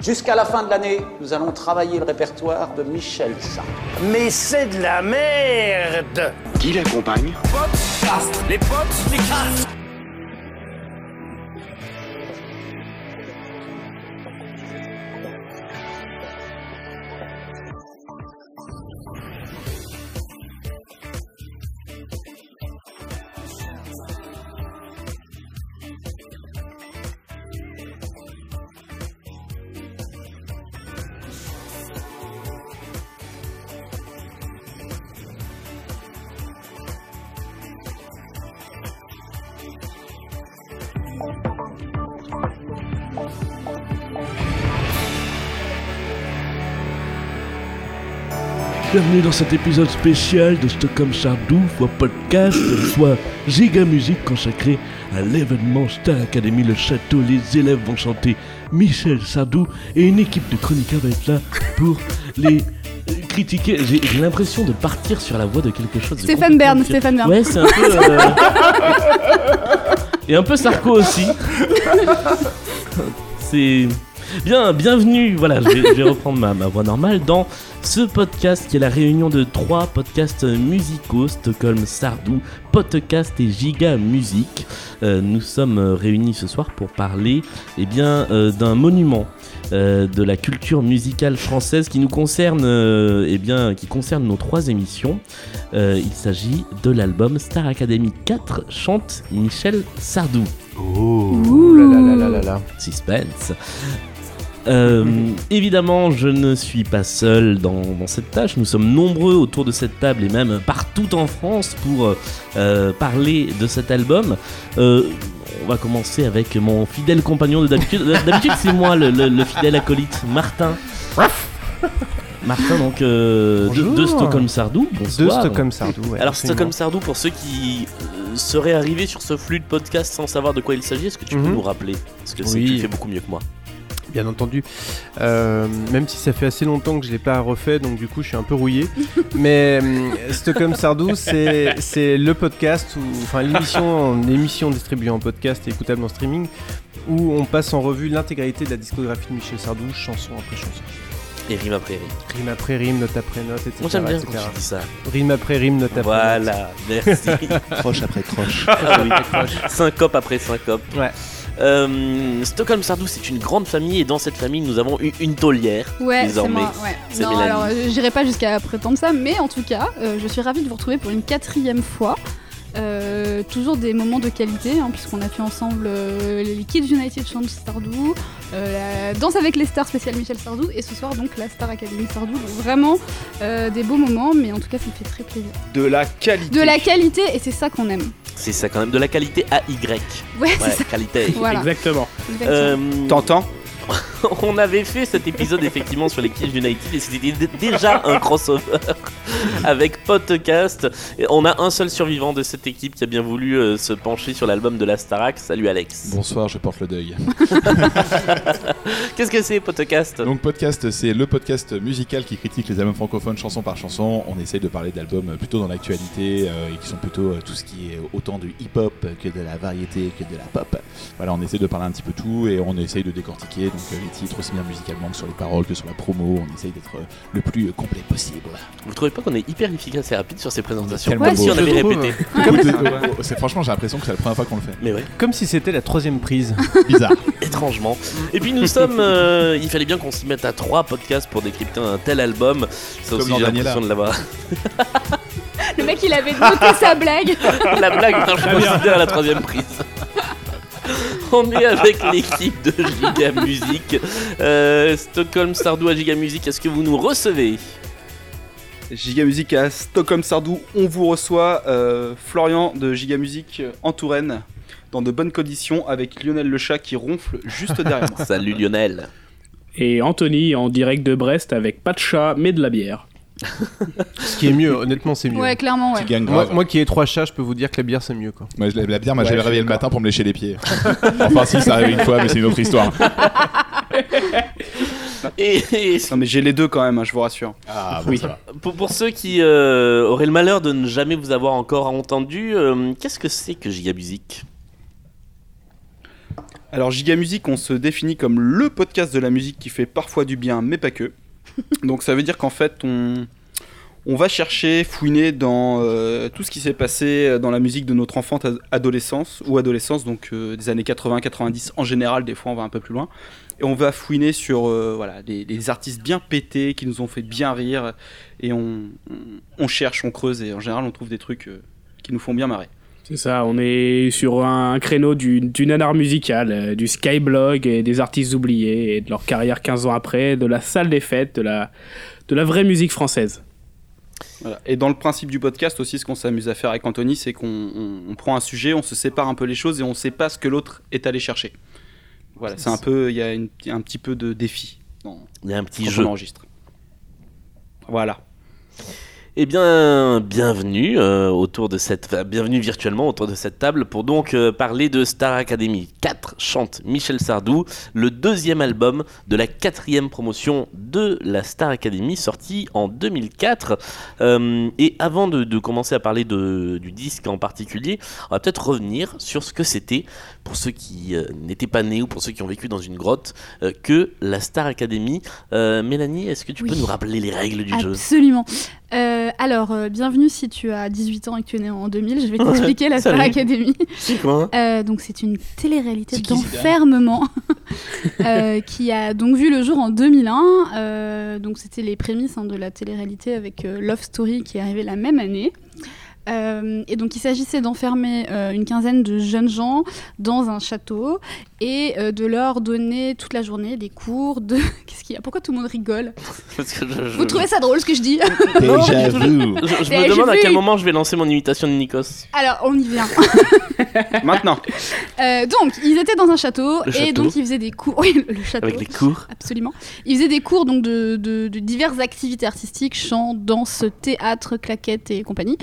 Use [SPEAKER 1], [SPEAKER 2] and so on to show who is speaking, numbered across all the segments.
[SPEAKER 1] Jusqu'à la fin de l'année, nous allons travailler le répertoire de Michel Charles.
[SPEAKER 2] Mais c'est de la merde
[SPEAKER 3] Qui l'accompagne
[SPEAKER 4] Les potes, les casses
[SPEAKER 5] Bienvenue dans cet épisode spécial de Stockholm Sardou, fois podcast, fois giga musique consacré à l'événement Star Academy Le Château. Les élèves vont chanter Michel Sardou et une équipe de chroniqueurs va être là pour les euh, critiquer. J'ai j'ai l'impression de partir sur la voie de quelque chose. de
[SPEAKER 6] Stéphane
[SPEAKER 5] complètement
[SPEAKER 6] Bern,
[SPEAKER 5] différent.
[SPEAKER 6] Stéphane Bern.
[SPEAKER 5] Ouais, c'est un peu. euh, Et un peu Sarko aussi. c'est. Bien, bienvenue, voilà, je vais, je vais reprendre ma, ma voix normale dans ce podcast qui est la réunion de trois podcasts musicaux, Stockholm, Sardou, Podcast et Giga Musique. Euh, nous sommes euh, réunis ce soir pour parler eh bien, euh, d'un monument euh, de la culture musicale française qui nous concerne, euh, eh bien, qui concerne nos trois émissions. Euh, il s'agit de l'album Star Academy 4 chante Michel Sardou.
[SPEAKER 2] Oh.
[SPEAKER 6] Ouh.
[SPEAKER 5] Suspense. Euh, évidemment, je ne suis pas seul dans, dans cette tâche. Nous sommes nombreux autour de cette table et même partout en France pour euh, parler de cet album. Euh, on va commencer avec mon fidèle compagnon de d'habitude. D'habitude, c'est moi le, le- le fidèle acolyte, Martin. Martin, donc euh, de, de
[SPEAKER 2] Bonjour.
[SPEAKER 5] Stockholm Sardou.
[SPEAKER 2] Deux
[SPEAKER 5] Bonsoir.
[SPEAKER 2] Stockholm Sardou. ouais,
[SPEAKER 7] Alors
[SPEAKER 2] absolument.
[SPEAKER 7] Stockholm Sardou, pour ceux qui euh, seraient arrivés sur ce flux de podcast sans savoir de quoi il s'agit, est-ce que tu peux
[SPEAKER 2] Mhm.
[SPEAKER 7] nous rappeler Parce que c'est-
[SPEAKER 2] Oui.
[SPEAKER 7] tu le fais beaucoup mieux que moi.
[SPEAKER 2] Bien entendu. Euh, même si ça fait assez longtemps que je l'ai pas refait, donc du coup je suis un peu rouillé. Mais hum, Stockholm Sardou, c'est c'est le podcast, ou- enfin l'émission l'émission distribuée en podcast et écoutable en streaming, où on passe en revue l'intégralité de la discographie de Michel Sardou, chanson après chanson.
[SPEAKER 7] Et rime après rime.
[SPEAKER 2] Rime après rime, note après note, etc.
[SPEAKER 7] Moi j'aime bien quand
[SPEAKER 2] etc.
[SPEAKER 7] tu dis ça.
[SPEAKER 2] Rime après rime, note après note.
[SPEAKER 7] Voilà, merci.
[SPEAKER 3] Croche après croche.
[SPEAKER 7] Ah oui. Syncope après syncope.
[SPEAKER 2] Ouais.
[SPEAKER 7] Euh, Stockholm Sardou, c'est une grande famille et dans cette famille, nous avons eu une taulière.
[SPEAKER 6] Ouais, c'est
[SPEAKER 7] Désormais,
[SPEAKER 6] moi. ouais.
[SPEAKER 7] c'est
[SPEAKER 6] Non,
[SPEAKER 7] Mélanie.
[SPEAKER 6] alors euh, j'irai pas jusqu'à prétendre ça, mais en tout cas, euh, je suis ravie de vous retrouver pour une quatrième fois. Euh, toujours des moments de qualité, hein, puisqu'on a fait ensemble euh, les Kids United Chant Sardou, euh, la Danse avec les stars spéciale Michel Sardou, et ce soir donc la Star Academy Sardou. Donc vraiment euh, des beaux moments, mais en tout cas ça me fait très plaisir.
[SPEAKER 8] De la qualité.
[SPEAKER 6] De la qualité, et c'est ça qu'on aime.
[SPEAKER 7] C'est ça quand même, de la qualité AY.
[SPEAKER 6] Ouais, c'est
[SPEAKER 7] Ouais,
[SPEAKER 6] ça.
[SPEAKER 7] qualité.
[SPEAKER 6] Voilà.
[SPEAKER 8] Exactement.
[SPEAKER 6] exactement.
[SPEAKER 7] Euh,
[SPEAKER 8] T'entends
[SPEAKER 7] on avait fait cet épisode effectivement sur les Kids United et c'était d- déjà un crossover avec Podcast. Et on a un seul survivant de cette équipe qui a bien voulu euh, se pencher sur l'album de la Starac. Salut Alex.
[SPEAKER 9] Bonsoir, je porte le deuil.
[SPEAKER 7] Qu'est-ce que c'est Podcast
[SPEAKER 9] Donc podcast, c'est le podcast musical qui critique les albums francophones chanson par chanson. On essaye de parler d'albums plutôt dans l'actualité euh, et qui sont plutôt euh, tout ce qui est autant du hip-hop que de la variété que de la pop. Voilà, on essaye de parler un petit peu tout et on essaye de décortiquer donc euh, les titres aussi bien musicalement que sur les paroles que sur la promo. On essaye d'être euh, le plus euh, complet possible.
[SPEAKER 7] Vous trouvez pas qu'on est hyper efficace et rapide sur ces présentations
[SPEAKER 9] Tellement
[SPEAKER 6] Ouais,
[SPEAKER 7] Comme
[SPEAKER 9] beau.
[SPEAKER 7] si on
[SPEAKER 2] Je
[SPEAKER 7] avait
[SPEAKER 2] trouve,
[SPEAKER 7] répété.
[SPEAKER 9] Beaucoup de- euh, c'est franchement, j'ai l'impression que c'est la première fois qu'on le fait.
[SPEAKER 7] Mais ouais,
[SPEAKER 2] Comme si c'était la troisième prise.
[SPEAKER 9] Bizarre.
[SPEAKER 7] étrangement. Et puis nous sommes. euh, il fallait bien qu'on s'y mette à trois podcasts pour décrypter un tel album. Ça
[SPEAKER 9] Comme
[SPEAKER 7] aussi,
[SPEAKER 9] dans
[SPEAKER 7] j'ai
[SPEAKER 9] Daniela.
[SPEAKER 7] l'impression de l'avoir.
[SPEAKER 6] Le mec il avait noté sa blague.
[SPEAKER 7] La blague marche aussi bien à la troisième prise. On est avec l'équipe de Giga Musique. Euh, Stockholm Sardou à Giga Musique, est-ce que vous nous recevez
[SPEAKER 8] Giga Music à Stockholm Sardou, on vous reçoit euh, Florian de Giga Music euh, en Touraine dans de bonnes conditions avec Lionel le chat qui ronfle juste derrière moi.
[SPEAKER 7] Salut Lionel.
[SPEAKER 10] Et Anthony en direct de Brest avec pas de chat mais de la bière.
[SPEAKER 2] Ce qui est mieux, honnêtement, c'est mieux.
[SPEAKER 6] Ouais, clairement, ouais.
[SPEAKER 9] Qui gagne
[SPEAKER 2] Moi,
[SPEAKER 9] grave.
[SPEAKER 2] moi qui ai trois chats, je peux vous dire que la bière c'est mieux quoi.
[SPEAKER 9] Moi, je lève la bière, moi,
[SPEAKER 2] Ouais,
[SPEAKER 9] j'ai le
[SPEAKER 2] je suis
[SPEAKER 9] réveil le matin pour me lécher les pieds. enfin, si, ça arrive une fois, mais c'est une autre histoire.
[SPEAKER 7] Et, et
[SPEAKER 8] Non mais j'ai les deux quand même, hein, je vous rassure.
[SPEAKER 9] Ah,
[SPEAKER 10] Oui.
[SPEAKER 9] ça va.
[SPEAKER 7] pour, pour ceux qui euh, auraient le malheur de ne jamais vous avoir encore entendu, euh, qu'est-ce que c'est que Giga Musique
[SPEAKER 8] Alors, Giga Musique, on se définit comme le podcast de la musique qui fait parfois du bien, mais pas que. Donc, ça veut dire qu'en fait, on, on va chercher, fouiner dans euh, tout ce qui s'est passé dans la musique de notre enfance, ad- adolescence ou adolescence, donc euh, des années 80-90 en général, des fois on va un peu plus loin. Et on va fouiner sur euh, voilà, des, des artistes bien pétés qui nous ont fait bien rire. Et on, on, on cherche, on creuse et en général on trouve des trucs euh, qui nous font bien marrer.
[SPEAKER 10] C'est ça, Ah, on est sur un créneau du, du nanar musical, euh, du skyblog et des artistes oubliés et de leur carrière 15 ans après, de la salle des fêtes, de la, de la vraie musique française.
[SPEAKER 8] Voilà. Et dans le principe du podcast aussi, ce qu'on s'amuse à faire avec Anthony, c'est qu'on on- on prend un sujet, on se sépare un peu les choses et on ne sait pas ce que l'autre est allé chercher. Voilà, c'est un peu, il y a une- un petit peu de défi dans,
[SPEAKER 7] Il y a un petit
[SPEAKER 8] quand
[SPEAKER 7] jeu.
[SPEAKER 8] on enregistre. Voilà.
[SPEAKER 7] Eh bien, bienvenue euh, autour de cette, enfin, bienvenue virtuellement autour de cette table pour donc euh, parler de Star Academy 4 chante Michel Sardou, le deuxième album de la quatrième promotion de la Star Academy sorti en 2004. Euh, et avant de, de commencer à parler de- du disque en particulier, on va peut-être revenir sur ce que c'était pour ceux qui euh, n'étaient pas nés ou pour ceux qui ont vécu dans une grotte euh, que la Star Academy. Euh, Mélanie, est-ce que tu peux
[SPEAKER 6] Oui.
[SPEAKER 7] nous rappeler les règles du jeu
[SPEAKER 6] Absolument. Euh, alors, euh, bienvenue si tu as 18 ans et que tu es né en 2000. Je vais t'expliquer la Star
[SPEAKER 7] Salut.
[SPEAKER 6] Academy.
[SPEAKER 7] C'est quoi
[SPEAKER 6] Euh, donc, c'est une télé-réalité
[SPEAKER 9] C'est qui, c'est
[SPEAKER 6] d'enfermement euh, qui a donc vu le jour en 2001. Euh, donc, c'était les prémices hein, de la télé-réalité avec euh, Love Story qui est arrivée la même année. Euh, et donc, il s'agissait d'enfermer euh, une quinzaine de jeunes gens dans un château et euh, de leur donner toute la journée des cours de. Qu'est-ce qu'il y a Pourquoi tout le monde rigole
[SPEAKER 7] Parce que je- je-
[SPEAKER 6] Vous trouvez ça drôle ce que je dis
[SPEAKER 9] Déjà vu.
[SPEAKER 7] Je, je
[SPEAKER 6] Eh,
[SPEAKER 7] me
[SPEAKER 6] j'ai
[SPEAKER 7] demande à
[SPEAKER 6] vu.
[SPEAKER 7] quel moment je vais lancer mon imitation de Nikos.
[SPEAKER 6] Alors, on y vient.
[SPEAKER 8] Maintenant,
[SPEAKER 6] Euh, donc, ils étaient dans un château
[SPEAKER 7] Le
[SPEAKER 6] et
[SPEAKER 7] château.
[SPEAKER 6] donc ils faisaient des cours. Oui, le- le château.
[SPEAKER 7] Avec les cours.
[SPEAKER 6] Absolument. Ils faisaient des cours donc de, de- de diverses activités artistiques, chant, danse, théâtre, claquettes et compagnie.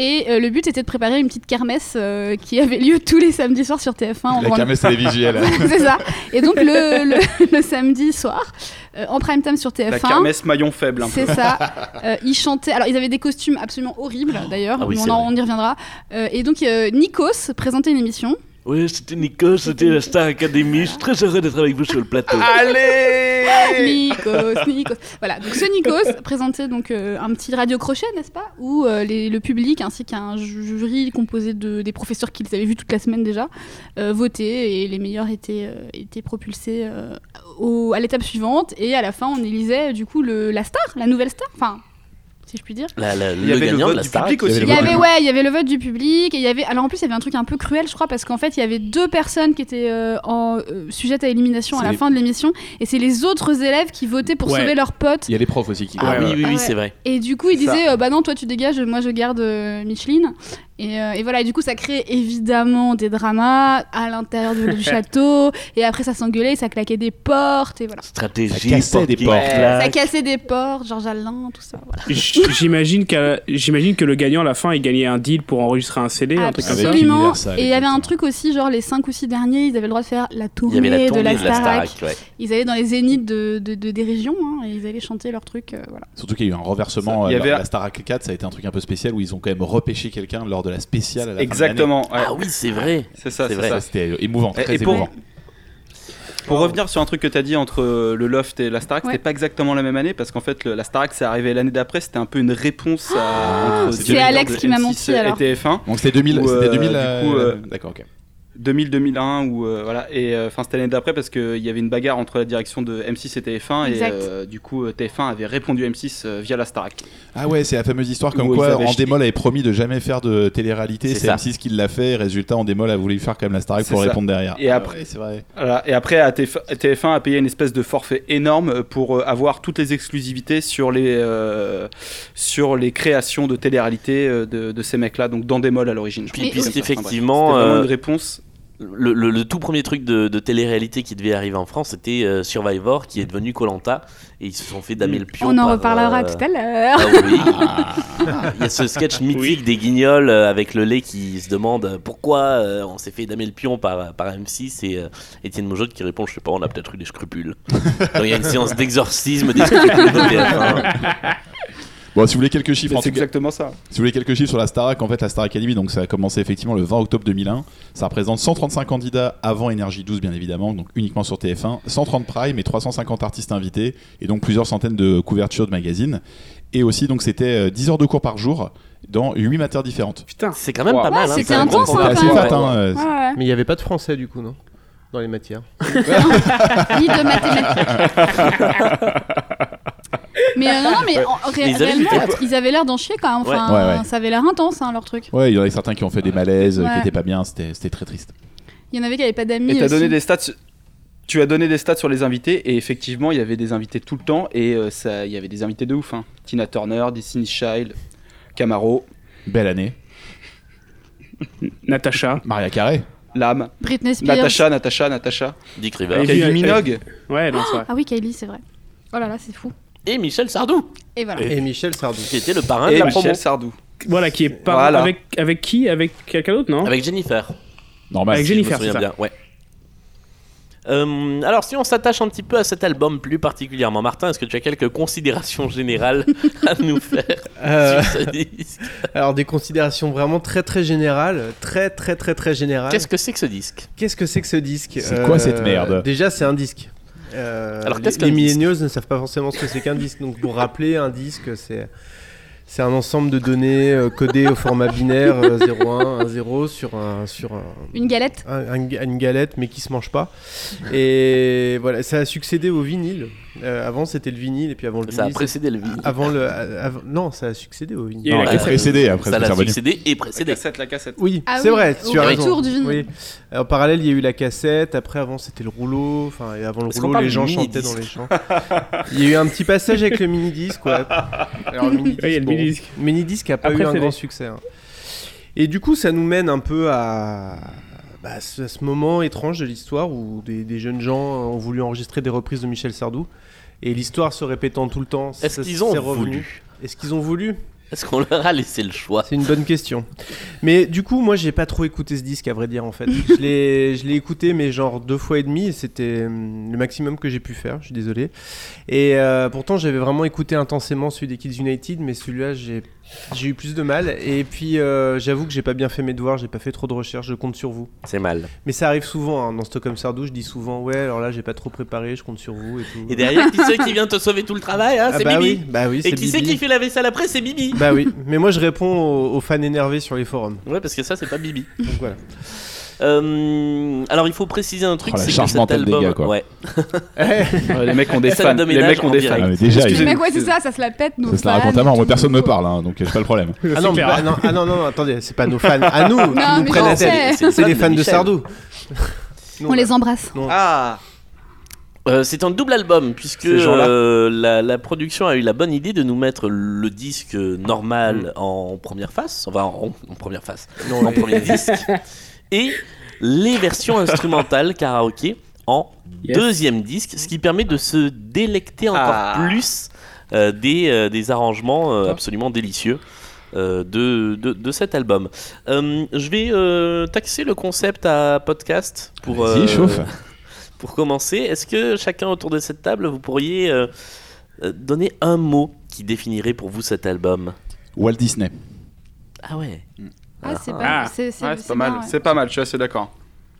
[SPEAKER 6] Et euh, le but était de préparer une petite kermesse euh, qui avait lieu tous les samedis soirs sur TF1. Ah, en
[SPEAKER 9] La
[SPEAKER 6] grand-
[SPEAKER 9] kermesse télévisuelle.
[SPEAKER 6] C'est ça. Et donc le, le- le samedi soir, euh, en prime time sur TF1.
[SPEAKER 8] la kermesse maillon faible. Un peu.
[SPEAKER 6] C'est ça. Euh, ils chantaient. Alors, ils avaient des costumes absolument horribles, d'ailleurs.
[SPEAKER 7] Ah oui,
[SPEAKER 6] mais
[SPEAKER 7] c'est
[SPEAKER 6] on, en-
[SPEAKER 7] vrai.
[SPEAKER 6] on y reviendra. Euh, et donc, euh, Nikos présentait une émission.
[SPEAKER 7] Oui, c'était Nikos, c'était la Star Academy. Je suis très heureux d'être avec vous sur le plateau.
[SPEAKER 6] Nikos, Nikos. Voilà, donc ce Nikos présentait donc euh, un petit radio crochet, n'est-ce pas Où euh, les- le public ainsi qu'un ju- jury composé de, des professeurs qu'ils avaient vus toute la semaine déjà euh, votaient et les meilleurs étaient, euh, étaient propulsés euh, au- à l'étape suivante. Et à la fin, on élisait euh, du coup le, la star, la nouvelle star, enfin, si je puis dire.
[SPEAKER 7] La- la-
[SPEAKER 8] Il y
[SPEAKER 7] le
[SPEAKER 8] avait le
[SPEAKER 7] gagnant de
[SPEAKER 8] vote
[SPEAKER 7] la
[SPEAKER 8] du
[SPEAKER 7] Star.
[SPEAKER 8] public
[SPEAKER 9] Il y
[SPEAKER 8] aussi.
[SPEAKER 9] avait
[SPEAKER 6] Il
[SPEAKER 9] le
[SPEAKER 6] y
[SPEAKER 9] vote
[SPEAKER 6] avait,
[SPEAKER 9] du
[SPEAKER 6] ouais, il y avait le vote du public. Et il y avait, alors en plus, il y avait un truc un peu cruel, je crois, parce qu'en fait, il y avait deux personnes qui étaient euh, en, euh, sujettes à élimination à
[SPEAKER 9] C'est
[SPEAKER 6] la
[SPEAKER 9] les-
[SPEAKER 6] fin de l'émission. Et c'est les autres élèves qui votaient pour
[SPEAKER 10] Ouais.
[SPEAKER 6] sauver leurs potes.
[SPEAKER 9] Il y a les profs aussi qui.
[SPEAKER 7] Ah
[SPEAKER 10] Ouais,
[SPEAKER 7] oui,
[SPEAKER 10] ouais.
[SPEAKER 7] oui, oui,
[SPEAKER 6] Ah ouais.
[SPEAKER 7] c'est vrai.
[SPEAKER 6] Et du coup, ils
[SPEAKER 8] C'est ça.
[SPEAKER 6] disaient, euh, bah non, toi tu dégages, moi je garde euh, Micheline. Et, euh, et voilà, et du coup, ça crée évidemment des dramas à l'intérieur du, du château. Et après, ça s'engueulait, ça claquait des portes. Et voilà.
[SPEAKER 7] Stratégie,
[SPEAKER 9] Ça cassait des
[SPEAKER 7] porte-
[SPEAKER 9] portes.
[SPEAKER 7] claque.
[SPEAKER 6] Ça cassait des portes, Georges Alain, tout ça. Voilà.
[SPEAKER 10] J- J'imagine qu'à- j'imagine que le gagnant à la fin, il gagnait un deal pour enregistrer un CD, un truc comme ça.
[SPEAKER 9] Avec
[SPEAKER 6] Absolument.
[SPEAKER 9] Universal,
[SPEAKER 6] Et il y avait un
[SPEAKER 9] exactement.
[SPEAKER 6] truc aussi, genre les 5 ou 6 derniers, ils avaient le droit de faire la
[SPEAKER 7] Il
[SPEAKER 6] tournée,
[SPEAKER 7] y avait la tournée
[SPEAKER 6] de la
[SPEAKER 7] Starac.
[SPEAKER 6] Starac. Ils allaient dans les zéniths de, de- de- des régions hein, et ils allaient chanter leurs trucs. euh, voilà.
[SPEAKER 9] Surtout qu'il y a eu un renversement.
[SPEAKER 8] Ça, il y
[SPEAKER 9] euh,
[SPEAKER 8] avait-
[SPEAKER 9] La Star 4, ça a été un truc un peu spécial où ils ont quand même repêché quelqu'un lors de la spéciale. À la fin de l'année.
[SPEAKER 8] Exactement. ouais.
[SPEAKER 7] Ah oui, c'est vrai.
[SPEAKER 8] C'est ça,
[SPEAKER 7] C'est
[SPEAKER 8] c'est
[SPEAKER 7] vrai.
[SPEAKER 8] ça.
[SPEAKER 9] Ça, c'était euh, émouvant,
[SPEAKER 8] Et-
[SPEAKER 9] très
[SPEAKER 8] et pour-
[SPEAKER 9] émouvant.
[SPEAKER 8] Pour revenir sur un truc que tu as dit entre euh, le Loft et la Starac,
[SPEAKER 6] Ouais.
[SPEAKER 8] c'était pas exactement la même année parce qu'en fait, le- la Starac, c'est arrivé l'année d'après. C'était un peu une réponse à. entre
[SPEAKER 9] c'est
[SPEAKER 8] Direct
[SPEAKER 6] Alex
[SPEAKER 8] de
[SPEAKER 6] qui m'a
[SPEAKER 8] M6
[SPEAKER 6] menti, alors.
[SPEAKER 8] Et TF1.
[SPEAKER 9] Donc c'était 2000.
[SPEAKER 8] Ou,
[SPEAKER 9] C'était
[SPEAKER 8] euh,
[SPEAKER 9] 2000.
[SPEAKER 8] du
[SPEAKER 9] euh,
[SPEAKER 8] coup, euh,
[SPEAKER 9] D'accord, ok.
[SPEAKER 8] 2000-2001 ou euh, voilà et euh, enfin c'était l'année d'après parce que il y avait une bagarre entre la direction de M6 et TF1
[SPEAKER 6] Exact.
[SPEAKER 8] et euh, du coup euh, TF1 avait répondu à M6 euh, via la Starac.
[SPEAKER 9] Ah ouais, c'est la fameuse histoire comme
[SPEAKER 8] Où ils
[SPEAKER 9] quoi
[SPEAKER 8] avaient jeté-
[SPEAKER 9] Andémol avait promis de jamais faire de télé-réalité.
[SPEAKER 7] C'est
[SPEAKER 9] C'est
[SPEAKER 7] ça.
[SPEAKER 9] M6 qui l'a fait. Résultat, Andémol a voulu faire comme la Star
[SPEAKER 8] C'est
[SPEAKER 9] pour
[SPEAKER 8] ça.
[SPEAKER 9] répondre derrière.
[SPEAKER 8] Et
[SPEAKER 9] Ah
[SPEAKER 8] après-
[SPEAKER 9] ouais, c'est vrai.
[SPEAKER 8] Voilà. Et après à TF1, TF1 a payé une espèce de forfait énorme pour euh, avoir toutes les exclusivités sur les euh, sur les créations de télé-réalité euh, de, de ces mecs-là donc dans des molles à l'origine. je
[SPEAKER 7] Puis-
[SPEAKER 8] crois, comme
[SPEAKER 6] puis
[SPEAKER 8] ça. Enfin, bref.
[SPEAKER 7] effectivement,
[SPEAKER 8] C'était vraiment
[SPEAKER 7] euh,
[SPEAKER 8] une réponse
[SPEAKER 7] Le, le- le tout premier truc de, de télé-réalité qui devait arriver en France, c'était euh, Survivor, qui est devenu Colanta, et ils se sont fait damer le pion.
[SPEAKER 6] Mm. On en
[SPEAKER 7] par,
[SPEAKER 6] reparlera
[SPEAKER 7] euh,
[SPEAKER 6] tout à l'heure.
[SPEAKER 7] Ah oui. Ah. Il y a ce sketch mythique des guignols euh, avec le lait qui se demande euh, pourquoi euh, on s'est fait damer le pion par, par M6 et euh, Étienne Mojot qui répond je sais pas on a peut-être eu hein. des scrupules. Donc il y a une séance d'exorcisme des scrupules de TF1.
[SPEAKER 9] Bon, si vous voulez quelques chiffres, en
[SPEAKER 8] C'est
[SPEAKER 9] tout cas,
[SPEAKER 8] exactement ça.
[SPEAKER 9] si vous voulez quelques chiffres sur la Starac, en fait, la Star Academy, donc ça a commencé effectivement le 20 octobre 2001. Ça représente 135 candidats avant Énergie 12, bien évidemment, donc uniquement sur TF1, 130 primes et 350 artistes invités, et donc plusieurs centaines de couvertures de magazines. Et aussi, donc, c'était euh, 10 heures de cours par jour dans 8 matières différentes.
[SPEAKER 10] Putain.
[SPEAKER 7] C'est quand même
[SPEAKER 8] Wow.
[SPEAKER 7] pas mal.
[SPEAKER 6] Ouais,
[SPEAKER 7] hein,
[SPEAKER 6] c'était
[SPEAKER 7] c'est un gros
[SPEAKER 6] intense, hein,
[SPEAKER 9] C'est
[SPEAKER 7] programme.
[SPEAKER 6] quand
[SPEAKER 9] assez fat,
[SPEAKER 6] même.
[SPEAKER 9] hein, euh,
[SPEAKER 6] Ouais, Ah. ouais.
[SPEAKER 2] Mais il n'y avait pas de français du coup, non Dans les matières.
[SPEAKER 6] Ni de mathématiques. mais euh, non, non, mais en- ré-
[SPEAKER 7] Mais ils avaient du
[SPEAKER 6] réellement,
[SPEAKER 7] théâtre.
[SPEAKER 6] ils avaient l'air d'en chier quand même.
[SPEAKER 7] Ouais.
[SPEAKER 6] Enfin,
[SPEAKER 9] Ouais, ouais.
[SPEAKER 6] ça avait l'air intense hein, leur truc.
[SPEAKER 9] Ouais, il y en a certains qui ont fait des malaises, euh, qui
[SPEAKER 6] Ouais.
[SPEAKER 9] n'étaient pas bien, c'était c'était très triste.
[SPEAKER 6] Il y en avait qui n'avaient pas d'amis. euh,
[SPEAKER 8] Et t'as
[SPEAKER 6] aussi.
[SPEAKER 8] donné des stats. Tu as donné des stats sur les invités et effectivement il y avait des invités tout le temps et euh, ça, il y avait des invités de ouf. hein. Tina Turner, Disney Child, Camaro,
[SPEAKER 9] Belle année.
[SPEAKER 10] Natacha.
[SPEAKER 9] Maria Carré.
[SPEAKER 8] Lame,
[SPEAKER 6] Britney Spears.
[SPEAKER 8] Natacha, Natacha, Natacha,
[SPEAKER 7] Dick River.
[SPEAKER 10] Et-
[SPEAKER 8] Kylie
[SPEAKER 10] puis,
[SPEAKER 8] Minogue.
[SPEAKER 10] Ouais, non, c'est vrai.
[SPEAKER 6] Ah oui, Kylie, c'est vrai. Oh là là, c'est fou.
[SPEAKER 7] Et Michel Sardou,
[SPEAKER 6] Et voilà.
[SPEAKER 2] Et Michel Sardou.
[SPEAKER 7] qui était le parrain de
[SPEAKER 8] Et
[SPEAKER 7] la promo.
[SPEAKER 8] Michel Sardou.
[SPEAKER 10] Voilà, qui est par...
[SPEAKER 8] Voilà.
[SPEAKER 10] Avec, avec qui Avec quelqu'un d'autre, non
[SPEAKER 7] Avec Jennifer.
[SPEAKER 9] Normal.
[SPEAKER 10] Avec
[SPEAKER 7] si je me
[SPEAKER 10] Jennifer, c'est
[SPEAKER 7] souviens
[SPEAKER 10] ça.
[SPEAKER 7] bien, ouais. Euh, alors, si on s'attache un petit peu à cet album plus particulièrement, Martin, est-ce que tu as quelques considérations générales à nous faire
[SPEAKER 2] Euh,
[SPEAKER 7] sur ce disque
[SPEAKER 2] alors des considérations vraiment très très générales, très très très très générales.
[SPEAKER 7] Qu'est-ce que c'est que ce disque
[SPEAKER 2] Qu'est-ce que c'est que ce disque euh,
[SPEAKER 9] C'est quoi cette merde
[SPEAKER 2] Déjà, c'est un disque. Euh,
[SPEAKER 7] Alors,
[SPEAKER 2] les-
[SPEAKER 7] qu'est-ce qu'un
[SPEAKER 2] les
[SPEAKER 7] disque
[SPEAKER 2] millennials ne savent pas forcément ce que c'est qu'un disque. Donc, pour rappeler, un disque, c'est c'est un ensemble de données euh, codées au format binaire euh, 01, 10 sur un sur un,
[SPEAKER 6] Une galette.
[SPEAKER 2] un- un- une galette, mais qui se mange pas. Et voilà, ça a succédé au vinyle. Euh, avant, c'était le vinyle, et puis avant le Ah,
[SPEAKER 7] Ça a
[SPEAKER 2] vinyle.
[SPEAKER 7] précédé le vinyle.
[SPEAKER 2] c'est- Avant le avant- non, ça a succédé au vinyle.
[SPEAKER 10] Il y a eu la
[SPEAKER 9] Non,
[SPEAKER 7] Ouais.
[SPEAKER 9] et
[SPEAKER 10] cassette.
[SPEAKER 9] précédé après
[SPEAKER 7] ça
[SPEAKER 9] c'est
[SPEAKER 7] l'a
[SPEAKER 9] revenu.
[SPEAKER 7] succédé et
[SPEAKER 8] La
[SPEAKER 7] précédé.
[SPEAKER 8] cassette, la cassette.
[SPEAKER 2] Oui,
[SPEAKER 6] Ah
[SPEAKER 2] c'est
[SPEAKER 6] oui,
[SPEAKER 2] vrai,
[SPEAKER 6] au
[SPEAKER 2] tu as raison.
[SPEAKER 6] retour du vinyle.
[SPEAKER 2] Oui. En parallèle, il y a eu la cassette, après avant c'était le rouleau, enfin et avant le
[SPEAKER 7] Est-ce qu'on
[SPEAKER 2] rouleau
[SPEAKER 7] parle
[SPEAKER 2] les
[SPEAKER 7] du
[SPEAKER 2] gens
[SPEAKER 7] mini-disque
[SPEAKER 2] chantaient dans les champs. il y a eu un petit passage avec le mini disque ouais. Alors le mini disque,
[SPEAKER 10] Ouais, il y a le
[SPEAKER 2] bon,
[SPEAKER 10] mini-disque.
[SPEAKER 2] le mini-disque a pas
[SPEAKER 10] Après,
[SPEAKER 2] eu un
[SPEAKER 10] c'est
[SPEAKER 2] grand
[SPEAKER 10] les-
[SPEAKER 2] succès. hein. Et du coup, ça nous mène un peu à bah, ce, à ce moment étrange de l'histoire où des, des jeunes gens ont voulu enregistrer des reprises de Michel Sardou et l'histoire se répétant tout le temps.
[SPEAKER 7] Est-ce
[SPEAKER 2] ça-
[SPEAKER 7] qu'ils ont
[SPEAKER 2] c'est revenu.
[SPEAKER 7] voulu
[SPEAKER 2] Est-ce qu'ils ont voulu
[SPEAKER 7] Est-ce qu'on leur a laissé le choix
[SPEAKER 2] c'est une bonne question. Mais du coup, moi, j'ai pas trop écouté ce disque, à vrai dire, en fait. Je l'ai, je l'ai écouté, mais genre deux fois et demi, et c'était hum, le maximum que j'ai pu faire, je suis désolé. Et euh, pourtant, j'avais vraiment écouté intensément celui des Kids United, mais celui-là, j'ai, j'ai eu plus de mal. Et puis, euh, j'avoue que j'ai pas bien fait mes devoirs, j'ai pas fait trop de recherches, je compte sur vous.
[SPEAKER 7] C'est mal.
[SPEAKER 2] Mais ça arrive souvent, hein, dans Stockholm Sardou, je dis souvent, ouais, alors là, j'ai pas trop préparé, je compte sur vous et tout.
[SPEAKER 7] Et derrière, qui c'est qui vient te sauver tout le travail hein
[SPEAKER 2] Ah
[SPEAKER 7] C'est
[SPEAKER 2] bah
[SPEAKER 7] Bibi.
[SPEAKER 2] oui, bah oui,
[SPEAKER 7] Et
[SPEAKER 2] c'est
[SPEAKER 7] qui c'est
[SPEAKER 2] Bibi.
[SPEAKER 7] qui fait la vaisselle après C'est Bibi.
[SPEAKER 2] Bah oui, mais moi, je réponds aux, aux fans énervés sur les forums.
[SPEAKER 7] Ouais, parce que ça, c'est pas Bibi.
[SPEAKER 2] Donc voilà.
[SPEAKER 7] Euh, alors, il faut préciser un truc
[SPEAKER 9] Oh, la
[SPEAKER 7] c'est que
[SPEAKER 9] charge
[SPEAKER 7] cet
[SPEAKER 9] mentale des
[SPEAKER 7] album.
[SPEAKER 9] gars, quoi.
[SPEAKER 7] ouais.
[SPEAKER 8] Ouais, les mecs ont des
[SPEAKER 7] Ça
[SPEAKER 8] fans.
[SPEAKER 7] le
[SPEAKER 8] Les
[SPEAKER 7] déménage
[SPEAKER 8] mecs ont
[SPEAKER 7] en
[SPEAKER 8] des
[SPEAKER 7] direct.
[SPEAKER 9] Ah,
[SPEAKER 8] fans.
[SPEAKER 9] mais déjà,
[SPEAKER 6] Les
[SPEAKER 8] Excusez-
[SPEAKER 9] il-
[SPEAKER 6] mecs, ouais, c'est ça, ça se la pète. Nous.
[SPEAKER 9] ça se la raconte à mort. Moi, personne me parle, hein, donc euh, j'ai pas le problème.
[SPEAKER 2] Ah non, bah, non, ah non, non, attendez, c'est pas nos fans, à nous, qui
[SPEAKER 6] mais
[SPEAKER 2] nous prennent
[SPEAKER 6] j'en
[SPEAKER 2] la tête.
[SPEAKER 6] sais.
[SPEAKER 2] C'est les fans de
[SPEAKER 7] Michel.
[SPEAKER 2] Sardou.
[SPEAKER 6] On les embrasse.
[SPEAKER 8] Ah,
[SPEAKER 7] Euh, c'est un double album puisque
[SPEAKER 8] Ces gens-là.
[SPEAKER 7] euh, la, la production a eu la bonne idée de nous mettre le disque normal en première face, enfin en, en première face,
[SPEAKER 2] Non,
[SPEAKER 7] en premier disque, et les versions instrumentales karaoké en
[SPEAKER 10] Yes.
[SPEAKER 7] deuxième disque, ce qui permet de se délecter encore
[SPEAKER 8] Ah.
[SPEAKER 7] plus euh, des, euh, des arrangements euh, absolument délicieux. euh, de, de, de cet album. Euh, je vais euh, taxer le concept à podcast pour,
[SPEAKER 9] Vas-y,
[SPEAKER 7] euh,
[SPEAKER 9] chauffe.
[SPEAKER 7] pour commencer, est-ce que chacun autour de cette table, vous pourriez euh, euh, donner un mot qui définirait pour vous cet album
[SPEAKER 9] Walt Disney.
[SPEAKER 7] Ah ouais.
[SPEAKER 6] Ah, c'est
[SPEAKER 10] Ah.
[SPEAKER 6] pas, c'est,
[SPEAKER 8] ouais, c'est pas
[SPEAKER 6] bien,
[SPEAKER 8] mal.
[SPEAKER 6] ouais.
[SPEAKER 8] C'est pas mal, je suis assez d'accord.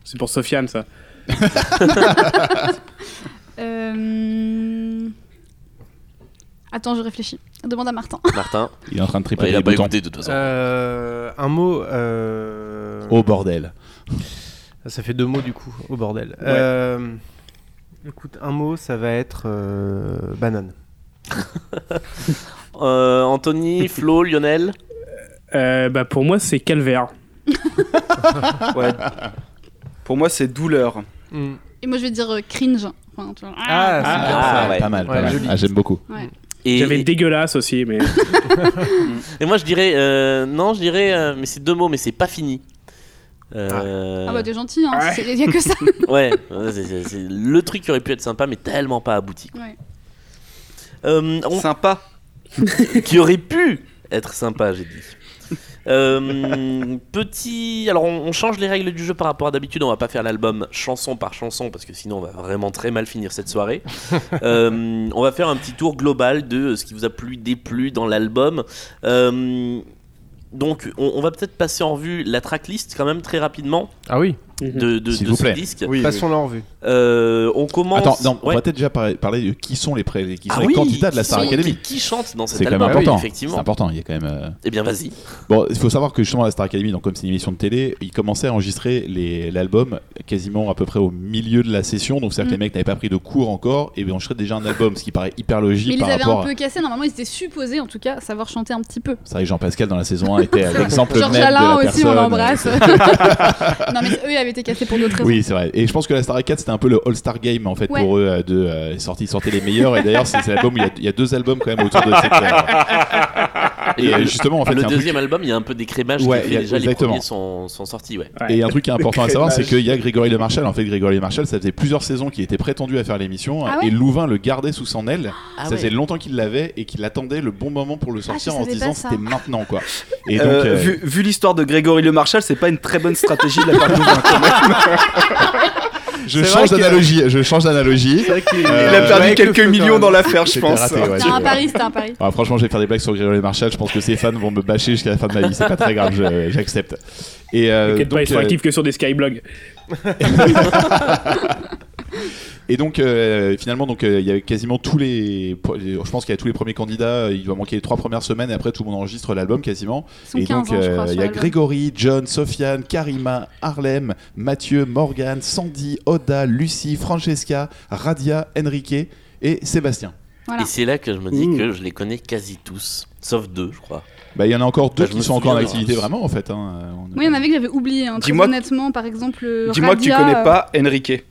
[SPEAKER 10] C'est pour Sofiane, ça.
[SPEAKER 6] Euh, Attends, je réfléchis. Demande à Martin.
[SPEAKER 7] Martin
[SPEAKER 9] Il est en train de tripoter
[SPEAKER 7] Ouais, Il a
[SPEAKER 9] les
[SPEAKER 7] pas
[SPEAKER 9] boutons.
[SPEAKER 7] écouté de toute façon.
[SPEAKER 2] Euh, un mot. euh,
[SPEAKER 9] Oh bordel.
[SPEAKER 2] Ça fait deux mots du coup, au bordel. Euh, Écoute, un mot, ça va être euh, banane.
[SPEAKER 7] Euh, Anthony, Flo, Lionel
[SPEAKER 10] Euh, bah, pour moi, c'est calvaire.
[SPEAKER 8] Ouais. Pour moi, c'est douleur.
[SPEAKER 6] Et moi, je vais dire euh, cringe. Enfin, tu vois.
[SPEAKER 2] Ah, c'est bien ça.
[SPEAKER 7] Ah, ouais.
[SPEAKER 9] Pas mal, pas
[SPEAKER 2] Ouais,
[SPEAKER 9] mal.
[SPEAKER 2] joli.
[SPEAKER 9] Ah, j'aime beaucoup.
[SPEAKER 7] et,
[SPEAKER 10] J'avais
[SPEAKER 7] et-
[SPEAKER 10] dégueulasse aussi,
[SPEAKER 8] Euh,
[SPEAKER 10] mais.
[SPEAKER 7] et moi je dirais, euh, non, je dirais, euh, mais c'est deux mots, mais c'est pas fini. Euh,
[SPEAKER 6] Ah bah t'es gentil, hein.
[SPEAKER 10] Ouais.
[SPEAKER 6] c'est- y a que ça.
[SPEAKER 7] ouais, ouais, c'est- c'est- c'est le truc qui aurait pu être sympa, mais tellement pas abouti.
[SPEAKER 6] Ouais.
[SPEAKER 7] Euh, on-
[SPEAKER 8] Sympa.
[SPEAKER 7] qui aurait pu être sympa, j'ai dit. Euh, petit. Alors, on, on change les règles du jeu par rapport à d'habitude. On va pas faire l'album chanson par chanson parce que sinon on va vraiment très mal finir cette soirée. Euh, on va faire un petit tour global de ce qui vous a plu, déplu dans l'album. Euh, donc, on, on va peut-être passer en revue la tracklist quand même très rapidement
[SPEAKER 2] Ah oui,
[SPEAKER 7] de, de,
[SPEAKER 9] S'il
[SPEAKER 7] de
[SPEAKER 9] vous
[SPEAKER 7] ce
[SPEAKER 9] plaît.
[SPEAKER 7] disque.
[SPEAKER 8] Oui,
[SPEAKER 2] passons la revue.
[SPEAKER 7] Euh, on commence.
[SPEAKER 9] Attends, non, on
[SPEAKER 7] Ouais.
[SPEAKER 9] va peut-être déjà parler, parler de qui sont les, pré- qui sont
[SPEAKER 7] Ah
[SPEAKER 9] les
[SPEAKER 7] oui,
[SPEAKER 9] candidats de la
[SPEAKER 7] qui
[SPEAKER 9] Star
[SPEAKER 7] sont-
[SPEAKER 9] Academy.
[SPEAKER 7] Qui, qui chante dans
[SPEAKER 9] C'est
[SPEAKER 7] cet
[SPEAKER 9] quand même
[SPEAKER 7] album Ah
[SPEAKER 9] important.
[SPEAKER 7] oui,
[SPEAKER 9] C'est
[SPEAKER 7] effectivement.
[SPEAKER 9] important, il y a quand même. euh,
[SPEAKER 7] Eh bien, vas-y.
[SPEAKER 9] Bon, il faut savoir que justement la Star Academy, donc comme c'est une émission de télé, ils commençaient à enregistrer les- l'album quasiment à peu près au milieu de la session. Donc c'est-à-dire que les
[SPEAKER 6] Mm.
[SPEAKER 9] mecs n'avaient pas pris de cours encore et enregistraient déjà un album, ce qui paraît hyper
[SPEAKER 6] Mais
[SPEAKER 9] logique
[SPEAKER 6] ils
[SPEAKER 9] par
[SPEAKER 6] les avaient un
[SPEAKER 9] rapport. à...
[SPEAKER 6] peu cassés, normalement ils étaient supposés en tout cas savoir chanter un petit peu.
[SPEAKER 9] C'est vrai que Jean-Pascal dans la saison 1 était l'exemple même
[SPEAKER 6] Georges
[SPEAKER 9] de la
[SPEAKER 6] Alain aussi, on
[SPEAKER 9] personne.
[SPEAKER 6] l'embrasse. non mais eux ils avaient été cassés pour d'autres raisons.
[SPEAKER 9] Oui, c'est vrai. Et je pense que la Star 4 c'était un peu le All-Star Game en fait
[SPEAKER 6] Ouais.
[SPEAKER 9] pour eux euh, de euh, sortir, sortir les meilleurs. Et d'ailleurs, c'est c'est l'album où il y a- il y, a deux albums quand même autour de cette. euh, Et euh, justement, en fait,
[SPEAKER 7] le
[SPEAKER 9] c'est un truc-
[SPEAKER 7] deuxième album, il y a un peu d'écrémage
[SPEAKER 9] Ouais,
[SPEAKER 7] qui est
[SPEAKER 9] il y
[SPEAKER 7] fait
[SPEAKER 9] a-
[SPEAKER 7] déjà. Les
[SPEAKER 9] exactement.
[SPEAKER 7] premiers sont, sont sortis, ouais.
[SPEAKER 9] Et un truc qui est important à savoir, c'est
[SPEAKER 8] crémage.
[SPEAKER 9] qu'il y a Grégory Le Marchal. En fait, Grégory Le Marchal, ça faisait plusieurs saisons qu'il était prétendu à faire l'émission
[SPEAKER 6] Ah ouais
[SPEAKER 9] et Louvain le gardait sous son aile.
[SPEAKER 7] Ah
[SPEAKER 9] ça
[SPEAKER 7] ouais.
[SPEAKER 9] faisait longtemps qu'il l'avait et qu'il attendait le bon moment pour le sortir en se
[SPEAKER 6] Ah, savais
[SPEAKER 9] disant
[SPEAKER 6] pas ça.
[SPEAKER 9] c'était maintenant quoi. Et donc,
[SPEAKER 8] Euh,
[SPEAKER 9] euh,
[SPEAKER 8] Vu, vu l'histoire de Grégory Le Marchal, c'est pas une très bonne stratégie de la part de Louvain, quand même.
[SPEAKER 9] je
[SPEAKER 8] c'est
[SPEAKER 9] change
[SPEAKER 8] vrai que-
[SPEAKER 9] d'analogie. Je change d'analogie.
[SPEAKER 2] Ah,
[SPEAKER 8] Il
[SPEAKER 9] Euh,
[SPEAKER 8] a perdu
[SPEAKER 2] ouais,
[SPEAKER 8] quelques
[SPEAKER 2] que-
[SPEAKER 8] millions dans l'affaire, je
[SPEAKER 9] C'était
[SPEAKER 8] pense.
[SPEAKER 9] raté, ouais,
[SPEAKER 6] C'était
[SPEAKER 9] je-
[SPEAKER 6] un pari, c'était un pari.
[SPEAKER 9] Ah, franchement, je vais faire des blagues sur Grégory Le Marchal. Je pense que ses fans vont me bâcher jusqu'à la fin de ma vie. C'est pas très grave, je- j'accepte. Et, euh,
[SPEAKER 10] T'inquiète pas, ils sont
[SPEAKER 9] euh,
[SPEAKER 10] actifs que sur des skyblogs.
[SPEAKER 9] Et donc euh, finalement donc euh, il y avait quasiment tous les je pense qu'il y a tous les premiers candidats, euh, il doit manquer les trois premières semaines et après tout le monde enregistre l'album quasiment.
[SPEAKER 6] Ils sont
[SPEAKER 9] et
[SPEAKER 6] 15
[SPEAKER 9] donc
[SPEAKER 6] ans je
[SPEAKER 9] euh,
[SPEAKER 6] crois. sur
[SPEAKER 9] il y a
[SPEAKER 6] l'album.
[SPEAKER 9] Grégory, John, Sofiane, Karima, Harlem, Mathieu, Morgan, Sandy, Oda, Lucie, Francesca, Radia, Enrique et Sébastien.
[SPEAKER 6] Voilà.
[SPEAKER 7] Et c'est là que je me dis
[SPEAKER 9] Mm.
[SPEAKER 8] Ouh.
[SPEAKER 7] que je les connais quasi tous, sauf deux, je crois.
[SPEAKER 9] Bah il y en a encore deux
[SPEAKER 7] Bah, je
[SPEAKER 9] qui
[SPEAKER 7] me
[SPEAKER 9] sont encore en
[SPEAKER 7] souviens de-
[SPEAKER 9] activité vraiment en fait hein. Euh, on-
[SPEAKER 6] Oui, il y en avait que j'avais oublié. hein, très
[SPEAKER 8] Dis-moi-
[SPEAKER 6] honnêtement, par exemple, euh,
[SPEAKER 8] Dis-moi que tu
[SPEAKER 6] Radia,
[SPEAKER 8] connais
[SPEAKER 6] euh,
[SPEAKER 8] pas Enrique.
[SPEAKER 2] Eh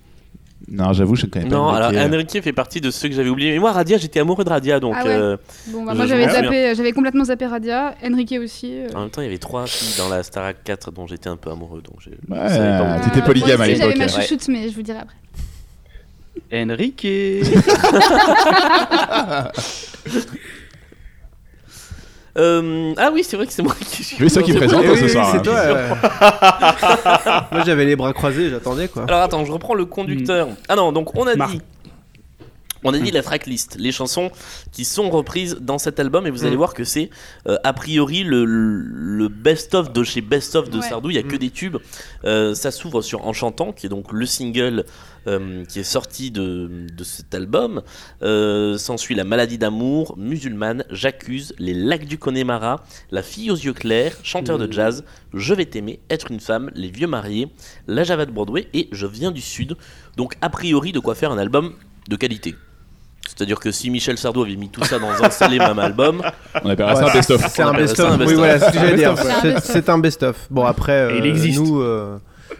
[SPEAKER 9] Non, j'avoue, je ne connais pas. euh,
[SPEAKER 7] Non, alors
[SPEAKER 9] Enrique.
[SPEAKER 7] Enrique fait partie de ceux que j'avais oubliés. Mais moi, Radia, j'étais amoureux de Radia, donc
[SPEAKER 6] Ah ouais.
[SPEAKER 7] euh,
[SPEAKER 6] Bon, bah,
[SPEAKER 7] Je-
[SPEAKER 6] moi
[SPEAKER 7] je
[SPEAKER 6] j'avais
[SPEAKER 7] m'en
[SPEAKER 6] zappé, j'avais complètement zappé Radia, Enrique aussi. euh.
[SPEAKER 7] en même temps, il y avait trois filles dans la Starac 4 dont j'étais un peu amoureux, donc j'ai.
[SPEAKER 9] Ouais,
[SPEAKER 7] je savais pas où-
[SPEAKER 9] Ah, t'étais
[SPEAKER 6] Euh,
[SPEAKER 9] polygame
[SPEAKER 6] moi
[SPEAKER 9] à
[SPEAKER 6] aussi, J'avais
[SPEAKER 9] l'époque.
[SPEAKER 6] ma
[SPEAKER 7] ouais.
[SPEAKER 6] chouchoute, mais je vous dirai après.
[SPEAKER 8] Enrique.
[SPEAKER 7] Euh, ah oui, c'est vrai que c'est moi qui suis. Eh
[SPEAKER 9] Oui, c'est toi qui
[SPEAKER 7] Non,
[SPEAKER 9] présente
[SPEAKER 7] vrai.
[SPEAKER 9] ce
[SPEAKER 2] oui,
[SPEAKER 9] soir.
[SPEAKER 2] c'est
[SPEAKER 9] hein.
[SPEAKER 2] toi, ouais. Moi j'avais les bras croisés, j'attendais quoi.
[SPEAKER 7] Alors attends, je reprends le
[SPEAKER 6] Mm.
[SPEAKER 7] conducteur. Ah non, donc on a
[SPEAKER 10] Marc.
[SPEAKER 7] dit. On a dit la tracklist, les chansons qui sont reprises dans cet album, et vous allez voir que c'est euh, a priori le, le best-of de chez Best of de
[SPEAKER 6] Ouais.
[SPEAKER 7] Sardou, il n'y a que des tubes. Euh, ça s'ouvre sur En chantant, qui est donc le single euh, qui est sorti de, de cet album. Euh, S'ensuit La maladie d'amour, Musulmane, J'accuse, Les lacs du Connemara, La fille aux yeux clairs, Chanteur de jazz, Je vais t'aimer, Être une femme, Les vieux mariés, La Java de Broadway et Je viens du Sud. Donc a priori de quoi faire un album de qualité. C'est-à-dire que si Michel Sardou avait mis tout ça dans un seul et même album,
[SPEAKER 9] On appellera
[SPEAKER 2] Ouais,
[SPEAKER 9] ça Ah, un best-of.
[SPEAKER 2] Ah, C'est
[SPEAKER 7] On
[SPEAKER 2] un
[SPEAKER 7] appelle ça
[SPEAKER 2] best-of.
[SPEAKER 7] un
[SPEAKER 2] Oui,
[SPEAKER 7] best-of.
[SPEAKER 2] voilà, c'est ce que j'allais dire.
[SPEAKER 6] best-of.
[SPEAKER 2] C'est- C'est un best-of. Bon, après,
[SPEAKER 10] Et il
[SPEAKER 2] euh,
[SPEAKER 10] existe.
[SPEAKER 2] nous, euh,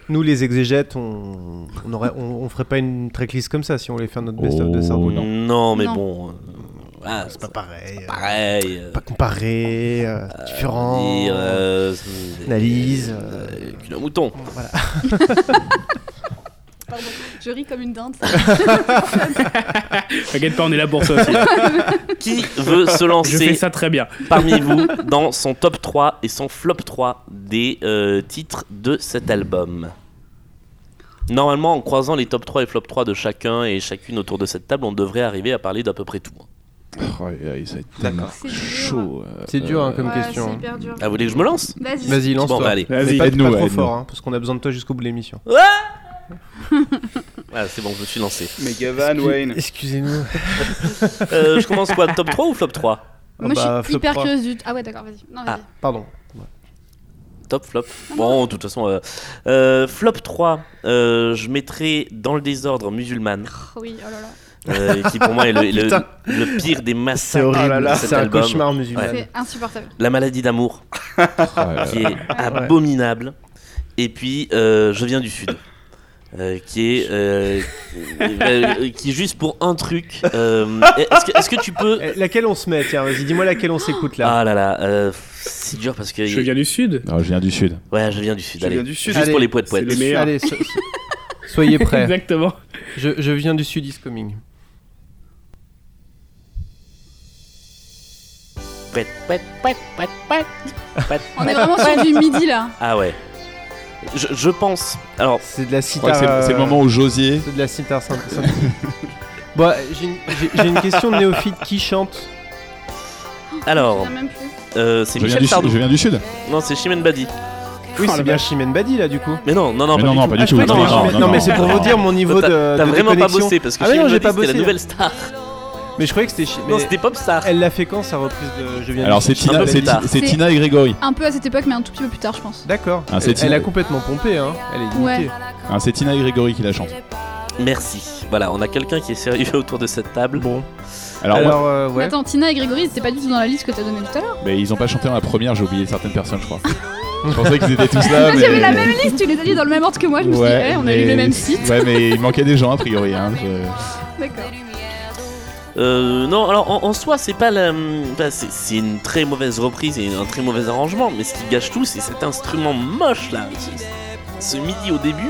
[SPEAKER 2] nous, les exégètes, on, on, aurait, on, on ferait pas une tracklist comme ça si on voulait faire notre best-of de
[SPEAKER 9] Oh,
[SPEAKER 2] Sardou.
[SPEAKER 9] non.
[SPEAKER 7] non, mais
[SPEAKER 6] Non.
[SPEAKER 7] bon, euh, voilà, c'est
[SPEAKER 2] C'est pas pareil. euh,
[SPEAKER 7] pareil. euh,
[SPEAKER 2] Pas comparé, euh, différent.
[SPEAKER 7] dire, euh,
[SPEAKER 2] analyse,
[SPEAKER 7] euh, qu'une- un mouton.
[SPEAKER 2] Voilà.
[SPEAKER 6] Je ris comme une dinde.
[SPEAKER 10] T'inquiète pas, on est là pour ça aussi.
[SPEAKER 7] Qui veut se
[SPEAKER 10] Je fais
[SPEAKER 7] lancer
[SPEAKER 10] ça très bien.
[SPEAKER 7] parmi vous dans son top 3 et son flop 3 des euh, titres de cet album Normalement, en croisant les top 3 et flop 3 de chacun et chacune autour de cette table, on devrait arriver à parler d'à peu près tout.
[SPEAKER 9] Oh, aïe, aïe, ça va être tellement
[SPEAKER 8] D'accord.
[SPEAKER 6] C'est dur.
[SPEAKER 9] chaud. euh,
[SPEAKER 2] C'est dur hein, comme
[SPEAKER 6] Ouais, c'est
[SPEAKER 2] question.
[SPEAKER 6] hyper dur.
[SPEAKER 7] Ah, vous voulez que je me lance
[SPEAKER 6] Vas-y.
[SPEAKER 2] Vas-y, lance-toi.
[SPEAKER 7] Bon, bah, allez.
[SPEAKER 2] Mais
[SPEAKER 10] Vas-y.
[SPEAKER 2] pas,
[SPEAKER 9] Aide-nous,
[SPEAKER 2] pas trop
[SPEAKER 9] aide-nous.
[SPEAKER 2] fort, hein, parce qu'on a besoin de toi jusqu'au bout de l'émission.
[SPEAKER 7] Ah, c'est bon, je me suis lancé.
[SPEAKER 8] Megavan Wayne.
[SPEAKER 2] Excusez-nous.
[SPEAKER 7] Euh, je commence quoi Top 3 ou flop 3
[SPEAKER 6] Moi
[SPEAKER 2] Bah,
[SPEAKER 6] je suis
[SPEAKER 2] flop
[SPEAKER 6] hyper
[SPEAKER 2] trois.
[SPEAKER 6] curieuse du. Ah ouais, d'accord, vas-y. Non, vas-y.
[SPEAKER 2] Pardon.
[SPEAKER 7] Top flop. Bon, de toute façon, euh, euh, flop 3, euh, je mettrai dans le désordre musulmane,
[SPEAKER 6] Oh oui, oh là là.
[SPEAKER 7] euh, qui pour moi est le, le-
[SPEAKER 2] Putain.
[SPEAKER 7] le pire des
[SPEAKER 2] C'est
[SPEAKER 7] massacres
[SPEAKER 2] horrible. Ah
[SPEAKER 7] de cet
[SPEAKER 2] c'est un
[SPEAKER 7] album.
[SPEAKER 2] cauchemar musulman.
[SPEAKER 6] C'est insupportable.
[SPEAKER 7] La maladie d'amour,
[SPEAKER 9] euh,
[SPEAKER 7] qui est
[SPEAKER 2] Ah
[SPEAKER 7] abominable. Et puis, euh, je viens du sud. euh, qui est euh, euh, qui est juste pour un truc. euh, Est-ce que, est-ce que tu peux
[SPEAKER 2] Eh, Laquelle on se met Tiens, vas-y, dis-moi laquelle on s'écoute là.
[SPEAKER 7] Ah là là, euh, c'est dur parce que
[SPEAKER 10] Je viens du sud.
[SPEAKER 9] non, je viens du sud.
[SPEAKER 7] ouais, je viens du sud.
[SPEAKER 8] Je
[SPEAKER 7] allez.
[SPEAKER 8] viens du sud.
[SPEAKER 7] Juste
[SPEAKER 2] Allez,
[SPEAKER 7] pour les poètes
[SPEAKER 10] c'est
[SPEAKER 7] poètes.
[SPEAKER 10] le meilleur.
[SPEAKER 2] Allez, so- so- soyez prêts.
[SPEAKER 10] Exactement.
[SPEAKER 2] Je, je viens du sud is coming.
[SPEAKER 7] Pet, pet, pet, pet, pet, pet,
[SPEAKER 6] On
[SPEAKER 7] pet.
[SPEAKER 6] est vraiment sur du midi là.
[SPEAKER 7] Ah ouais. Je, je pense. Alors,
[SPEAKER 2] C'est de la sitar.
[SPEAKER 9] crois que c'est- c'est le moment où Josier.
[SPEAKER 2] C'est de la sitar syn- synthétique. Bon, euh, j'ai une- j'ai- j'ai une question de néophyte qui chante
[SPEAKER 7] alors,
[SPEAKER 6] Je me souviens même plus.
[SPEAKER 7] euh, c'est
[SPEAKER 9] Je viens,
[SPEAKER 7] Michel
[SPEAKER 9] du, sud-
[SPEAKER 7] Sardou.
[SPEAKER 9] je viens du sud.
[SPEAKER 7] Non, c'est Chimène Badi.
[SPEAKER 2] Oui,
[SPEAKER 10] Oh, la
[SPEAKER 2] c'est bien Chimène Badi là du coup.
[SPEAKER 7] Mais non, non, non,
[SPEAKER 9] Mais
[SPEAKER 7] pas
[SPEAKER 9] non,
[SPEAKER 7] du
[SPEAKER 9] non,
[SPEAKER 7] tout.
[SPEAKER 9] pas du
[SPEAKER 2] Ah, je
[SPEAKER 9] tout.
[SPEAKER 2] crois que
[SPEAKER 9] non,
[SPEAKER 2] t'avais-
[SPEAKER 9] non,
[SPEAKER 2] non,
[SPEAKER 9] non,
[SPEAKER 2] mais c'est
[SPEAKER 9] non,
[SPEAKER 2] pour
[SPEAKER 9] non,
[SPEAKER 2] vous
[SPEAKER 9] non.
[SPEAKER 2] dire mon niveau
[SPEAKER 7] T'as-
[SPEAKER 2] de.
[SPEAKER 7] T'as
[SPEAKER 2] de
[SPEAKER 7] vraiment pas
[SPEAKER 2] déconnexion.
[SPEAKER 7] bossé parce que
[SPEAKER 2] Ah, mais non,
[SPEAKER 7] Chimène
[SPEAKER 2] j'ai
[SPEAKER 7] Badi c'était
[SPEAKER 2] pas
[SPEAKER 7] la
[SPEAKER 2] bossé.
[SPEAKER 7] nouvelle star.
[SPEAKER 2] Mais je croyais que c'était. chi-
[SPEAKER 7] Non,
[SPEAKER 2] mais
[SPEAKER 7] c'était Pop Star.
[SPEAKER 2] Elle l'a fait quand sa reprise de Je viens
[SPEAKER 9] Alors
[SPEAKER 2] du
[SPEAKER 9] c'est
[SPEAKER 2] sud
[SPEAKER 9] Tina,
[SPEAKER 7] peu
[SPEAKER 9] c'est
[SPEAKER 7] plus tard.
[SPEAKER 9] Ti- c'est
[SPEAKER 6] C'est-
[SPEAKER 9] Tina et Grégory.
[SPEAKER 6] Un peu à cette époque, mais un tout petit peu plus tard, je pense.
[SPEAKER 2] D'accord.
[SPEAKER 9] Ah, c'est
[SPEAKER 2] elle, elle
[SPEAKER 9] Tina.
[SPEAKER 2] a complètement pompé, hein. Elle est niquée.
[SPEAKER 6] Ouais.
[SPEAKER 9] Hein, c'est Tina et Grégory qui la chante.
[SPEAKER 7] Merci. Voilà, on a quelqu'un qui est sérieux autour de cette table.
[SPEAKER 2] eh. Bon.
[SPEAKER 9] Alors,
[SPEAKER 2] Alors, euh, ouais.
[SPEAKER 6] Attends, Tina et Grégory, c'était pas du tout dans la liste que t'as donnée tout à l'heure.
[SPEAKER 9] ouais, mais ils ont pas chanté dans la première, j'ai oublié certaines personnes, je crois. je pensais qu'ils étaient tous là.
[SPEAKER 6] Moi,
[SPEAKER 9] Ah, mais...
[SPEAKER 6] Ah, J'avais la même liste, tu les as dit dans le même ordre que moi. Je me suis dit,
[SPEAKER 9] Ouais,
[SPEAKER 6] eh, on a
[SPEAKER 9] mais-
[SPEAKER 6] eu le même site.
[SPEAKER 9] Ouais, mais il manquait des gens a priori. Hein. je-
[SPEAKER 6] D'accord.
[SPEAKER 7] Euh, non, alors en, en soi, c'est pas la. bah, c'est c'est une très mauvaise reprise et un très mauvais arrangement, mais ce qui gâche tout, c'est cet instrument moche là, ce, ce midi au début,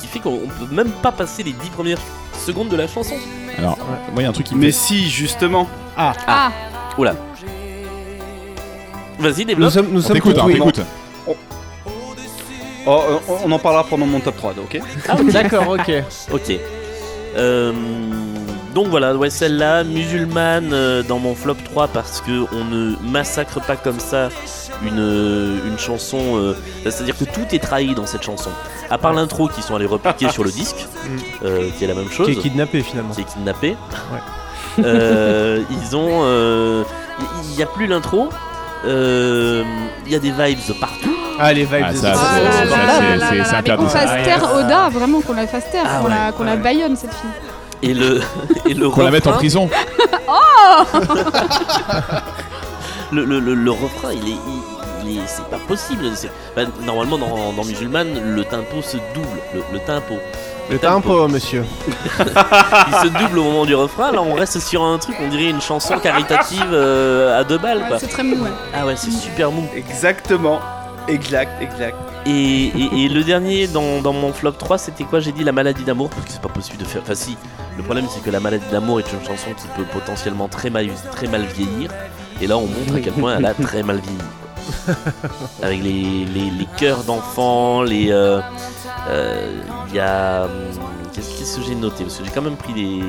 [SPEAKER 7] qui fait qu'on on peut même pas passer les 10 premières secondes de la chanson.
[SPEAKER 9] Alors, moi, il y a un truc qui me
[SPEAKER 8] Mais
[SPEAKER 9] fait-
[SPEAKER 8] si, justement.
[SPEAKER 6] Ah,
[SPEAKER 7] Vas-y,
[SPEAKER 2] Nous
[SPEAKER 7] développe.
[SPEAKER 2] sommes, nous
[SPEAKER 9] On
[SPEAKER 2] sommes
[SPEAKER 9] t'écoute, hein,
[SPEAKER 2] contre- oui.
[SPEAKER 9] t'écoutes.
[SPEAKER 8] Oh, euh, on- on en parlera pendant mon top 3, ok
[SPEAKER 7] Ah, ok.
[SPEAKER 2] D'accord, ok.
[SPEAKER 7] Ok. Euh, donc voilà, ouais, celle-là, musulmane euh, dans mon flop 3 parce que on ne massacre pas comme ça une, euh, une chanson. euh, C'est-à-dire que tout est trahi dans cette chanson. À part l'intro qui sont allés repiquer sur le disque,
[SPEAKER 2] Mm.
[SPEAKER 7] euh, qui est la même chose,
[SPEAKER 2] Qui est kidnappé finalement.
[SPEAKER 7] qui est kidnappé. Euh, ils ont. euh, Il n'y a plus l'intro. euh, Il y a des vibes partout.
[SPEAKER 2] Ah, les vibes.
[SPEAKER 9] Ah,
[SPEAKER 2] de-
[SPEAKER 9] ça,
[SPEAKER 6] Ah
[SPEAKER 9] c'est-
[SPEAKER 6] là
[SPEAKER 9] c'est-
[SPEAKER 6] là là
[SPEAKER 9] c'est-
[SPEAKER 6] là là
[SPEAKER 9] c'est
[SPEAKER 6] là
[SPEAKER 9] c'est
[SPEAKER 6] là, mais
[SPEAKER 9] interdit.
[SPEAKER 6] Qu'on
[SPEAKER 9] ça.
[SPEAKER 6] fasse taire Oda, vraiment qu'on la fasse taire,
[SPEAKER 7] Ah
[SPEAKER 6] qu'on la,
[SPEAKER 7] ouais,
[SPEAKER 6] qu'on la
[SPEAKER 7] ouais.
[SPEAKER 6] baïonne cette fille.
[SPEAKER 7] Et le, et le
[SPEAKER 9] Qu'on la mette en
[SPEAKER 7] refrain-
[SPEAKER 9] prison.
[SPEAKER 7] le, le, le, le refrain, il est. il- il est- c'est pas possible. C'est- bah, normalement, dans, dans Musulmane, le tempo se double. Le, le tempo.
[SPEAKER 2] Le tempo, monsieur.
[SPEAKER 7] Il se double au moment du refrain. Là, on reste sur un truc, on dirait une chanson caritative euh, à deux balles.
[SPEAKER 6] Ouais,
[SPEAKER 7] quoi.
[SPEAKER 6] c'est très mou, ouais.
[SPEAKER 7] Ah ouais, c'est super mou.
[SPEAKER 8] Exactement. Exact, exact.
[SPEAKER 7] Et, et- et le dernier dans, dans mon flop 3, c'était quoi J'ai dit la maladie d'amour, parce que c'est pas possible de faire. Enfin, si, le problème c'est que la maladie d'amour est une chanson qui peut potentiellement très mal, très mal vieillir. Et là, on montre à quel point elle a très mal vieilli. Avec les, les, les cœurs d'enfants, les. Il euh, euh, il y a. hum, Qu'est-ce qu'est-ce que j'ai noté Parce que j'ai quand même pris les,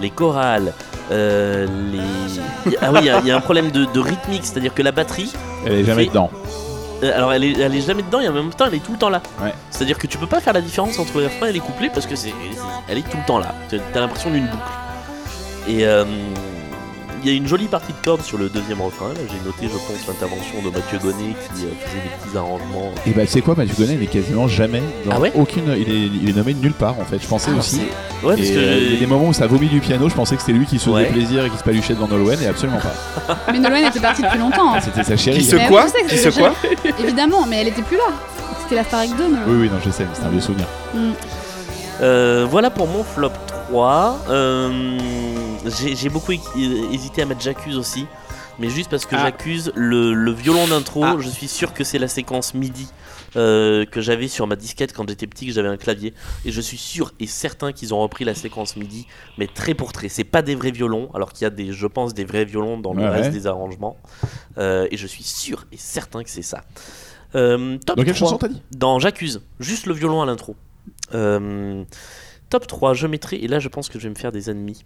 [SPEAKER 7] les chorales, euh, les. Ah oui, il y a- il y, a un problème de, de rythmique, c'est-à-dire que la batterie.
[SPEAKER 9] Elle est jamais
[SPEAKER 7] C'est-
[SPEAKER 9] dedans.
[SPEAKER 7] Euh, Alors elle est, elle est jamais dedans et en même temps elle est tout le temps là.
[SPEAKER 9] Ouais.
[SPEAKER 7] C'est-à-dire que tu peux pas faire la différence entre les refrains et les couplets parce que c'est, c'est- elle est tout le temps là. T'as t'as l'impression d'une boucle. Et euh, il y a une jolie partie de corde sur le deuxième refrain. Là, j'ai noté, je pense, l'intervention de Mathieu Gonnet qui euh, faisait des petits arrangements.
[SPEAKER 9] Et bah, tu sais quoi, Mathieu Gonnet, il est quasiment jamais dans
[SPEAKER 7] Ah ouais
[SPEAKER 9] aucune. Il est, il est nommé nulle part en fait. Je pensais
[SPEAKER 7] Ah,
[SPEAKER 9] aussi.
[SPEAKER 7] c'est- Ouais, parce
[SPEAKER 9] Et,
[SPEAKER 7] que
[SPEAKER 9] euh, il y a des moments où ça vomit du piano, je pensais que c'était lui qui se faisait
[SPEAKER 7] Ouais.
[SPEAKER 9] plaisir et qui se paluchait devant Nolwenn, et absolument pas.
[SPEAKER 6] Mais Nolwenn était partie depuis longtemps. hein.
[SPEAKER 9] C'était sa chérie.
[SPEAKER 8] Qui se
[SPEAKER 6] Mais
[SPEAKER 8] quoi
[SPEAKER 6] je sais que
[SPEAKER 8] Qui se
[SPEAKER 6] c'est
[SPEAKER 8] quoi
[SPEAKER 6] Évidemment, mais elle était plus là. C'était la Star Trek 2, Nolwenn.
[SPEAKER 9] Oui, oui, non, je sais, mais c'est un vieux souvenir.
[SPEAKER 7] Euh, voilà pour mon flop 3. Euh, j'ai j'ai beaucoup hé- hésité à mettre J'accuse aussi. Mais juste parce que
[SPEAKER 10] Ah.
[SPEAKER 7] j'accuse le, le violon d'intro,
[SPEAKER 8] Ah.
[SPEAKER 7] je suis sûr que c'est la séquence MIDI euh, que j'avais sur ma disquette quand j'étais petit, que j'avais un clavier. Et je suis sûr et certain qu'ils ont repris la séquence MIDI, mais très pour très. C'est pas des vrais violons, alors qu'il y a des, je pense, des vrais violons dans le
[SPEAKER 9] Ouais,
[SPEAKER 7] reste
[SPEAKER 9] ouais.
[SPEAKER 7] des arrangements. Euh, et je suis sûr et certain que c'est ça. Euh, top
[SPEAKER 9] Dans quelle
[SPEAKER 7] 3
[SPEAKER 9] chanson t'as dit
[SPEAKER 7] dans J'accuse, juste le violon à l'intro. Euh, top 3, je mettrai, et là je pense que je vais me faire des ennemis.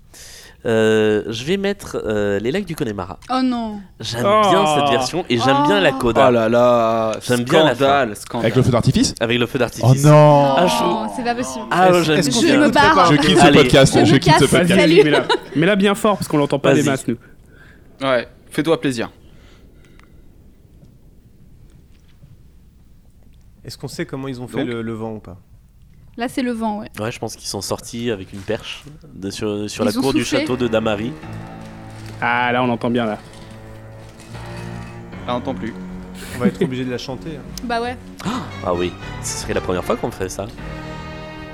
[SPEAKER 7] Euh, je vais mettre euh, Les Lacs du Connemara.
[SPEAKER 6] Oh non.
[SPEAKER 7] J'aime
[SPEAKER 10] Oh.
[SPEAKER 7] bien cette version et j'aime
[SPEAKER 6] Oh.
[SPEAKER 7] bien la
[SPEAKER 8] Oh
[SPEAKER 7] coda
[SPEAKER 8] là là.
[SPEAKER 7] J'aime bien la
[SPEAKER 8] Scandale,
[SPEAKER 9] Avec
[SPEAKER 8] scandale.
[SPEAKER 9] le feu d'artifice
[SPEAKER 7] avec le feu
[SPEAKER 9] Oh
[SPEAKER 7] d'artifice.
[SPEAKER 9] non
[SPEAKER 6] Oh,
[SPEAKER 7] Ah, je-
[SPEAKER 6] c'est pas possible.
[SPEAKER 7] Ah,
[SPEAKER 2] Est-ce-
[SPEAKER 7] j'aime
[SPEAKER 2] est-ce qu'on
[SPEAKER 6] Je
[SPEAKER 7] bien.
[SPEAKER 6] me barre.
[SPEAKER 9] Je quitte ce
[SPEAKER 7] Allez.
[SPEAKER 9] podcast,
[SPEAKER 6] Je
[SPEAKER 9] je
[SPEAKER 6] me
[SPEAKER 9] quitte ce
[SPEAKER 6] casse.
[SPEAKER 9] podcast.
[SPEAKER 6] Salut.
[SPEAKER 10] mets-la mets-la bien fort parce qu'on l'entend pas des
[SPEAKER 7] Vas-y.
[SPEAKER 10] masses, nous.
[SPEAKER 8] Ouais, fais-toi plaisir.
[SPEAKER 2] Est-ce qu'on sait comment ils ont fait
[SPEAKER 8] Donc
[SPEAKER 2] le, le vent ou pas
[SPEAKER 6] Là, c'est le vent, ouais.
[SPEAKER 7] Ouais, je pense qu'ils sont sortis avec une perche de- sur, sur
[SPEAKER 6] Ils
[SPEAKER 7] la
[SPEAKER 6] ont
[SPEAKER 7] cour du
[SPEAKER 6] soufflé.
[SPEAKER 7] château de Damari.
[SPEAKER 10] Ah, là, on entend bien, là.
[SPEAKER 8] Ah, entend plus.
[SPEAKER 2] On va être obligé de la chanter. hein.
[SPEAKER 6] Bah ouais.
[SPEAKER 7] Ah oui, ce serait la première fois qu'on ferait ça.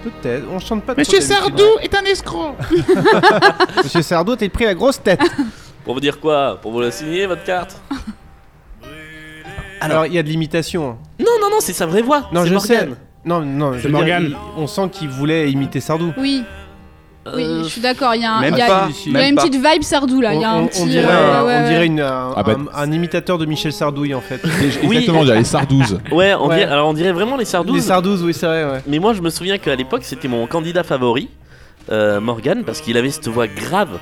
[SPEAKER 2] Peut-être. On chante pas. trop
[SPEAKER 4] Monsieur
[SPEAKER 2] d'habitude.
[SPEAKER 4] Sardou est un escroc.
[SPEAKER 2] Monsieur Sardou, t'es pris la grosse tête.
[SPEAKER 7] Pour vous dire quoi Pour vous la signer, votre carte
[SPEAKER 2] Alors, il y a de l'imitation. hein.
[SPEAKER 7] Non, non, non, c'est sa vraie voix.
[SPEAKER 2] Non,
[SPEAKER 7] c'est
[SPEAKER 2] je
[SPEAKER 7] Morgane.
[SPEAKER 2] sais. Non, non, je veux dire,
[SPEAKER 10] Morgane.
[SPEAKER 2] il- on sent qu'il voulait imiter Sardou.
[SPEAKER 6] Oui. Oui, je suis d'accord. Il y a, un-
[SPEAKER 8] Même
[SPEAKER 6] Ah, il y a-
[SPEAKER 8] pas.
[SPEAKER 6] il y a
[SPEAKER 8] même
[SPEAKER 6] une
[SPEAKER 8] pas.
[SPEAKER 6] petite vibe Sardou là. Il y a
[SPEAKER 2] On-
[SPEAKER 6] un
[SPEAKER 2] on-
[SPEAKER 6] petit.
[SPEAKER 2] on dirait,
[SPEAKER 6] euh,
[SPEAKER 2] un,
[SPEAKER 6] ouais,
[SPEAKER 2] on
[SPEAKER 6] ouais.
[SPEAKER 2] dirait une- un,
[SPEAKER 9] Ah bah-
[SPEAKER 2] un- un imitateur de Michel Sardouille en fait.
[SPEAKER 7] Oui.
[SPEAKER 9] Exactement, j'allais Sardouze.
[SPEAKER 7] Ouais, on
[SPEAKER 2] Ouais.
[SPEAKER 7] Dirait, alors on dirait vraiment les Sardous.
[SPEAKER 2] Les Sardouzes, oui, c'est vrai, ouais.
[SPEAKER 7] Mais moi, je me souviens qu'à l'époque, c'était mon candidat favori, euh, Morgan, parce qu'il avait cette voix grave.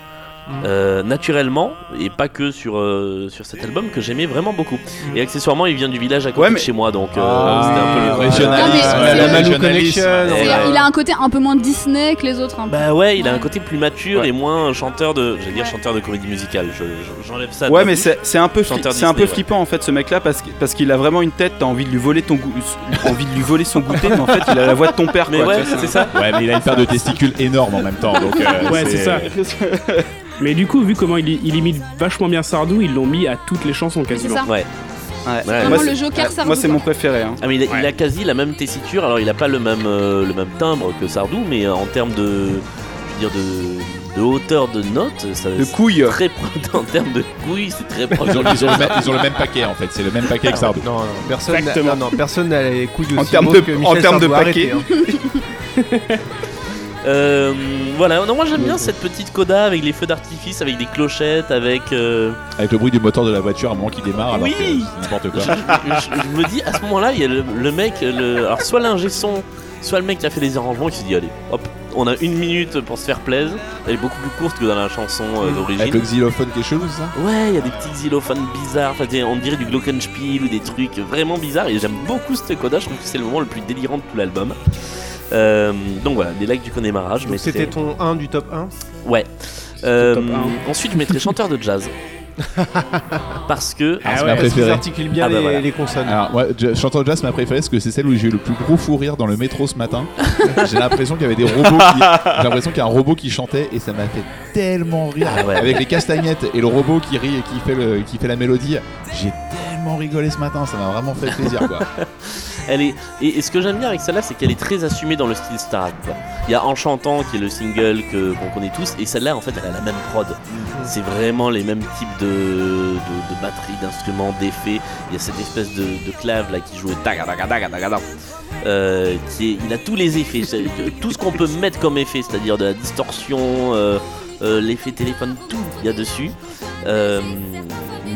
[SPEAKER 7] euh, naturellement et pas que sur euh, sur cet album que j'aimais vraiment beaucoup et accessoirement il vient du village à côté
[SPEAKER 8] Ouais,
[SPEAKER 7] de
[SPEAKER 8] mais-
[SPEAKER 7] chez moi donc euh,
[SPEAKER 2] Ah,
[SPEAKER 7] c'était un peu le
[SPEAKER 2] oui,
[SPEAKER 9] régionalisme.
[SPEAKER 6] Non, mais c'est-
[SPEAKER 9] la
[SPEAKER 6] c'est-
[SPEAKER 2] Connection,
[SPEAKER 9] Malou Connection.
[SPEAKER 7] ouais.
[SPEAKER 6] C'est-
[SPEAKER 8] Euh,
[SPEAKER 6] Il a un côté un peu moins Disney que les autres. Un peu.
[SPEAKER 7] Bah ouais, il a
[SPEAKER 6] Ouais.
[SPEAKER 7] un côté plus mature
[SPEAKER 8] Ouais.
[SPEAKER 7] et moins chanteur de, j'allais dire
[SPEAKER 6] Ouais.
[SPEAKER 7] chanteur de comédie musicale. Je- je- J'enlève ça. de
[SPEAKER 8] Ouais,
[SPEAKER 7] la
[SPEAKER 8] mais
[SPEAKER 7] bouche.
[SPEAKER 8] c'est c'est un peu, fli-
[SPEAKER 7] Chanteur
[SPEAKER 8] c'est un peu
[SPEAKER 7] Disney, ouais.
[SPEAKER 8] flippant en fait ce mec-là parce que- parce qu'il a vraiment une tête. T'as envie de lui voler ton goût, envie de lui voler son goûter, mais en fait il a la voix de ton père.
[SPEAKER 7] Mais
[SPEAKER 8] quoi,
[SPEAKER 7] ouais,
[SPEAKER 8] tu vois,
[SPEAKER 7] c'est ça.
[SPEAKER 9] Ouais, mais il a une paire de testicules énorme en même temps. Donc, euh,
[SPEAKER 10] Ouais, c'est ça. Mais du coup, vu comment il, il imite vachement bien Sardou, ils l'ont mis à toutes les chansons
[SPEAKER 6] C'est
[SPEAKER 10] quasiment.
[SPEAKER 6] ça.
[SPEAKER 7] Ouais.
[SPEAKER 8] Ouais.
[SPEAKER 7] Vraiment
[SPEAKER 8] Moi,
[SPEAKER 6] le
[SPEAKER 8] c'est-
[SPEAKER 6] Joker Sardou,
[SPEAKER 8] Moi c'est
[SPEAKER 6] quoi.
[SPEAKER 8] mon préféré. hein.
[SPEAKER 7] Ah mais il a, il a quasi la même tessiture. Alors il a pas le même euh, le même timbre que Sardou, mais euh, en termes de, je veux dire de, de hauteur de notes, ça.
[SPEAKER 8] De
[SPEAKER 7] c'est
[SPEAKER 8] couilles.
[SPEAKER 7] Très pro- en termes de couilles, c'est très proche.
[SPEAKER 9] Ils ont, ils ont le même, ils ont le même paquet en fait, c'est le même paquet que Sardou.
[SPEAKER 2] Non, non, personne n'a
[SPEAKER 10] Exactement.
[SPEAKER 2] non, non, personne n'a les couilles
[SPEAKER 8] En
[SPEAKER 2] aussi
[SPEAKER 8] termes
[SPEAKER 2] grosses
[SPEAKER 8] de-
[SPEAKER 2] que
[SPEAKER 8] en
[SPEAKER 2] Michel
[SPEAKER 8] termes de
[SPEAKER 2] Sardou,
[SPEAKER 8] paquet.
[SPEAKER 2] arrêtez, hein.
[SPEAKER 7] Euh, voilà. Non, moi j'aime bien cette petite coda avec les feux d'artifice, avec des clochettes, avec. euh,
[SPEAKER 9] Avec le bruit du moteur de la voiture à un moment qui démarre, alors
[SPEAKER 7] Oui.
[SPEAKER 9] que c'est n'importe quoi.
[SPEAKER 7] je, je me dis à ce moment-là, il y a le, le mec, le, alors soit l'ingé son, soit le mec qui a fait les arrangements qui se dit allez, hop, on a une minute pour se faire plaisir. Elle est beaucoup plus courte que dans la chanson euh,
[SPEAKER 9] Avec le
[SPEAKER 7] d'origine.
[SPEAKER 9] xylophone qui est chelou, ça
[SPEAKER 7] Ouais, il y a des petits xylophones bizarres, enfin, des- on dirait du glockenspiel ou des trucs vraiment bizarres. Et j'aime beaucoup ce coda, je trouve que c'est le moment le plus délirant de tout l'album. Euh, donc voilà, des likes du démarrage. Mais
[SPEAKER 2] Donc c'était ton 1 du top 1.
[SPEAKER 7] Ouais.
[SPEAKER 10] C'était
[SPEAKER 7] Euh,
[SPEAKER 10] top un.
[SPEAKER 7] ensuite, je mettrais chanteur de jazz. Parce que.
[SPEAKER 9] Ah, c'est ma
[SPEAKER 2] Parce qu'ils
[SPEAKER 9] préférée.
[SPEAKER 2] articulent bien
[SPEAKER 7] Ah bah
[SPEAKER 2] les,
[SPEAKER 7] voilà.
[SPEAKER 2] les consonnes.
[SPEAKER 9] Alors, moi, je- Chanteur de Jazz, ma préférée, parce que c'est celle où j'ai eu le plus gros fou rire dans le métro ce matin. j'ai l'impression qu'il y avait des robots qui... J'ai l'impression qu'il y a un robot qui chantait et ça m'a fait tellement rire.
[SPEAKER 7] Ah ouais.
[SPEAKER 9] Avec les castagnettes et le robot qui rit et qui fait, le... qui fait la mélodie. J'ai tellement rigolé ce matin, ça m'a vraiment fait plaisir, quoi.
[SPEAKER 7] Elle est, et, et ce que j'aime bien avec celle-là, c'est qu'elle est très assumée dans le style Starat. quoi. Il y a Enchantant qui est le single que qu'on connaît tous, et celle-là, en fait, elle a la même prod.
[SPEAKER 10] Mm-hmm.
[SPEAKER 7] C'est vraiment les mêmes types de, de, de batteries, d'instruments, d'effets. Il y a cette espèce de, de clave là qui joue au taga, taga, taga, taga, taga. Euh, qui est, il a tous les effets, c'est- euh, tout ce qu'on peut mettre comme effet, c'est-à-dire de la distorsion, euh, euh, l'effet téléphone, tout il y a dessus. Euh,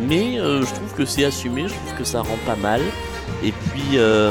[SPEAKER 7] mais euh, je trouve que c'est assumé, je trouve que ça rend pas mal. Et puis, euh,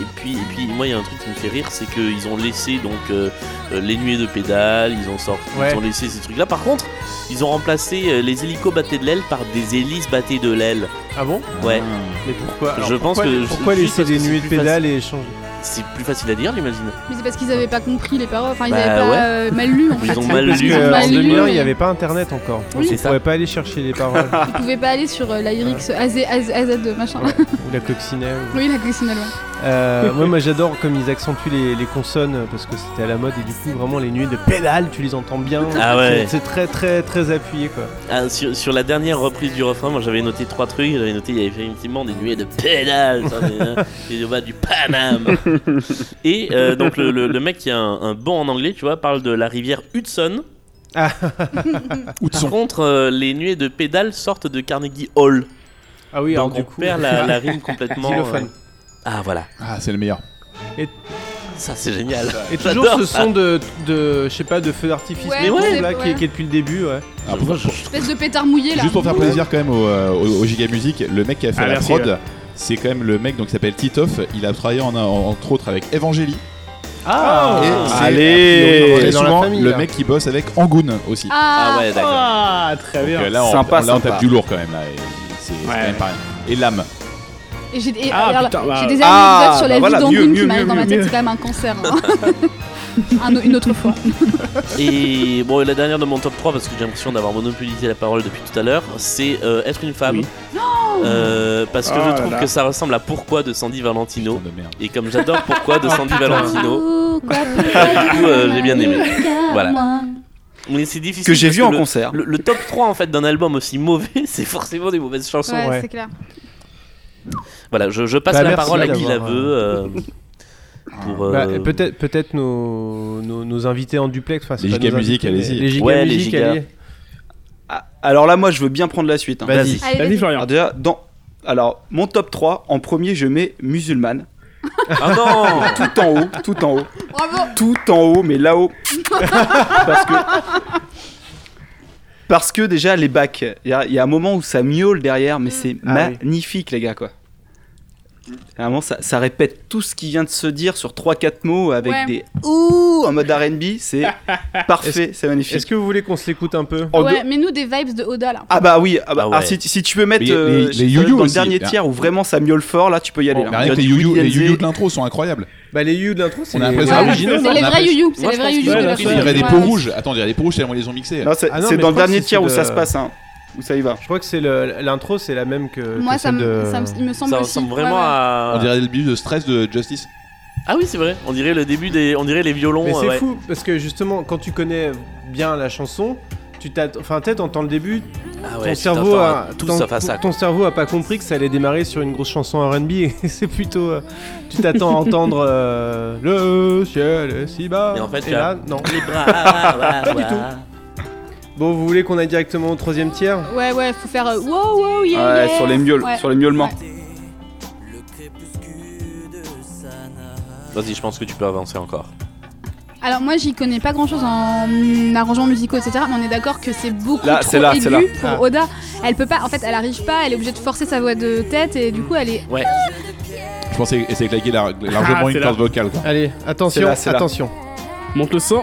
[SPEAKER 7] et puis, et puis, moi, il y a un truc qui me fait rire, c'est qu'ils ont laissé donc euh, euh, les nuées de pédales, ils ont sorti,
[SPEAKER 2] Ouais.
[SPEAKER 7] ils ont laissé ces trucs-là. Par contre, ils ont remplacé euh, les hélicos battés de l'aile par des hélices battés de l'aile.
[SPEAKER 2] Ah bon
[SPEAKER 7] Ouais,
[SPEAKER 2] Mais pourquoi
[SPEAKER 7] Je pense
[SPEAKER 2] pourquoi,
[SPEAKER 7] que-
[SPEAKER 2] pourquoi
[SPEAKER 7] juste
[SPEAKER 2] laisser
[SPEAKER 7] parce
[SPEAKER 2] des
[SPEAKER 7] que c'est
[SPEAKER 2] nuées de
[SPEAKER 7] plus
[SPEAKER 2] pédales et changer
[SPEAKER 7] c'est plus facile à dire, j'imagine.
[SPEAKER 6] Mais c'est parce qu'ils avaient pas compris les paroles. Enfin, ils
[SPEAKER 7] Bah
[SPEAKER 6] avaient pas
[SPEAKER 7] ouais.
[SPEAKER 6] euh, mal lu. En fait.
[SPEAKER 7] Ils ont mal
[SPEAKER 2] Parce
[SPEAKER 7] lu.
[SPEAKER 6] ont
[SPEAKER 2] qu'en
[SPEAKER 6] mal lu,
[SPEAKER 2] 2001, Euh, il
[SPEAKER 6] mais-
[SPEAKER 2] n'y avait pas internet encore.
[SPEAKER 6] Oui.
[SPEAKER 2] Donc on
[SPEAKER 7] C'est ça.
[SPEAKER 2] pouvait pas aller chercher les paroles
[SPEAKER 6] Ils pouvaient pas aller sur euh, la Irix AZ, AZ, AZ, machin.
[SPEAKER 2] Ouais. ou la coccinelle. ou-
[SPEAKER 6] Oui, la Coccinelle. ouais.
[SPEAKER 2] Euh, ouais, moi j'adore comme ils accentuent les, les consonnes parce que c'était à la mode et du coup vraiment les nuées de pédales tu les entends bien.
[SPEAKER 7] Ah ouais.
[SPEAKER 2] C'est c'est très très très appuyé quoi.
[SPEAKER 7] Ah, sur, sur la dernière reprise du refrain, moi j'avais noté trois trucs. J'avais noté, il y avait effectivement des nuées de pédales, ça, des- des- des bas du Paname. Et euh, donc le, le- le mec qui a un, un bon en anglais, tu vois, parle de la rivière Hudson.
[SPEAKER 2] Ah.
[SPEAKER 7] Par contre, euh, les nuées de pédales sortent de Carnegie Hall.
[SPEAKER 2] Ah oui,
[SPEAKER 7] donc on perd la, la rime complètement.
[SPEAKER 2] Xylophone.
[SPEAKER 7] euh. Ah voilà,
[SPEAKER 9] Ah, c'est le meilleur.
[SPEAKER 7] ça c'est génial.
[SPEAKER 2] Et toujours
[SPEAKER 7] J'adore
[SPEAKER 2] ce
[SPEAKER 7] ça.
[SPEAKER 2] son de, de je sais pas de feu d'artifice
[SPEAKER 6] Ouais,
[SPEAKER 2] mais
[SPEAKER 7] ouais,
[SPEAKER 2] là
[SPEAKER 6] ouais.
[SPEAKER 2] qui, est- qui est depuis le début ouais.
[SPEAKER 9] Ah,
[SPEAKER 7] Moi,
[SPEAKER 9] pour-
[SPEAKER 7] je-
[SPEAKER 6] Espèce de pétard mouillé là.
[SPEAKER 9] Juste pour faire plaisir quand même au, euh, au, au Giga Music, le mec qui a fait
[SPEAKER 10] Ah,
[SPEAKER 9] la
[SPEAKER 10] merci,
[SPEAKER 9] prod,
[SPEAKER 10] ouais.
[SPEAKER 9] c'est quand même le mec donc, qui s'appelle Titoff. Il a travaillé en- en- entre autres avec Evangeli.
[SPEAKER 2] Ah,
[SPEAKER 9] et c'est
[SPEAKER 8] allez,
[SPEAKER 9] très
[SPEAKER 2] on est dans la
[SPEAKER 9] souvent
[SPEAKER 2] famille,
[SPEAKER 9] le
[SPEAKER 2] là.
[SPEAKER 9] mec qui bosse avec Angoon aussi.
[SPEAKER 6] Ah,
[SPEAKER 7] Ah ouais, d'accord.
[SPEAKER 10] Ah, très
[SPEAKER 9] Donc,
[SPEAKER 10] bien.
[SPEAKER 9] euh, là, on,
[SPEAKER 8] Sympa,
[SPEAKER 9] on- là, on
[SPEAKER 8] sympa.
[SPEAKER 9] tape du lourd quand même. Là, et c'est c'est
[SPEAKER 10] Ouais.
[SPEAKER 9] quand même pas rien. Et l'âme.
[SPEAKER 6] Et j'ai et
[SPEAKER 10] Ah,
[SPEAKER 6] alors,
[SPEAKER 10] putain, bah,
[SPEAKER 6] j'ai des anecdotes
[SPEAKER 8] ah,
[SPEAKER 6] sur la
[SPEAKER 8] bah voilà,
[SPEAKER 6] vie
[SPEAKER 8] mieux,
[SPEAKER 6] d'Angoune qui
[SPEAKER 8] mieux,
[SPEAKER 6] m'arrive dans ma
[SPEAKER 10] mieux,
[SPEAKER 6] tête,
[SPEAKER 10] mieux.
[SPEAKER 6] c'est quand même un cancer. hein. Un au- une autre fois.
[SPEAKER 7] Et bon, et la dernière de mon top 3, parce que j'ai l'impression d'avoir monopolisé la parole depuis tout à l'heure, c'est euh, Être une femme.
[SPEAKER 10] Oui.
[SPEAKER 7] Euh, parce que
[SPEAKER 10] Oh
[SPEAKER 7] je
[SPEAKER 10] là
[SPEAKER 7] trouve
[SPEAKER 10] là.
[SPEAKER 7] que ça ressemble à Pourquoi de Sandy Valentino.
[SPEAKER 9] Putain de merde.
[SPEAKER 7] Et comme j'adore Pourquoi de Sandy Valentino,
[SPEAKER 6] du
[SPEAKER 7] coup, euh, j'ai bien aimé. Voilà. mais c'est difficile.
[SPEAKER 8] Que j'ai
[SPEAKER 7] parce
[SPEAKER 8] vu en
[SPEAKER 7] le-
[SPEAKER 8] concert.
[SPEAKER 7] Le, le top 3 en fait d'un album aussi mauvais, c'est forcément des mauvaises chansons.
[SPEAKER 6] Ouais,
[SPEAKER 2] Ouais.
[SPEAKER 6] c'est clair.
[SPEAKER 7] Voilà, je, je passe
[SPEAKER 2] Bah,
[SPEAKER 7] la
[SPEAKER 2] merci
[SPEAKER 7] parole à qui la
[SPEAKER 2] d'avoir,
[SPEAKER 7] veut. euh, pour,
[SPEAKER 2] Bah,
[SPEAKER 7] euh,
[SPEAKER 2] peut-être peut-être nos, nos, nos invités en duplex enfin, c'est
[SPEAKER 9] Les
[SPEAKER 2] pas
[SPEAKER 9] Giga
[SPEAKER 2] nos invités,
[SPEAKER 9] Music,
[SPEAKER 2] mais-
[SPEAKER 9] allez-y.
[SPEAKER 2] Les giga
[SPEAKER 7] Ouais, les
[SPEAKER 2] music
[SPEAKER 7] giga.
[SPEAKER 2] allez.
[SPEAKER 8] Ah, Alors là, moi je veux bien prendre la suite. hein.
[SPEAKER 2] Vas-y.
[SPEAKER 6] Allez,
[SPEAKER 10] Vas-y,
[SPEAKER 6] vas-y.
[SPEAKER 10] Florian.
[SPEAKER 8] Alors déjà, dans... Alors, mon top 3, en premier, je mets Musulmane.
[SPEAKER 7] Ah non
[SPEAKER 8] Tout en haut, tout en haut,
[SPEAKER 6] Bravo
[SPEAKER 8] tout en haut, mais là-haut. Parce que. Parce que déjà, les bacs, il y, a- il y a un moment où ça miaule derrière,
[SPEAKER 6] Mm.
[SPEAKER 8] mais c'est
[SPEAKER 2] Ah oui.
[SPEAKER 8] magnifique, les gars, quoi. Vraiment, ça, ça répète tout ce qui vient de se dire sur 3-4 mots avec
[SPEAKER 6] Ouais.
[SPEAKER 8] des ouh en mode RB, c'est parfait, c'est magnifique.
[SPEAKER 2] Est-ce que vous voulez qu'on se l'écoute un peu
[SPEAKER 8] En
[SPEAKER 6] Ouais, mais nous des vibes de Oda là.
[SPEAKER 8] Ah bah oui, ah bah,
[SPEAKER 7] Ah ouais.
[SPEAKER 8] alors si, si tu peux mettre
[SPEAKER 9] Mais les-
[SPEAKER 8] euh,
[SPEAKER 9] les
[SPEAKER 8] je-
[SPEAKER 9] you-you
[SPEAKER 8] dans le
[SPEAKER 9] aussi,
[SPEAKER 8] dernier
[SPEAKER 9] là.
[SPEAKER 8] tiers où vraiment ça miaule fort, là tu peux y aller.
[SPEAKER 9] Mais
[SPEAKER 8] là.
[SPEAKER 9] rien que les
[SPEAKER 8] Il y a du
[SPEAKER 9] you-you les
[SPEAKER 8] Willy
[SPEAKER 9] you-you
[SPEAKER 8] Denze.
[SPEAKER 9] de l'intro sont incroyables.
[SPEAKER 2] Bah les you de l'intro, c'est
[SPEAKER 9] On a
[SPEAKER 2] les-
[SPEAKER 9] l'impression-
[SPEAKER 2] Ouais.
[SPEAKER 9] Ah,
[SPEAKER 6] Ouais,
[SPEAKER 9] originaux,
[SPEAKER 6] c'est les
[SPEAKER 9] la
[SPEAKER 6] vrais
[SPEAKER 9] vache.
[SPEAKER 6] youyou, c'est
[SPEAKER 7] Moi,
[SPEAKER 6] les
[SPEAKER 7] je
[SPEAKER 6] vrais
[SPEAKER 7] pense
[SPEAKER 6] youyou
[SPEAKER 10] que
[SPEAKER 6] de
[SPEAKER 10] ouais,
[SPEAKER 6] la
[SPEAKER 10] la
[SPEAKER 9] On
[SPEAKER 10] Ouais.
[SPEAKER 9] dirait des
[SPEAKER 6] Ouais,
[SPEAKER 9] peaux
[SPEAKER 6] c'est-
[SPEAKER 9] rouges. Attends, on dirait des peaux rouges tellement ils les ont mixés.
[SPEAKER 8] Non, c'est
[SPEAKER 2] Ah non,
[SPEAKER 8] c'est
[SPEAKER 2] mais
[SPEAKER 8] dans le
[SPEAKER 2] je crois
[SPEAKER 8] dernier
[SPEAKER 2] que c'est
[SPEAKER 8] tiers où
[SPEAKER 2] de-
[SPEAKER 8] ça se passe, hein, où ça y va.
[SPEAKER 2] Je crois que c'est le- l'intro, c'est la même que. que
[SPEAKER 6] Moi ça
[SPEAKER 2] celle
[SPEAKER 6] me,
[SPEAKER 2] de-
[SPEAKER 6] ça me- il me semble
[SPEAKER 7] Ça
[SPEAKER 6] aussi.
[SPEAKER 7] ressemble
[SPEAKER 6] Ouais,
[SPEAKER 7] vraiment
[SPEAKER 6] ouais.
[SPEAKER 7] à.
[SPEAKER 9] On dirait le début de stress de Justice.
[SPEAKER 7] Ah oui, c'est vrai. On dirait le début des. On dirait les violons.
[SPEAKER 2] Mais
[SPEAKER 7] euh,
[SPEAKER 2] c'est
[SPEAKER 7] ouais.
[SPEAKER 2] fou parce que justement, quand tu connais bien la chanson, tu t'att- enfin peut-être entends le début,
[SPEAKER 7] Ah
[SPEAKER 2] ton
[SPEAKER 7] ouais, putain,
[SPEAKER 2] cerveau
[SPEAKER 7] enfin,
[SPEAKER 2] a
[SPEAKER 7] Tout
[SPEAKER 2] ton,
[SPEAKER 7] sauf à ça.
[SPEAKER 2] ton cerveau a pas compris que ça allait démarrer sur une grosse chanson R&B. et C'est plutôt, euh, tu t'attends à entendre euh, le ciel est si bas.
[SPEAKER 7] Et en fait,
[SPEAKER 2] et
[SPEAKER 7] là-
[SPEAKER 2] là, non.
[SPEAKER 7] Les bras. Pas
[SPEAKER 2] du tout. Bon, vous voulez qu'on aille directement au troisième tiers
[SPEAKER 6] Ouais, ouais, faut faire euh, wow, wow, yeah,
[SPEAKER 8] Ouais,
[SPEAKER 6] yeah.
[SPEAKER 8] sur les miaules,
[SPEAKER 6] Ouais.
[SPEAKER 8] sur les miaulements.
[SPEAKER 7] Vas-y, je pense que tu peux avancer encore.
[SPEAKER 6] Alors moi j'y connais pas grand chose en arrangements musicaux etc mais on est d'accord que c'est beaucoup
[SPEAKER 8] Là,
[SPEAKER 6] trop
[SPEAKER 8] c'est là, c'est
[SPEAKER 6] aigu
[SPEAKER 8] là.
[SPEAKER 6] pour
[SPEAKER 2] Ah.
[SPEAKER 6] Oda. Elle peut pas, en fait elle arrive pas, elle est obligée de forcer sa voix de tête et du coup elle est...
[SPEAKER 9] Je pensais essayer de claquer lar- largement
[SPEAKER 10] Ah,
[SPEAKER 9] une
[SPEAKER 10] c'est
[SPEAKER 9] corde vocale. quoi.
[SPEAKER 2] Allez, attention,
[SPEAKER 8] C'est là, c'est là.
[SPEAKER 2] attention.
[SPEAKER 10] Monte le son.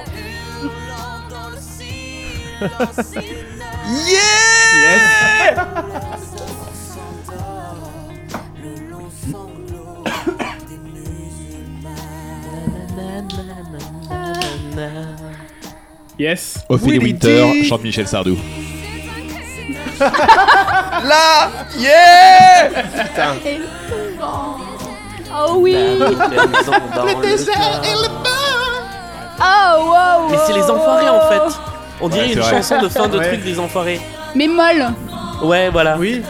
[SPEAKER 10] Yes
[SPEAKER 9] Ophélie Winter chante Michel Sardou.
[SPEAKER 8] Là, yeah
[SPEAKER 6] Oh oui Oh wow
[SPEAKER 7] Mais c'est les enfoirés en fait. On dirait
[SPEAKER 9] Ouais,
[SPEAKER 7] une
[SPEAKER 9] c'est vrai.
[SPEAKER 7] chanson de fin de
[SPEAKER 2] Ouais.
[SPEAKER 7] truc des enfoirés.
[SPEAKER 6] Mais molle
[SPEAKER 7] Ouais, voilà.
[SPEAKER 2] Oui.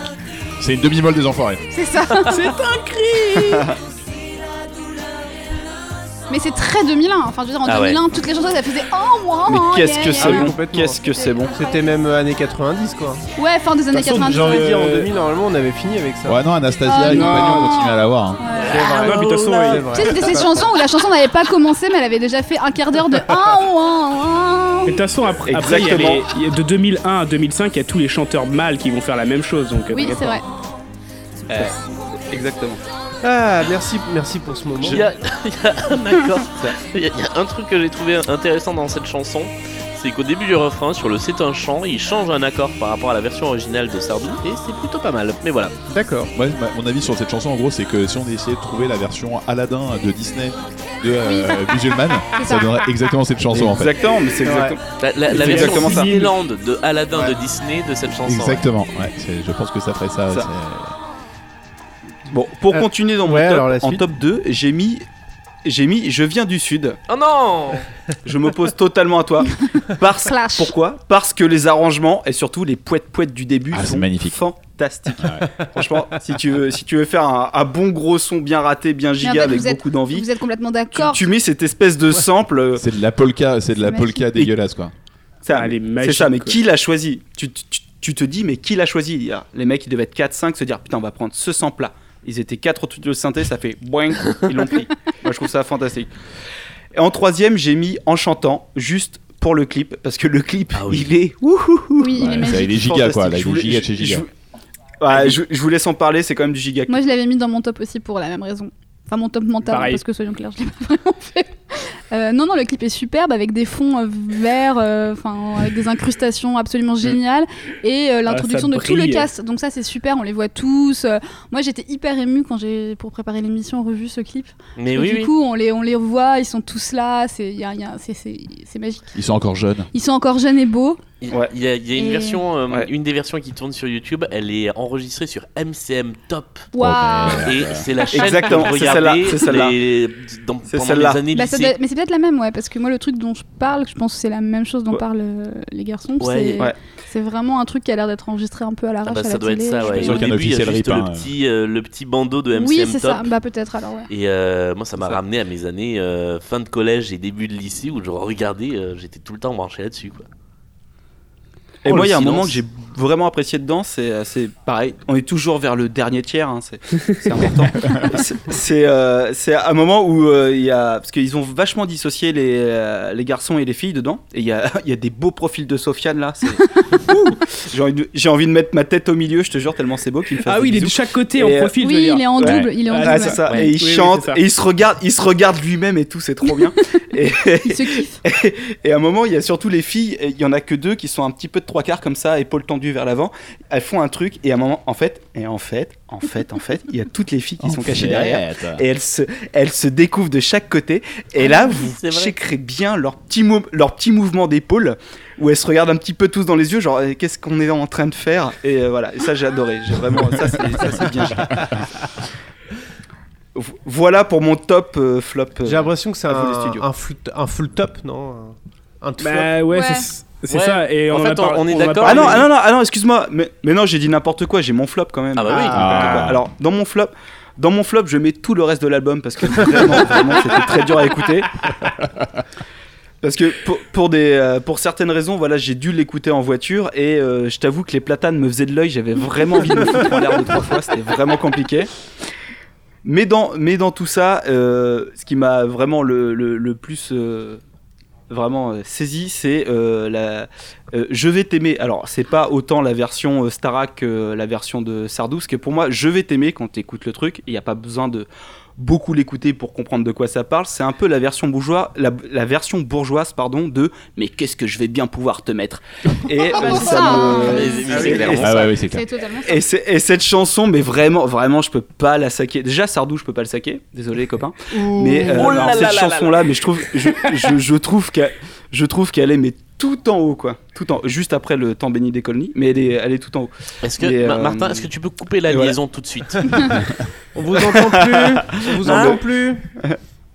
[SPEAKER 9] C'est une demi-molle des enfoirés.
[SPEAKER 6] C'est ça C'est un cri Mais c'est très 2001, enfin je veux dire en
[SPEAKER 7] Ah ouais.
[SPEAKER 6] 2001 toutes les chansons ça faisait oh moi
[SPEAKER 8] Mais
[SPEAKER 6] oh,
[SPEAKER 8] qu'est-ce
[SPEAKER 6] yeah,
[SPEAKER 8] que
[SPEAKER 6] yeah,
[SPEAKER 8] c'est
[SPEAKER 2] yeah.
[SPEAKER 8] bon
[SPEAKER 2] Complètement.
[SPEAKER 8] Qu'est-ce que c'est bon
[SPEAKER 2] C'était même euh, années 90 quoi.
[SPEAKER 6] Ouais fin des années
[SPEAKER 2] De toute façon,
[SPEAKER 6] 90
[SPEAKER 2] J'ai envie de dire en
[SPEAKER 10] Euh,
[SPEAKER 2] 2000 normalement on avait fini avec ça.
[SPEAKER 9] Ouais, non, Anastasia
[SPEAKER 6] Ah,
[SPEAKER 9] et
[SPEAKER 6] non.
[SPEAKER 9] compagnie, on continue à la voir. hein.
[SPEAKER 7] Ah,
[SPEAKER 6] Ouais.
[SPEAKER 2] C'est
[SPEAKER 7] bah,
[SPEAKER 2] vrai.
[SPEAKER 10] non, mais de toute façon,
[SPEAKER 2] C'est
[SPEAKER 10] ouais.
[SPEAKER 2] vrai.
[SPEAKER 6] Tu sais, c'était cette chanson où la chanson n'avait pas commencé, mais elle avait déjà fait un quart d'heure de. Ah, ouah, ouah.
[SPEAKER 10] Mais de toute façon, après, après, il y a les- il y a de 2001 à 2005, il y a tous les chanteurs mâles qui vont faire la même chose. Donc, euh,
[SPEAKER 6] Oui,
[SPEAKER 10] t'inquiète
[SPEAKER 6] c'est
[SPEAKER 10] pas.
[SPEAKER 6] vrai.
[SPEAKER 8] Exactement.
[SPEAKER 2] Ah, merci, merci pour ce moment.
[SPEAKER 7] Il y a, il y a- d'accord. Il y a- il y a un truc que j'ai trouvé intéressant dans cette chanson, c'est qu'au début du refrain, sur le C'est un chant, il change un accord par rapport à la version originale de Sardou, et c'est plutôt pas mal. Mais voilà.
[SPEAKER 2] D'accord.
[SPEAKER 9] Ouais, ma- mon avis sur cette chanson, en gros, c'est que si on essayait de trouver la version Aladdin de Disney de euh, Musulman,
[SPEAKER 6] C'est
[SPEAKER 9] ça
[SPEAKER 6] ça.
[SPEAKER 9] donnerait exactement cette chanson en fait.
[SPEAKER 8] Exactement, mais c'est
[SPEAKER 2] Ouais.
[SPEAKER 8] exactement.
[SPEAKER 7] La, la- la
[SPEAKER 8] C'est
[SPEAKER 7] version
[SPEAKER 8] exactement ça.
[SPEAKER 7] Disneyland de Aladdin
[SPEAKER 2] Ouais.
[SPEAKER 7] de Disney de cette chanson.
[SPEAKER 9] Exactement, ouais, c'est- je pense que ça ferait ça.
[SPEAKER 8] Ça.
[SPEAKER 9] c'est-
[SPEAKER 8] Bon, pour
[SPEAKER 2] Euh,
[SPEAKER 8] continuer dans mon
[SPEAKER 2] ouais,
[SPEAKER 8] top,
[SPEAKER 2] alors la
[SPEAKER 8] en
[SPEAKER 2] suite.
[SPEAKER 8] top 2, j'ai mis. J'ai mis Je viens du Sud.
[SPEAKER 7] Oh non
[SPEAKER 8] Je m'oppose totalement à toi. Parce,
[SPEAKER 6] Clash.
[SPEAKER 8] pourquoi Parce que les arrangements et surtout les poètes-poètes du début
[SPEAKER 9] Ah, c'est
[SPEAKER 8] sont
[SPEAKER 9] magnifique.
[SPEAKER 8] fantastiques. Franchement, si tu, veux, si tu veux faire un, un bon gros son bien raté, bien giga
[SPEAKER 6] fait,
[SPEAKER 8] avec
[SPEAKER 6] vous êtes-
[SPEAKER 8] beaucoup d'envie,
[SPEAKER 6] Vous êtes complètement
[SPEAKER 8] tu,
[SPEAKER 6] d'accord.
[SPEAKER 8] tu mets cette espèce de sample. euh,
[SPEAKER 9] C'est de la polka, c'est de la
[SPEAKER 6] C'est magique.
[SPEAKER 9] polka dégueulasse quoi.
[SPEAKER 8] ça,
[SPEAKER 9] Ah,
[SPEAKER 10] Elle est
[SPEAKER 8] C'est
[SPEAKER 10] magique,
[SPEAKER 8] ça, mais
[SPEAKER 10] quoi.
[SPEAKER 8] qui l'a choisi tu, tu- tu- tu te dis, mais qui l'a choisi Il y a- Les mecs, ils devaient être 4-5, se dire, putain, on va prendre ce sample-là. Ils étaient 4 autour de synthé, ça fait boing, ils l'ont pris. Moi, je trouve ça fantastique. Et en troisième, j'ai mis En chantant, juste pour le clip, parce que le clip,
[SPEAKER 7] Ah oui.
[SPEAKER 8] il est... Ouhou,
[SPEAKER 6] Oui, il
[SPEAKER 9] Ouais,
[SPEAKER 6] est
[SPEAKER 9] ça,
[SPEAKER 6] magique.
[SPEAKER 9] il est giga quoi,
[SPEAKER 8] fantastique.
[SPEAKER 9] là, il
[SPEAKER 8] Je
[SPEAKER 9] est
[SPEAKER 8] voulais-
[SPEAKER 9] giga de
[SPEAKER 8] je-
[SPEAKER 9] chez giga.
[SPEAKER 8] je- Ouais, je, je vous laisse en parler, c'est quand même du giga.
[SPEAKER 6] Moi, je l'avais mis dans mon top aussi pour la même raison. Enfin, mon top mental,
[SPEAKER 10] Pareil.
[SPEAKER 6] parce que soyons clairs, je l'ai pas vraiment fait. Euh, non, non, le clip est superbe avec des fonds euh, verts, euh, enfin, avec des incrustations absolument géniales et euh, l'introduction
[SPEAKER 10] Mm. Ah, ça
[SPEAKER 6] de tout le
[SPEAKER 10] brille.
[SPEAKER 6] cast. Donc, ça, c'est super, on les voit tous. Euh, moi, j'étais hyper émue quand j'ai, pour préparer l'émission, revu ce clip.
[SPEAKER 7] Mais
[SPEAKER 6] Et
[SPEAKER 7] oui,
[SPEAKER 6] du
[SPEAKER 7] oui.
[SPEAKER 6] coup, on les, on les voit, ils sont tous là, c'est y a- y a- c'est- c'est- c'est magique.
[SPEAKER 9] Ils sont encore jeunes.
[SPEAKER 6] Ils sont encore jeunes et beaux.
[SPEAKER 7] Il
[SPEAKER 8] Ouais.
[SPEAKER 7] il y, a, il y a une
[SPEAKER 6] Et-
[SPEAKER 7] version, euh,
[SPEAKER 8] Ouais.
[SPEAKER 7] une des versions qui tourne sur YouTube, elle est enregistrée sur MCM Top.
[SPEAKER 6] Waouh
[SPEAKER 7] Et c'est la chaîne
[SPEAKER 8] Exactement,
[SPEAKER 7] que je
[SPEAKER 8] c'est celle-là,
[SPEAKER 7] regardais
[SPEAKER 8] c'est celle-là.
[SPEAKER 7] les- dans-
[SPEAKER 8] C'est
[SPEAKER 7] pendant les
[SPEAKER 8] celle-là.
[SPEAKER 7] années
[SPEAKER 6] Bah, ça
[SPEAKER 7] lycée.
[SPEAKER 6] doit- mais c'est peut-être la même, ouais, parce que moi, le truc dont je parle, je pense que c'est la même chose dont
[SPEAKER 8] Ouais.
[SPEAKER 6] parlent euh, les garçons.
[SPEAKER 7] Ouais.
[SPEAKER 6] c'est
[SPEAKER 8] Ouais.
[SPEAKER 6] c'est vraiment un truc qui a l'air d'être enregistré un peu à l'arrache.
[SPEAKER 7] Ah bah,
[SPEAKER 6] à
[SPEAKER 7] ça
[SPEAKER 6] la
[SPEAKER 7] doit être
[SPEAKER 6] télé,
[SPEAKER 7] ça,
[SPEAKER 6] je
[SPEAKER 7] ouais.
[SPEAKER 6] sais
[SPEAKER 7] Et Au
[SPEAKER 9] sûr qu'il y en
[SPEAKER 7] début,
[SPEAKER 9] a
[SPEAKER 7] il y a
[SPEAKER 9] officiel
[SPEAKER 7] juste
[SPEAKER 9] rip,
[SPEAKER 7] le
[SPEAKER 9] hein.
[SPEAKER 7] petit, euh, le petit bandeau de
[SPEAKER 6] pas.
[SPEAKER 7] MCM
[SPEAKER 6] Oui, c'est
[SPEAKER 7] Top.
[SPEAKER 6] ça, bah peut-être alors, ouais.
[SPEAKER 7] Et euh, moi, ça m'a
[SPEAKER 8] C'est ça.
[SPEAKER 7] ramené à mes années euh, fin de collège et début de lycée où je regardais, euh, j'étais tout le temps branché là-dessus. quoi.
[SPEAKER 8] Et
[SPEAKER 7] Oh,
[SPEAKER 8] moi,
[SPEAKER 7] le
[SPEAKER 8] il y a un
[SPEAKER 7] silence.
[SPEAKER 8] moment que j'ai vraiment apprécié dedans, c'est euh, c'est pareil, on est toujours vers le dernier tiers, hein, c'est c'est important. C'est- c'est euh, c'est un moment où euh, il y a. Parce qu'ils ont vachement dissocié les, euh, les garçons et les filles dedans, et il y a, il y a des beaux profils de Sofiane là. c'est- Ouh J'ai envie, de- j'ai envie de mettre ma tête au milieu, je te jure, tellement c'est beau qu'il me fait
[SPEAKER 10] Ah oui, il est de chaque côté en
[SPEAKER 8] Et, euh,
[SPEAKER 10] profil. je
[SPEAKER 6] Oui,
[SPEAKER 10] veux dire.
[SPEAKER 6] il est en
[SPEAKER 9] Ouais.
[SPEAKER 6] double. Il est en
[SPEAKER 10] Ouais,
[SPEAKER 8] Ah,
[SPEAKER 6] double.
[SPEAKER 8] c'est ça,
[SPEAKER 10] Ouais.
[SPEAKER 8] et
[SPEAKER 10] Oui,
[SPEAKER 8] il
[SPEAKER 10] oui,
[SPEAKER 8] chante,
[SPEAKER 10] c'est ça.
[SPEAKER 8] et il se regarde, il se regarde lui-même et tout, c'est trop bien. et,
[SPEAKER 6] Il se kiffe.
[SPEAKER 8] et à un moment, il y a surtout les filles, et il y en a que deux qui sont un petit peu de trois quarts comme ça, épaules tendues vers l'avant. Elles font un truc, et à un moment, en fait, et en fait, en fait, en fait, il y a toutes les filles qui sont cachées derrière. Et elles se, elles se découvrent de chaque côté. Et là, vous
[SPEAKER 7] Ah c'est vrai.
[SPEAKER 8] checkerez bien leur petit, mou- leur petit mouvement d'épaule, où elles se regardent un petit peu tous dans les yeux, genre, euh, qu'est-ce qu'on est en train de faire Et euh, voilà, et ça, j'ai adoré. J'ai vraiment, ça, c'est ça, c'est bien. géré. Vo- Voilà pour mon top euh, flop. euh,
[SPEAKER 2] J'ai l'impression que c'est
[SPEAKER 8] à vous, les
[SPEAKER 2] un,
[SPEAKER 8] studios.
[SPEAKER 2] un, full, un full top, non Un flop.
[SPEAKER 10] Bah ouais,
[SPEAKER 6] Ouais.
[SPEAKER 10] c'est c'est
[SPEAKER 7] Ouais.
[SPEAKER 10] ça. Et
[SPEAKER 7] En
[SPEAKER 10] on en
[SPEAKER 7] fait,
[SPEAKER 10] a parlé-
[SPEAKER 7] on est
[SPEAKER 10] en a
[SPEAKER 7] d'accord.
[SPEAKER 8] Ah
[SPEAKER 10] parlé-
[SPEAKER 8] non, ah non, non, ah non, excuse-moi, mais, mais non, j'ai dit n'importe quoi, j'ai mon flop quand même.
[SPEAKER 7] Ah bah oui.
[SPEAKER 8] J'ai dit
[SPEAKER 9] Ah.
[SPEAKER 8] n'importe quoi. Alors, dans mon flop, dans mon flop, je mets tout le reste de l'album parce que vraiment, vraiment, c'était très dur à écouter. Parce que pour, pour des, euh, pour certaines raisons, voilà, j'ai dû l'écouter en voiture et euh, je t'avoue que les platanes me faisaient de l'œil, j'avais vraiment envie de me foutre en l'air deux, trois fois, c'était vraiment compliqué. Mais dans, mais dans tout ça, euh, ce qui m'a vraiment le, le- le plus euh, vraiment euh, saisi, c'est euh, la euh, Je vais t'aimer. Alors, c'est pas autant la version euh, Starak que euh, la version de Sardou, parce que pour moi, Je vais t'aimer, quand tu écoutes le truc, il n'y a pas besoin de beaucoup l'écouter pour comprendre de quoi ça parle. C'est un peu la version, bourgeois, la, la version bourgeoise pardon, de Mais qu'est-ce que je vais bien pouvoir te mettre Et euh, ça me-
[SPEAKER 7] Ah, Mais- mais c'est clairement
[SPEAKER 9] Ah ouais, oui, c'est clair.
[SPEAKER 6] C'est totalement ça.
[SPEAKER 8] et, c'est- et cette chanson, mais vraiment, vraiment, je peux pas la saquer. Déjà, Sardou, je peux pas le saquer. Désolé, copain. Mais euh,
[SPEAKER 7] Oh là
[SPEAKER 8] alors,
[SPEAKER 7] là là
[SPEAKER 8] cette
[SPEAKER 7] là
[SPEAKER 8] chanson-là, mais je trouve, je, je- je trouve qu'elle, je trouve qu'elle est mais tout en haut, quoi. Tout en, juste après le temps béni des colonies, mais elle est, elle est tout en haut.
[SPEAKER 7] Est-ce que,
[SPEAKER 8] Mais,
[SPEAKER 7] Ma-
[SPEAKER 8] euh,
[SPEAKER 7] Martin, est-ce que tu peux couper la
[SPEAKER 8] et voilà.
[SPEAKER 7] liaison tout de suite
[SPEAKER 2] On vous entend plus On vous
[SPEAKER 10] Ah
[SPEAKER 8] Non,
[SPEAKER 2] entend
[SPEAKER 8] mais-
[SPEAKER 2] plus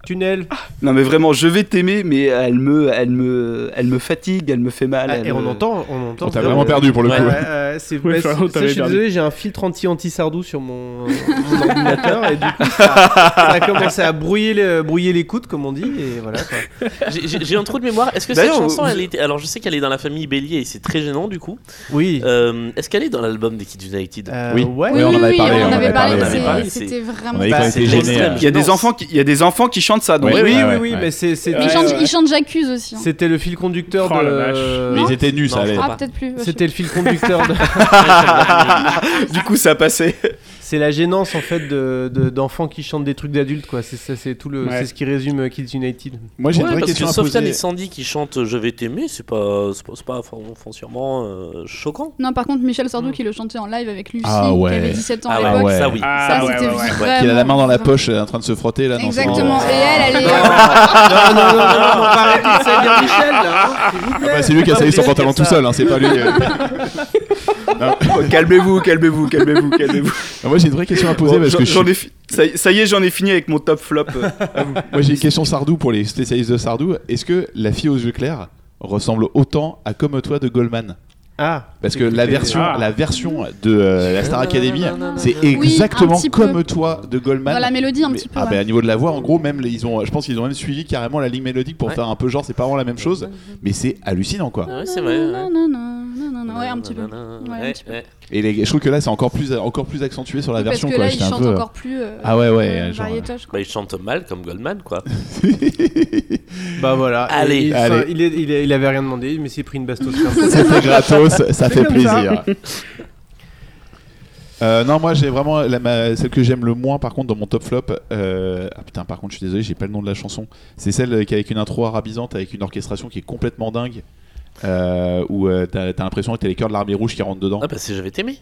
[SPEAKER 2] Tunnel
[SPEAKER 8] Non, mais vraiment, je vais t'aimer, mais elle me, elle me, elle me fatigue, elle me fait mal.
[SPEAKER 2] Ah,
[SPEAKER 8] elle
[SPEAKER 2] Et on
[SPEAKER 8] me-
[SPEAKER 2] entend, on entend.
[SPEAKER 9] On t'a vraiment perdu pour le
[SPEAKER 2] Ouais,
[SPEAKER 9] coup.
[SPEAKER 2] ouais, ouais, c'est
[SPEAKER 10] Ouais,
[SPEAKER 2] bah,
[SPEAKER 10] Florent,
[SPEAKER 2] c'est-
[SPEAKER 10] t'avais
[SPEAKER 2] Je suis
[SPEAKER 10] perdu.
[SPEAKER 2] désolé, j'ai un filtre anti-anti-sardou sur mon, mon ordinateur et du coup ça, ça a commencé à brouiller le- brouiller l'écoute, comme on dit, et voilà. quoi.
[SPEAKER 7] J'ai- J'ai j'ai un trou de mémoire. Est-ce que cette
[SPEAKER 8] D'ailleurs,
[SPEAKER 7] chanson,
[SPEAKER 8] vous-
[SPEAKER 7] elle était. Alors, je sais qu'elle est dans la famille Bélier et c'est très gênant du coup.
[SPEAKER 2] Oui.
[SPEAKER 7] Euh, Est-ce qu'elle est dans l'album des Kids United
[SPEAKER 2] Euh,
[SPEAKER 9] oui.
[SPEAKER 2] ouais.
[SPEAKER 9] Oui, on en avait parlé,
[SPEAKER 6] on en avait parlé,
[SPEAKER 7] on en avait
[SPEAKER 6] c'est-
[SPEAKER 7] parlé, c'est-
[SPEAKER 6] C'était vraiment.
[SPEAKER 9] On avait
[SPEAKER 2] Bah,
[SPEAKER 9] quand même
[SPEAKER 2] c'est
[SPEAKER 9] été gênés.
[SPEAKER 7] l'extrême.
[SPEAKER 8] Il y a
[SPEAKER 7] Non,
[SPEAKER 8] des enfants qui, il y a des enfants qui chantent ça. Donc,
[SPEAKER 2] Oui,
[SPEAKER 9] Ouais,
[SPEAKER 2] oui,
[SPEAKER 9] ouais,
[SPEAKER 2] oui,
[SPEAKER 9] ouais,
[SPEAKER 2] oui,
[SPEAKER 9] ouais.
[SPEAKER 2] mais c'est- c'est- euh,
[SPEAKER 10] Ouais,
[SPEAKER 6] Il chante,
[SPEAKER 10] ouais.
[SPEAKER 6] il chante J'accuse aussi. hein.
[SPEAKER 2] c'était le fil conducteur
[SPEAKER 10] Oh la
[SPEAKER 2] de. euh,
[SPEAKER 9] Mais ils étaient nus, ça
[SPEAKER 7] Non, je
[SPEAKER 9] allait.
[SPEAKER 7] crois
[SPEAKER 6] Ah, peut-être plus. je sais
[SPEAKER 2] C'était le fil conducteur de.
[SPEAKER 8] du coup, ça a passé.
[SPEAKER 2] C'est la gênance en fait de de- d'enfants qui chantent des trucs d'adultes quoi. C'est ça, c'est tout le.
[SPEAKER 10] Ouais.
[SPEAKER 2] C'est ce qui résume euh, Kids United.
[SPEAKER 9] Moi, j'ai une
[SPEAKER 7] Ouais,
[SPEAKER 9] vraie
[SPEAKER 7] parce que
[SPEAKER 9] question à
[SPEAKER 7] Sofiane
[SPEAKER 9] poser.
[SPEAKER 7] et Sandy qui chantent Je vais t'aimer, c'est pas, c'est pas, c'est pas fon- foncièrement euh, choquant.
[SPEAKER 6] Non, par contre, Michel Sardou qui le chantait en live avec Lucie,
[SPEAKER 9] Ah ouais.
[SPEAKER 6] qui avait 17 ans
[SPEAKER 7] Ah
[SPEAKER 6] à
[SPEAKER 7] ouais,
[SPEAKER 6] l'époque.
[SPEAKER 9] ouais.
[SPEAKER 7] ça oui.
[SPEAKER 10] Ah,
[SPEAKER 6] Ça,
[SPEAKER 10] ouais,
[SPEAKER 6] c'était
[SPEAKER 10] ouais, ouais.
[SPEAKER 6] vraiment.
[SPEAKER 9] Qu'il a la main dans la poche euh, en train de se frotter là. dans son-
[SPEAKER 6] Exactement. Et elle, elle est. euh,
[SPEAKER 2] Non, non, non,
[SPEAKER 7] Ah,
[SPEAKER 2] non, on va arrêter de salir Michel là. hein, s'il vous
[SPEAKER 9] Ah
[SPEAKER 2] plaît.
[SPEAKER 9] bah, c'est lui qui a
[SPEAKER 2] Pas
[SPEAKER 9] saillé son
[SPEAKER 2] obligé de
[SPEAKER 9] pantalon
[SPEAKER 2] faire
[SPEAKER 9] tout
[SPEAKER 2] ça.
[SPEAKER 9] seul, hein, c'est pas lui. euh.
[SPEAKER 8] Oh, calmez-vous, calmez-vous, calmez-vous, calmez-vous.
[SPEAKER 9] Moi j'ai une vraie question à poser
[SPEAKER 8] Bon,
[SPEAKER 9] parce
[SPEAKER 8] j'en-
[SPEAKER 9] que je
[SPEAKER 8] j'en
[SPEAKER 9] suis-
[SPEAKER 8] ai fi- ça, y- ça y est, j'en ai fini avec mon top flop. euh, à vous.
[SPEAKER 9] moi j'ai une question Sardou pour les spécialistes de Sardou. Est-ce que la fille aux yeux clairs ressemble autant à Comme toi de Goldman
[SPEAKER 2] Ah.
[SPEAKER 9] Parce que la version,
[SPEAKER 10] Ah.
[SPEAKER 9] la version de euh, la Star Academy, c'est
[SPEAKER 6] non. Oui,
[SPEAKER 9] exactement
[SPEAKER 6] un petit peu.
[SPEAKER 9] comme toi de Goldman.
[SPEAKER 6] Dans la mélodie, un
[SPEAKER 9] Mais-
[SPEAKER 6] petit peu.
[SPEAKER 9] ah
[SPEAKER 6] ouais.
[SPEAKER 9] bah, à niveau de la voix, en gros, même les- ils ont, je pense qu'ils ont même suivi carrément la ligne mélodique pour faire un peu genre, c'est pas vraiment la même chose, mais c'est hallucinant quoi.
[SPEAKER 7] Ah ouais, c'est vrai. ouais.
[SPEAKER 6] Non, non, non, non, non, non, ouais, un petit peu.
[SPEAKER 7] Nanana,
[SPEAKER 6] Ouais, un
[SPEAKER 7] ouais,
[SPEAKER 6] petit peu.
[SPEAKER 7] ouais.
[SPEAKER 9] Et les- je trouve que là, c'est encore plus, encore plus accentué sur la
[SPEAKER 6] Parce
[SPEAKER 9] version
[SPEAKER 6] que
[SPEAKER 9] quoi.
[SPEAKER 6] là, il
[SPEAKER 9] J'étais un
[SPEAKER 6] chante
[SPEAKER 9] peu-
[SPEAKER 6] encore plus. euh,
[SPEAKER 9] Ah ouais, ouais,
[SPEAKER 6] euh,
[SPEAKER 9] genre,
[SPEAKER 6] variétoche, quoi.
[SPEAKER 7] Bah, ils chantent mal comme Goldman quoi.
[SPEAKER 9] euh,
[SPEAKER 2] Bah voilà.
[SPEAKER 7] Allez.
[SPEAKER 2] il,
[SPEAKER 9] Allez.
[SPEAKER 2] enfin, il est- il est- il avait rien demandé, mais s'est pris une bastos.
[SPEAKER 9] C'était gratos, ça fait
[SPEAKER 2] comme ça.
[SPEAKER 9] plaisir. Euh, non, moi j'ai vraiment la- ma- celle que j'aime le moins par contre dans mon top flop. euh, ah putain, par contre, je suis désolé, j'ai pas le nom de la chanson. C'est celle qui est avec une intro arabisante, avec une orchestration qui est complètement dingue. euh, où euh, t'as t'as l'impression que t'as les cœurs de l'armée rouge qui rentrent dedans.
[SPEAKER 7] Ah bah si j'avais t'aimé.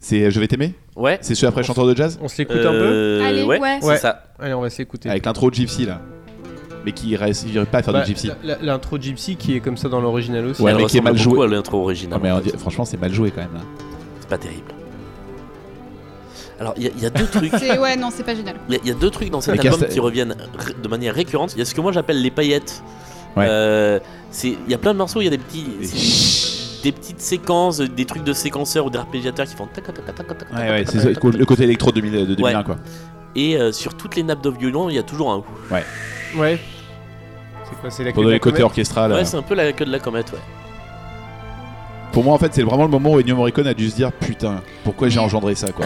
[SPEAKER 9] C'est euh, Je vais t'aimer
[SPEAKER 7] Ouais.
[SPEAKER 9] C'est celui après Chanteur de jazz
[SPEAKER 2] On s'écoute un peu.
[SPEAKER 7] Euh,
[SPEAKER 6] Allez,
[SPEAKER 7] ouais,
[SPEAKER 6] ouais.
[SPEAKER 7] c'est
[SPEAKER 2] Ouais.
[SPEAKER 7] ça.
[SPEAKER 2] Allez, on va s'écouter.
[SPEAKER 9] Avec l'intro de Gypsy là. Mais qui reste, il pas à faire
[SPEAKER 2] Bah,
[SPEAKER 9] de Gypsy.
[SPEAKER 2] la- la- L'intro de Gypsy qui est comme ça dans l'original aussi.
[SPEAKER 9] Ouais,
[SPEAKER 7] Elle
[SPEAKER 9] mais qui est
[SPEAKER 7] ressemble
[SPEAKER 9] mal
[SPEAKER 7] beaucoup
[SPEAKER 9] joué.
[SPEAKER 7] à l'intro
[SPEAKER 9] Non,
[SPEAKER 7] originale.
[SPEAKER 9] mais
[SPEAKER 7] en
[SPEAKER 9] on
[SPEAKER 7] fait.
[SPEAKER 9] dit- franchement, c'est mal joué quand même là.
[SPEAKER 7] C'est pas terrible. Alors, il y, a- Bah, il y a deux trucs.
[SPEAKER 6] C'est- Ouais, non, c'est pas génial.
[SPEAKER 7] Il y a- il y, a deux trucs dans cet
[SPEAKER 9] Mais
[SPEAKER 7] album
[SPEAKER 9] Castel-
[SPEAKER 7] qui reviennent ré- de manière récurrente. Il y a ce que moi j'appelle les paillettes.
[SPEAKER 9] Ouais.
[SPEAKER 7] Euh, c'est- Il y a plein de morceaux, il y a des petits.
[SPEAKER 9] Et-
[SPEAKER 7] c'est- Des petites séquences, des trucs de séquenceurs ou d'arpégiateurs qui font tac tac tac tac tac tac, tac,
[SPEAKER 9] Ouais, ouais,
[SPEAKER 7] tac,
[SPEAKER 9] c'est
[SPEAKER 7] tac,
[SPEAKER 9] ça,
[SPEAKER 7] tac,
[SPEAKER 9] le côté électro de 2000 de 2001
[SPEAKER 7] Ouais.
[SPEAKER 9] quoi.
[SPEAKER 7] Et euh, sur toutes les nappes de violon, il y a toujours un.
[SPEAKER 2] Ouais. C'est quoi C'est la
[SPEAKER 9] Pendant
[SPEAKER 2] clé
[SPEAKER 9] les
[SPEAKER 2] de la
[SPEAKER 9] côtés
[SPEAKER 2] comète
[SPEAKER 9] orchestral.
[SPEAKER 7] Ouais,
[SPEAKER 9] euh,
[SPEAKER 7] c'est un peu la queue de la comète, ouais.
[SPEAKER 9] Pour moi, en fait, c'est vraiment le moment où Ennio Morricone a dû se dire Putain, pourquoi j'ai engendré ça, quoi.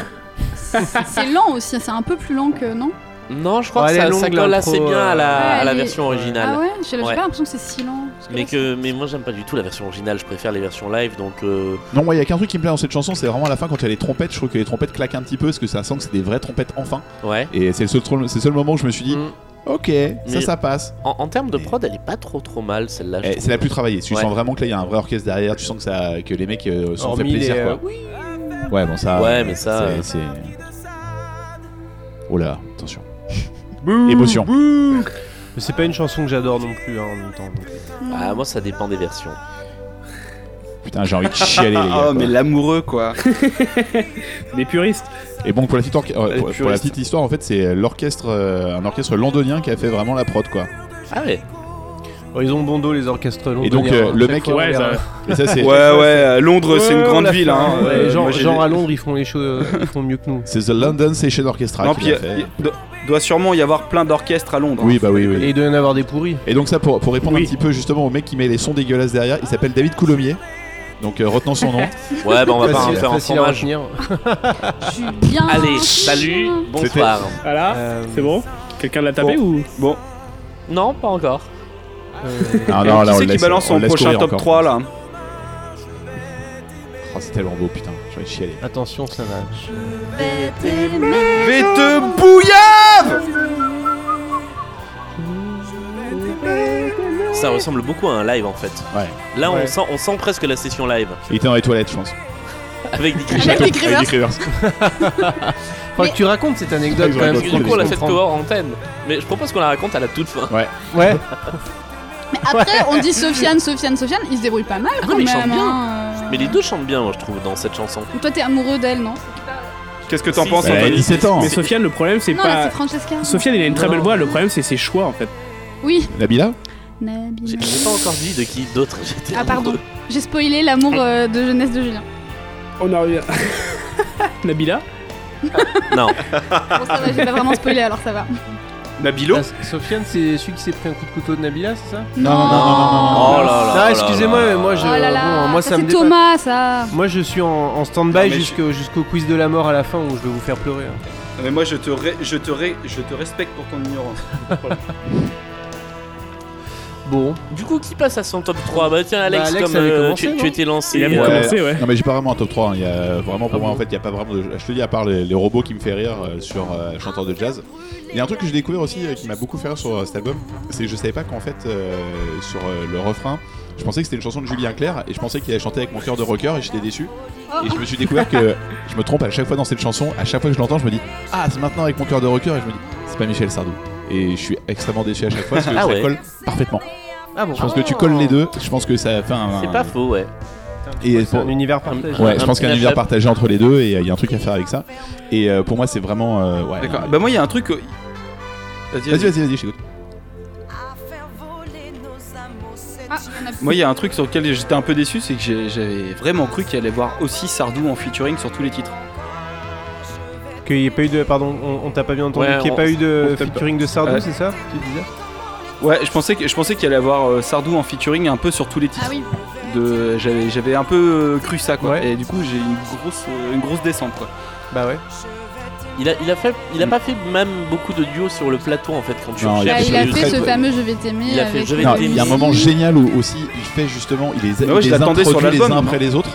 [SPEAKER 6] C'est lent aussi, c'est un peu plus lent que non
[SPEAKER 7] Non, je crois
[SPEAKER 2] Ouais,
[SPEAKER 7] que
[SPEAKER 2] elle est
[SPEAKER 7] ça, ça
[SPEAKER 2] longue,
[SPEAKER 7] colle
[SPEAKER 2] l'intro,
[SPEAKER 7] assez bien à la,
[SPEAKER 6] euh.
[SPEAKER 7] à la
[SPEAKER 6] Ouais,
[SPEAKER 7] version originale.
[SPEAKER 6] Ah ouais, j'ai j'ai
[SPEAKER 7] Ouais.
[SPEAKER 6] pas l'impression que c'est si lent. parce
[SPEAKER 7] Mais,
[SPEAKER 6] là,
[SPEAKER 7] que, mais moi j'aime pas du tout la version originale, je préfère les versions live donc. euh,
[SPEAKER 9] Non, moi, il y a qu'un truc qui me plaît dans cette chanson, c'est vraiment à la fin quand il y a les trompettes. Je trouve que les trompettes claquent un petit peu parce que ça sent que c'est des vraies trompettes enfin.
[SPEAKER 7] ouais.
[SPEAKER 9] Et c'est le seul, tro- c'est le seul moment où je me suis dit
[SPEAKER 7] Mm.
[SPEAKER 9] Ok, ça, ça passe.
[SPEAKER 7] En, en termes de prod, elle est pas trop trop mal celle-là. je
[SPEAKER 9] Eh,
[SPEAKER 7] trouve.
[SPEAKER 9] c'est la plus travaillée. Tu
[SPEAKER 7] Ouais.
[SPEAKER 9] sens vraiment que là, il y a un vrai orchestre derrière. Tu sens que, ça, que les mecs euh, se sont fait
[SPEAKER 2] Hormis
[SPEAKER 9] plaisir.
[SPEAKER 2] les,
[SPEAKER 9] quoi.
[SPEAKER 2] euh,
[SPEAKER 9] Ouais, bon, ça.
[SPEAKER 7] Ouais,
[SPEAKER 9] euh,
[SPEAKER 7] mais ça,
[SPEAKER 9] c'est- C'est. Oh là, attention. Émotion.
[SPEAKER 2] Mais C'est pas une chanson que j'adore non plus hein, en même temps. donc.
[SPEAKER 7] Ah, moi ça dépend des versions.
[SPEAKER 9] Putain, j'ai envie de chialer, les gars.
[SPEAKER 7] Oh,
[SPEAKER 8] Ah,
[SPEAKER 9] quoi.
[SPEAKER 8] mais l'amoureux, quoi.
[SPEAKER 10] Des puristes.
[SPEAKER 9] Et bon, pour la petite, orque- euh,
[SPEAKER 8] Elle est
[SPEAKER 9] pour, pour la
[SPEAKER 8] puriste.
[SPEAKER 9] petite histoire, en fait, c'est l'orchestre, euh, un orchestre londonien qui a fait vraiment la prod, quoi.
[SPEAKER 7] Ah ouais.
[SPEAKER 2] Oh, ils ont bon dos les orchestres londoniens.
[SPEAKER 9] donc, euh,
[SPEAKER 2] hein,
[SPEAKER 9] le
[SPEAKER 2] chaque
[SPEAKER 9] mec-
[SPEAKER 2] fois, on
[SPEAKER 10] Ouais,
[SPEAKER 2] les-
[SPEAKER 10] ça-
[SPEAKER 9] Et ça, c'est.
[SPEAKER 8] Ouais, ouais, euh, Londres, c'est une
[SPEAKER 2] Ouais,
[SPEAKER 8] grande
[SPEAKER 2] on l'a
[SPEAKER 8] ville.
[SPEAKER 2] fait,
[SPEAKER 8] Hein.
[SPEAKER 2] ouais,
[SPEAKER 8] Euh,
[SPEAKER 2] genre,
[SPEAKER 8] moi, j'ai-
[SPEAKER 2] genre à Londres, ils font les choses, ils font mieux que nous.
[SPEAKER 9] C'est The London Session Orchestra
[SPEAKER 2] Ah,
[SPEAKER 8] Non,
[SPEAKER 9] qui
[SPEAKER 8] puis
[SPEAKER 9] l'a
[SPEAKER 8] il y a-
[SPEAKER 9] fait.
[SPEAKER 8] il doit- doit sûrement y avoir plein d'orchestres à Londres. hein.
[SPEAKER 9] Oui, bah oui, oui.
[SPEAKER 2] Et il doit y en avoir des pourris.
[SPEAKER 9] Et donc ça, pour, pour répondre un
[SPEAKER 10] Oui.
[SPEAKER 9] petit peu justement au mec qui met les sons dégueulasses derrière, il s'appelle David Coulommiers. Donc euh, retenons son nom.
[SPEAKER 7] Ouais, bah on va pas en
[SPEAKER 2] Facile-
[SPEAKER 7] faire un
[SPEAKER 2] facile à
[SPEAKER 7] fromage.
[SPEAKER 2] retenir.
[SPEAKER 6] je suis bien.
[SPEAKER 7] Allez, salut, bonsoir.
[SPEAKER 10] Voilà,
[SPEAKER 2] Euh,
[SPEAKER 10] Ah, c'est bon Quelqu'un l'a tapé ou
[SPEAKER 8] Bon,
[SPEAKER 7] Non, pas encore.
[SPEAKER 2] euh,
[SPEAKER 9] Ah
[SPEAKER 8] alors, qui c'est qui balance son prochain top 3 là
[SPEAKER 9] Oh, c'est tellement beau, putain. J'ai envie de chialer.
[SPEAKER 2] Attention, ça va.
[SPEAKER 8] Mais te bouillave
[SPEAKER 7] Ça ressemble beaucoup à un live en fait.
[SPEAKER 9] Ouais.
[SPEAKER 7] Là, on
[SPEAKER 2] Ouais.
[SPEAKER 7] sent, on sent presque la session live
[SPEAKER 9] Il était dans les toilettes, je pense.
[SPEAKER 7] avec des cris.
[SPEAKER 6] Avec des crivers.
[SPEAKER 9] Avec des crivers.
[SPEAKER 2] Faudrait que tu racontes cette anecdote
[SPEAKER 9] Je
[SPEAKER 2] quand même.
[SPEAKER 9] raconte
[SPEAKER 2] pour
[SPEAKER 7] Du
[SPEAKER 2] qu'on
[SPEAKER 7] coup, on
[SPEAKER 2] puisse
[SPEAKER 7] l'a fait
[SPEAKER 2] comprendre.
[SPEAKER 7] hors antenne. Mais je propose qu'on la raconte à la toute fin.
[SPEAKER 2] Ouais.
[SPEAKER 6] Mais après, on dit Sofiane, Sofiane, Sofiane, il se débrouille pas mal quand
[SPEAKER 7] Ah mais il
[SPEAKER 6] même.
[SPEAKER 7] chante bien.
[SPEAKER 6] hein, euh.
[SPEAKER 7] Mais les deux chantent bien, moi, je trouve, dans cette chanson.
[SPEAKER 6] Toi, t'es amoureux d'elle, non
[SPEAKER 8] Qu'est-ce que t'en
[SPEAKER 7] Si,
[SPEAKER 8] penses,
[SPEAKER 7] si.
[SPEAKER 9] Elle a
[SPEAKER 8] Anthony
[SPEAKER 9] 17 ans.
[SPEAKER 10] Mais Sofiane, le problème, c'est
[SPEAKER 6] Non, là,
[SPEAKER 10] pas.
[SPEAKER 6] c'est Francesca.
[SPEAKER 10] Sofiane, il a une très
[SPEAKER 7] Non.
[SPEAKER 10] belle voix, le problème, c'est ses choix en fait.
[SPEAKER 6] Oui.
[SPEAKER 9] Nabila
[SPEAKER 7] J'ai
[SPEAKER 6] Nabila.
[SPEAKER 7] j'ai pas encore dit de qui d'autre j'étais.
[SPEAKER 6] Ah, pardon.
[SPEAKER 7] amoureux.
[SPEAKER 6] J'ai spoilé l'amour euh, de jeunesse de Julien.
[SPEAKER 10] On en revient. Nabila
[SPEAKER 7] Non,
[SPEAKER 6] Bon, ça va, j'ai pas vraiment spoilé, alors ça va.
[SPEAKER 8] Nabilo
[SPEAKER 2] Ah, Sofiane, c'est celui qui s'est pris un coup de couteau de Nabila, c'est ça
[SPEAKER 6] Non,
[SPEAKER 7] non, non, non, non. Oh là là là
[SPEAKER 2] Ah, excusez-moi,
[SPEAKER 7] là
[SPEAKER 2] mais moi,
[SPEAKER 7] là.
[SPEAKER 2] je,
[SPEAKER 6] Oh là là,
[SPEAKER 2] bon, moi
[SPEAKER 6] ça,
[SPEAKER 2] ça me
[SPEAKER 6] c'est
[SPEAKER 2] dépasse.
[SPEAKER 6] Thomas, ça.
[SPEAKER 2] Moi, je suis en, en
[SPEAKER 8] Non,
[SPEAKER 2] stand-by
[SPEAKER 8] mais
[SPEAKER 2] jusqu'au jusqu'au quiz de la mort à la fin où je vais vous faire pleurer. hein.
[SPEAKER 8] Ah, Mais moi je te, ré- je, te ré- je te respecte pour ton ignorance.
[SPEAKER 2] Bon,
[SPEAKER 7] Du coup, qui passe à son top 3 Bah tiens, Alex,
[SPEAKER 2] Bah, Alex
[SPEAKER 7] comme
[SPEAKER 2] avait
[SPEAKER 7] euh,
[SPEAKER 2] commencé,
[SPEAKER 7] tu,
[SPEAKER 2] non
[SPEAKER 7] tu étais lancé.
[SPEAKER 10] Il a bien
[SPEAKER 7] euh,
[SPEAKER 10] commencé, ouais.
[SPEAKER 9] Non mais j'ai pas vraiment un top 3, hein. il y a vraiment pour
[SPEAKER 2] Ah
[SPEAKER 9] moi
[SPEAKER 2] bon
[SPEAKER 9] en fait il y a pas vraiment de... Je te dis à part les, les robots qui me fait rire euh, sur euh, chanteur de jazz. Il y a un truc que j'ai découvert aussi euh, qui m'a beaucoup fait rire sur euh, cet album, c'est que je savais pas qu'en fait euh, sur euh, le refrain, je pensais que c'était une chanson de Julien Clerc et je pensais qu'il allait chanter avec mon cœur de rocker et j'étais déçu. Et je me suis découvert que je me trompe à chaque fois dans cette chanson, à chaque fois que je l'entends je me dis ah c'est maintenant avec mon cœur de rocker et je me dis c'est pas Michel Sardou. Et je suis extrêmement déçu à chaque fois parce que
[SPEAKER 7] Ah
[SPEAKER 9] ça
[SPEAKER 7] ouais.
[SPEAKER 9] colle parfaitement.
[SPEAKER 2] ah bon.
[SPEAKER 9] Je pense que tu colles les deux, je pense que ça fait un...
[SPEAKER 7] C'est pas faux, ouais.
[SPEAKER 9] et
[SPEAKER 2] C'est un
[SPEAKER 9] pour-
[SPEAKER 2] univers partagé.
[SPEAKER 8] Euh,
[SPEAKER 9] Ouais, je pense
[SPEAKER 7] petit
[SPEAKER 9] qu'il y a un
[SPEAKER 7] mashup.
[SPEAKER 9] univers partagé entre les deux et euh, il y a un truc à faire avec ça. Et euh, pour moi, c'est vraiment. euh,
[SPEAKER 2] Ah.
[SPEAKER 9] ouais,
[SPEAKER 8] D'accord.
[SPEAKER 9] non,
[SPEAKER 8] Bah moi il y a un truc. euh, Vas-y,
[SPEAKER 9] Vas-y,
[SPEAKER 8] vas-y.
[SPEAKER 9] vas-y, vas-y, je t'écoute.
[SPEAKER 6] Ah, on a plus.
[SPEAKER 8] Moi il y a un truc sur lequel j'étais un peu déçu, c'est que j'ai- j'avais vraiment cru qu'il allait voir aussi Sardou en featuring sur tous les titres.
[SPEAKER 2] Qu'il n'y ait pas eu de. Pardon, on, on t'a pas bien entendu.
[SPEAKER 7] Ouais,
[SPEAKER 2] Qu'il n'y
[SPEAKER 7] on-
[SPEAKER 2] ait pas eu de
[SPEAKER 8] on tape pas.
[SPEAKER 2] featuring de Sardou,
[SPEAKER 8] Ouais.
[SPEAKER 2] c'est ça Tu disais
[SPEAKER 8] Ouais, je pensais que je pensais qu'il allait avoir euh, Sardou en featuring un peu sur tous les titres.
[SPEAKER 6] Ah oui.
[SPEAKER 8] de j'avais j'avais un peu euh, cru ça quoi
[SPEAKER 2] Ouais.
[SPEAKER 8] et du coup j'ai une grosse euh, une grosse descente quoi.
[SPEAKER 2] Bah ouais.
[SPEAKER 7] Il a, il a, fait, il a
[SPEAKER 8] Mm.
[SPEAKER 7] pas fait même beaucoup de duos sur le plateau en fait quand tu
[SPEAKER 9] Non,
[SPEAKER 7] recherches
[SPEAKER 9] Il a
[SPEAKER 6] Bah,
[SPEAKER 9] fait
[SPEAKER 6] il
[SPEAKER 7] sur
[SPEAKER 6] a fait
[SPEAKER 9] ce
[SPEAKER 7] YouTube.
[SPEAKER 6] ce
[SPEAKER 9] truc,
[SPEAKER 6] fameux Je vais t'aimer.
[SPEAKER 7] Il a fait
[SPEAKER 6] avec,
[SPEAKER 7] Je vais
[SPEAKER 6] euh,
[SPEAKER 9] Non,
[SPEAKER 7] t'aimer.
[SPEAKER 9] il y a un moment génial où aussi il fait justement, il les,
[SPEAKER 8] Mais ouais,
[SPEAKER 9] il
[SPEAKER 8] Bah, je
[SPEAKER 9] les
[SPEAKER 8] l'attendais
[SPEAKER 9] introduit
[SPEAKER 8] sur
[SPEAKER 9] les uns
[SPEAKER 8] l'album, hein.
[SPEAKER 9] après les autres.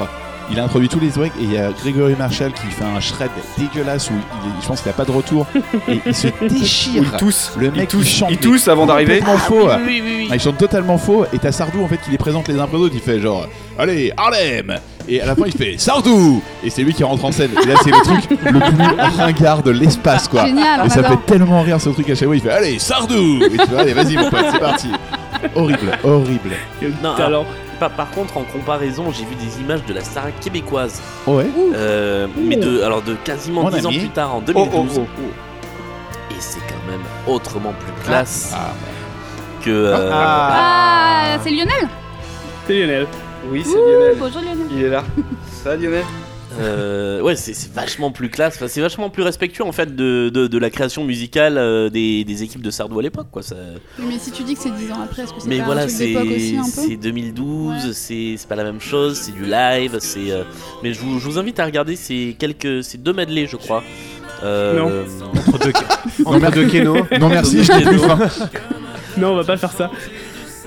[SPEAKER 9] Il a introduit tous les Zweig et il y a Grégory Marshall qui fait un shred dégueulasse où il est- je pense qu'il a pas de retour et il se déchire.
[SPEAKER 8] Ils tous
[SPEAKER 9] Le mec
[SPEAKER 8] tous
[SPEAKER 9] il chante.
[SPEAKER 8] ils tous avant d'arriver.
[SPEAKER 9] Complètement faux.
[SPEAKER 7] Oui, oui,
[SPEAKER 9] Ah, ils chantent totalement faux et t'as Sardou en fait qui les présente les uns après les autres. Il fait genre Allez, Harlem Et à la fin il fait Sardou Et c'est lui qui rentre en scène. Et là c'est le truc le plus ringard de l'espace quoi.
[SPEAKER 6] Génial,
[SPEAKER 9] Et ça
[SPEAKER 6] j'adore.
[SPEAKER 9] fait tellement rire ce truc à chaque fois. Il fait Allez, Sardou Et tu vois, allez, vas-y mon pote, c'est parti Horrible, horrible.
[SPEAKER 10] Quel
[SPEAKER 8] Ah.
[SPEAKER 7] Non,
[SPEAKER 10] talent.
[SPEAKER 7] Par, par contre, en comparaison, j'ai vu des images de la star québécoise,
[SPEAKER 9] Oh ouais
[SPEAKER 7] Euh, mais de, alors de quasiment
[SPEAKER 9] Mon
[SPEAKER 7] 10 ans
[SPEAKER 9] ami.
[SPEAKER 7] plus tard, en
[SPEAKER 8] Oh, oh,
[SPEAKER 7] 2012.
[SPEAKER 8] oh,
[SPEAKER 7] Et c'est quand même autrement plus classe
[SPEAKER 9] Ah,
[SPEAKER 7] que. euh,
[SPEAKER 6] Ah, c'est Lionel
[SPEAKER 10] C'est Lionel.
[SPEAKER 8] oh. Oui, c'est
[SPEAKER 6] Ouh,
[SPEAKER 8] Lionel.
[SPEAKER 6] Bonjour Lionel.
[SPEAKER 8] Il est là. Ça va, Lionel
[SPEAKER 9] ah.
[SPEAKER 7] Euh, ouais, c'est c'est vachement plus classe. Enfin, c'est vachement plus respectueux en fait de, de- de la création musicale euh, des, des équipes de Sardou à l'époque, quoi. Ça...
[SPEAKER 6] Oui, Mais si tu dis que c'est 10 ans après, est-ce que c'est
[SPEAKER 7] Mais
[SPEAKER 6] pas un
[SPEAKER 7] voilà,
[SPEAKER 6] truc
[SPEAKER 7] c'est
[SPEAKER 6] d'époque aussi un peu
[SPEAKER 7] c'est 2012, c'est c'est pas la même chose, c'est du live, c'est. euh, Mais je vous, je vous invite à regarder ces quelques, ces deux medley, je crois. Euh,
[SPEAKER 2] Entre deux, entre
[SPEAKER 9] mer-
[SPEAKER 2] deux kénos.
[SPEAKER 9] Non merci, j'ai plus faim.
[SPEAKER 10] Non, on va pas faire ça.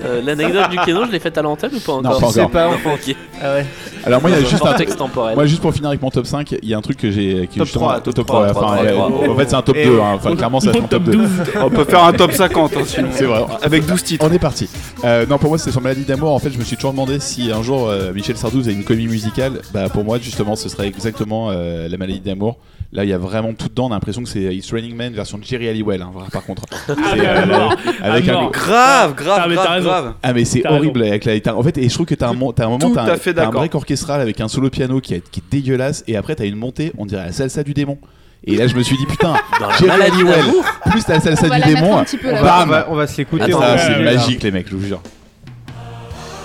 [SPEAKER 7] euh, L'anecdote du Keno, je l'ai faite à l'antenne ou pas encore
[SPEAKER 9] pas encore.
[SPEAKER 2] pas, en
[SPEAKER 7] ok.
[SPEAKER 2] Ah ouais.
[SPEAKER 9] Alors moi, il y a
[SPEAKER 7] Dans un
[SPEAKER 9] juste un
[SPEAKER 7] contexte temporel.
[SPEAKER 9] Moi, juste pour finir avec mon top 5, il y a un truc que j'ai. qui est
[SPEAKER 2] Top
[SPEAKER 9] justement-
[SPEAKER 2] 3,
[SPEAKER 9] top,
[SPEAKER 7] top
[SPEAKER 9] 3,
[SPEAKER 7] 3,
[SPEAKER 9] enfin,
[SPEAKER 7] top 3.
[SPEAKER 9] euh, En fait, c'est un top
[SPEAKER 2] Et
[SPEAKER 9] 2. hein. Enfin, clairement, ça va être mon top 2.
[SPEAKER 8] On peut faire un top 50 hein, sinon.
[SPEAKER 9] C'est vrai.
[SPEAKER 8] Avec 12 titres.
[SPEAKER 9] On est parti. Euh, non, pour moi, c'est sur Maladie d'amour. En fait, je me suis toujours demandé si un jour euh, Michel Sardou faisait une comédie musicale. Bah, pour moi, justement, ce serait exactement euh, La Maladie d'amour. Là, il y a vraiment tout dedans. On a l'impression que c'est euh, It's Raining Man version Jerry Halliwell, hein, par contre.
[SPEAKER 8] Ah,
[SPEAKER 9] C'est, euh,
[SPEAKER 10] à mort,
[SPEAKER 9] avec
[SPEAKER 10] à
[SPEAKER 9] un-
[SPEAKER 10] mort.
[SPEAKER 8] Grave,
[SPEAKER 10] Ah,
[SPEAKER 8] grave,
[SPEAKER 10] mais t'as
[SPEAKER 8] grave,
[SPEAKER 10] raison.
[SPEAKER 8] grave.
[SPEAKER 9] Ah mais c'est
[SPEAKER 10] T'as raison.
[SPEAKER 9] horrible avec la guitare. En fait, et je trouve que t'as un, mo- t'as un moment,
[SPEAKER 8] tout
[SPEAKER 9] t'as
[SPEAKER 8] à
[SPEAKER 9] un,
[SPEAKER 8] fait
[SPEAKER 9] t'as un
[SPEAKER 8] d'accord.
[SPEAKER 9] break orchestral avec un solo piano qui est, qui est dégueulasse, et après t'as une montée, on dirait la salsa du démon. Et là, je me suis dit putain, Jerry
[SPEAKER 7] Maladie
[SPEAKER 9] Halliwell, plus la salsa
[SPEAKER 6] On va
[SPEAKER 9] du
[SPEAKER 6] la mettre
[SPEAKER 9] démon. hein.
[SPEAKER 6] un petit peu là.
[SPEAKER 9] Bam
[SPEAKER 2] On va, on va se l'écouter.
[SPEAKER 9] Putain,
[SPEAKER 2] on va-
[SPEAKER 9] c'est
[SPEAKER 10] ouais,
[SPEAKER 9] magique les mecs, je vous jure.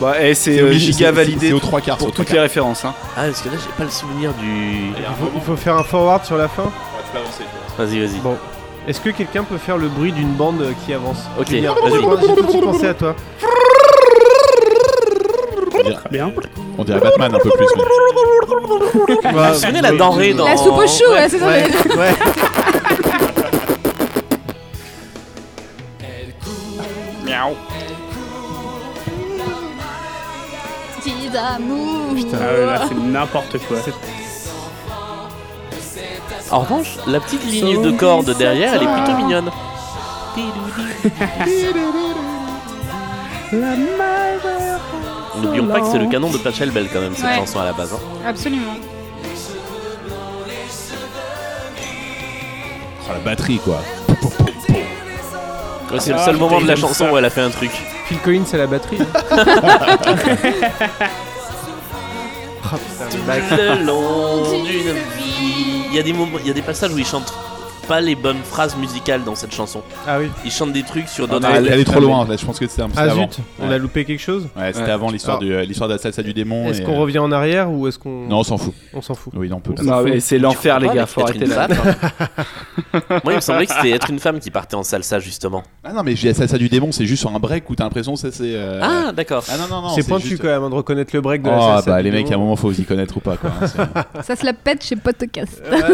[SPEAKER 8] Bah, eh, c'est
[SPEAKER 9] C'est
[SPEAKER 8] euh,
[SPEAKER 9] obligé,
[SPEAKER 8] giga
[SPEAKER 9] c'est- C'est
[SPEAKER 8] validé
[SPEAKER 9] aux trois quarts. c'est
[SPEAKER 8] pour
[SPEAKER 9] aux trois
[SPEAKER 8] toutes les références. hein.
[SPEAKER 7] Ah, parce que là, j'ai pas le souvenir du.
[SPEAKER 2] Il faut, il faut faire un forward sur la fin.
[SPEAKER 7] Vas-y, vas-y.
[SPEAKER 2] Bon. Est-ce que quelqu'un peut faire le bruit d'une bande euh, qui avance
[SPEAKER 7] Ok,
[SPEAKER 2] Julien,
[SPEAKER 7] vas-y.
[SPEAKER 2] j'ai tout de suite pensé à toi.
[SPEAKER 10] Très bien.
[SPEAKER 9] quarts. On dirait Batman un peu plus. mais-
[SPEAKER 7] Vous vous souvenez Ah, la denrée dans.
[SPEAKER 6] La soupe au chou, ouais, c'est ça.
[SPEAKER 2] Ouais, ouais.
[SPEAKER 6] Petits amours.
[SPEAKER 10] Ah ouais, là, c'est n'importe quoi.
[SPEAKER 7] En revanche, la petite ligne de corde derrière, elle est plutôt mignonne. N'oublions pas que c'est le canon de Pachel Bell quand même cette
[SPEAKER 6] Ouais.
[SPEAKER 7] chanson à la base. hein.
[SPEAKER 6] Absolument.
[SPEAKER 9] Oh, la batterie quoi.
[SPEAKER 7] Ouais, c'est le
[SPEAKER 10] Ah,
[SPEAKER 7] seul moment
[SPEAKER 10] putain,
[SPEAKER 7] de la
[SPEAKER 10] ils aiment
[SPEAKER 7] chanson
[SPEAKER 10] ça.
[SPEAKER 7] où elle a fait un truc.
[SPEAKER 2] Phil Collins à la batterie. hein. Ah, putain, le bac.
[SPEAKER 7] Le long d'une vie. Il y a des moments, il y a des passages où il chante pas les bonnes phrases musicales dans cette chanson.
[SPEAKER 2] Ah oui.
[SPEAKER 7] Il chante des trucs sur
[SPEAKER 9] Non,
[SPEAKER 7] d'autres.
[SPEAKER 9] Ah, elle, elle est trop loin. Là, je pense que c'était un petit
[SPEAKER 2] Ah
[SPEAKER 9] avant.
[SPEAKER 2] zut, on a loupé quelque chose.
[SPEAKER 9] Ouais, c'était
[SPEAKER 8] Ouais.
[SPEAKER 9] avant l'histoire du- euh, l'histoire de la salsa du démon.
[SPEAKER 2] Est-ce
[SPEAKER 9] et,
[SPEAKER 2] qu'on
[SPEAKER 9] euh,
[SPEAKER 2] revient en arrière ou est-ce qu'on
[SPEAKER 9] Non, on s'en fout.
[SPEAKER 2] on s'en fout
[SPEAKER 9] Oui, non, on peut pas.
[SPEAKER 8] Non, mais c'est l'enfer, les
[SPEAKER 7] Ah,
[SPEAKER 8] gars,
[SPEAKER 7] avec
[SPEAKER 8] faut arrêter
[SPEAKER 7] être une
[SPEAKER 8] là.
[SPEAKER 7] femme. Moi, il me semblait que c'était être une femme qui partait en salsa justement.
[SPEAKER 9] Ah non, mais je dis la salsa du démon, c'est juste sur un break où t'as l'impression que ça c'est. euh,
[SPEAKER 7] Ah, d'accord.
[SPEAKER 9] Ah non, non, non.
[SPEAKER 2] C'est pointu
[SPEAKER 9] juste-
[SPEAKER 2] quand même hein, de reconnaître le break de la
[SPEAKER 9] Ah
[SPEAKER 2] salsa
[SPEAKER 9] bah
[SPEAKER 2] du
[SPEAKER 9] les mecs, à un
[SPEAKER 2] démon.
[SPEAKER 9] moment, faut vous y connaître ou pas quoi. hein, c'est-
[SPEAKER 6] Ça se la pète chez Podcast.
[SPEAKER 2] Ouais.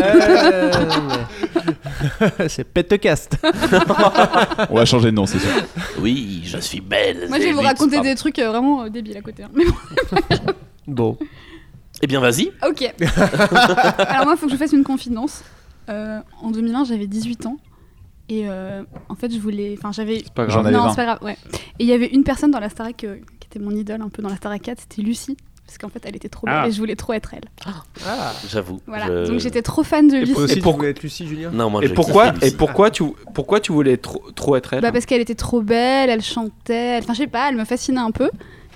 [SPEAKER 2] C'est Petecast.
[SPEAKER 9] On va changer de nom, c'est sûr.
[SPEAKER 7] Oui, je suis belle.
[SPEAKER 6] Moi, je vais vous
[SPEAKER 7] Zélix.
[SPEAKER 6] raconter
[SPEAKER 7] Pardon.
[SPEAKER 6] des trucs euh, vraiment euh, débiles à côté. hein. Mais bon,
[SPEAKER 2] Bon.
[SPEAKER 7] Eh bien, vas-y.
[SPEAKER 6] ok. Alors, moi, il faut que je fasse une confidence. Euh, en 2001, j'avais 18 ans. Et euh, en fait, je voulais. Enfin, j'avais.
[SPEAKER 8] Pas
[SPEAKER 9] grave. J'en avais
[SPEAKER 6] Non,
[SPEAKER 9] 20.
[SPEAKER 6] c'est pas grave, ouais. Et il y avait une personne dans la Starac euh, qui était mon idole un peu dans la Starac 4, c'était Lucie. Parce qu'en fait, elle était trop belle
[SPEAKER 10] Ah.
[SPEAKER 6] et je voulais trop être elle.
[SPEAKER 7] J'avoue.
[SPEAKER 6] Voilà.
[SPEAKER 7] je-
[SPEAKER 6] Donc, j'étais trop fan de
[SPEAKER 2] Et
[SPEAKER 6] Lucie.
[SPEAKER 2] toi aussi, tu
[SPEAKER 8] pour-
[SPEAKER 2] voulais être Lucie, Julien
[SPEAKER 7] Non, moi,
[SPEAKER 8] Et
[SPEAKER 7] je
[SPEAKER 8] pourquoi,
[SPEAKER 7] kiffe les
[SPEAKER 8] et
[SPEAKER 7] Lucy.
[SPEAKER 8] pourquoi, tu, pourquoi tu voulais trop, trop être elle
[SPEAKER 6] Bah parce qu'elle était trop belle, elle chantait, elle- enfin je sais pas, elle me fascinait un peu.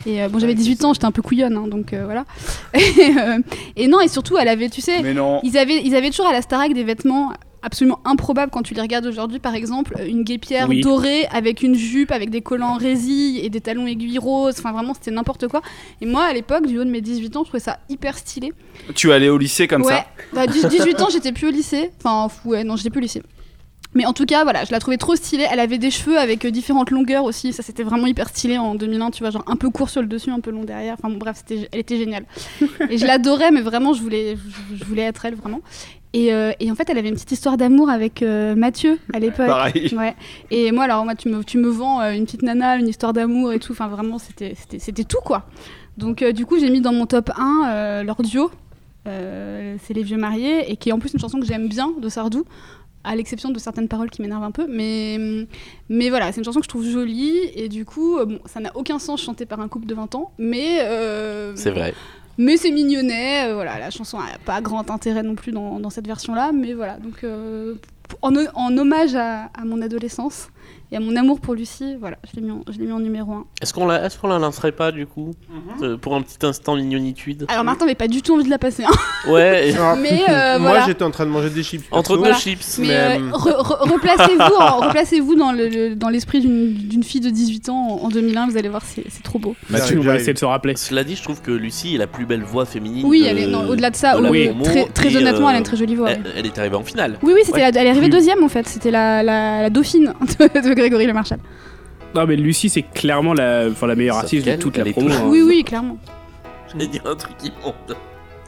[SPEAKER 6] Et euh, bon, j'avais 18 ans, j'étais un peu couillonne, hein, donc euh, voilà. et, euh, et non, et surtout, elle avait, tu sais,
[SPEAKER 8] Mais non.
[SPEAKER 6] ils avaient, ils avaient toujours à la Starac des vêtements absolument improbables quand tu les regardes aujourd'hui, par exemple, une guépière
[SPEAKER 10] Oui.
[SPEAKER 6] dorée avec une jupe, avec des collants en résille et des talons aiguilles roses, enfin vraiment, c'était n'importe quoi. Et moi, à l'époque, du haut de mes 18 ans, je trouvais ça hyper stylé.
[SPEAKER 8] Tu allais au lycée comme
[SPEAKER 6] ouais.
[SPEAKER 8] ça.
[SPEAKER 6] Bah, dix- 18 ans, j'étais plus au lycée. Enfin, fou, ouais, non, j'étais plus au lycée. Mais en tout cas, voilà, je la trouvais trop stylée. Elle avait des cheveux avec euh, différentes longueurs aussi. Ça, c'était vraiment hyper stylé en 2001, tu vois, genre un peu court sur le dessus, un peu long derrière. Enfin, bon, bref, c'était, elle était géniale. Et je l'adorais, mais vraiment, je voulais, je- je voulais être elle, vraiment. Et, euh, et en fait, elle avait une petite histoire d'amour avec euh, Mathieu à l'époque.
[SPEAKER 8] Pareil.
[SPEAKER 6] Ouais. Et moi, alors, moi, tu me, tu me vends euh, une petite nana, une histoire d'amour et tout. Enfin, vraiment, c'était c'était- c'était tout, quoi. Donc, euh, du coup, j'ai mis dans mon top 1 euh, leur duo. Euh, c'est Les Vieux Mariés. Et qui est en plus une chanson que j'aime bien de Sardou. À l'exception de certaines paroles qui m'énervent un peu. Mais, mais voilà, c'est une chanson que je trouve jolie. Et du coup, euh, bon, ça n'a aucun sens chanté par un couple de 20 ans. Mais. euh,
[SPEAKER 7] C'est vrai.
[SPEAKER 6] mais c'est mignonnet, euh, voilà, la chanson n'a pas grand intérêt non plus dans, dans cette version-là, mais voilà, donc euh, p- en, o- en hommage à, à mon adolescence et à mon amour pour Lucie. Voilà, je l'ai mis, en- je l'ai mis en numéro 1.
[SPEAKER 7] Est-ce qu'on la, est-ce qu'on la lancerait pas du coup Euh, Pour un petit instant l'ignonitude
[SPEAKER 6] Alors Martin n'avait pas du tout envie de la passer. hein.
[SPEAKER 7] Ouais, et-
[SPEAKER 6] Mais euh,
[SPEAKER 2] Moi
[SPEAKER 6] voilà.
[SPEAKER 2] j'étais en train de manger des chips.
[SPEAKER 7] entre deux
[SPEAKER 2] perso.
[SPEAKER 6] Voilà.
[SPEAKER 7] chips.
[SPEAKER 6] Mais
[SPEAKER 2] Mais,
[SPEAKER 6] euh,
[SPEAKER 2] euh,
[SPEAKER 6] re- re- replacez-vous en- replacez-vous dans le- le- dans l'esprit d'une- d'une fille de 18 ans en, en 2001. Vous allez voir, c'est c'est trop beau.
[SPEAKER 10] Mathieu, on va essayer de se rappeler.
[SPEAKER 7] Cela dit, je trouve que Lucie est la plus belle voix féminine.
[SPEAKER 6] Oui,
[SPEAKER 7] de-
[SPEAKER 6] elle est, non, au-delà de ça,
[SPEAKER 7] de la
[SPEAKER 6] au-
[SPEAKER 7] promo,
[SPEAKER 6] très, très
[SPEAKER 7] et,
[SPEAKER 6] honnêtement,
[SPEAKER 7] euh,
[SPEAKER 6] elle a une très jolie voix.
[SPEAKER 7] Elle, elle est arrivée en finale.
[SPEAKER 6] Oui, oui, c'était
[SPEAKER 7] Ouais. Mm.
[SPEAKER 6] la- elle est arrivée deuxième en fait. C'était la, la, la dauphine de, de Grégory Le Marchal.
[SPEAKER 10] Non, mais Lucie, c'est clairement la, enfin, la meilleure
[SPEAKER 7] Sauf
[SPEAKER 10] artiste de
[SPEAKER 7] qu'elle,
[SPEAKER 10] toute
[SPEAKER 7] elle
[SPEAKER 10] la
[SPEAKER 7] est
[SPEAKER 10] promo.
[SPEAKER 7] toujours-
[SPEAKER 10] hein.
[SPEAKER 6] Oui, oui, clairement. Mmh.
[SPEAKER 7] J'ai dit un truc immonde.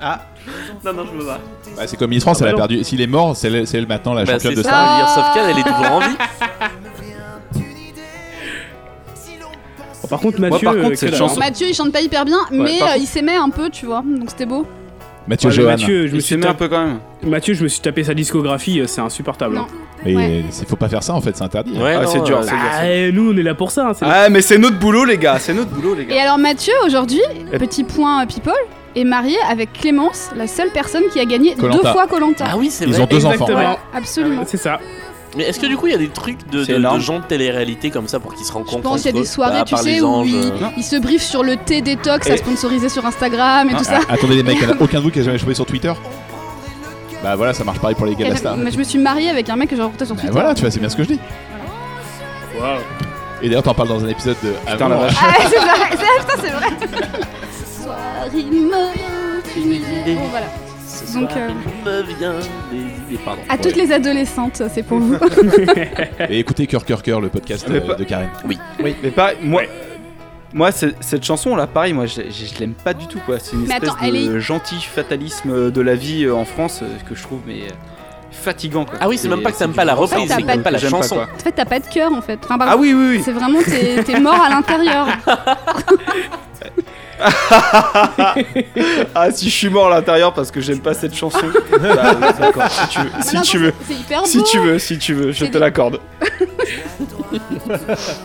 [SPEAKER 2] Ah.
[SPEAKER 7] Non, non, je me bats.
[SPEAKER 9] Bah, c'est comme Miss France,
[SPEAKER 10] Ah,
[SPEAKER 9] elle
[SPEAKER 10] bah non.
[SPEAKER 9] a perdu. S'il est mort, c'est elle, c'est elle maintenant la
[SPEAKER 7] Bah,
[SPEAKER 9] championne
[SPEAKER 7] c'est
[SPEAKER 9] de
[SPEAKER 7] ça,
[SPEAKER 9] Star.
[SPEAKER 7] je veux dire,
[SPEAKER 6] Ah.
[SPEAKER 7] sauf qu'elle, elle est toujours en vie.
[SPEAKER 10] Oh, par contre,
[SPEAKER 8] Moi,
[SPEAKER 10] Mathieu,
[SPEAKER 8] par contre,
[SPEAKER 10] euh,
[SPEAKER 8] cette
[SPEAKER 10] quel
[SPEAKER 8] chanson-
[SPEAKER 10] alors
[SPEAKER 6] Mathieu, il chante pas hyper bien, mais
[SPEAKER 8] par
[SPEAKER 6] euh, il s'aimait un peu, tu vois. Donc c'était beau.
[SPEAKER 9] Mathieu
[SPEAKER 10] Ouais, mais
[SPEAKER 9] Johan.
[SPEAKER 10] Mathieu, je me
[SPEAKER 8] Il
[SPEAKER 10] suis
[SPEAKER 8] s'aimait un
[SPEAKER 10] tapé-
[SPEAKER 8] peu quand même.
[SPEAKER 10] Mathieu, je me suis tapé sa discographie, euh, c'est insupportable.
[SPEAKER 6] Non.
[SPEAKER 10] hein.
[SPEAKER 9] Mais
[SPEAKER 6] Ouais.
[SPEAKER 9] il faut pas faire ça en fait, c'est interdit. hein.
[SPEAKER 7] Ouais,
[SPEAKER 8] Ah,
[SPEAKER 7] non,
[SPEAKER 8] c'est dur,
[SPEAKER 7] euh,
[SPEAKER 8] c'est dur.
[SPEAKER 10] Ah, eh, nous, on est là pour ça. hein, c'est-
[SPEAKER 8] Ah, mais c'est notre boulot, les gars. C'est notre boulot, les
[SPEAKER 6] Et
[SPEAKER 8] gars.
[SPEAKER 6] alors Mathieu, aujourd'hui,
[SPEAKER 8] Et-
[SPEAKER 6] petit point euh, people, est marié avec Clémence, la seule personne qui a gagné
[SPEAKER 9] Koh-Lanta.
[SPEAKER 6] deux fois Colanta.
[SPEAKER 7] Ah oui, c'est
[SPEAKER 9] Ils
[SPEAKER 7] vrai.
[SPEAKER 9] ont deux enfants.
[SPEAKER 10] Exactement.
[SPEAKER 6] Absolument.
[SPEAKER 10] C'est ça.
[SPEAKER 7] Mais est-ce que du coup, il y a des trucs de,
[SPEAKER 8] C'est
[SPEAKER 7] de,
[SPEAKER 8] énorme.
[SPEAKER 7] de gens de télé-réalité comme ça pour qu'ils se rencontrent
[SPEAKER 6] Je pense qu'il y a
[SPEAKER 7] entre
[SPEAKER 6] des
[SPEAKER 7] eux Bah,
[SPEAKER 6] soirées,
[SPEAKER 7] à
[SPEAKER 6] tu
[SPEAKER 7] part
[SPEAKER 6] sais,
[SPEAKER 7] les
[SPEAKER 6] où
[SPEAKER 7] anges.
[SPEAKER 6] ils,
[SPEAKER 7] euh.
[SPEAKER 6] ils se briefent sur le thé détox
[SPEAKER 9] Et-
[SPEAKER 6] à sponsoriser sur Instagram et
[SPEAKER 9] Ah,
[SPEAKER 6] tout ça.
[SPEAKER 9] ah, attendez les mecs, y'en a aucun de vous qui a jamais chopé sur Twitter Bah voilà, ça marche pareil pour les gars de la star.
[SPEAKER 6] Eh ben, Mais je me suis mariée avec un mec que j'ai rencontré sur
[SPEAKER 9] Bah
[SPEAKER 6] Twitter.
[SPEAKER 9] voilà, tu vois, c'est bien ce que je dis. Et d'ailleurs, t'en parles dans un épisode de.
[SPEAKER 8] Putain, la
[SPEAKER 9] Avant.
[SPEAKER 8] vache.
[SPEAKER 6] Ah, c'est vrai, c'est putain, c'est vrai. Soirée moyenne, une idée. Bon, voilà.
[SPEAKER 7] Ce
[SPEAKER 6] Donc,
[SPEAKER 7] soir,
[SPEAKER 6] euh,
[SPEAKER 7] il me vient des idées. Pardon.
[SPEAKER 6] À toutes les adolescentes, c'est pour vous.
[SPEAKER 9] Et écoutez Cœur Cœur Cœur, le podcast
[SPEAKER 8] Mais
[SPEAKER 9] euh,
[SPEAKER 8] pas-
[SPEAKER 9] de Karen.
[SPEAKER 8] Mais pareil, moi. Moi, c'est- cette chanson, là, pareil, moi, je, je- je l'aime pas du tout, quoi. C'est une
[SPEAKER 6] Mais
[SPEAKER 8] espèce
[SPEAKER 6] attends, elle
[SPEAKER 8] de gentil fatalisme de la vie euh, en France euh, que je trouve, mais euh, fatigant, quoi.
[SPEAKER 7] Ah oui, c'est même pas que t'aimes
[SPEAKER 8] du
[SPEAKER 7] pas la
[SPEAKER 8] bon
[SPEAKER 7] reprise,
[SPEAKER 8] sens,
[SPEAKER 6] c'est que t'aimes
[SPEAKER 8] euh,
[SPEAKER 7] pas la
[SPEAKER 8] que j'aime
[SPEAKER 7] chanson.
[SPEAKER 8] quoi.
[SPEAKER 6] En fait, t'as pas de cœur en fait. Enfin, pardon.
[SPEAKER 8] Ah oui, oui, oui.
[SPEAKER 6] C'est vraiment, t'es t'es mort à l'intérieur.
[SPEAKER 8] Ah, si je suis mort à l'intérieur parce que j'aime pas cette chanson. Bah, ouais, D'accord, si tu veux.
[SPEAKER 6] Mais
[SPEAKER 8] Si
[SPEAKER 6] Ah, non,
[SPEAKER 8] tu
[SPEAKER 6] non,
[SPEAKER 8] veux.
[SPEAKER 6] C'est hyper beau. hein.
[SPEAKER 8] Si tu veux, si tu veux, je
[SPEAKER 6] C'est
[SPEAKER 8] te
[SPEAKER 6] du-
[SPEAKER 8] l'accorde.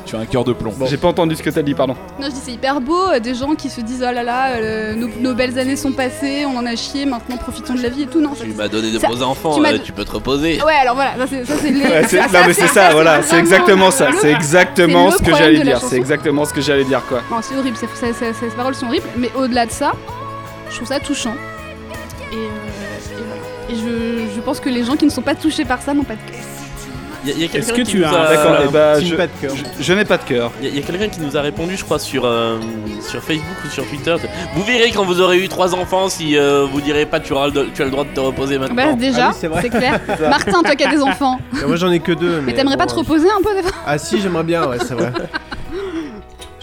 [SPEAKER 9] Tu as un cœur de plomb.
[SPEAKER 8] J'ai pas entendu ce que t'as dit, pardon.
[SPEAKER 6] Non, je dis c'est hyper beau. euh, Des gens qui se disent, oh là là, euh, nos, nos belles années sont passées, on en a chié, maintenant profitons de la vie et tout. Non, ça,
[SPEAKER 7] Tu
[SPEAKER 2] Bah,
[SPEAKER 6] c'est-
[SPEAKER 7] m'as donné de
[SPEAKER 6] Ça-
[SPEAKER 7] beaux enfants,
[SPEAKER 6] tu m'as-
[SPEAKER 7] euh, tu peux te reposer.
[SPEAKER 6] Ouais, alors voilà, ça c'est ça, c'est les-
[SPEAKER 8] Ouais, c'est- non mais c'est ça, voilà, c'est
[SPEAKER 6] vraiment
[SPEAKER 8] exactement ça,
[SPEAKER 6] le-
[SPEAKER 8] c'est exactement
[SPEAKER 6] le
[SPEAKER 8] ce que
[SPEAKER 6] problème
[SPEAKER 8] j'allais
[SPEAKER 6] de la
[SPEAKER 8] dire,
[SPEAKER 6] chanson.
[SPEAKER 8] c'est exactement ce que j'allais dire quoi.
[SPEAKER 6] Non, c'est horrible, c'est- ça- ça- ces paroles sont horribles, mais au-delà de ça, je trouve ça touchant. Et, euh, et voilà. Et je, je pense que les gens qui ne sont pas touchés par ça n'ont pas de cœur.
[SPEAKER 7] Y a- y a
[SPEAKER 10] Est-ce
[SPEAKER 7] quelqu'un
[SPEAKER 10] que
[SPEAKER 7] qui
[SPEAKER 10] tu
[SPEAKER 7] nous
[SPEAKER 10] as
[SPEAKER 7] a-
[SPEAKER 10] un-
[SPEAKER 7] euh, eh ben,
[SPEAKER 8] D'accord,
[SPEAKER 7] Il
[SPEAKER 8] et bah
[SPEAKER 2] Team
[SPEAKER 8] je,
[SPEAKER 2] pas de cœur.
[SPEAKER 8] je- je n'ai pas de cœur.
[SPEAKER 7] y a- y a, quelqu'un qui nous a répondu, je crois, sur, euh, sur Facebook ou sur Twitter. Vous verrez quand vous aurez eu trois enfants si euh, vous direz pas tu, auras le, do- tu as le droit de te reposer maintenant.
[SPEAKER 6] Bah, déjà,
[SPEAKER 2] Ah oui, c'est vrai.
[SPEAKER 6] c'est clair. Martin, toi qui as des enfants,
[SPEAKER 2] Bah, moi j'en ai que deux.
[SPEAKER 6] mais t'aimerais
[SPEAKER 2] bon,
[SPEAKER 6] pas te reposer un peu des fois
[SPEAKER 2] euh, Ah si, j'aimerais bien, ouais, c'est vrai.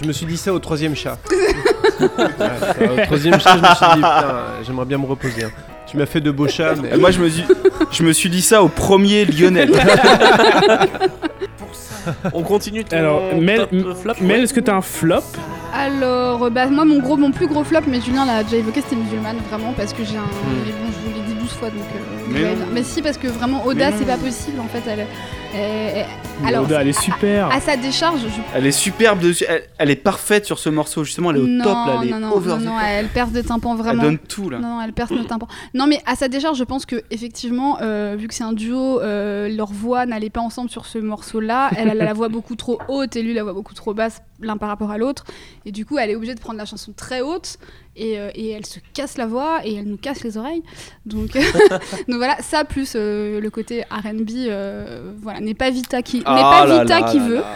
[SPEAKER 2] Je me suis dit ça au troisième chat. Ouais, ça, au troisième chat, je me suis dit, putain, j'aimerais bien me reposer. hein. Tu m'as fait de beaux chats, mais.
[SPEAKER 8] Et moi je me suis, je me suis dit ça au premier Lionel.
[SPEAKER 7] On continue ton
[SPEAKER 10] Alors, Mel-
[SPEAKER 7] top, euh, flop,
[SPEAKER 10] Mel,
[SPEAKER 7] ouais.
[SPEAKER 10] est-ce que t'as un flop
[SPEAKER 6] Alors, euh, bah, moi, mon gros, mon plus gros flop, mais Julien l'a déjà évoqué, c'était musulmane, vraiment, parce que j'ai un. Mais bon, je vous l'ai dit 12 fois, donc. euh,
[SPEAKER 8] Mm. Mais
[SPEAKER 6] ouais,
[SPEAKER 8] non.
[SPEAKER 6] mais si, parce que vraiment, Oda, c'est pas possible, en fait. Elle, elle- elle- alors,
[SPEAKER 10] Oda, elle est super.
[SPEAKER 8] Ah.
[SPEAKER 6] à sa décharge, je
[SPEAKER 8] Elle est superbe dessus, elle, elle est parfaite sur ce morceau justement, elle est au
[SPEAKER 6] non,
[SPEAKER 8] top là, elle est
[SPEAKER 6] non, non,
[SPEAKER 8] over
[SPEAKER 6] non,
[SPEAKER 8] the
[SPEAKER 6] non,
[SPEAKER 8] top.
[SPEAKER 6] elle perd des tympans
[SPEAKER 8] Elle
[SPEAKER 6] vraiment.
[SPEAKER 8] donne tout là.
[SPEAKER 6] Non, non, elle perd nos tympans. Non, mais à sa décharge, je pense que effectivement, euh, vu que c'est un duo, euh, leur voix n'allait pas ensemble sur ce morceau-là. Elle, elle a la voix beaucoup trop haute et lui la voix beaucoup trop basse, l'un par rapport à l'autre. Et du coup, elle est obligée de prendre la chanson très haute et, euh, et elle se casse la voix et elle nous casse les oreilles. Donc, donc voilà, ça plus euh, le côté R&B, euh, voilà, n'est pas Vita qui, n'est
[SPEAKER 8] Ah
[SPEAKER 6] pas
[SPEAKER 8] là
[SPEAKER 6] Vita
[SPEAKER 8] là
[SPEAKER 6] qui
[SPEAKER 8] là
[SPEAKER 6] veut.
[SPEAKER 8] là.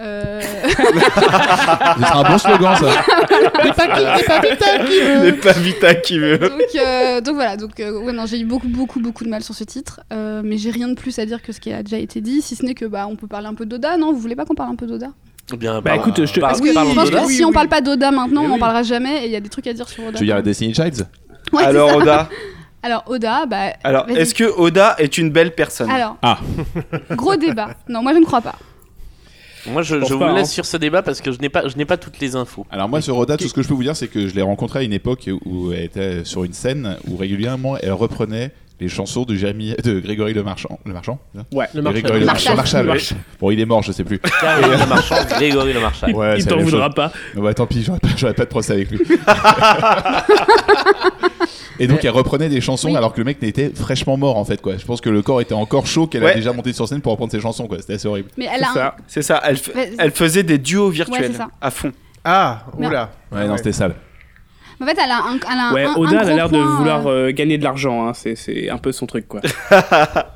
[SPEAKER 6] Euh,
[SPEAKER 9] Ce sera un bon slogan ça.
[SPEAKER 8] Ah
[SPEAKER 6] n'est pas qui- n'est pas Vita qui veut.
[SPEAKER 8] Mais pas Vita qui veut.
[SPEAKER 6] donc, euh, donc voilà, donc euh, ouais, non, j'ai eu beaucoup, beaucoup, beaucoup de mal sur ce titre, euh, mais j'ai rien de plus à dire que ce qui a déjà été dit, si ce n'est que bah on peut parler un peu d'Oda, non Vous voulez pas qu'on parle un peu d'Oda
[SPEAKER 7] Eh Bien,
[SPEAKER 10] Bah, écoute, je te-
[SPEAKER 7] par-
[SPEAKER 10] Parce
[SPEAKER 6] Oui,
[SPEAKER 7] parlons
[SPEAKER 6] je pense
[SPEAKER 7] d'Oda.
[SPEAKER 6] que si on parle pas d'Oda maintenant, on en parlera jamais, et il y a des trucs à dire sur Oda.
[SPEAKER 9] Tu veux dire la Destiny Childs
[SPEAKER 6] Ouais, c'est
[SPEAKER 8] Alors
[SPEAKER 6] ça.
[SPEAKER 8] Oda,
[SPEAKER 6] Alors Oda, bah
[SPEAKER 8] alors
[SPEAKER 6] Vas-y.
[SPEAKER 8] est-ce que Oda est une belle personne
[SPEAKER 6] alors.
[SPEAKER 9] Ah.
[SPEAKER 6] Gros débat. Non, moi je ne crois pas.
[SPEAKER 7] Moi, je,
[SPEAKER 10] Je pense
[SPEAKER 7] je vous
[SPEAKER 10] pas,
[SPEAKER 7] laisse
[SPEAKER 10] hein.
[SPEAKER 7] sur ce débat parce que je n'ai pas, je n'ai pas toutes les infos.
[SPEAKER 9] Alors moi sur Roda, tout ce que je peux vous dire, c'est que je l'ai rencontrée à une époque où elle était sur une scène où régulièrement elle reprenait les chansons de Jérémy, de Grégory Le Marchand, Le Marchand, c'est ça
[SPEAKER 10] Ouais.
[SPEAKER 2] Le
[SPEAKER 9] De
[SPEAKER 2] marchand.
[SPEAKER 9] Grégory Le Marchand.
[SPEAKER 6] Marchal.
[SPEAKER 9] Marchal, ouais. Bon, il est mort, je sais plus.
[SPEAKER 7] Caroline
[SPEAKER 10] euh,
[SPEAKER 7] Le Marchand, Grégory Le Marchand.
[SPEAKER 10] Il-
[SPEAKER 9] Ouais,
[SPEAKER 10] il
[SPEAKER 9] c'est la
[SPEAKER 10] t'en
[SPEAKER 9] même
[SPEAKER 10] voudra pas.
[SPEAKER 9] Bon, bah, tant pis, j'aurais pas, j'aurais pas de procès avec lui. Et donc elle reprenait des chansons
[SPEAKER 6] Oui.
[SPEAKER 9] alors que le mec était fraîchement mort en fait quoi. Je pense que le corps était encore chaud qu'elle
[SPEAKER 8] Ouais.
[SPEAKER 9] a déjà monté sur scène pour reprendre ses chansons quoi. C'était assez horrible.
[SPEAKER 6] Mais
[SPEAKER 8] C'est
[SPEAKER 6] elle a un-
[SPEAKER 8] ça, c'est ça. Elle, f-
[SPEAKER 6] hein. Vas-y.
[SPEAKER 8] elle faisait des duos
[SPEAKER 6] Ouais,
[SPEAKER 8] virtuels
[SPEAKER 6] c'est ça.
[SPEAKER 8] à fond.
[SPEAKER 2] Ah,
[SPEAKER 6] Non.
[SPEAKER 2] oula.
[SPEAKER 9] Ouais, non c'était sale.
[SPEAKER 6] Ah, En fait, elle a un. Elle a un-
[SPEAKER 10] Ouais,
[SPEAKER 6] un- un
[SPEAKER 10] Oda elle a
[SPEAKER 6] gros
[SPEAKER 10] l'air de
[SPEAKER 6] point,
[SPEAKER 10] vouloir
[SPEAKER 6] euh,
[SPEAKER 10] euh, gagner de l'argent, hein. c'est- c'est un peu son truc quoi.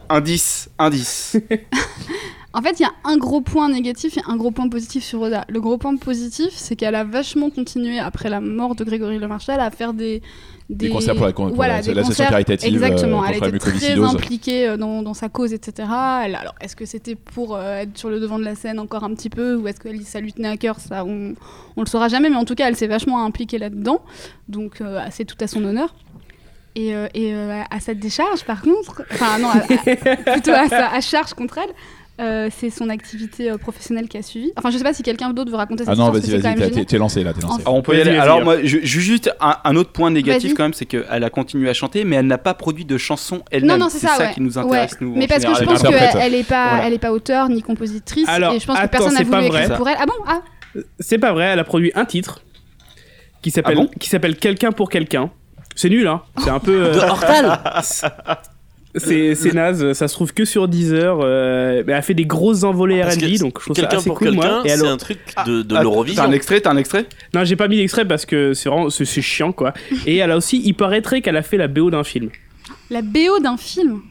[SPEAKER 8] Indice, indice.
[SPEAKER 6] En fait, il y a un gros point négatif et un gros point positif sur Oda. Le gros point positif, c'est qu'elle a vachement continué, après la mort de Grégory Le Marchal, à faire des.
[SPEAKER 9] Des concerts pour la- pour
[SPEAKER 6] voilà,
[SPEAKER 9] la-
[SPEAKER 6] des
[SPEAKER 9] l'association
[SPEAKER 6] concerts,
[SPEAKER 9] caritative,
[SPEAKER 6] Exactement,
[SPEAKER 9] euh,
[SPEAKER 6] elle
[SPEAKER 9] contre la
[SPEAKER 6] était très
[SPEAKER 9] mucoviscidose.
[SPEAKER 6] impliquée euh, dans, dans sa cause, etc. Elle- alors, est-ce que c'était pour euh, être sur le devant de la scène encore un petit peu, ou est-ce que ça lui tenait à cœur Ça, on, on le saura jamais, mais en tout cas, elle s'est vachement impliquée là-dedans. Donc, euh, c'est tout à son honneur. Et, euh, et, euh, à sa décharge, par contre, enfin non, à- à- plutôt à sa à charge contre elle, euh, c'est son activité euh, professionnelle qui a suivi. Enfin, je sais pas si quelqu'un d'autre veut raconter cette
[SPEAKER 9] Ah
[SPEAKER 6] histoire,
[SPEAKER 9] non
[SPEAKER 6] parce
[SPEAKER 9] vas-y
[SPEAKER 6] que c'est
[SPEAKER 9] vas-y
[SPEAKER 6] quand même
[SPEAKER 9] t'es-
[SPEAKER 6] gênant.
[SPEAKER 9] t'es- t'es lancé là t'es lancé.
[SPEAKER 8] Alors, on peut y
[SPEAKER 10] Vas-y,
[SPEAKER 8] aller.
[SPEAKER 10] vas-y,
[SPEAKER 8] Alors,
[SPEAKER 10] Léo.
[SPEAKER 8] moi, ju- ju- juste un, un autre point négatif
[SPEAKER 6] Vas-y.
[SPEAKER 8] quand même, c'est qu'elle a continué à chanter, mais elle n'a pas produit de chansons
[SPEAKER 6] Non,
[SPEAKER 8] elle-même.
[SPEAKER 6] non, c'est ça, ouais.
[SPEAKER 8] qui nous intéresse,
[SPEAKER 6] Ouais.
[SPEAKER 8] nous. en
[SPEAKER 6] Mais parce que je
[SPEAKER 8] général.
[SPEAKER 6] pense
[SPEAKER 9] Elle interprète.
[SPEAKER 6] qu'elle elle est pas,
[SPEAKER 10] Voilà.
[SPEAKER 6] elle est pas auteure ni compositrice,
[SPEAKER 10] Alors,
[SPEAKER 6] et je pense
[SPEAKER 10] attends,
[SPEAKER 6] que personne
[SPEAKER 10] c'est
[SPEAKER 6] n'a voulu
[SPEAKER 10] pas vrai.
[SPEAKER 6] écrire pour elle. Ah bon Ah,
[SPEAKER 10] C'est pas vrai, elle a produit un titre qui s'appelle
[SPEAKER 8] Ah bon
[SPEAKER 10] qui s'appelle Quelqu'un pour quelqu'un. C'est nul hein. C'est un peu euh,
[SPEAKER 7] De Hortal
[SPEAKER 10] c'est c'est naze, ça se trouve que sur Deezer euh, mais elle fait des grosses envolées
[SPEAKER 7] Ah, Parce que
[SPEAKER 10] R&B donc je trouve ça
[SPEAKER 7] Quelqu'un
[SPEAKER 10] assez
[SPEAKER 7] pour
[SPEAKER 10] cool moi
[SPEAKER 7] quelqu'un,
[SPEAKER 10] et
[SPEAKER 7] c'est
[SPEAKER 10] alors-
[SPEAKER 7] un truc de, de
[SPEAKER 8] Ah,
[SPEAKER 7] l'Eurovision.
[SPEAKER 8] T'as un extrait, t'as un extrait
[SPEAKER 10] Non, j'ai pas mis l'extrait parce que c'est vraiment c'est c'est chiant quoi. Et elle a aussi il paraîtrait qu'elle a fait la BO d'un film.
[SPEAKER 6] la BO d'un film.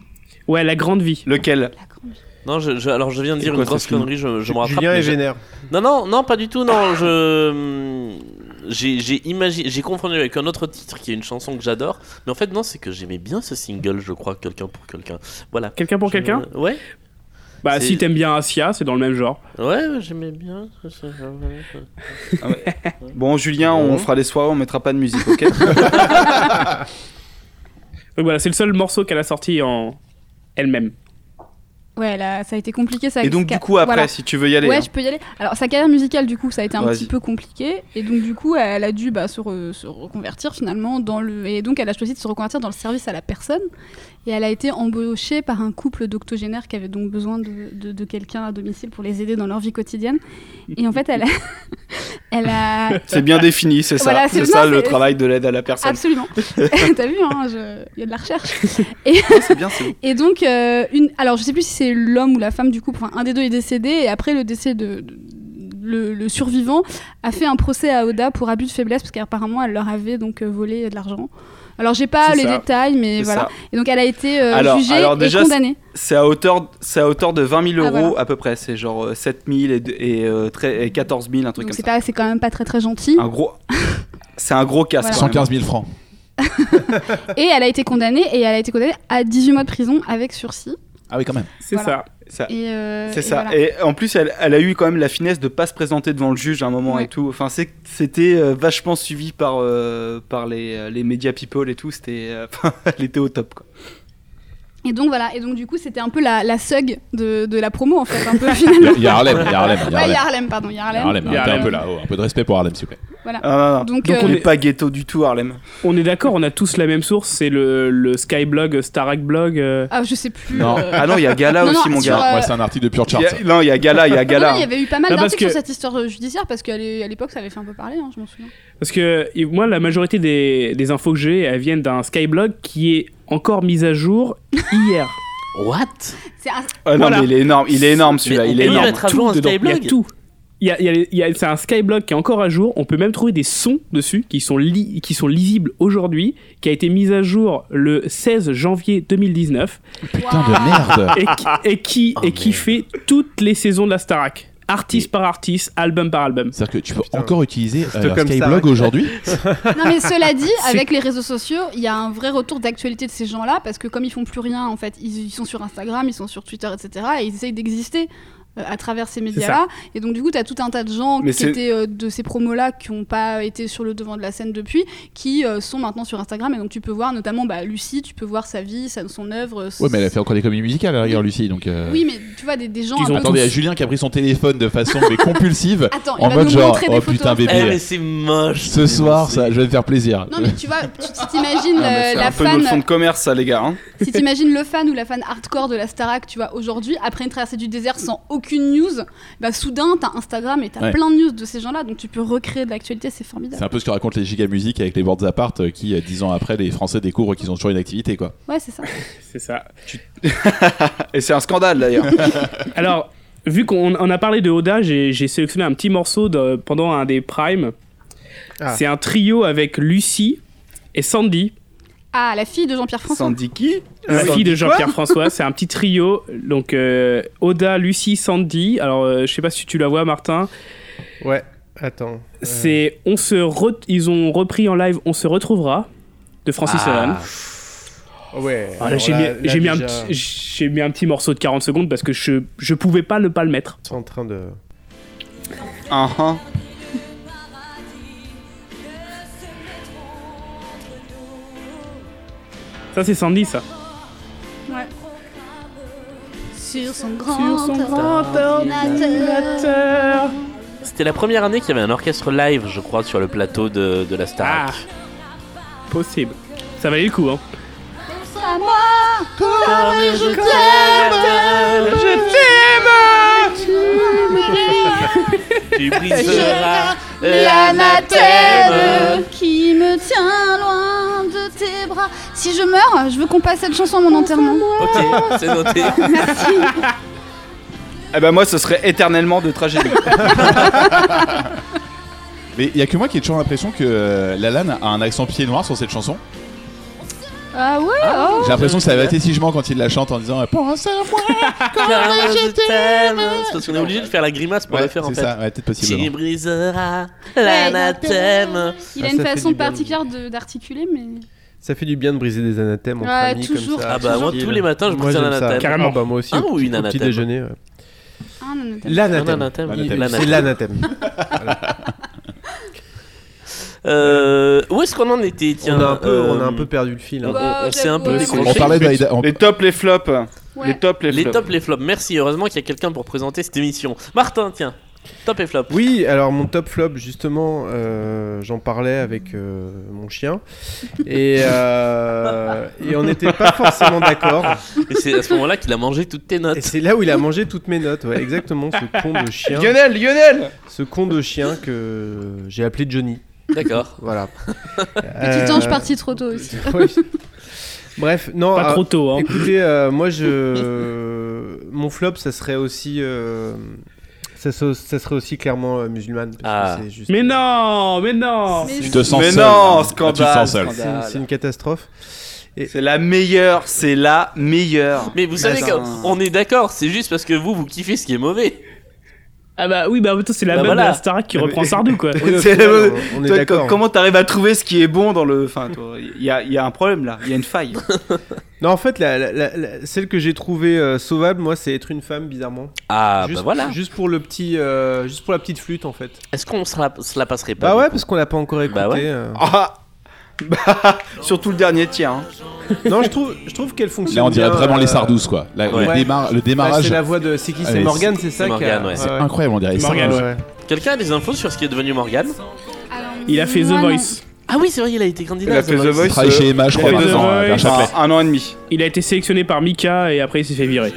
[SPEAKER 10] Ouais, La Grande Vie.
[SPEAKER 8] Lequel
[SPEAKER 6] La grande-
[SPEAKER 7] Non, je, je- alors je viens de
[SPEAKER 8] C'est
[SPEAKER 7] dire
[SPEAKER 8] quoi
[SPEAKER 7] une
[SPEAKER 8] ce
[SPEAKER 7] grosse
[SPEAKER 8] film
[SPEAKER 7] connerie, je, je me rattrape.
[SPEAKER 2] Julien
[SPEAKER 7] mais
[SPEAKER 2] est
[SPEAKER 7] je-
[SPEAKER 2] vénère.
[SPEAKER 7] Non, non, non, pas du tout, non. Je. hum, J'ai j'ai imagi- j'ai confondu avec un autre titre qui est une chanson que j'adore. Mais en fait, non, c'est que j'aimais bien ce single, je crois, quelqu'un pour quelqu'un. Voilà.
[SPEAKER 10] Quelqu'un pour
[SPEAKER 7] Je-
[SPEAKER 10] quelqu'un
[SPEAKER 7] Ouais,
[SPEAKER 10] Bah
[SPEAKER 7] c'est-
[SPEAKER 10] si t'aimes bien Asia, c'est dans le même genre.
[SPEAKER 7] ouais, ouais, j'aimais bien. ce- ce-
[SPEAKER 8] Bon, Julien, on fera les soirs, on mettra pas de musique, ok
[SPEAKER 10] Donc voilà, c'est le seul morceau qu'elle a sorti en elle-même.
[SPEAKER 6] Ouais, là, ça a été compliqué. Ça
[SPEAKER 8] Et donc, du coup,
[SPEAKER 6] voilà.
[SPEAKER 8] après, si tu veux y aller.
[SPEAKER 6] ouais,
[SPEAKER 8] hein.
[SPEAKER 6] je peux y aller. Alors, sa carrière musicale, du coup, ça a été un
[SPEAKER 8] Vas-y.
[SPEAKER 6] petit peu compliqué. Et donc, du coup, elle a dû bah, se, re- se reconvertir finalement dans le. Et donc, elle a choisi de se reconvertir dans le service à la personne. Et elle a été embauchée par un couple d'octogénaires qui avait donc besoin de, de- de quelqu'un à domicile pour les aider dans leur vie quotidienne. Et en fait, elle a. elle a.
[SPEAKER 8] C'est bien défini, c'est ça.
[SPEAKER 6] Voilà,
[SPEAKER 8] c'est
[SPEAKER 6] c'est-
[SPEAKER 8] ça
[SPEAKER 6] non,
[SPEAKER 8] le
[SPEAKER 6] c'est- Ah,
[SPEAKER 8] travail de l'aide à la personne.
[SPEAKER 6] Absolument. T'as vu, hein, je- il y a de la recherche.
[SPEAKER 8] c'est bien, c'est bon.
[SPEAKER 6] Et donc, euh, une... alors je sais plus si c'est l'homme ou la femme du couple, enfin, un des deux est décédé, et après le décès de. de- Le, le survivant a fait un procès à Oda pour abus de faiblesse parce qu'apparemment elle leur avait donc euh, volé de l'argent. Alors j'ai pas
[SPEAKER 8] C'est
[SPEAKER 6] les
[SPEAKER 8] ça.
[SPEAKER 6] détails mais
[SPEAKER 8] C'est
[SPEAKER 6] voilà.
[SPEAKER 8] ça.
[SPEAKER 6] Et donc elle a été euh,
[SPEAKER 8] Alors-
[SPEAKER 6] jugée
[SPEAKER 8] alors déjà,
[SPEAKER 6] et condamnée.
[SPEAKER 8] C'est à hauteur, c'est à hauteur de 20 000 euros
[SPEAKER 6] Ah, voilà.
[SPEAKER 8] à peu près. C'est genre euh, 7 000 et, de- et, euh, très- et 14 000, un truc
[SPEAKER 6] Donc
[SPEAKER 8] comme
[SPEAKER 6] c'est
[SPEAKER 8] ça. Ah
[SPEAKER 6] pas c'est quand même pas très très gentil.
[SPEAKER 8] Un gros. C'est un gros casse.
[SPEAKER 6] Voilà.
[SPEAKER 8] quand même.
[SPEAKER 9] 115 000 francs.
[SPEAKER 6] Et elle a été condamnée et elle a été condamnée à 18 mois de prison avec sursis.
[SPEAKER 9] Ah oui quand même.
[SPEAKER 10] C'est
[SPEAKER 6] Voilà.
[SPEAKER 8] Ça-
[SPEAKER 6] Et euh,
[SPEAKER 8] C'est
[SPEAKER 6] et
[SPEAKER 8] ça.
[SPEAKER 6] voilà.
[SPEAKER 8] Et en plus, elle, elle a eu quand même la finesse de pas se présenter devant le juge à un moment
[SPEAKER 6] Ouais.
[SPEAKER 8] et tout. Enfin, c'est- c'était euh, vachement suivi par, euh, par les, euh, les médias people et tout. C'était, euh, elle était au top. Quoi.
[SPEAKER 6] Et donc voilà. Et donc du coup c'était un peu la, la sug de, de la promo en fait un peu finalement.
[SPEAKER 9] Il y a Harlem, il y a Harlem, il y a
[SPEAKER 6] Ouais, Ah, il y
[SPEAKER 9] Harlem.
[SPEAKER 6] a Harlem pardon, il y a
[SPEAKER 9] Il y a
[SPEAKER 6] Harlem.
[SPEAKER 9] Harlem,
[SPEAKER 10] Il y a
[SPEAKER 9] arrêtez un
[SPEAKER 10] Harlem.
[SPEAKER 9] peu là, oh, un peu de respect pour Harlem s'il vous plaît.
[SPEAKER 8] Ah, non, non.
[SPEAKER 6] Donc,
[SPEAKER 8] Donc, on
[SPEAKER 6] euh,
[SPEAKER 8] n'est pas ghetto du tout, Harlem.
[SPEAKER 10] On est d'accord, on a tous la même source, c'est le, le Skyblog, Starac Blog. euh,
[SPEAKER 6] Ah je sais plus.
[SPEAKER 9] Non.
[SPEAKER 6] euh,
[SPEAKER 8] Ah non, il y a Gala
[SPEAKER 6] Non, non,
[SPEAKER 8] aussi, mon
[SPEAKER 6] sur,
[SPEAKER 8] gars.
[SPEAKER 6] euh,
[SPEAKER 9] Ouais, c'est un article de Pure Charts.
[SPEAKER 8] Il y a- non, il y a Gala, il y a
[SPEAKER 6] Non, non,
[SPEAKER 8] Gala.
[SPEAKER 6] il y avait eu pas mal
[SPEAKER 10] Non, parce
[SPEAKER 6] d'articles
[SPEAKER 10] que-
[SPEAKER 6] sur cette histoire euh, judiciaire parce qu'à l'é- à l'époque ça avait fait un peu parler, hein, je m'en souviens.
[SPEAKER 10] Parce que et moi, la majorité des, des infos que j'ai, elles viennent d'un Skyblog qui est encore mis à jour hier.
[SPEAKER 7] What
[SPEAKER 6] C'est un-
[SPEAKER 8] Ah non,
[SPEAKER 10] Voilà.
[SPEAKER 8] mais il est énorme, il est énorme celui-là.
[SPEAKER 7] Mais on
[SPEAKER 8] Il
[SPEAKER 7] peut
[SPEAKER 8] est
[SPEAKER 7] y
[SPEAKER 8] énorme.
[SPEAKER 7] mettre à jour un
[SPEAKER 10] dedans, il y a
[SPEAKER 7] Skyblog
[SPEAKER 10] tout. Il y a- il y a les- il y a- c'est un Skyblog qui est encore à jour. On peut même trouver des sons dessus qui sont, li- qui sont lisibles aujourd'hui, qui a été mis à jour le 16 janvier 2019
[SPEAKER 9] Putain de merde.
[SPEAKER 10] et qui, et qui,
[SPEAKER 7] Oh,
[SPEAKER 10] et qui
[SPEAKER 7] merde.
[SPEAKER 10] fait toutes les saisons de la Starac. Artiste par artiste, album par album.
[SPEAKER 9] C'est-à-dire que tu peux
[SPEAKER 2] Putain.
[SPEAKER 9] encore utiliser euh, leur
[SPEAKER 2] comme ça,
[SPEAKER 9] Skyblog
[SPEAKER 2] ouais.
[SPEAKER 9] aujourd'hui.
[SPEAKER 6] Non mais cela dit,
[SPEAKER 10] C'est-
[SPEAKER 6] avec les réseaux sociaux, il y a un vrai retour d'actualité de ces gens-là parce que comme ils font plus rien en fait, ils, ils sont sur Instagram, ils sont sur Twitter, etc. Et ils essayent d'exister euh, à travers ces médias-là. Et donc du coup, tu as tout un tas de gens
[SPEAKER 8] Mais
[SPEAKER 6] qui
[SPEAKER 8] c'est-
[SPEAKER 6] étaient euh, de ces promos-là, qui n'ont pas été sur le devant de la scène depuis, qui euh, sont maintenant sur Instagram. Et donc tu peux voir notamment bah, Lucie, tu peux voir sa vie, sa- son œuvre.
[SPEAKER 9] Ouais, mais elle a fait encore des comédies musicales à la rigueur, Lucie. Donc, euh,
[SPEAKER 6] Oui, mais tu vois des, des gens...
[SPEAKER 10] Ils
[SPEAKER 6] un
[SPEAKER 10] ont
[SPEAKER 6] peu-
[SPEAKER 9] attendez, il y a Julien qui a pris son téléphone de façon mais compulsive.
[SPEAKER 6] Attends, il
[SPEAKER 9] en
[SPEAKER 6] va
[SPEAKER 9] mode
[SPEAKER 6] nous
[SPEAKER 9] genre,
[SPEAKER 6] montrer des
[SPEAKER 9] oh
[SPEAKER 6] photos.
[SPEAKER 9] putain bébé,
[SPEAKER 7] Eh, mais c'est moche
[SPEAKER 9] ce soir,
[SPEAKER 7] c'est-
[SPEAKER 9] ça, je vais me faire plaisir.
[SPEAKER 6] Non mais tu vois, tu tu t'imagines
[SPEAKER 8] Ah, mais
[SPEAKER 6] euh,
[SPEAKER 8] c'est
[SPEAKER 6] la
[SPEAKER 8] un peu notre fond
[SPEAKER 6] fan,
[SPEAKER 8] de commerce, ça, les gars. hein.
[SPEAKER 6] si t'imagines le fan ou la fan hardcore de la Starac, tu vois, aujourd'hui, après une traversée du désert sans aucune news, bah, soudain, t'as Instagram et t'as
[SPEAKER 9] Ouais.
[SPEAKER 6] plein de news de ces gens-là, donc tu peux recréer de l'actualité, c'est formidable.
[SPEAKER 9] C'est un peu ce que racontent les giga musiques avec les boards apart euh, qui, euh, dix ans après, les Français découvrent qu'ils ont toujours une activité, quoi.
[SPEAKER 6] Ouais, c'est ça.
[SPEAKER 10] C'est ça.
[SPEAKER 8] Et c'est un scandale d'ailleurs.
[SPEAKER 10] Alors, vu qu'on on a parlé de Oda, j'ai j'ai sélectionné un petit morceau de- pendant un des primes.
[SPEAKER 2] Ah.
[SPEAKER 10] C'est un trio avec Lucie et Sandy,
[SPEAKER 6] Ah, la fille de Jean-Pierre François.
[SPEAKER 8] Sandy qui
[SPEAKER 10] la
[SPEAKER 8] Ah, Sandy
[SPEAKER 10] fille de
[SPEAKER 8] Euh, quoi
[SPEAKER 10] Jean-Pierre François. C'est un petit trio. Donc, euh, Oda, Lucie, Sandy. Alors, euh, je sais pas si tu la vois, Martin.
[SPEAKER 8] Euh.
[SPEAKER 2] Ouais, attends. euh,
[SPEAKER 10] C'est on se re- ils ont repris en live On se retrouvera de Francis
[SPEAKER 8] Ah.
[SPEAKER 10] Lalanne.
[SPEAKER 2] Ouais.
[SPEAKER 10] Ah, là, J'ai mis, j'ai mis un petit- j'ai mis un petit morceau de 40 secondes parce que je, je pouvais pas ne pas le mettre.
[SPEAKER 2] C'est en train de.
[SPEAKER 8] Ah, ah.
[SPEAKER 10] Ça, c'est Sandy, ça.
[SPEAKER 6] Ouais. Sur son
[SPEAKER 10] Sur
[SPEAKER 6] grand
[SPEAKER 10] son
[SPEAKER 6] ordinateur.
[SPEAKER 10] grand ordinateur.
[SPEAKER 7] C'était la première année qu'il y avait un orchestre live, je crois, sur le plateau de, de la Star.
[SPEAKER 10] Ah Possible. Ça valait le coup, hein.
[SPEAKER 7] Tu briseras
[SPEAKER 6] L'anathème qui me tient loin de tes bras. Si je meurs, je veux qu'on passe cette chanson à mon enterrement.
[SPEAKER 7] Ok, c'est noté.
[SPEAKER 8] Eh ben moi, ce serait éternellement de tragédie.
[SPEAKER 9] Mais il y a que moi qui ai toujours l'impression que euh, Lalanne a un accent pied noir sur cette chanson.
[SPEAKER 6] Ah ouais oh.
[SPEAKER 9] J'ai l'impression que ça va tessivement quand il la chante en disant euh, Pense à moi
[SPEAKER 7] Car je t'aime. C'est parce qu'on est obligé de faire la grimace pour
[SPEAKER 9] Ouais,
[SPEAKER 7] le faire en
[SPEAKER 9] C'est
[SPEAKER 7] fait.
[SPEAKER 9] ça, ouais, peut-être
[SPEAKER 7] Tu
[SPEAKER 9] possible.
[SPEAKER 7] briseras l'anathème.
[SPEAKER 6] Il
[SPEAKER 2] Ah,
[SPEAKER 6] a une
[SPEAKER 2] ça fait
[SPEAKER 6] façon
[SPEAKER 2] du bien.
[SPEAKER 6] particulière de- d'articuler, mais.
[SPEAKER 2] Ça fait du bien de briser des anathèmes entre
[SPEAKER 6] Ouais,
[SPEAKER 2] amis
[SPEAKER 6] toujours.
[SPEAKER 2] comme ça.
[SPEAKER 7] Ah bah, moi,
[SPEAKER 2] tranquille.
[SPEAKER 7] tous les matins, je
[SPEAKER 2] Moi,
[SPEAKER 7] brise un
[SPEAKER 2] j'aime ça.
[SPEAKER 7] anathème.
[SPEAKER 10] Carrément.
[SPEAKER 2] Ah bah, moi aussi.
[SPEAKER 7] Un
[SPEAKER 2] au
[SPEAKER 7] ou
[SPEAKER 2] petit-
[SPEAKER 7] une
[SPEAKER 2] au petit
[SPEAKER 7] anathème
[SPEAKER 2] déjeuner. ouais.
[SPEAKER 6] Un anathème.
[SPEAKER 2] L'anathème.
[SPEAKER 7] anathème.
[SPEAKER 2] Il-
[SPEAKER 7] L'anathème.
[SPEAKER 2] C'est l'anathème.
[SPEAKER 7] Euh, où est-ce qu'on en était
[SPEAKER 2] on,
[SPEAKER 7] tiens,
[SPEAKER 2] a un peu, on a un peu
[SPEAKER 7] euh,
[SPEAKER 2] perdu le fil. hein.
[SPEAKER 7] on-
[SPEAKER 6] Bah,
[SPEAKER 7] on- on s'est un peu
[SPEAKER 6] j'avoue,
[SPEAKER 7] décroché.
[SPEAKER 9] On parlait d'Aïda. on-
[SPEAKER 8] les tops, les flops.
[SPEAKER 6] Ouais.
[SPEAKER 8] Les tops, les
[SPEAKER 7] Les
[SPEAKER 8] flops.
[SPEAKER 7] tops, les flops. Merci, heureusement qu'il y a quelqu'un pour présenter cette émission. Martin, tiens, top et flop.
[SPEAKER 2] Oui, alors mon top flop, justement, euh, j'en parlais avec euh, mon chien. Et, euh, et on n'était pas forcément d'accord.
[SPEAKER 7] Et c'est à ce moment-là qu'il a mangé toutes tes
[SPEAKER 2] Et
[SPEAKER 7] notes.
[SPEAKER 2] c'est là où il a mangé toutes mes notes. Ouais, exactement, ce con de chien.
[SPEAKER 8] Lionel, Lionel
[SPEAKER 2] Ce con de chien que j'ai appelé Johnny.
[SPEAKER 7] D'accord.
[SPEAKER 2] Voilà.
[SPEAKER 6] Tu
[SPEAKER 2] Euh,
[SPEAKER 6] t'en, je suis partie trop tôt aussi.
[SPEAKER 2] ouais. Bref, non.
[SPEAKER 10] Pas
[SPEAKER 2] euh,
[SPEAKER 10] trop tôt, hein.
[SPEAKER 2] Écoutez, euh, moi je. Mon flop, ça serait aussi. euh, Ça, se- ça serait aussi clairement euh, musulmane. parce
[SPEAKER 7] Ah.
[SPEAKER 2] que c'est juste- euh,
[SPEAKER 10] Mais non, mais non
[SPEAKER 6] Mais
[SPEAKER 9] Tu te sens
[SPEAKER 8] Mais
[SPEAKER 9] seul.
[SPEAKER 8] non,
[SPEAKER 9] Là,
[SPEAKER 8] scandale,
[SPEAKER 9] Tu te sens seul.
[SPEAKER 8] scandale.
[SPEAKER 2] C'est une- c'est une catastrophe.
[SPEAKER 8] C'est la meilleure, c'est la meilleure.
[SPEAKER 7] Mais vous savez
[SPEAKER 8] Attends.
[SPEAKER 7] qu'on est d'accord, c'est juste parce que vous, vous kiffez ce qui est mauvais.
[SPEAKER 10] Ah bah oui, bah plutôt c'est la
[SPEAKER 7] Bah
[SPEAKER 10] même
[SPEAKER 7] voilà.
[SPEAKER 10] de la Starac qui
[SPEAKER 2] Ah,
[SPEAKER 10] reprend
[SPEAKER 2] mais-
[SPEAKER 10] Sardou, quoi.
[SPEAKER 2] Oui, au
[SPEAKER 8] C'est
[SPEAKER 2] final,
[SPEAKER 8] la-
[SPEAKER 2] on- on est
[SPEAKER 8] Toi,
[SPEAKER 2] d'accord.
[SPEAKER 8] co- comment t'arrives à trouver ce qui est bon dans le. Enfin, toi, il y a, il y a un problème là, il y a une faille.
[SPEAKER 2] Non, en fait, la, la- la- la- celle que j'ai trouvée euh, sauvable, moi, c'est être une femme, bizarrement.
[SPEAKER 7] Ah
[SPEAKER 2] juste,
[SPEAKER 7] bah voilà.
[SPEAKER 2] Juste pour le petit, euh, juste pour la petite flûte, en fait.
[SPEAKER 7] Est-ce qu'on se la, se la passerait pas
[SPEAKER 2] Bah
[SPEAKER 7] du
[SPEAKER 2] ouais,
[SPEAKER 7] coup
[SPEAKER 2] parce qu'on l'a pas encore écouté.
[SPEAKER 7] Bah ouais.
[SPEAKER 2] euh.
[SPEAKER 8] Ah Bah, surtout le dernier tiers. hein.
[SPEAKER 2] Non, je trouve, je trouve qu'elle fonctionne.
[SPEAKER 9] on dirait
[SPEAKER 2] bien,
[SPEAKER 9] vraiment
[SPEAKER 2] euh,
[SPEAKER 9] les Sardous, quoi. La- le,
[SPEAKER 2] Ouais.
[SPEAKER 9] démar- le
[SPEAKER 2] ouais,
[SPEAKER 9] démarrage,
[SPEAKER 2] c'est la voix de, c'est qui, c'est
[SPEAKER 9] Allez,
[SPEAKER 2] Morgan, c'est ça
[SPEAKER 7] c'est
[SPEAKER 2] qui a-
[SPEAKER 7] Morgane, ouais.
[SPEAKER 9] c'est incroyable, on dirait. les
[SPEAKER 10] Morgane,
[SPEAKER 9] Sardou.
[SPEAKER 10] ouais.
[SPEAKER 7] Quelqu'un a des infos sur ce qui est devenu Morgan
[SPEAKER 6] Alors,
[SPEAKER 10] Il a fait The
[SPEAKER 6] moi, non.
[SPEAKER 10] Voice.
[SPEAKER 7] Ah oui, c'est vrai, il a été candidat.
[SPEAKER 8] Il a
[SPEAKER 7] à
[SPEAKER 8] fait The Voice.
[SPEAKER 9] euh, Il travaille chez Emma,
[SPEAKER 10] Il
[SPEAKER 9] je crois,
[SPEAKER 10] a fait
[SPEAKER 9] maintenant,
[SPEAKER 10] The
[SPEAKER 9] euh, vers
[SPEAKER 10] Voice.
[SPEAKER 9] Chaplet.
[SPEAKER 8] Enfin, un an et demi.
[SPEAKER 10] Il a été sélectionné par Mika et après il s'est fait virer.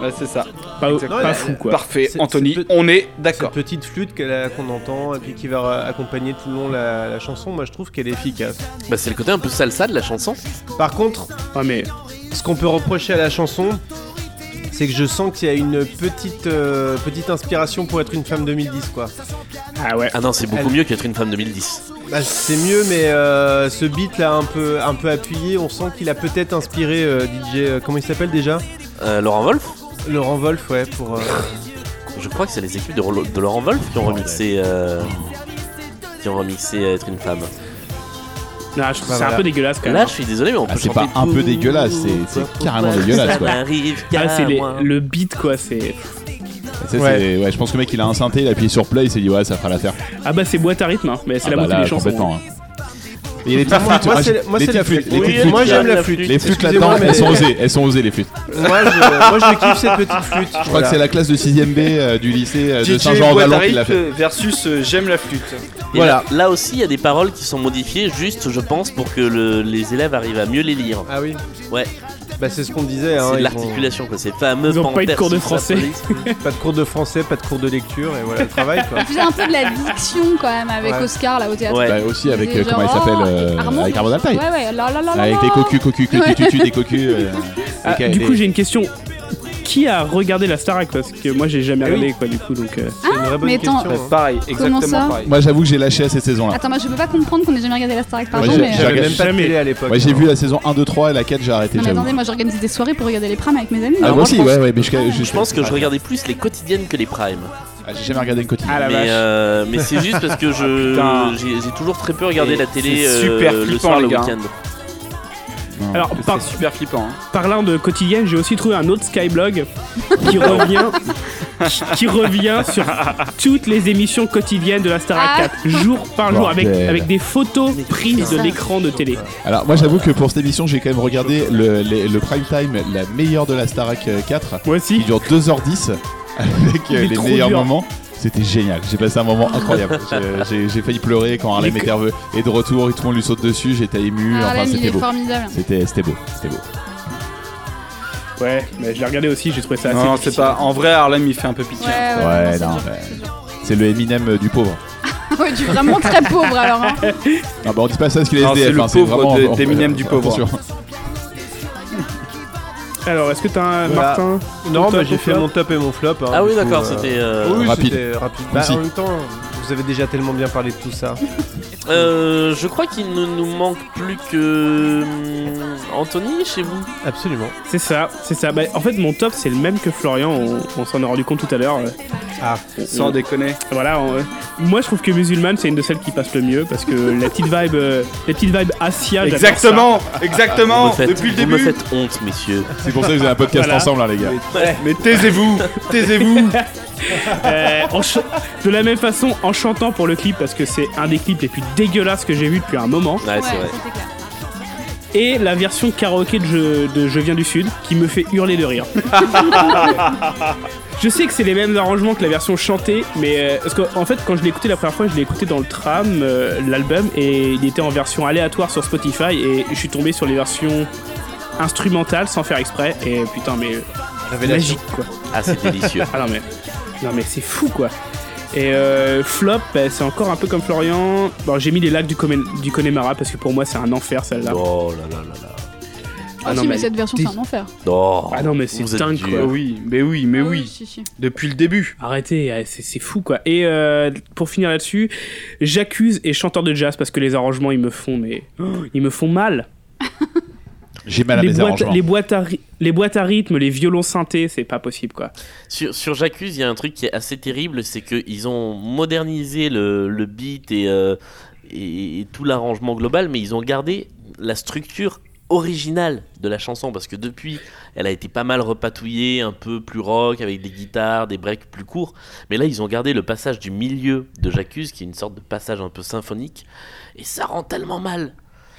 [SPEAKER 8] Ouais, c'est ça.
[SPEAKER 10] Pas,
[SPEAKER 8] Exactement.
[SPEAKER 10] pas fou, quoi.
[SPEAKER 8] Parfait,
[SPEAKER 2] C'est-
[SPEAKER 8] Anthony,
[SPEAKER 2] c'est peut-
[SPEAKER 8] on est
[SPEAKER 2] Cette
[SPEAKER 8] d'accord.
[SPEAKER 2] petite flûte qu'elle a- qu'on entend et puis qui va euh, accompagner tout le long la, la chanson, moi je trouve qu'elle est efficace.
[SPEAKER 7] Bah c'est le côté un peu salsa de la chanson.
[SPEAKER 2] Par contre,
[SPEAKER 10] Ah, mais
[SPEAKER 2] ce qu'on peut reprocher à la chanson, c'est que je sens qu'il y a une petite, euh, petite inspiration pour être une femme 2010 quoi.
[SPEAKER 10] ah ouais.
[SPEAKER 7] Ah non, c'est beaucoup
[SPEAKER 2] Elle-
[SPEAKER 7] mieux qu'être une femme 2010.
[SPEAKER 2] Bah, c'est mieux, mais euh, ce beat là un peu, un peu appuyé, on sent qu'il a peut-être inspiré euh, DJ. euh, comment il s'appelle déjà
[SPEAKER 7] Euh, Laurent Wolf
[SPEAKER 2] Laurent Wolf, ouais, pour. euh,
[SPEAKER 7] Je crois que c'est les équipes de, Rolo- de Laurent Wolf qui ont remixé. euh, Qui ont remixé euh, Être une femme.
[SPEAKER 10] Non, je trouve que c'est
[SPEAKER 2] voilà.
[SPEAKER 10] un peu dégueulasse quand
[SPEAKER 7] Là,
[SPEAKER 10] même.
[SPEAKER 7] je suis désolé, mais on
[SPEAKER 9] Ah,
[SPEAKER 7] peut
[SPEAKER 9] c'est
[SPEAKER 7] chanter
[SPEAKER 9] pas un peu
[SPEAKER 7] tout.
[SPEAKER 9] dégueulasse, c'est- c'est
[SPEAKER 7] Pourquoi
[SPEAKER 9] carrément
[SPEAKER 7] ça
[SPEAKER 9] dégueulasse, quoi.
[SPEAKER 7] n'arrive qu'à
[SPEAKER 10] Ah, c'est les-
[SPEAKER 7] moi. hein.
[SPEAKER 10] le beat quoi, c'est.
[SPEAKER 9] Ça, c'est-
[SPEAKER 2] Ouais.
[SPEAKER 9] ouais, je pense que le mec il a un synthé, il a appuyé sur play, il s'est dit ouais, ça fera l'affaire.
[SPEAKER 10] Ah bah c'est boîte à rythme, hein, mais c'est
[SPEAKER 9] Ah
[SPEAKER 10] la
[SPEAKER 9] bah
[SPEAKER 10] moitié
[SPEAKER 9] là,
[SPEAKER 10] des chansons.
[SPEAKER 9] complètement. hein. Et les petites flûtes,
[SPEAKER 2] moi,
[SPEAKER 9] moi,
[SPEAKER 2] c'est moi,
[SPEAKER 9] les
[SPEAKER 2] c'est la
[SPEAKER 9] petites flûtes,
[SPEAKER 2] flûte.
[SPEAKER 9] les
[SPEAKER 2] Oui,
[SPEAKER 9] petites
[SPEAKER 2] moi
[SPEAKER 9] flûtes,
[SPEAKER 2] j'aime
[SPEAKER 9] là.
[SPEAKER 2] la flûte.
[SPEAKER 9] Les flûtes
[SPEAKER 2] Excusez-moi,
[SPEAKER 9] là-dedans,
[SPEAKER 2] mais-
[SPEAKER 9] elles sont osées, elles sont osées les flûtes. Je
[SPEAKER 2] Moi je, moi, je kiffe cette petite flûte. Je
[SPEAKER 9] crois que c'est la classe de 6ème B euh, du lycée euh, de
[SPEAKER 8] DJ
[SPEAKER 9] Saint-Jean-Ballon qui
[SPEAKER 8] Guattari,
[SPEAKER 9] l'a fait.
[SPEAKER 8] euh, versus euh, J'aime la flûte.
[SPEAKER 7] Et
[SPEAKER 2] Voilà.
[SPEAKER 7] Là, là aussi, il y a des paroles qui sont modifiées, juste, je pense, pour que le- les élèves arrivent à mieux les lire.
[SPEAKER 2] Ah oui.
[SPEAKER 7] Ouais.
[SPEAKER 2] Bah, c'est ce qu'on disait. hein,
[SPEAKER 7] C'est de
[SPEAKER 2] ils ont
[SPEAKER 7] l'articulation, quoi. Ces fameux
[SPEAKER 10] Ils ont pas eu de
[SPEAKER 7] panthères
[SPEAKER 10] cours de
[SPEAKER 7] sous sa
[SPEAKER 10] français.
[SPEAKER 7] police.
[SPEAKER 2] Pas de cours de français, pas de cours de lecture, et voilà le travail quoi.
[SPEAKER 6] On faisait un peu de la diction quand même avec
[SPEAKER 2] Ouais.
[SPEAKER 6] Oscar là au théâtre.
[SPEAKER 7] Ouais.
[SPEAKER 9] Bah, aussi avec,
[SPEAKER 6] Des
[SPEAKER 9] euh, comment il
[SPEAKER 6] gens-
[SPEAKER 9] s'appelle
[SPEAKER 6] Oh,
[SPEAKER 9] euh,
[SPEAKER 6] Armand.
[SPEAKER 9] Avec Armand Altaï.
[SPEAKER 6] Ouais, ouais, là, là, là, là,
[SPEAKER 9] Avec
[SPEAKER 6] là.
[SPEAKER 9] des cocus, cocus, cocus,
[SPEAKER 6] Ouais.
[SPEAKER 9] tu tues des cocus. euh,
[SPEAKER 10] Ah,
[SPEAKER 9] ok,
[SPEAKER 10] du
[SPEAKER 9] des-
[SPEAKER 10] coup, j'ai une question. Qui a regardé la Starac Parce que moi, j'ai jamais
[SPEAKER 2] Eh oui.
[SPEAKER 10] regardé, quoi, du coup. Donc, euh,
[SPEAKER 2] C'est une vraie bonne
[SPEAKER 6] mais attends.
[SPEAKER 2] question, hein.
[SPEAKER 8] Pareil,
[SPEAKER 6] Comment ça
[SPEAKER 8] exactement pareil.
[SPEAKER 9] Moi, j'avoue que j'ai lâché à cette saison-là.
[SPEAKER 6] Attends, moi je peux pas comprendre qu'on ait jamais regardé la Star Trek, pardon,
[SPEAKER 9] Ouais,
[SPEAKER 6] mais.
[SPEAKER 9] j'ai-
[SPEAKER 2] J'avais même pas de
[SPEAKER 10] Jamais.
[SPEAKER 2] télé à l'époque.
[SPEAKER 9] Ouais, j'ai
[SPEAKER 2] hein.
[SPEAKER 9] vu la saison 1, 2, 3 et la 4, j'ai arrêté.
[SPEAKER 6] Non, mais
[SPEAKER 9] j'avoue.
[SPEAKER 6] attendez, moi j'organisais des soirées pour regarder les primes avec mes amis.
[SPEAKER 9] Ah,
[SPEAKER 6] Alors,
[SPEAKER 9] moi
[SPEAKER 6] moi,
[SPEAKER 9] aussi,
[SPEAKER 6] je pense-
[SPEAKER 9] ouais, ouais, mais je, je-
[SPEAKER 7] Je pense que je regardais plus les quotidiennes que les primes.
[SPEAKER 9] Ah, j'ai jamais regardé une quotidien.
[SPEAKER 10] Ah, la
[SPEAKER 7] mais
[SPEAKER 10] vache.
[SPEAKER 7] euh, mais c'est juste parce que
[SPEAKER 8] Ah,
[SPEAKER 7] je
[SPEAKER 8] putain.
[SPEAKER 7] j'ai j'ai toujours très peu regardé
[SPEAKER 8] Et
[SPEAKER 7] la télé
[SPEAKER 8] c'est
[SPEAKER 7] euh,
[SPEAKER 8] super
[SPEAKER 7] le
[SPEAKER 8] flippant,
[SPEAKER 7] soir,
[SPEAKER 8] les
[SPEAKER 7] le
[SPEAKER 8] gars.
[SPEAKER 7] week-end.
[SPEAKER 10] Alors, par,
[SPEAKER 8] C'est super flippant. hein.
[SPEAKER 10] parlant de quotidienne, j'ai aussi trouvé un autre Skyblog qui revient, qui, qui revient sur toutes les émissions quotidiennes de la Starac
[SPEAKER 6] Ah.
[SPEAKER 10] 4, jour par jour, avec,
[SPEAKER 9] Bordel.
[SPEAKER 10] avec des photos prises de
[SPEAKER 6] ça.
[SPEAKER 10] l'écran de télé.
[SPEAKER 9] Alors moi j'avoue que pour cette émission j'ai quand même regardé le, les- le prime time, la meilleure de la Starac euh, 4,
[SPEAKER 10] Moi
[SPEAKER 9] qui
[SPEAKER 10] aussi.
[SPEAKER 9] dure 2h10 avec euh,
[SPEAKER 10] est
[SPEAKER 9] les
[SPEAKER 10] trop
[SPEAKER 9] meilleurs
[SPEAKER 10] dur.
[SPEAKER 9] moments. C'était génial, j'ai passé un moment incroyable. Je- j'ai- J'ai failli pleurer quand Harlem
[SPEAKER 10] Mais
[SPEAKER 9] est nerveux. Et de retour, et tout le monde lui saute dessus, j'étais ému,
[SPEAKER 6] Ah,
[SPEAKER 9] enfin
[SPEAKER 6] Harlem, il
[SPEAKER 9] c'était
[SPEAKER 6] est
[SPEAKER 9] beau.
[SPEAKER 6] formidable.
[SPEAKER 9] C'était c'était beau, c'était beau.
[SPEAKER 10] Ouais, mais je l'ai regardé aussi, j'ai trouvé ça assez
[SPEAKER 8] Non, c'est
[SPEAKER 10] difficile.
[SPEAKER 8] pas. En vrai, Harlem, il fait un peu pitié.
[SPEAKER 6] Ouais, Ah ouais,
[SPEAKER 9] Ouais,
[SPEAKER 6] non,
[SPEAKER 9] non,
[SPEAKER 6] c'est dur,
[SPEAKER 9] ouais.
[SPEAKER 6] c'est dur.
[SPEAKER 9] C'est le Eminem euh, du pauvre.
[SPEAKER 6] Ah ouais, tu es vraiment très pauvre alors. hein.
[SPEAKER 9] Ah bah on dit pas ça parce qu'il est
[SPEAKER 8] Non,
[SPEAKER 9] SDF,
[SPEAKER 8] c'est le
[SPEAKER 9] hein,
[SPEAKER 8] pauvre
[SPEAKER 9] vraiment-
[SPEAKER 8] de- d'Eminem du pauvre.
[SPEAKER 9] Attention.
[SPEAKER 10] Alors, est-ce que t'as un
[SPEAKER 2] Voilà.
[SPEAKER 10] Martin
[SPEAKER 2] Non,
[SPEAKER 10] Ton
[SPEAKER 2] bah,
[SPEAKER 10] top
[SPEAKER 2] j'ai
[SPEAKER 10] ou
[SPEAKER 2] fait
[SPEAKER 10] flop
[SPEAKER 2] mon top et mon flop. hein,
[SPEAKER 7] Ah oui,
[SPEAKER 2] du coup,
[SPEAKER 7] d'accord,
[SPEAKER 2] euh,
[SPEAKER 7] c'était. euh,
[SPEAKER 2] Oui,
[SPEAKER 9] Rapide.
[SPEAKER 2] c'était rapide. Bah,
[SPEAKER 9] Concis.
[SPEAKER 2] en même temps, vous avez déjà tellement bien parlé de tout ça.
[SPEAKER 7] euh, je crois qu'il ne nous manque plus que hum, Anthony chez vous.
[SPEAKER 2] Absolument.
[SPEAKER 10] C'est ça, c'est ça. Bah, en fait, mon top, c'est le même que Florian, on, on s'en est rendu compte tout à l'heure. Euh,
[SPEAKER 8] Sans déconner.
[SPEAKER 2] Ah,
[SPEAKER 10] Voilà, on- euh, moi je trouve que Musulman c'est une de celles qui passe le mieux parce que la petite vibe, euh, la petite vibe Asia. j'adore ça.
[SPEAKER 8] Exactement, exactement,
[SPEAKER 7] vous me faites,
[SPEAKER 8] depuis le
[SPEAKER 7] vous me
[SPEAKER 8] début.
[SPEAKER 7] faites honte, messieurs.
[SPEAKER 9] C'est pour ça que vous avez un podcast
[SPEAKER 10] Voilà.
[SPEAKER 9] ensemble, hein, les gars.
[SPEAKER 8] Mais taisez-vous, taisez-vous.
[SPEAKER 10] Euh, en ch- de la même façon, en chantant pour le clip parce que c'est un des clips les plus dégueulasses que j'ai vu depuis un moment.
[SPEAKER 7] Ouais,
[SPEAKER 6] Ouais,
[SPEAKER 7] c'est vrai.
[SPEAKER 6] c'était clair.
[SPEAKER 10] Et la version karaoké de je, de je viens du sud qui me fait hurler de rire. je sais que c'est les mêmes arrangements que la version chantée, mais euh, parce qu'en fait quand je l'ai écouté la première fois, je l'ai écouté dans le tram, euh, l'album, et il était en version aléatoire sur Spotify et je suis tombé sur les versions instrumentales sans faire exprès et putain mais magique quoi.
[SPEAKER 7] Ah, c'est délicieux.
[SPEAKER 10] Ah non mais, non mais c'est fou quoi. Et euh, flop, bah, c'est encore un peu comme Florian. Bon, j'ai mis les lacs du, Comé- du Connemara parce que pour moi c'est un enfer celle-là.
[SPEAKER 7] oh là là là là.
[SPEAKER 10] Ah
[SPEAKER 6] Ah,
[SPEAKER 10] non,
[SPEAKER 6] si, mais
[SPEAKER 10] mais
[SPEAKER 6] cette version,
[SPEAKER 10] dis-
[SPEAKER 6] c'est un enfer.
[SPEAKER 7] Oh.
[SPEAKER 10] Ah non mais c'est
[SPEAKER 7] Vous êtes
[SPEAKER 10] dingue
[SPEAKER 7] dur.
[SPEAKER 10] quoi.
[SPEAKER 8] Mais oui, mais oui, mais oui,
[SPEAKER 6] Si, si.
[SPEAKER 8] depuis le début.
[SPEAKER 10] Arrêtez, euh, c'est c'est fou quoi. Et euh, pour finir là-dessus, j'accuse et chanteur de jazz parce que les arrangements ils me font mais oh, ils me font mal.
[SPEAKER 9] J'ai mal à
[SPEAKER 10] les,
[SPEAKER 9] mes
[SPEAKER 10] boîtes,
[SPEAKER 9] arrangements.
[SPEAKER 10] les, boîtes à ry- les boîtes à rythme, les violons synthés, c'est pas possible quoi.
[SPEAKER 7] Sur, sur J'accuse, il y a un truc qui est assez terrible, c'est qu'ils ont modernisé le, le beat et, euh, et, et tout l'arrangement global, mais ils ont gardé la structure originale de la chanson, parce que depuis, elle a été pas mal repatouillée, un peu plus rock, avec des guitares, des breaks plus courts, mais là, ils ont gardé le passage du milieu de J'accuse, qui est une sorte de passage un peu symphonique, et ça rend tellement mal.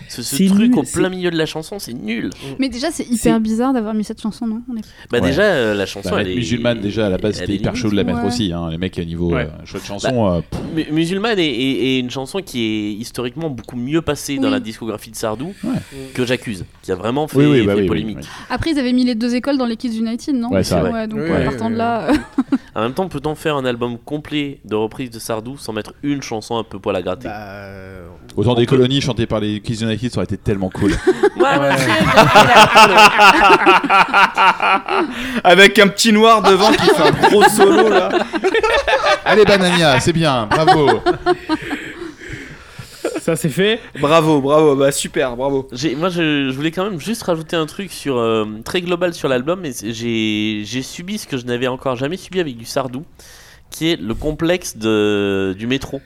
[SPEAKER 7] Ce, ce
[SPEAKER 10] C'est
[SPEAKER 7] truc
[SPEAKER 10] nul,
[SPEAKER 7] au
[SPEAKER 10] c'est-
[SPEAKER 7] plein milieu de la chanson, c'est nul.
[SPEAKER 6] Mais déjà, c'est hyper bizarre d'avoir mis cette chanson, non On est-
[SPEAKER 7] Bah
[SPEAKER 9] Ouais.
[SPEAKER 7] déjà, euh, la chanson,
[SPEAKER 9] Bah,
[SPEAKER 7] elle
[SPEAKER 9] mettre
[SPEAKER 7] est...
[SPEAKER 9] musulmane déjà à la base
[SPEAKER 7] elle
[SPEAKER 9] c'était
[SPEAKER 7] est
[SPEAKER 9] hyper
[SPEAKER 7] limite. Bah,
[SPEAKER 9] chaud de la mettre
[SPEAKER 6] Ouais.
[SPEAKER 9] aussi hein, les mecs à niveau
[SPEAKER 10] Ouais.
[SPEAKER 9] euh, choix de chanson euh, pff,
[SPEAKER 7] Mu- Musulmane est, est- est une chanson qui est historiquement beaucoup mieux passée dans
[SPEAKER 6] Oui.
[SPEAKER 7] la discographie de Sardou
[SPEAKER 9] Ouais.
[SPEAKER 7] que J'accuse, qui a vraiment fait,
[SPEAKER 9] oui oui bah
[SPEAKER 7] fait
[SPEAKER 9] oui, oui,
[SPEAKER 7] polémique.
[SPEAKER 9] oui.
[SPEAKER 6] Après, ils avaient mis les deux écoles dans les Kids United, non
[SPEAKER 9] Ouais, ça,
[SPEAKER 7] ouais.
[SPEAKER 6] donc
[SPEAKER 2] Oui,
[SPEAKER 6] en
[SPEAKER 2] oui,
[SPEAKER 6] partant
[SPEAKER 2] oui,
[SPEAKER 6] de là. euh,
[SPEAKER 7] En même temps, peut-on faire un album complet de reprises de Sardou sans mettre une chanson un peu poil à
[SPEAKER 2] Bah.
[SPEAKER 7] gratter
[SPEAKER 2] euh,
[SPEAKER 9] autant des colonies chantées par les Kids United ça aurait été tellement cool
[SPEAKER 8] Avec un petit noir devant qui fait un gros solo là.
[SPEAKER 9] allez Banania c'est bien bravo
[SPEAKER 10] Ça c'est fait.
[SPEAKER 8] Bravo, bravo, bah super, bravo.
[SPEAKER 7] J'ai- Moi, je, je voulais quand même juste rajouter un truc sur, euh, très global sur l'album, mais c'est- j'ai j'ai subi ce que je n'avais encore jamais subi avec du Sardou, qui est le complexe de, du métro,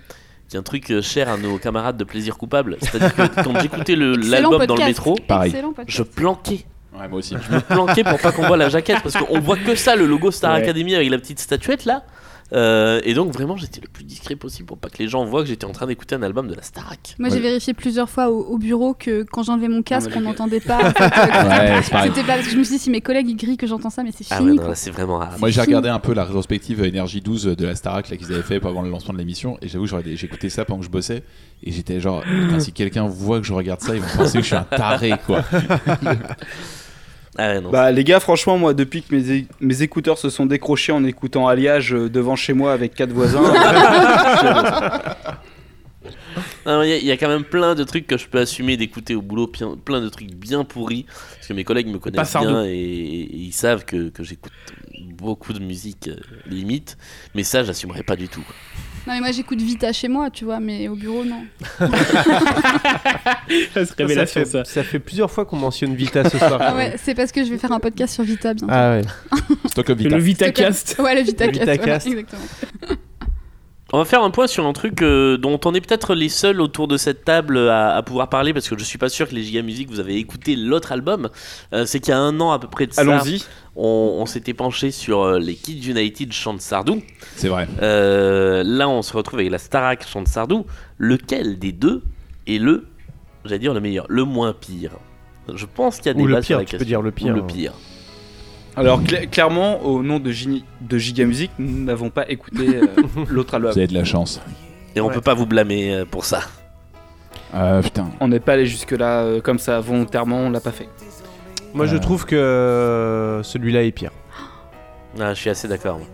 [SPEAKER 7] qui est un truc euh, cher à nos camarades de Plaisir Coupable. C'est-à-dire que quand j'écoutais le-
[SPEAKER 6] excellent
[SPEAKER 7] l'album dans
[SPEAKER 6] podcast.
[SPEAKER 7] le métro,
[SPEAKER 9] Pareil.
[SPEAKER 6] Excellent podcast.
[SPEAKER 7] je planquais
[SPEAKER 9] ouais, moi aussi
[SPEAKER 7] me planquer pour pas qu'on voit la jaquette parce qu'on voit que ça le logo Star
[SPEAKER 10] Ouais.
[SPEAKER 7] Academy avec la petite statuette là Euh, et donc vraiment j'étais le plus discret possible pour pas que les gens voient que j'étais en train d'écouter un album de la Starac
[SPEAKER 6] Moi, j'ai
[SPEAKER 9] Ouais.
[SPEAKER 6] vérifié plusieurs fois au, au bureau que quand j'enlevais mon casque,
[SPEAKER 8] mais
[SPEAKER 6] on
[SPEAKER 8] les-
[SPEAKER 6] n'entendait pas. en fait,
[SPEAKER 9] ouais c'est pareil
[SPEAKER 6] C'était pas parce que je me suis dit, si mes collègues ils grillent que j'entends ça, mais c'est
[SPEAKER 7] ah ouais
[SPEAKER 6] fini.
[SPEAKER 7] non, là, c'est vraiment rare
[SPEAKER 9] moi j'ai regardé un peu la rétrospective énergie 12 de la Starac là, qu'ils avaient fait avant le lancement de l'émission et j'avoue j'aurais des- j'écoutais ça pendant que je bossais et j'étais genre putain, si quelqu'un voit que je regarde ça ils vont penser que je suis un taré quoi
[SPEAKER 7] Ah ouais, non.
[SPEAKER 8] Bah les gars, franchement, moi, depuis que mes, é- mes écouteurs se sont décrochés en écoutant Alliage euh, devant chez moi avec quatre voisins, euh,
[SPEAKER 7] Non, Il y, a- il y a quand même plein de trucs que je peux assumer d'écouter au boulot, pien- plein de trucs bien pourris, parce que mes collègues me connaissent
[SPEAKER 10] Sardou.
[SPEAKER 7] bien et, et ils savent que, que j'écoute beaucoup de musique euh, limite, mais ça j'assumerai pas du tout.
[SPEAKER 6] Non, mais moi j'écoute Vita chez moi, tu vois, mais au bureau, non.
[SPEAKER 10] Ça, c'est
[SPEAKER 2] Ça
[SPEAKER 10] révélation,
[SPEAKER 2] fait,
[SPEAKER 10] ça.
[SPEAKER 2] ça fait plusieurs fois qu'on mentionne Vita ce soir.
[SPEAKER 6] Ah ouais, c'est parce que je vais faire un podcast sur Vita bientôt.
[SPEAKER 2] Ah ouais.
[SPEAKER 9] Stockholm Vita.
[SPEAKER 10] Le Vitacast.
[SPEAKER 6] Ouais, le Vita
[SPEAKER 2] Le Vitacast.
[SPEAKER 6] exactement.
[SPEAKER 7] On va faire un point sur un truc euh, dont on est peut-être les seuls autour de cette table à, à pouvoir parler, parce que je suis pas sûr que les Giga Music vous avez écouté l'autre album. Euh, C'est qu'il y a un an à peu près de ça,
[SPEAKER 8] allons-y.
[SPEAKER 7] on, on s'était penché sur euh, les Kids United Chant Sardou.
[SPEAKER 9] C'est vrai.
[SPEAKER 7] Euh, là, on se retrouve avec la Starac Chante Sardou. Lequel des deux est le, j'allais dire le meilleur, le moins pire Je pense qu'il y a des
[SPEAKER 2] Ou le
[SPEAKER 7] bases sur la
[SPEAKER 2] pire, tu peux
[SPEAKER 7] question.
[SPEAKER 2] dire le pire,
[SPEAKER 7] Ou le
[SPEAKER 2] hein.
[SPEAKER 7] pire.
[SPEAKER 8] Alors cla- clairement, au nom de, Gini- de Giga Music, nous n'avons pas écouté euh, l'autre album.
[SPEAKER 9] Vous avez de la chance.
[SPEAKER 7] Et on
[SPEAKER 10] Ouais.
[SPEAKER 7] peut pas vous blâmer euh, pour ça.
[SPEAKER 9] Euh, putain.
[SPEAKER 8] On n'est pas allé jusque-là euh, comme ça, volontairement, on l'a pas fait.
[SPEAKER 2] Moi je
[SPEAKER 9] Euh.
[SPEAKER 2] trouve que euh, celui-là est pire.
[SPEAKER 7] Ah, je suis assez d'accord. moi.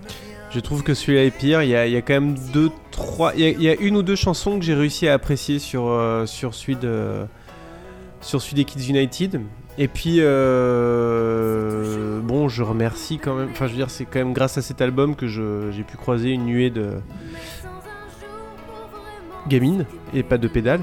[SPEAKER 2] Je trouve que celui-là est pire. Il y a, il y a quand même deux, trois. Il y a, il y a une ou deux chansons que j'ai réussi à apprécier sur, euh, sur, celui de- sur celui des Kids United. Et puis, euh, bon, je remercie quand même. Enfin, je veux dire, c'est quand même grâce à cet album que je- j'ai pu croiser une nuée de gamines et pas de pédales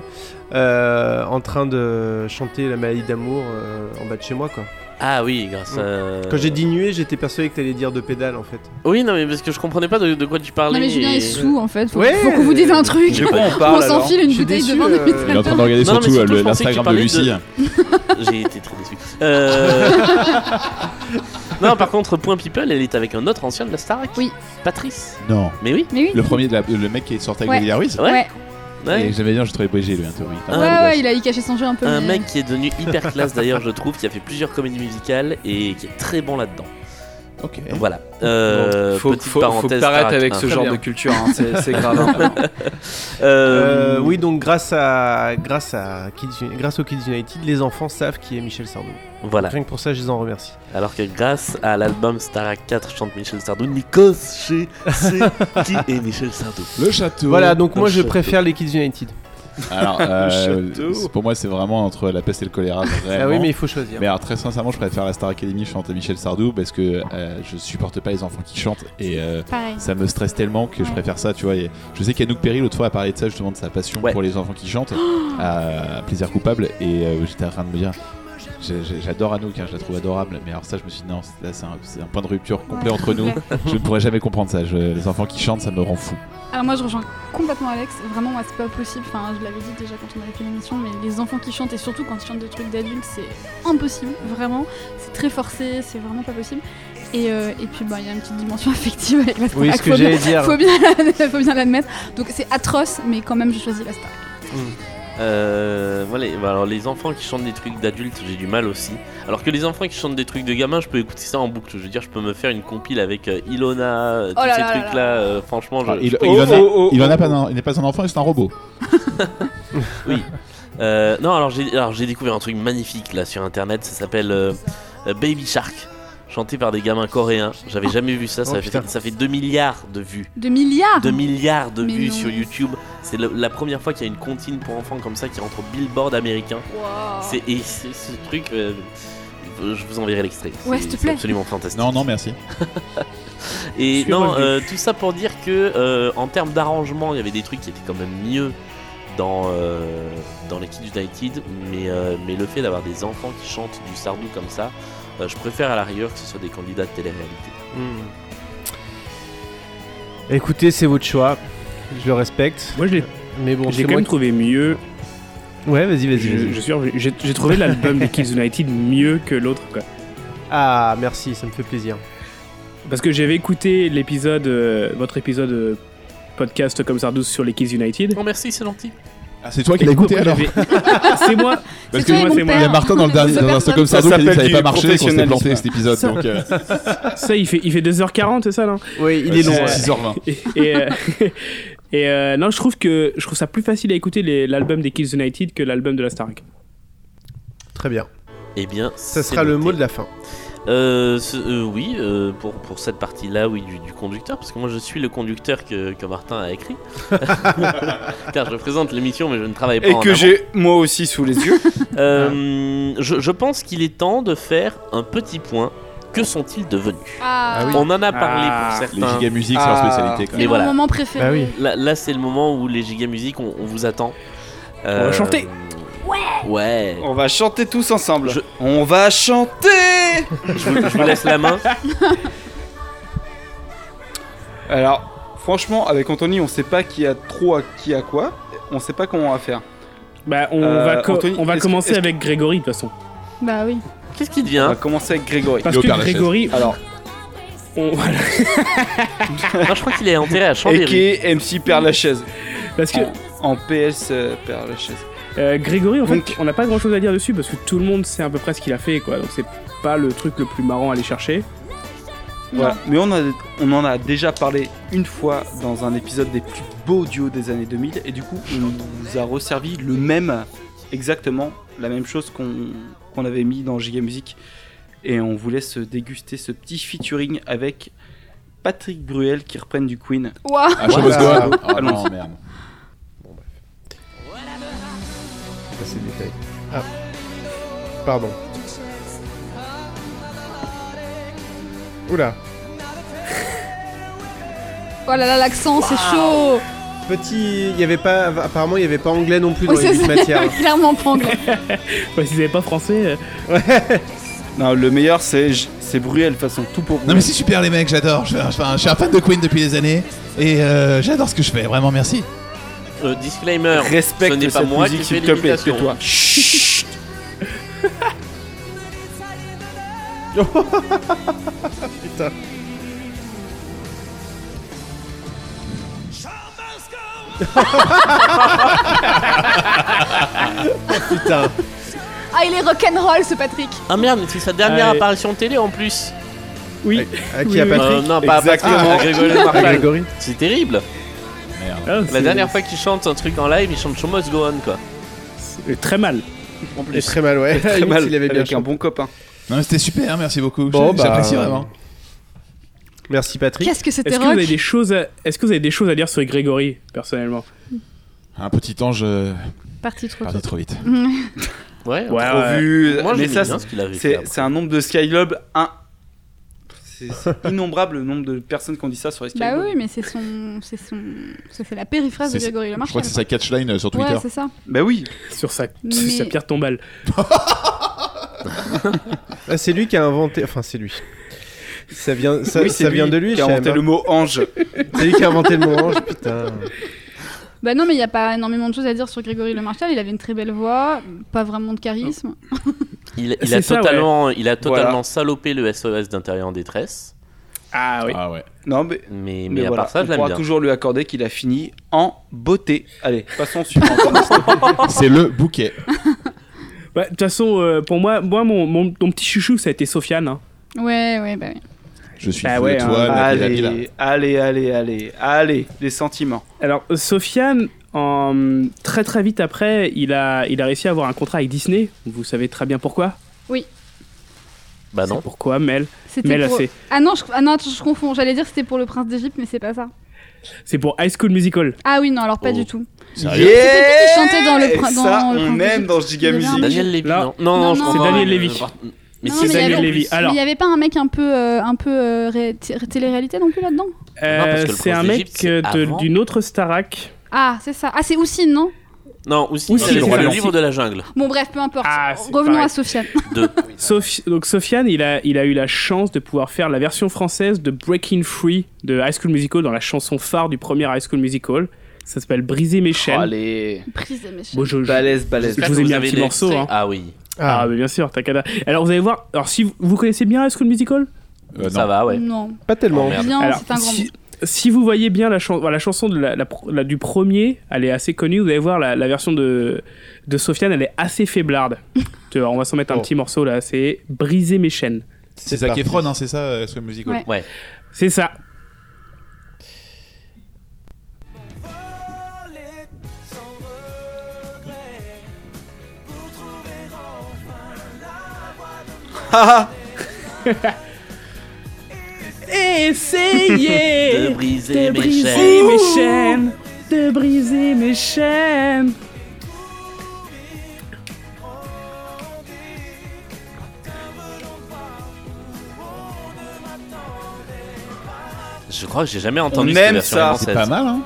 [SPEAKER 2] euh, en train de chanter la maladie d'amour euh, en bas de chez moi, quoi.
[SPEAKER 7] Ah oui, grâce à.
[SPEAKER 2] Quand j'ai dit nuée, j'étais persuadé que t'allais dire de pédales, en fait.
[SPEAKER 7] Oui, non, mais parce que je comprenais pas de, de quoi tu parlais.
[SPEAKER 6] Non, mais Julien
[SPEAKER 7] et-
[SPEAKER 6] est sous en fait. Faut,
[SPEAKER 2] Ouais.
[SPEAKER 6] faut qu'on vous dise un truc.
[SPEAKER 8] De quoi on
[SPEAKER 6] On
[SPEAKER 8] parle alors
[SPEAKER 6] s'enfile une
[SPEAKER 2] Je suis
[SPEAKER 6] bouteille
[SPEAKER 2] déçu,
[SPEAKER 6] de vin
[SPEAKER 2] euh,
[SPEAKER 6] depuis
[SPEAKER 9] Il est
[SPEAKER 6] tout
[SPEAKER 9] en
[SPEAKER 6] à
[SPEAKER 9] train
[SPEAKER 6] l'heure.
[SPEAKER 9] d'organiser
[SPEAKER 7] Non, mais
[SPEAKER 9] surtout
[SPEAKER 7] surtout,
[SPEAKER 9] euh,
[SPEAKER 7] je
[SPEAKER 9] le-
[SPEAKER 7] pensais que tu
[SPEAKER 9] l'Instagram de
[SPEAKER 7] parlais de-
[SPEAKER 9] Lucie.
[SPEAKER 7] J'ai été très déçu. Euh, non, par contre, Point People, elle est avec un autre ancien de la Starac.
[SPEAKER 6] Oui.
[SPEAKER 7] Patrice.
[SPEAKER 9] Non.
[SPEAKER 7] Mais oui.
[SPEAKER 6] Mais oui.
[SPEAKER 9] Le premier, de la- le mec qui est sorti avec
[SPEAKER 6] Ouais.
[SPEAKER 9] Delia Ruiz.
[SPEAKER 7] Ouais.
[SPEAKER 6] Ouais,
[SPEAKER 7] Ouais.
[SPEAKER 9] Et j'avais bien, je trouvais bégé lui, un Tommy.
[SPEAKER 7] Ah,
[SPEAKER 6] ouais,
[SPEAKER 7] le
[SPEAKER 6] ouais, il a il cachait son jeu un peu.
[SPEAKER 7] Un
[SPEAKER 6] mais-
[SPEAKER 7] mec qui est devenu hyper classe d'ailleurs, je trouve, qui a fait plusieurs comédies musicales et qui est très bon là-dedans.
[SPEAKER 9] Ok.
[SPEAKER 7] Voilà. Euh,
[SPEAKER 8] faut,
[SPEAKER 7] petite
[SPEAKER 8] faut- faut
[SPEAKER 7] parenthèse.
[SPEAKER 8] que t'arrêtes
[SPEAKER 7] Tarak,
[SPEAKER 8] avec
[SPEAKER 7] hein.
[SPEAKER 8] ce
[SPEAKER 2] Très
[SPEAKER 8] genre
[SPEAKER 2] bien.
[SPEAKER 8] de culture, hein, c'est c'est grave. hein, vraiment.
[SPEAKER 7] Euh,
[SPEAKER 2] Euh, oui, donc grâce à grâce à Kids, grâce aux Kids United, les enfants savent qui est Michel Sardou.
[SPEAKER 7] Voilà.
[SPEAKER 2] Rien que pour ça, je les en remercie.
[SPEAKER 7] Alors que grâce à l'album Starak 4 chante Michel Sardou, Nikos chez sait qui est Michel Sardou.
[SPEAKER 9] Le château.
[SPEAKER 2] Voilà, donc
[SPEAKER 7] dans
[SPEAKER 2] moi
[SPEAKER 7] le
[SPEAKER 2] je
[SPEAKER 7] château.
[SPEAKER 2] préfère les Kids United.
[SPEAKER 9] Alors, euh,
[SPEAKER 8] Le château.
[SPEAKER 9] c'est- pour moi, c'est vraiment entre la peste et le choléra. Vraiment.
[SPEAKER 2] Ah oui, mais il faut choisir.
[SPEAKER 9] Mais alors, très sincèrement, je préfère la Star Academy chanter Michel Sardou parce que euh, je supporte pas les enfants qui chantent et euh,
[SPEAKER 6] Pareil.
[SPEAKER 9] ça me stresse tellement que je préfère ça, tu vois. Et je sais qu'Anouk Perry, l'autre fois, a parlé de ça justement, de sa passion
[SPEAKER 7] Ouais.
[SPEAKER 9] pour les enfants qui chantent à Plaisir Coupable. Et euh, j'étais en train de me dire, j'ai- j'ai- j'adore Anouk, hein, je la trouve adorable. Mais alors, ça, je me suis dit, non, là, c'est un, c'est un point de rupture complet
[SPEAKER 6] Ouais,
[SPEAKER 9] entre nous.
[SPEAKER 6] complet.
[SPEAKER 9] je ne pourrais jamais comprendre ça. Je- les enfants qui chantent, ça me rend fou.
[SPEAKER 6] Alors moi je rejoins complètement Alex, vraiment moi c'est pas possible, enfin je l'avais dit déjà quand on avait fait l'émission, mais les enfants qui chantent et surtout quand ils chantent des trucs d'adultes c'est impossible, vraiment, c'est très forcé, c'est vraiment pas possible. Et, euh, et puis bah il y a une petite dimension affective avec la Starac,
[SPEAKER 2] Oui, ce que
[SPEAKER 6] faut, bien,
[SPEAKER 2] j'allais dire.
[SPEAKER 6] faut bien- faut bien l'admettre, donc c'est atroce mais quand même je choisis la Starac.
[SPEAKER 7] Euh, voilà, bah alors les enfants qui chantent des trucs d'adultes, j'ai du mal aussi. Alors que les enfants qui chantent des trucs de gamins, je peux écouter ça en boucle. Je veux dire, je peux me faire une compile avec euh, Ilona, euh, tous
[SPEAKER 6] Oh là
[SPEAKER 7] ces
[SPEAKER 6] là là
[SPEAKER 7] trucs-là. euh, franchement, je,
[SPEAKER 2] Ah,
[SPEAKER 9] Alors, Ah, il,
[SPEAKER 7] je-
[SPEAKER 9] il en a-
[SPEAKER 8] oh, oh,
[SPEAKER 9] il en a
[SPEAKER 8] oh.
[SPEAKER 9] pas un- il n'est pas un enfant, et c'est un robot.
[SPEAKER 7] Euh, non, alors j'ai alors j'ai découvert un truc magnifique là sur internet, ça s'appelle euh, euh, Baby Shark, chanté par des gamins coréens. J'avais jamais vu ça, ça,
[SPEAKER 2] Oh,
[SPEAKER 7] fait,
[SPEAKER 2] putain.
[SPEAKER 7] ça fait 2 milliards de vues.
[SPEAKER 6] De milliards
[SPEAKER 7] 2 milliards de
[SPEAKER 6] Mais
[SPEAKER 7] vues
[SPEAKER 6] non.
[SPEAKER 7] sur YouTube. C'est le- la première fois qu'il y a une comptine pour enfants comme ça qui rentre au billboard américain.
[SPEAKER 6] Wow.
[SPEAKER 7] C'est et c'est- ce truc. euh, je vous enverrai l'extrait.
[SPEAKER 6] Ouais,
[SPEAKER 7] C'est-
[SPEAKER 6] s'il te
[SPEAKER 7] c'est
[SPEAKER 6] plaît.
[SPEAKER 7] Absolument fantastique.
[SPEAKER 9] Non, non, merci.
[SPEAKER 7] Et
[SPEAKER 10] Suis
[SPEAKER 7] non,
[SPEAKER 10] revenu.
[SPEAKER 7] euh, tout ça pour dire que euh, en termes d'arrangement, il y avait des trucs qui étaient quand même mieux dans, euh, dans les Kids United, mais, euh, mais le fait d'avoir des enfants qui chantent du sardou comme ça, euh, je préfère à la rigueur que ce soit des candidats de télé-réalité.
[SPEAKER 2] Mm. Hmm. Écoutez, c'est votre choix. Je le respecte.
[SPEAKER 10] Moi, je l'ai-
[SPEAKER 2] Mais bon,
[SPEAKER 10] j'ai
[SPEAKER 2] c'est
[SPEAKER 10] quand
[SPEAKER 2] moi.
[SPEAKER 10] même trouvé mieux.
[SPEAKER 2] qui- Ouais, vas-y, vas-y.
[SPEAKER 10] Je,
[SPEAKER 2] vas-y.
[SPEAKER 10] je suis revenu- j'ai j'ai trouvé l'album des Kids United mieux que l'autre. quoi.
[SPEAKER 2] Ah, merci, ça me fait plaisir.
[SPEAKER 10] Parce que j'avais écouté l'épisode, euh, votre épisode euh, podcast comme Sardou sur les Kids United.
[SPEAKER 7] Bon, merci, c'est gentil.
[SPEAKER 9] Ah, c'est toi qui l'as écouté alors
[SPEAKER 10] J'avais- c'est moi.
[SPEAKER 9] Parce
[SPEAKER 6] toi et
[SPEAKER 9] que moi,
[SPEAKER 6] mon
[SPEAKER 10] c'est moi.
[SPEAKER 9] Il y a
[SPEAKER 6] père.
[SPEAKER 9] Martin dans, le dernier,
[SPEAKER 6] Ça
[SPEAKER 9] dans un
[SPEAKER 6] s'appelle-
[SPEAKER 9] Stockholm
[SPEAKER 8] Ça
[SPEAKER 9] Sardou qui a dit que ça
[SPEAKER 8] s'appelle
[SPEAKER 9] n'avait pas
[SPEAKER 8] du
[SPEAKER 9] marché et qu'on s'est planté
[SPEAKER 8] professionnalisme.
[SPEAKER 9] cet épisode. Donc, euh,
[SPEAKER 10] Ça, il fait, il fait 2h40, c'est ça, non
[SPEAKER 2] Oui, il
[SPEAKER 9] euh,
[SPEAKER 2] est
[SPEAKER 9] six-
[SPEAKER 2] long. ouais.
[SPEAKER 9] 6h20.
[SPEAKER 10] et, et, euh, et, euh, non, je trouve que je trouve ça plus facile à écouter les- l'album des Kids United que l'album de la Starac.
[SPEAKER 2] Très bien.
[SPEAKER 7] Eh bien,
[SPEAKER 2] Ça sera le mot de la fin.
[SPEAKER 7] Euh, ce- euh, oui, euh, pour, pour cette partie-là, oui, du, du conducteur, parce que moi je suis le conducteur que, que Martin a écrit. Car je présente l'émission, mais je ne travaille pas
[SPEAKER 8] Et
[SPEAKER 7] en
[SPEAKER 8] que
[SPEAKER 7] amont.
[SPEAKER 8] j'ai moi aussi sous les yeux.
[SPEAKER 7] Euh, je, je pense qu'il est temps de faire un petit point. Que sont-ils devenus
[SPEAKER 6] Ah,
[SPEAKER 2] Ah oui.
[SPEAKER 7] On en a parlé
[SPEAKER 10] Ah,
[SPEAKER 7] pour
[SPEAKER 9] Les
[SPEAKER 7] certains.
[SPEAKER 9] giga musiques, c'est leur
[SPEAKER 8] Ah.
[SPEAKER 9] spécialité
[SPEAKER 6] C'est
[SPEAKER 9] quand
[SPEAKER 7] Et
[SPEAKER 9] même.
[SPEAKER 6] mon
[SPEAKER 7] voilà.
[SPEAKER 6] moment préféré.
[SPEAKER 2] Bah oui.
[SPEAKER 7] Là, là, c'est le moment où les gigamusiques, on, on vous attend. Euh,
[SPEAKER 10] va chanter.
[SPEAKER 7] Ouais Ouais
[SPEAKER 8] On va chanter tous ensemble.
[SPEAKER 7] Je-
[SPEAKER 8] On va chanter
[SPEAKER 7] je, vous, je vous laisse la main.
[SPEAKER 8] Alors, franchement, avec Anthony, on sait pas qui a trop à qui à quoi. On sait pas comment on va faire.
[SPEAKER 10] Bah, on
[SPEAKER 8] Euh,
[SPEAKER 10] va, co-
[SPEAKER 8] Anthony,
[SPEAKER 10] on va
[SPEAKER 8] est-ce-
[SPEAKER 10] commencer
[SPEAKER 8] est-ce-
[SPEAKER 10] avec Grégory de toute façon.
[SPEAKER 6] Bah oui.
[SPEAKER 7] Qu'est-ce qui
[SPEAKER 8] On
[SPEAKER 7] devient
[SPEAKER 10] Hein
[SPEAKER 8] va commencer avec Grégory.
[SPEAKER 10] Parce
[SPEAKER 9] au
[SPEAKER 10] que
[SPEAKER 9] Père Lachaise.
[SPEAKER 10] Grégory,
[SPEAKER 8] Alors,
[SPEAKER 10] on- voilà.
[SPEAKER 7] Non, Je crois qu'il est enterré à Chambéry.
[SPEAKER 8] AK MC Père Lachaise.
[SPEAKER 10] parce que
[SPEAKER 8] En PS euh, Père Lachaise.
[SPEAKER 10] euh, Grégory, en fait,
[SPEAKER 8] Donc-
[SPEAKER 10] on n'a pas grand chose à dire dessus parce que tout le monde sait à peu près ce qu'il a fait, quoi. Donc c'est pas le truc le plus marrant à aller chercher.
[SPEAKER 8] Voilà. Mais on, a- on en a déjà parlé une fois dans un épisode des plus beaux duos des années 2000. Et du coup, on nous a resservi le même, exactement la même chose qu'on qu'on avait mis dans Giga Music. Et on vous laisse déguster ce petit featuring avec Patrick Bruel qui reprenne du Queen.
[SPEAKER 6] Waouh.
[SPEAKER 9] Ah, Show Must Go On. Ah non,
[SPEAKER 8] Allons-y.
[SPEAKER 9] merde.
[SPEAKER 2] Passer le détail. Ah. Pardon. Oula.
[SPEAKER 6] Oh là là, l'accent, c'est chaud.
[SPEAKER 2] Petit. Il y avait pas. Apparemment, il n'y avait pas anglais non plus dans
[SPEAKER 6] Oui,
[SPEAKER 2] les
[SPEAKER 6] Oh, c'est
[SPEAKER 2] huit matières.
[SPEAKER 6] clairement pas anglais.
[SPEAKER 10] Ouais, S'ils n'avaient pas français, euh,
[SPEAKER 8] Non, le meilleur, c'est c'est Bruel, de toute façon, tout pour vous.
[SPEAKER 9] Non mais c'est super les mecs, j'adore. Je, je- je suis un fan de Queen depuis des années et euh, j'adore ce que je fais. Vraiment merci.
[SPEAKER 7] Euh, disclaimer,
[SPEAKER 8] Respecte
[SPEAKER 7] ce n'est pas
[SPEAKER 8] cette
[SPEAKER 7] moi
[SPEAKER 8] musique,
[SPEAKER 7] qui fais
[SPEAKER 8] s'il te plaît,
[SPEAKER 7] l'imitation.
[SPEAKER 8] tais-toi. Chut
[SPEAKER 2] Putain.
[SPEAKER 6] Ah, il est rock'n'roll ce Patrick.
[SPEAKER 7] Ah merde, mais c'est sa dernière
[SPEAKER 10] Allez.
[SPEAKER 7] apparition télé en plus.
[SPEAKER 10] oui.
[SPEAKER 8] Ah,
[SPEAKER 2] À
[SPEAKER 10] Oui,
[SPEAKER 2] qui a
[SPEAKER 10] oui.
[SPEAKER 2] Patrick
[SPEAKER 7] Euh, non, pas
[SPEAKER 8] Exactement.
[SPEAKER 7] à Grégory
[SPEAKER 2] À
[SPEAKER 7] Marshall.
[SPEAKER 2] Grégory.
[SPEAKER 7] C'est terrible.
[SPEAKER 9] Merde.
[SPEAKER 10] Ah,
[SPEAKER 7] La
[SPEAKER 10] c'est-
[SPEAKER 7] dernière fois qu'il chante un truc en live, il chante Show Must Go On quoi.
[SPEAKER 10] c'est Très mal.
[SPEAKER 7] En
[SPEAKER 2] Et
[SPEAKER 7] plus.
[SPEAKER 2] très mal, ouais.
[SPEAKER 8] Très
[SPEAKER 2] Limite,
[SPEAKER 8] mal,
[SPEAKER 2] il avait bien
[SPEAKER 8] avec un
[SPEAKER 2] chanté.
[SPEAKER 8] bon copain.
[SPEAKER 9] Non mais c'était super, hein, merci beaucoup.
[SPEAKER 2] Bon,
[SPEAKER 9] J'ai-
[SPEAKER 2] bah,
[SPEAKER 9] J'apprécie
[SPEAKER 2] euh,
[SPEAKER 9] vraiment.
[SPEAKER 2] Merci Patrick.
[SPEAKER 6] Qu'est-ce que c'était
[SPEAKER 10] Est-ce que, vous
[SPEAKER 6] rock
[SPEAKER 10] avez des choses à... est-ce que vous avez des choses à dire sur Grégory, personnellement
[SPEAKER 9] Un petit ange euh,
[SPEAKER 6] Parti trop.
[SPEAKER 9] parti trop vite.
[SPEAKER 7] Ouais,
[SPEAKER 10] Ouais,
[SPEAKER 8] Trop
[SPEAKER 10] ouais.
[SPEAKER 8] vu.
[SPEAKER 7] Moi,
[SPEAKER 8] mais
[SPEAKER 7] j'aime
[SPEAKER 8] ça,
[SPEAKER 7] bien ce qu'il avait fait.
[SPEAKER 8] C'est
[SPEAKER 7] après.
[SPEAKER 8] c'est un nombre de Skylob 1. C'est c'est innombrable le nombre de personnes qui ont dit ça sur les
[SPEAKER 6] Bah
[SPEAKER 8] Skylob.
[SPEAKER 6] oui, mais c'est son, c'est son, ça, c'est la périphrase de
[SPEAKER 9] C'est-
[SPEAKER 6] Grégory Le
[SPEAKER 9] Je crois
[SPEAKER 6] Marchal.
[SPEAKER 9] que c'est sa catchline euh, sur Twitter.
[SPEAKER 6] Ouais, c'est ça.
[SPEAKER 8] Bah oui.
[SPEAKER 10] Sur sa,
[SPEAKER 6] Mais-
[SPEAKER 10] sur sa pierre tombale.
[SPEAKER 2] Ah, c'est lui qui a inventé. Enfin, c'est lui. Ça vient, ça,
[SPEAKER 8] oui, c'est
[SPEAKER 2] ça vient de lui. hein.
[SPEAKER 8] qui a
[SPEAKER 2] je savais
[SPEAKER 8] inventé
[SPEAKER 2] pas.
[SPEAKER 8] le mot ange.
[SPEAKER 2] C'est lui qui a inventé le mot ange, putain.
[SPEAKER 6] Bah non, mais il n'y a pas énormément de choses à dire sur Grégory Le Marchal. Il avait une très belle voix, pas vraiment de charisme.
[SPEAKER 7] Il, il
[SPEAKER 10] C'est
[SPEAKER 7] a
[SPEAKER 10] ça,
[SPEAKER 7] totalement, il a totalement
[SPEAKER 8] Voilà.
[SPEAKER 7] salopé le SOS d'intérieur en détresse.
[SPEAKER 10] Ah oui.
[SPEAKER 9] Ah ouais.
[SPEAKER 8] Non, mais,
[SPEAKER 7] Mais, mais,
[SPEAKER 8] mais
[SPEAKER 7] à
[SPEAKER 8] voilà.
[SPEAKER 7] part ça,
[SPEAKER 8] on
[SPEAKER 7] je l'aime
[SPEAKER 8] pourra
[SPEAKER 7] bien.
[SPEAKER 8] toujours lui accorder qu'il a fini en beauté. Allez, passons au suivant.
[SPEAKER 9] C'est le bouquet.
[SPEAKER 10] Bah, De toute façon, euh, pour moi, moi mon, mon, ton petit chouchou, ça a été Sofiane. hein.
[SPEAKER 6] Ouais, ouais, bah oui.
[SPEAKER 9] Je suis
[SPEAKER 10] Bah
[SPEAKER 9] fou
[SPEAKER 10] ouais,
[SPEAKER 9] de toi,
[SPEAKER 10] hein.
[SPEAKER 9] Nabil Habila.
[SPEAKER 8] allez, allez, allez, allez, allez, les sentiments.
[SPEAKER 10] Alors, euh, Sofiane, en- très très vite après, il a, il a réussi à avoir un contrat avec Disney. Vous savez très bien pourquoi.
[SPEAKER 7] Bah non.
[SPEAKER 10] C'est pourquoi Mel
[SPEAKER 6] C'était
[SPEAKER 10] Mel, a
[SPEAKER 6] pour...
[SPEAKER 10] fait-
[SPEAKER 6] Ah non, je... ah non, attends, je confonds. J'allais dire c'était pour le prince d'Égypte, mais c'est pas ça.
[SPEAKER 10] c'est pour High School Musical.
[SPEAKER 6] Ah oui, non, alors pas
[SPEAKER 7] Oh.
[SPEAKER 6] du tout.
[SPEAKER 9] Sérieux
[SPEAKER 6] C'était lui qui chantait dans le
[SPEAKER 8] Et
[SPEAKER 6] prin- dans
[SPEAKER 8] ça,
[SPEAKER 6] le
[SPEAKER 8] on
[SPEAKER 6] prince
[SPEAKER 8] aime
[SPEAKER 6] d'Égypte.
[SPEAKER 8] dans Giga
[SPEAKER 6] Il y avait un
[SPEAKER 8] Music.
[SPEAKER 7] Daniel Lévy.
[SPEAKER 10] Là-
[SPEAKER 7] Non, non,
[SPEAKER 6] Non,
[SPEAKER 7] je
[SPEAKER 6] non.
[SPEAKER 7] comprends
[SPEAKER 10] C'est Daniel
[SPEAKER 7] pas,
[SPEAKER 10] Lévy.
[SPEAKER 7] euh, Mais
[SPEAKER 6] Non,
[SPEAKER 7] c'est
[SPEAKER 6] mais il y
[SPEAKER 7] Daniel
[SPEAKER 6] avait-
[SPEAKER 7] Lévy.
[SPEAKER 6] Mais
[SPEAKER 10] Alors-
[SPEAKER 6] il n'y avait pas un mec un peu, euh, un peu euh, ré- t- télé-réalité non plus là-dedans
[SPEAKER 10] Euh,
[SPEAKER 7] parce que le
[SPEAKER 10] c'est
[SPEAKER 7] prince
[SPEAKER 10] un
[SPEAKER 7] d'Égypte,
[SPEAKER 10] mec
[SPEAKER 7] c'est
[SPEAKER 10] euh, de-
[SPEAKER 7] avant.
[SPEAKER 10] d'une autre Starac.
[SPEAKER 6] Ah, c'est ça. Ah, c'est Oussine, non
[SPEAKER 7] Non, aussi,
[SPEAKER 10] Aussi,
[SPEAKER 7] c'est
[SPEAKER 10] c'est
[SPEAKER 7] le
[SPEAKER 10] ça.
[SPEAKER 7] livre de la jungle.
[SPEAKER 6] Bon, bref, peu importe.
[SPEAKER 10] Ah, c'est
[SPEAKER 6] Revenons
[SPEAKER 10] pareil.
[SPEAKER 6] à Sofiane.
[SPEAKER 10] Sofi- donc Sofiane, il a, il a eu la chance de pouvoir faire la version française de Breaking Free de High School Musical dans la chanson phare du premier High School Musical. Ça s'appelle Briser mes
[SPEAKER 8] Oh,
[SPEAKER 10] chaînes.
[SPEAKER 8] allez,
[SPEAKER 6] Prise de méchant.
[SPEAKER 10] Bon, je- je-
[SPEAKER 8] balèze, balèze.
[SPEAKER 10] je
[SPEAKER 7] J'espère
[SPEAKER 10] vous
[SPEAKER 7] que
[SPEAKER 10] ai mis un
[SPEAKER 7] avez
[SPEAKER 10] petit
[SPEAKER 7] des
[SPEAKER 10] morceau,
[SPEAKER 7] extraits.
[SPEAKER 10] hein.
[SPEAKER 7] Ah oui,
[SPEAKER 10] Ah, mais bien sûr, Takada. Alors vous allez voir, alors si vous, vous connaissez bien High School Musical
[SPEAKER 9] Euh, non.
[SPEAKER 7] ça va, ouais.
[SPEAKER 6] Non,
[SPEAKER 2] pas tellement.
[SPEAKER 7] Oh, merde.
[SPEAKER 6] bien,
[SPEAKER 10] Alors
[SPEAKER 6] c'est un grand.
[SPEAKER 10] si, si vous voyez bien la, chan- voilà, la chanson de la- la pro- la- du premier, elle est assez connue. Vous allez voir la, la version de, de Sofiane, elle est assez faiblarde. Tu vois, on va s'en mettre un
[SPEAKER 2] Oh.
[SPEAKER 10] petit morceau là, c'est Briser mes chaînes.
[SPEAKER 9] C'est Zac Efron, hein, c'est ça, euh, ce musical.
[SPEAKER 6] Ouais.
[SPEAKER 7] Ouais.
[SPEAKER 10] C'est ça.
[SPEAKER 8] Ah,
[SPEAKER 7] De
[SPEAKER 10] Essayez
[SPEAKER 7] briser mes chaînes.
[SPEAKER 10] briser mes chaînes De briser mes chaînes
[SPEAKER 7] Je crois que j'ai jamais entendu
[SPEAKER 8] On
[SPEAKER 7] cette
[SPEAKER 8] aime
[SPEAKER 7] version
[SPEAKER 8] ça.
[SPEAKER 9] C'est
[SPEAKER 7] française.
[SPEAKER 9] pas mal, hein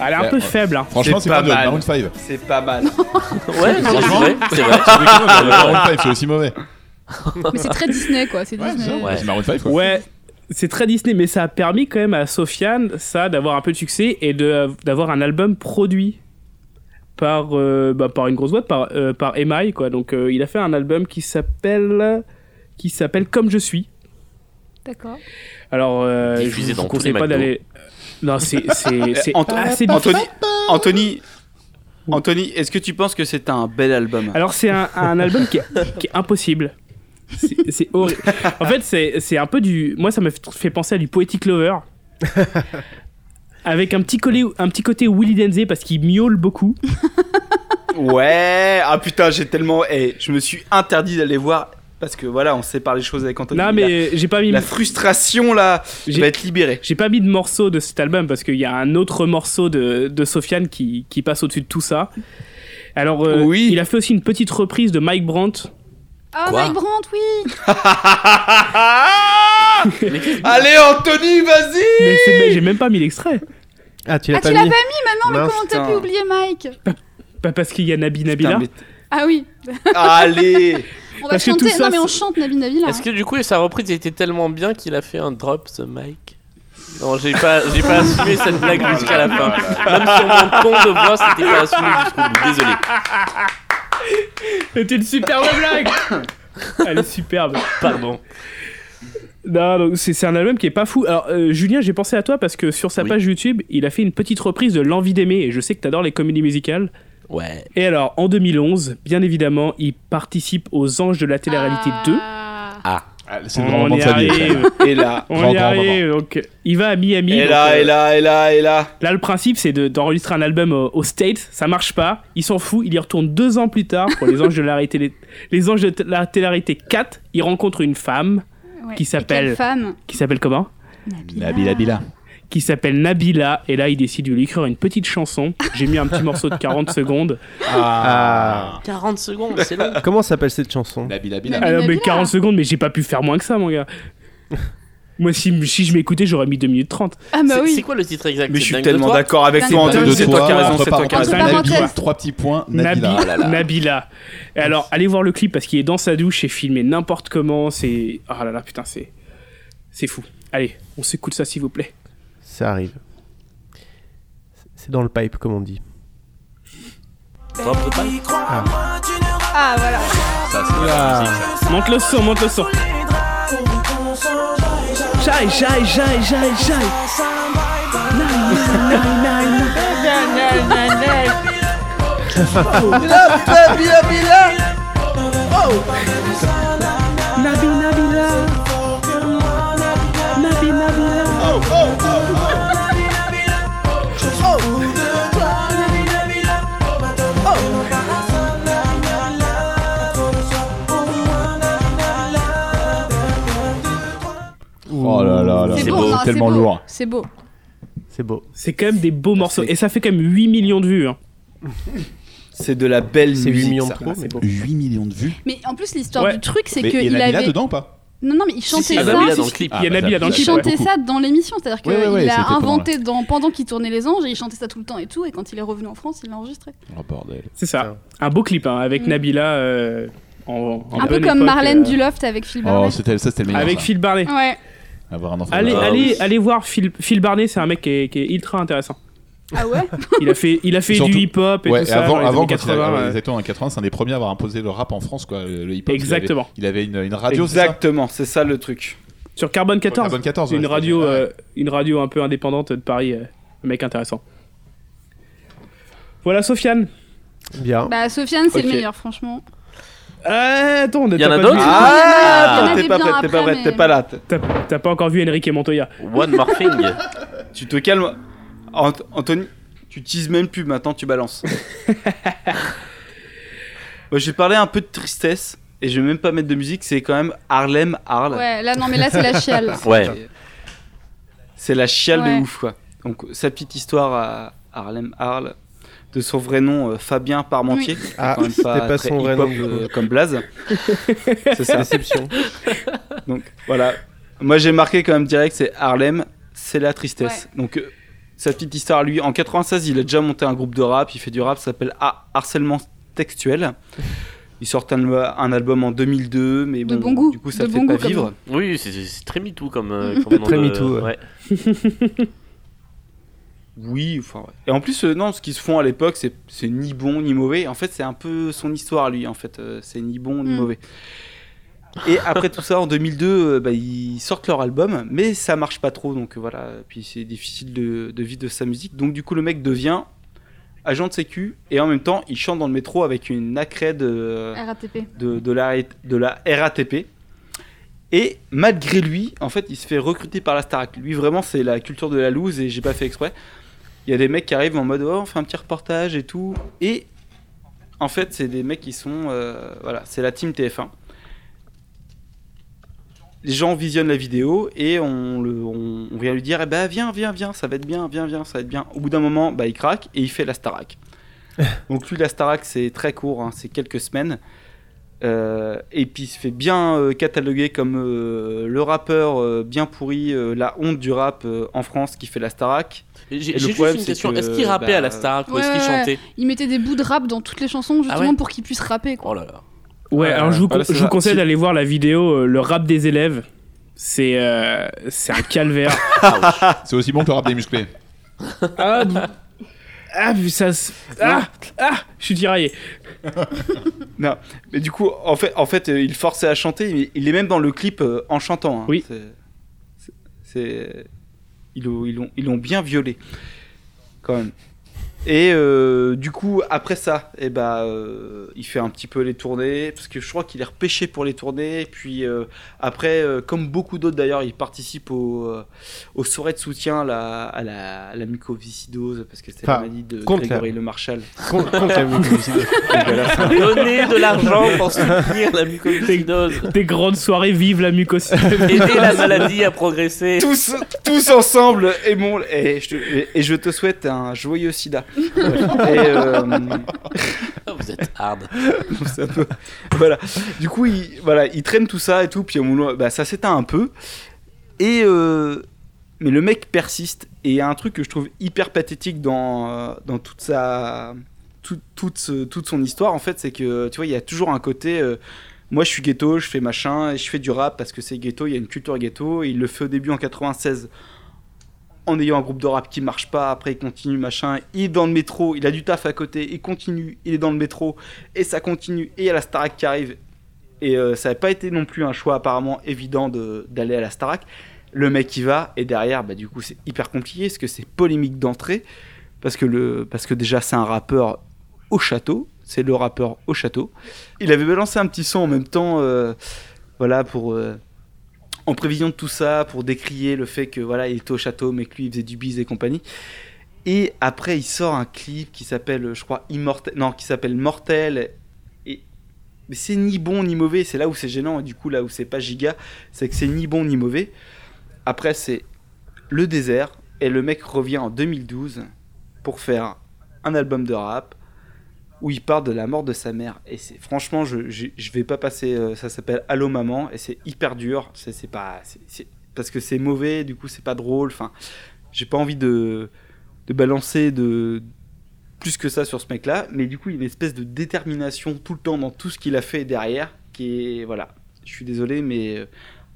[SPEAKER 10] Elle est un
[SPEAKER 9] Ouais,
[SPEAKER 10] peu
[SPEAKER 9] ouais.
[SPEAKER 10] faible, hein.
[SPEAKER 9] Franchement,
[SPEAKER 8] C'est
[SPEAKER 9] c'est
[SPEAKER 8] pas
[SPEAKER 9] pas mal.
[SPEAKER 8] mal.
[SPEAKER 9] Maroon 5.
[SPEAKER 8] c'est pas mal.
[SPEAKER 7] Ouais, non, c'est vrai. C'est vrai.
[SPEAKER 9] Maroon 5, c'est aussi mauvais.
[SPEAKER 6] Mais c'est très Disney quoi, c'est
[SPEAKER 9] Ouais, c'est
[SPEAKER 6] Disney.
[SPEAKER 9] ça.
[SPEAKER 7] Ouais.
[SPEAKER 9] C'est Maroon 5, quoi.
[SPEAKER 10] Ouais, c'est très Disney, mais ça a permis quand même à Sofiane, ça, d'avoir un peu de succès et de- euh, d'avoir un album produit par, euh, bah, par une grosse boîte, par, euh, par EMI, quoi. Donc, euh, il a fait un album qui s'appelle qui s'appelle Comme je suis.
[SPEAKER 6] D'accord.
[SPEAKER 10] Alors, euh, je
[SPEAKER 7] Diffusé
[SPEAKER 10] vous
[SPEAKER 7] dans tous
[SPEAKER 10] conseille
[SPEAKER 7] les
[SPEAKER 10] pas
[SPEAKER 7] McDo.
[SPEAKER 10] d'aller. Non, c'est c'est- c'est
[SPEAKER 8] Euh, Anto-
[SPEAKER 10] assez difficile.
[SPEAKER 8] Ah, Anthony, Anthony, Anthony, est-ce que tu penses que c'est un bel album
[SPEAKER 10] Alors c'est un, un album qui est, qui est impossible. C'est- C'est horrible. En fait, c'est c'est un peu du. Moi, ça m'a fait- fait penser à du Poetic Lover. Avec un petit, collé, un petit côté Willy Denze parce qu'il miaule beaucoup.
[SPEAKER 8] Ouais, ah putain, j'ai tellement. eh, je me suis interdit d'aller voir parce que voilà, on sépare les choses avec Anthony.
[SPEAKER 10] Non, mais j'ai pas mis,
[SPEAKER 8] La, la frustration là, je
[SPEAKER 10] J'ai-
[SPEAKER 8] vais être libéré.
[SPEAKER 10] j'ai pas mis de morceau de cet album parce qu'il y a un autre morceau de, de Sofiane qui, qui passe au-dessus de tout ça. Alors, euh,
[SPEAKER 8] Oui.
[SPEAKER 10] il a fait aussi une petite reprise de Mike Brandt.
[SPEAKER 6] Ah
[SPEAKER 7] Quoi
[SPEAKER 6] Mike Brandt, oui
[SPEAKER 8] Ah, Allez, Anthony, vas-y
[SPEAKER 10] Mais c'est- j'ai même pas mis l'extrait.
[SPEAKER 2] Ah, tu l'as
[SPEAKER 6] Ah
[SPEAKER 2] pas
[SPEAKER 6] tu l'as pas mis
[SPEAKER 2] mis
[SPEAKER 6] maintenant, mais
[SPEAKER 2] Mince,
[SPEAKER 6] comment t'as pu
[SPEAKER 8] putain.
[SPEAKER 6] oublier Mike
[SPEAKER 10] Pas parce qu'il y a Nabi Nabila.
[SPEAKER 8] Putain, mais-
[SPEAKER 6] Ah oui,
[SPEAKER 8] Allez
[SPEAKER 6] on va
[SPEAKER 10] Parce que
[SPEAKER 6] chanter.
[SPEAKER 10] tout ça,
[SPEAKER 6] non mais on
[SPEAKER 10] c'est-
[SPEAKER 6] chante Nabi Nabi là.
[SPEAKER 7] Est-ce que du coup sa reprise était tellement bien qu'il a fait un drop ce mic Non, j'ai pas, j'ai pas assumé cette blague jusqu'à la fin. Même sur mon ton de voix, c'était pas assumé jusqu'au bout. Désolé.
[SPEAKER 10] C'était une superbe blague Elle est superbe.
[SPEAKER 7] Pardon.
[SPEAKER 10] Non, donc c'est c'est un album qui est pas fou. Alors, euh, Julien, j'ai pensé à toi parce que sur sa
[SPEAKER 7] Oui.
[SPEAKER 10] page YouTube, il a fait une petite reprise de L'envie d'aimer. Et je sais que t'adores les comédies musicales.
[SPEAKER 7] Ouais.
[SPEAKER 10] Et alors, en 2011, bien évidemment, il participe aux Anges de la télé-réalité 2.
[SPEAKER 6] Ah.
[SPEAKER 9] Ah, C'est le grand
[SPEAKER 10] On
[SPEAKER 9] moment de
[SPEAKER 10] y
[SPEAKER 9] sa vie. ça.
[SPEAKER 10] arrive.
[SPEAKER 8] Et là,
[SPEAKER 10] On
[SPEAKER 9] Grand,
[SPEAKER 10] y
[SPEAKER 9] grand
[SPEAKER 10] arrive. Donc, il va à Miami.
[SPEAKER 8] et
[SPEAKER 10] donc,
[SPEAKER 8] là,
[SPEAKER 10] euh,
[SPEAKER 8] et là, et là, et là.
[SPEAKER 10] Là, le principe, c'est de- d'enregistrer un album au, au States. Ça marche pas. Il s'en fout. Il y retourne deux ans plus tard pour Les Anges de la télé Les Anges de la télé-réalité 4. Il rencontre une femme
[SPEAKER 6] Ouais.
[SPEAKER 10] qui
[SPEAKER 6] Et quelle
[SPEAKER 10] s'appelle-
[SPEAKER 6] femme
[SPEAKER 10] qui s'appelle comment
[SPEAKER 9] Nabila Bila.
[SPEAKER 10] qui s'appelle Nabila. Et là, il décide de lui écrire une petite chanson. J'ai mis un petit morceau de 40 secondes.
[SPEAKER 2] Ah.
[SPEAKER 7] 40 secondes, c'est long.
[SPEAKER 2] Comment s'appelle cette chanson
[SPEAKER 9] Nabila
[SPEAKER 6] Bila.
[SPEAKER 9] Bila.
[SPEAKER 10] Ah non, mais
[SPEAKER 6] Nabila.
[SPEAKER 10] 40 secondes, mais j'ai pas pu faire moins que ça, mon gars. Moi, si, si je m'écoutais, j'aurais mis 2 minutes 30.
[SPEAKER 6] Ah bah
[SPEAKER 7] c'est, c'est
[SPEAKER 6] oui.
[SPEAKER 7] quoi le titre exact
[SPEAKER 8] Mais
[SPEAKER 7] C'est
[SPEAKER 8] je suis
[SPEAKER 7] Dingue de
[SPEAKER 8] tellement
[SPEAKER 7] toi
[SPEAKER 8] d'accord avec
[SPEAKER 6] Dingue
[SPEAKER 8] toi,
[SPEAKER 6] de toi.
[SPEAKER 8] Anthony. C'est toi qui as raison, c'est toi qui as
[SPEAKER 6] parenthèses.
[SPEAKER 8] raison.
[SPEAKER 6] Entre
[SPEAKER 9] Nabi-
[SPEAKER 6] parenthèses.
[SPEAKER 9] Trois petits points.
[SPEAKER 10] Nabi-
[SPEAKER 9] Nabila. Ah là là.
[SPEAKER 10] Nabila. Et Alors, allez voir le clip parce qu'il est dans sa douche, c'est filmé n'importe comment. C'est. Oh là là, putain, c'est. C'est fou. Allez, on s'écoute ça, s'il vous plaît.
[SPEAKER 2] Ça arrive. C'est dans le pipe, comme on dit.
[SPEAKER 7] Drop total.
[SPEAKER 6] Ah voilà.
[SPEAKER 10] Monte le son, monte le son. J'aille, j'aille, j'aille, j'aille, j'aille.
[SPEAKER 9] Oh là là là.
[SPEAKER 6] C'est
[SPEAKER 7] C'est
[SPEAKER 6] beau,
[SPEAKER 7] beau,
[SPEAKER 6] non, c'est
[SPEAKER 9] tellement
[SPEAKER 6] beau.
[SPEAKER 9] lourd.
[SPEAKER 6] C'est beau.
[SPEAKER 2] C'est beau.
[SPEAKER 10] C'est quand même des beaux morceaux.
[SPEAKER 2] C'est-
[SPEAKER 10] Et ça fait quand même 8 millions de vues. hein.
[SPEAKER 8] C'est de la belle
[SPEAKER 2] C'est 8
[SPEAKER 8] musique.
[SPEAKER 2] millions de
[SPEAKER 8] ça.
[SPEAKER 2] trop, mais bon.
[SPEAKER 9] 8 millions de vues.
[SPEAKER 6] Mais en plus l'histoire
[SPEAKER 10] Ouais.
[SPEAKER 6] du truc c'est
[SPEAKER 9] Mais il y a
[SPEAKER 6] qu'il
[SPEAKER 9] Nabila
[SPEAKER 6] avait
[SPEAKER 9] dedans ou pas
[SPEAKER 6] Non non mais il chantait
[SPEAKER 7] Si, si,
[SPEAKER 6] ça.
[SPEAKER 7] Nabila dans le clip.
[SPEAKER 10] Il y a Nabila dans le
[SPEAKER 6] Il
[SPEAKER 10] clip,
[SPEAKER 6] chantait ça dans l'émission, c'est-à-dire qu'il
[SPEAKER 9] Ouais, ouais, ouais,
[SPEAKER 6] a
[SPEAKER 9] c'était pendant
[SPEAKER 6] inventé dans, pendant qu'il tournait Les Anges, et il chantait ça tout le temps et tout, et quand il est revenu en France, il l'a enregistré.
[SPEAKER 9] Oh bordel.
[SPEAKER 10] C'est ça. Un beau clip hein, avec
[SPEAKER 6] Mm.
[SPEAKER 10] Nabila euh, en, en
[SPEAKER 6] un peu
[SPEAKER 10] bonne
[SPEAKER 6] comme
[SPEAKER 10] époque,
[SPEAKER 6] Marlène
[SPEAKER 10] euh,
[SPEAKER 6] Duloft avec Phil
[SPEAKER 9] Oh,
[SPEAKER 6] Barnett.
[SPEAKER 9] c'était- ça c'était le meilleur.
[SPEAKER 10] Avec
[SPEAKER 9] ça.
[SPEAKER 10] Phil Barnet.
[SPEAKER 6] ouais.
[SPEAKER 9] Avoir un enfant.
[SPEAKER 10] Allez,
[SPEAKER 7] Ah,
[SPEAKER 10] allez,
[SPEAKER 7] oui.
[SPEAKER 10] allez voir Phil, Phil Barnet, c'est un mec qui est, qui est ultra intéressant.
[SPEAKER 6] Ah ouais
[SPEAKER 10] Il a fait, il a fait
[SPEAKER 9] Surtout-
[SPEAKER 10] du hip-hop et
[SPEAKER 9] Ouais,
[SPEAKER 10] tout
[SPEAKER 9] et
[SPEAKER 10] ça
[SPEAKER 9] avant,
[SPEAKER 10] dans les
[SPEAKER 9] avant
[SPEAKER 10] années
[SPEAKER 9] quand il a- ah
[SPEAKER 10] 80. euh,
[SPEAKER 9] exactement, en 80, c'est un des premiers à avoir imposé le rap en France, quoi, le, le hip-hop. il avait-
[SPEAKER 10] Exactement.
[SPEAKER 9] Il avait, une, une radio, c'est ça
[SPEAKER 8] Exactement, c'est ça le truc.
[SPEAKER 10] Sur Carbone 14,
[SPEAKER 9] Carbone 14, ouais,
[SPEAKER 10] une
[SPEAKER 9] c'était-
[SPEAKER 10] radio,
[SPEAKER 9] ouais.
[SPEAKER 10] euh, une radio un peu indépendante de Paris, euh, un mec intéressant. Voilà Sofiane.
[SPEAKER 2] Bien.
[SPEAKER 6] Bah Sofiane, c'est
[SPEAKER 8] Ok.
[SPEAKER 6] le meilleur, franchement.
[SPEAKER 10] Euh, attends, on a-
[SPEAKER 7] Il y en
[SPEAKER 10] t'as
[SPEAKER 7] a
[SPEAKER 10] pas
[SPEAKER 8] Oh,
[SPEAKER 7] d'autres
[SPEAKER 10] vu-
[SPEAKER 8] Ah,
[SPEAKER 6] Ah, il y en
[SPEAKER 8] t'es
[SPEAKER 6] avait
[SPEAKER 8] pas
[SPEAKER 6] bien
[SPEAKER 8] prête, t'es
[SPEAKER 6] après,
[SPEAKER 8] pas prête,
[SPEAKER 6] mais-
[SPEAKER 8] t'es pas là. t'es-
[SPEAKER 10] T'as t'as pas encore vu Enrique Montoya.
[SPEAKER 7] One more thing.
[SPEAKER 8] Tu te calmes. Ant- Anthony, tu teases même plus, maintenant tu balances. Moi, j'ai parlé un peu de tristesse. et je vais même pas mettre de musique, c'est quand même Harlem Harle.
[SPEAKER 6] Ouais, là, non, mais là, c'est la chiale.
[SPEAKER 7] Ouais.
[SPEAKER 8] C'est la chiale
[SPEAKER 6] Ouais.
[SPEAKER 8] de ouf, quoi. Donc, sa petite histoire à Harlem Harle, de son vrai nom, euh, Fabien Parmentier. qui est
[SPEAKER 2] Ah,
[SPEAKER 8] quand même
[SPEAKER 2] c'était pas
[SPEAKER 8] très
[SPEAKER 2] son vrai
[SPEAKER 8] hip-hop,
[SPEAKER 2] nom, du
[SPEAKER 8] euh, comme Blaze. c'est ça.
[SPEAKER 2] Déception.
[SPEAKER 8] Donc, voilà. Moi, j'ai marqué quand même direct, c'est Harlem, c'est la tristesse. Donc, euh, sa petite histoire, lui, en 96, il a déjà monté un groupe de rap, il fait du rap, ça s'appelle Ah, Harcèlement Textuel. Il sort un, un album en 2002, mais
[SPEAKER 6] De
[SPEAKER 8] bon,
[SPEAKER 6] bon goût,
[SPEAKER 8] du coup, ça
[SPEAKER 6] de
[SPEAKER 8] ne
[SPEAKER 6] bon
[SPEAKER 8] fait pas
[SPEAKER 6] goût, comme
[SPEAKER 8] vivre.
[SPEAKER 7] Oui, c'est- c'est c'est très MeToo comme, euh,
[SPEAKER 6] Mhm.
[SPEAKER 7] comme nom
[SPEAKER 2] Très
[SPEAKER 7] de-
[SPEAKER 2] MeToo, ouais.
[SPEAKER 8] Oui, enfin. ouais. Et en plus, euh, non, ce qu'ils se font à l'époque, c'est c'est ni bon ni mauvais. En fait, c'est un peu son histoire, lui. En fait, euh, c'est ni bon ni
[SPEAKER 6] Mm.
[SPEAKER 8] mauvais. Et après tout ça, en 2002, euh, bah, ils sortent leur album, mais ça marche pas trop, donc euh, voilà. Puis c'est difficile de, de vivre de sa musique. Donc du coup, le mec devient agent de sécu et en même temps, il chante dans le métro avec une accrède euh,
[SPEAKER 6] RATP.
[SPEAKER 8] de, de la, de la RATP. Et malgré lui, en fait, il se fait recruter par la Starac. Lui, vraiment, c'est la culture de la loose et j'ai pas fait exprès. Il y a des mecs qui arrivent en mode oh, on fait un petit reportage et tout. Et en fait, c'est des mecs qui sont. euh, voilà, c'est la team TF1. Les gens visionnent la vidéo et on, le, on, on vient lui dire eh ben, viens, viens, viens, ça va être bien, viens, viens, ça va être bien. Au bout d'un moment, bah, il craque et il fait la Starac. Donc, lui, la Starac, c'est très court, hein, c'est quelques semaines. Euh, et puis il se fait bien euh, cataloguer comme euh, le rappeur euh, bien pourri, euh, la honte du rap euh, en France qui fait la Starac.
[SPEAKER 7] J'ai
[SPEAKER 8] le
[SPEAKER 7] j'ai juste
[SPEAKER 8] problème,
[SPEAKER 7] une
[SPEAKER 8] c'est
[SPEAKER 7] question.
[SPEAKER 8] que,
[SPEAKER 7] Est-ce qu'il rappait à la
[SPEAKER 8] bah,
[SPEAKER 7] Starac ou
[SPEAKER 6] Ouais,
[SPEAKER 7] est-ce qu'il
[SPEAKER 6] ouais, ouais.
[SPEAKER 7] chantait
[SPEAKER 6] Il mettait des bouts de rap dans toutes les chansons, justement,
[SPEAKER 7] Ah ouais
[SPEAKER 6] pour qu'ils puissent rapper, quoi.
[SPEAKER 7] Oh là là.
[SPEAKER 10] Ouais,
[SPEAKER 8] Ouais,
[SPEAKER 10] alors je vous, con-
[SPEAKER 8] voilà, c'est
[SPEAKER 10] je vous
[SPEAKER 8] ça.
[SPEAKER 10] conseille
[SPEAKER 8] Si-
[SPEAKER 10] d'aller voir la vidéo euh, Le rap des élèves. C'est euh, c'est un calvaire.
[SPEAKER 9] C'est aussi bon que le rap des musclés.
[SPEAKER 10] ah, b- ah, puis ça. se- Ah, ah, je suis tiraillé.
[SPEAKER 8] Mais du coup, en fait, en fait euh, il forçait à chanter. mais Il est même dans le clip euh, en chantant. hein.
[SPEAKER 10] Oui.
[SPEAKER 8] C'est- c'est- C'est. Ils l'ont- ils l'ont ils l'ont bien violé. Quand même. Et euh, du coup, après ça, eh ben, euh, il fait un petit peu les tournées, parce que je crois qu'il est repêché pour les tournées. Puis euh, après, euh, comme beaucoup d'autres d'ailleurs, il participe au, euh, aux soirées de soutien là, à la, à la mucoviscidose, parce que c'était la
[SPEAKER 2] Enfin,
[SPEAKER 8] maladie de
[SPEAKER 2] contre la-
[SPEAKER 8] Grégory Le Marchal.
[SPEAKER 2] Con- contre la mucoviscidose.
[SPEAKER 7] Donnez de l'argent pour soutenir la mucoviscidose.
[SPEAKER 10] Des grandes soirées, vive la mucose.
[SPEAKER 7] Aider la maladie à progresser.
[SPEAKER 8] tous, tous ensemble, et, mon, et, je te, et- et je te souhaite un joyeux sida. Et, euh,
[SPEAKER 7] Ah, Vous êtes hard.
[SPEAKER 8] c'est un peu- voilà. Du coup, il, voilà, il traîne tout ça et tout, puis au moment- bah, ça s'éteint un peu. Et euh, mais le mec persiste. Et il y a un truc que je trouve hyper pathétique dans, euh, dans toute sa tout- toute, ce- toute son histoire en fait, c'est que tu vois, il y a toujours un côté. euh, moi, je suis ghetto, je fais machin, et je fais du rap parce que c'est ghetto. Il y a une culture ghetto. Et il le fait au début en 96 en ayant un groupe de rap qui marche pas. Après, il continue machin. Il est dans le métro. Il a du taf à côté. Il continue. Il est dans le métro et ça continue, et il y a la Starac qui arrive. Et euh, ça n'a pas été non plus un choix apparemment évident de- d'aller à la Starac. Le mec y va, et derrière, bah, du coup, c'est hyper compliqué, parce que c'est polémique d'entrée, parce, que le- parce que déjà, c'est un rappeur au château, c'est le rappeur au château. Il avait balancé un petit son en même temps, euh, voilà, pour... euh, en prévision de tout ça, pour décrier le fait que voilà, il était au château, mais que lui, il faisait du bise et compagnie. Et après, il sort un clip qui s'appelle, je crois, Immortel. Non, qui s'appelle Mortel. Et... Mais c'est ni bon ni mauvais. C'est là où c'est gênant. Et du coup, là où c'est pas giga, c'est que c'est ni bon ni mauvais. Après, c'est le désert. Et le mec revient en 2012 pour faire un album de rap où il parle de la mort de sa mère. Et c'est franchement, je, je, je vais pas passer. euh, ça s'appelle Allô maman. Et c'est hyper dur. C'est c'est pas. c'est- c'est- parce que c'est mauvais. Du coup, c'est pas drôle. Enfin, j'ai pas envie de de balancer de plus que ça sur ce mec-là, mais du coup, il y a une espèce de détermination tout le temps dans tout ce qu'il a fait derrière, qui est voilà. Je suis désolé, mais euh,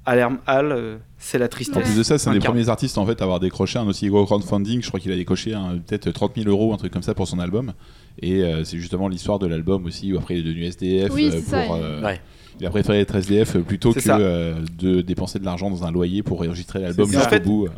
[SPEAKER 8] Alarm Hall, euh, c'est la
[SPEAKER 9] En
[SPEAKER 8] tristesse.
[SPEAKER 9] plus de ça, c'est un des
[SPEAKER 8] Incarne.
[SPEAKER 9] premiers artistes en fait à avoir décroché un aussi gros crowdfunding. Je crois qu'il a décroché un- peut-être 30 000 euros, un truc comme ça pour son album. Et euh, c'est justement l'histoire de l'album aussi où après il est devenu SDF.
[SPEAKER 6] Oui,
[SPEAKER 9] euh,
[SPEAKER 6] c'est
[SPEAKER 9] pour,
[SPEAKER 6] ça, il-
[SPEAKER 9] euh,
[SPEAKER 7] Ouais.
[SPEAKER 9] Il a préféré être SDF plutôt
[SPEAKER 8] C'est
[SPEAKER 9] que
[SPEAKER 8] ça.
[SPEAKER 9] euh, de dépenser de l'argent dans un loyer pour enregistrer l'album
[SPEAKER 8] ça.
[SPEAKER 9] jusqu'au
[SPEAKER 8] En fait,
[SPEAKER 9] bout.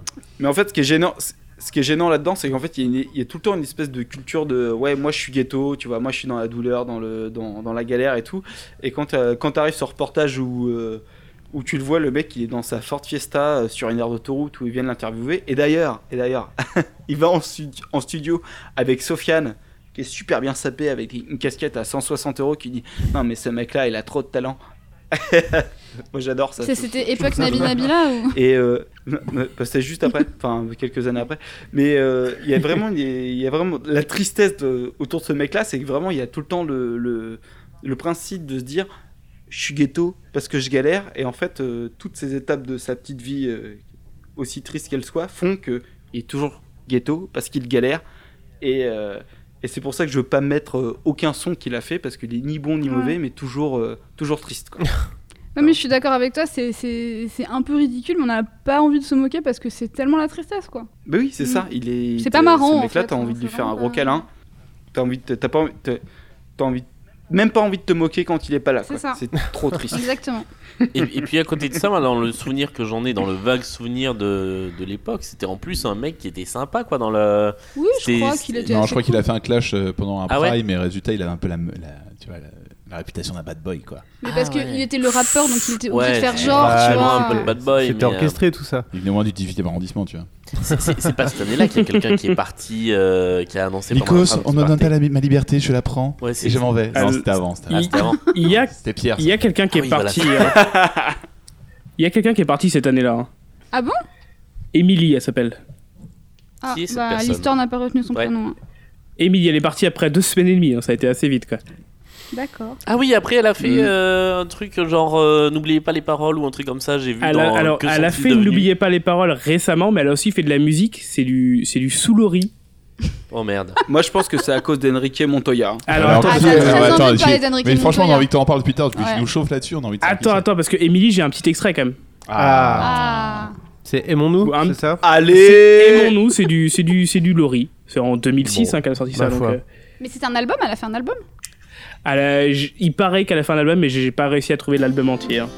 [SPEAKER 8] Mais en fait, ce qui est gênant, ce qui est gênant là-dedans, c'est qu'en fait, il y, a une- il y a tout le temps une espèce de culture de ouais, moi je suis ghetto, tu vois, moi je suis dans la douleur, dans, le, dans, dans la galère et tout. Et quand, t'as- quand t'arrives sur reportage où, euh, où tu le vois, le mec il est dans sa Ford Fiesta euh, sur une aire d'autoroute où ils viennent l'interviewer. Et d'ailleurs, et d'ailleurs, il va en, stu- en studio avec Sofiane qui est super bien sapé avec une casquette à 160 euros qui dit non mais ce mec là il a trop de talent Moi j'adore ça.
[SPEAKER 6] C'est- C'était époque Nabi Nabila ou
[SPEAKER 8] Et euh, c'est juste après, enfin quelques années après. Mais euh, il y a vraiment, il y a- il y a vraiment la tristesse de- autour de ce mec-là, c'est que vraiment il y a tout le temps le, le, le principe de se dire, je suis ghetto parce que je galère. Et en fait, euh, toutes ces étapes de sa petite vie, euh, aussi triste qu'elle soit, font que il est toujours ghetto parce qu'il galère. Et, euh, et c'est pour ça que je veux pas mettre euh, aucun son qu'il a fait parce qu'il est ni bon ni
[SPEAKER 6] Ouais.
[SPEAKER 8] mauvais, mais toujours, euh, toujours triste. Quoi.
[SPEAKER 6] Non mais je suis d'accord avec toi, c'est- c'est c'est un peu ridicule, mais on n'a pas envie de se moquer parce que c'est tellement la tristesse quoi.
[SPEAKER 8] Bah oui, c'est
[SPEAKER 6] Mm.
[SPEAKER 8] ça. Il est.
[SPEAKER 6] C'est
[SPEAKER 8] il-
[SPEAKER 6] pas marrant,
[SPEAKER 8] Ce
[SPEAKER 6] en
[SPEAKER 8] mec-là,
[SPEAKER 6] fait,
[SPEAKER 8] t'as
[SPEAKER 6] hein,
[SPEAKER 8] envie de lui
[SPEAKER 6] c'est
[SPEAKER 8] faire un
[SPEAKER 6] vraiment
[SPEAKER 8] gros
[SPEAKER 6] pas-
[SPEAKER 8] câlin. T'as envie, de, t'as pas, envie- t'as, t'as envie, même pas envie de te moquer quand il est pas là.
[SPEAKER 6] C'est
[SPEAKER 8] quoi.
[SPEAKER 6] ça.
[SPEAKER 8] C'est trop triste.
[SPEAKER 6] Exactement.
[SPEAKER 7] Et, et puis à côté de ça, moi, dans le souvenir que j'en ai, dans le vague souvenir de, de l'époque, c'était en plus un mec qui était sympa, quoi, dans le.
[SPEAKER 6] Oui, je
[SPEAKER 7] C'est-
[SPEAKER 6] crois
[SPEAKER 7] c'est-
[SPEAKER 6] qu'il était.
[SPEAKER 9] Non,
[SPEAKER 6] assez
[SPEAKER 9] je crois qu'il
[SPEAKER 6] cool.
[SPEAKER 9] a fait un clash euh, pendant un
[SPEAKER 7] Ah ouais
[SPEAKER 9] prime, mais résultat, il avait un peu la, la- tu vois, la, la réputation d'un bad boy, quoi.
[SPEAKER 6] Mais parce
[SPEAKER 7] Ah,
[SPEAKER 6] qu'il
[SPEAKER 7] ouais.
[SPEAKER 6] était le rappeur, donc il était obligé de
[SPEAKER 7] Ouais,
[SPEAKER 6] faire
[SPEAKER 7] c'est-
[SPEAKER 6] genre,
[SPEAKER 2] ouais,
[SPEAKER 6] tu
[SPEAKER 2] loin
[SPEAKER 6] vois.
[SPEAKER 7] un peu le bad boy. mais,
[SPEAKER 2] C'était
[SPEAKER 7] euh,
[SPEAKER 2] orchestré tout ça.
[SPEAKER 9] Il venait au moins du 18e arrondissement, tu vois.
[SPEAKER 7] c'est- c'est c'est pas cette année-là qu'il y a quelqu'un qui est parti, euh, qui a annoncé. pendant la
[SPEAKER 9] Nikos,
[SPEAKER 7] fin de
[SPEAKER 9] on
[SPEAKER 7] ce
[SPEAKER 9] me donne
[SPEAKER 7] party.
[SPEAKER 9] pas la- ma liberté, je la prends.
[SPEAKER 7] Ouais, c'est-
[SPEAKER 9] et je m'en vais.
[SPEAKER 10] Ah,
[SPEAKER 9] Non,
[SPEAKER 10] le-
[SPEAKER 9] c'était avant, c'était avant.
[SPEAKER 7] Ah, c'était avant.
[SPEAKER 10] Il y a,
[SPEAKER 9] C'était Pierre.
[SPEAKER 10] il y a quelqu'un qui
[SPEAKER 7] Ah
[SPEAKER 10] est
[SPEAKER 7] oui,
[SPEAKER 10] parti. hein. Il y a quelqu'un qui est parti cette année-là. hein.
[SPEAKER 6] Ah bon
[SPEAKER 10] Émilie, elle s'appelle.
[SPEAKER 6] Ah,
[SPEAKER 7] Qui est cette
[SPEAKER 6] bah,
[SPEAKER 7] personne
[SPEAKER 6] l'histoire n'a pas retenu son
[SPEAKER 7] Ouais.
[SPEAKER 6] prénom. hein.
[SPEAKER 10] Émilie, elle est partie après deux semaines et demie. hein, Ça a été assez vite, quoi.
[SPEAKER 6] D'accord.
[SPEAKER 7] Ah oui, après elle a fait
[SPEAKER 10] Mm.
[SPEAKER 7] euh, un truc genre euh, n'oubliez pas les paroles ou un truc comme ça. J'ai vu.
[SPEAKER 10] Elle a,
[SPEAKER 7] dans,
[SPEAKER 10] alors,
[SPEAKER 7] que
[SPEAKER 10] elle a
[SPEAKER 7] sont-ils
[SPEAKER 10] fait
[SPEAKER 7] devenus
[SPEAKER 10] N'oubliez pas les paroles récemment, mais elle a aussi fait de la musique. C'est du, c'est du soulori.
[SPEAKER 7] Oh merde.
[SPEAKER 8] Moi, je pense que c'est à cause d'Enrique Montoya. hein.
[SPEAKER 10] Alors,
[SPEAKER 9] Alors,
[SPEAKER 10] attends,
[SPEAKER 9] en
[SPEAKER 10] parce
[SPEAKER 9] plus,
[SPEAKER 10] que-
[SPEAKER 6] attends, très
[SPEAKER 9] euh,
[SPEAKER 6] envie de
[SPEAKER 9] attends,
[SPEAKER 6] parler
[SPEAKER 9] j'ai-
[SPEAKER 6] d'Enrique
[SPEAKER 9] Mais franchement, on a
[SPEAKER 6] Montoya.
[SPEAKER 9] envie que t'en parles plus tard, parce
[SPEAKER 6] Ouais.
[SPEAKER 9] qu'il nous chauffe là-dessus, on a envie de
[SPEAKER 10] attends, attends, parce que Émilie, j'ai un petit extrait quand même.
[SPEAKER 6] Ah.
[SPEAKER 2] C'est aimons-nous,
[SPEAKER 10] Un-
[SPEAKER 2] c'est ça
[SPEAKER 10] C'est
[SPEAKER 8] Allez.
[SPEAKER 10] Aimons-nous, c'est du, c'est du, c'est du Lori. C'est en 2006
[SPEAKER 7] Bon,
[SPEAKER 10] hein, qu'elle a sorti
[SPEAKER 2] ma
[SPEAKER 10] ça. donc,
[SPEAKER 2] foi.
[SPEAKER 10] euh,
[SPEAKER 6] Mais c'est un album, elle a fait un album
[SPEAKER 10] elle a- j- il paraît qu'elle a fait un album, mais j'ai j'ai pas réussi à trouver l'album entier. hein.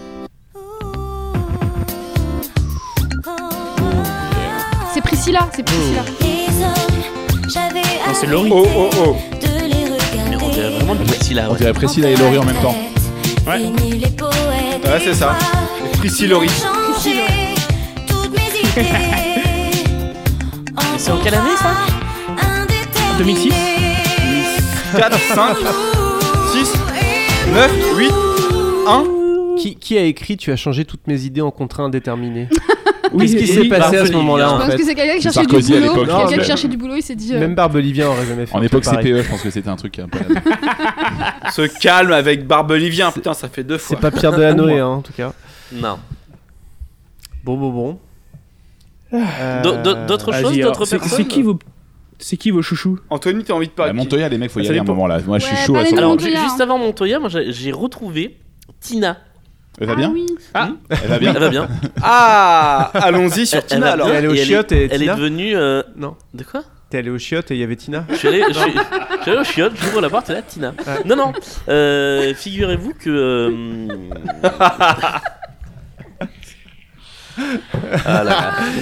[SPEAKER 6] C'est Priscilla, c'est Priscilla.
[SPEAKER 10] Non, c'est Lori.
[SPEAKER 8] Oh oh oh.
[SPEAKER 7] Mais on dirait vraiment Priscilla.
[SPEAKER 9] On
[SPEAKER 7] Ouais.
[SPEAKER 9] dirait Priscilla et Laurie en même temps.
[SPEAKER 10] Ouais.
[SPEAKER 8] Ouais, c'est ça. Prissy Laurie.
[SPEAKER 7] Mais C'est en quelle année ça
[SPEAKER 10] 2006
[SPEAKER 8] 4, 5, 6, 9, 8, 1.
[SPEAKER 2] Qui, qui a écrit Tu as changé toutes mes idées en contrat indéterminé
[SPEAKER 10] Oui,
[SPEAKER 2] Qu'est-ce qui s'est passé à ce
[SPEAKER 7] Bartoli, hein.
[SPEAKER 2] moment-là
[SPEAKER 6] Je
[SPEAKER 2] en
[SPEAKER 6] pense
[SPEAKER 2] fait
[SPEAKER 6] que c'est quelqu'un qui
[SPEAKER 9] C'est
[SPEAKER 6] cherchait du
[SPEAKER 9] Sarkozy à
[SPEAKER 6] boulot.
[SPEAKER 9] l'époque,
[SPEAKER 6] Quelqu'un
[SPEAKER 2] mais-
[SPEAKER 6] qui cherchait du boulot, il s'est dit. euh,
[SPEAKER 2] Même Barbe Olivia aurait jamais fait. un
[SPEAKER 9] En
[SPEAKER 2] truc
[SPEAKER 9] époque
[SPEAKER 2] pareil.
[SPEAKER 9] CPE, je pense que c'était un truc un peu.
[SPEAKER 6] Ah.
[SPEAKER 8] Se calme avec Barbelivien. Putain, ça fait deux fois.
[SPEAKER 2] C'est pas Pierre Delanoé, hein, en tout cas.
[SPEAKER 7] Non.
[SPEAKER 2] Bon, bon, bon.
[SPEAKER 7] Do- do- D'autres
[SPEAKER 10] Vas-y,
[SPEAKER 7] choses,
[SPEAKER 10] alors,
[SPEAKER 7] d'autres
[SPEAKER 10] c'est-
[SPEAKER 7] personnes.
[SPEAKER 10] C'est qui vos, c'est qui vos chouchous
[SPEAKER 8] Anthony, t'as envie de
[SPEAKER 9] La
[SPEAKER 2] Bah,
[SPEAKER 8] parler de qui
[SPEAKER 9] Montoya, les mecs, faut y
[SPEAKER 10] Ça
[SPEAKER 9] aller à un
[SPEAKER 10] dépend.
[SPEAKER 9] moment là. Moi, je suis
[SPEAKER 6] Ouais,
[SPEAKER 9] chaud à
[SPEAKER 6] parlez
[SPEAKER 9] ce
[SPEAKER 6] de
[SPEAKER 7] Alors
[SPEAKER 9] moment.
[SPEAKER 6] Montoya.
[SPEAKER 7] ju- juste avant Montoya, moi j'ai j'ai retrouvé Tina.
[SPEAKER 9] Elle va
[SPEAKER 6] Ah
[SPEAKER 9] bien
[SPEAKER 6] oui.
[SPEAKER 9] Elle va bien
[SPEAKER 7] Elle va bien.
[SPEAKER 8] Ah, allons-y sur
[SPEAKER 7] Elle
[SPEAKER 8] Tina
[SPEAKER 7] va
[SPEAKER 8] alors.
[SPEAKER 7] bien,
[SPEAKER 2] Elle est aux
[SPEAKER 7] et
[SPEAKER 2] chiottes et
[SPEAKER 7] Elle est
[SPEAKER 2] Tina
[SPEAKER 7] devenue. euh,
[SPEAKER 2] Non.
[SPEAKER 7] De quoi
[SPEAKER 2] T'es allé au chiottes et il y avait Tina
[SPEAKER 7] Je suis allé, je suis- je suis allé au chiottes, j'ouvre la porte et là, Tina.
[SPEAKER 2] Ouais.
[SPEAKER 7] Non, non, euh, figurez-vous que. euh, ah là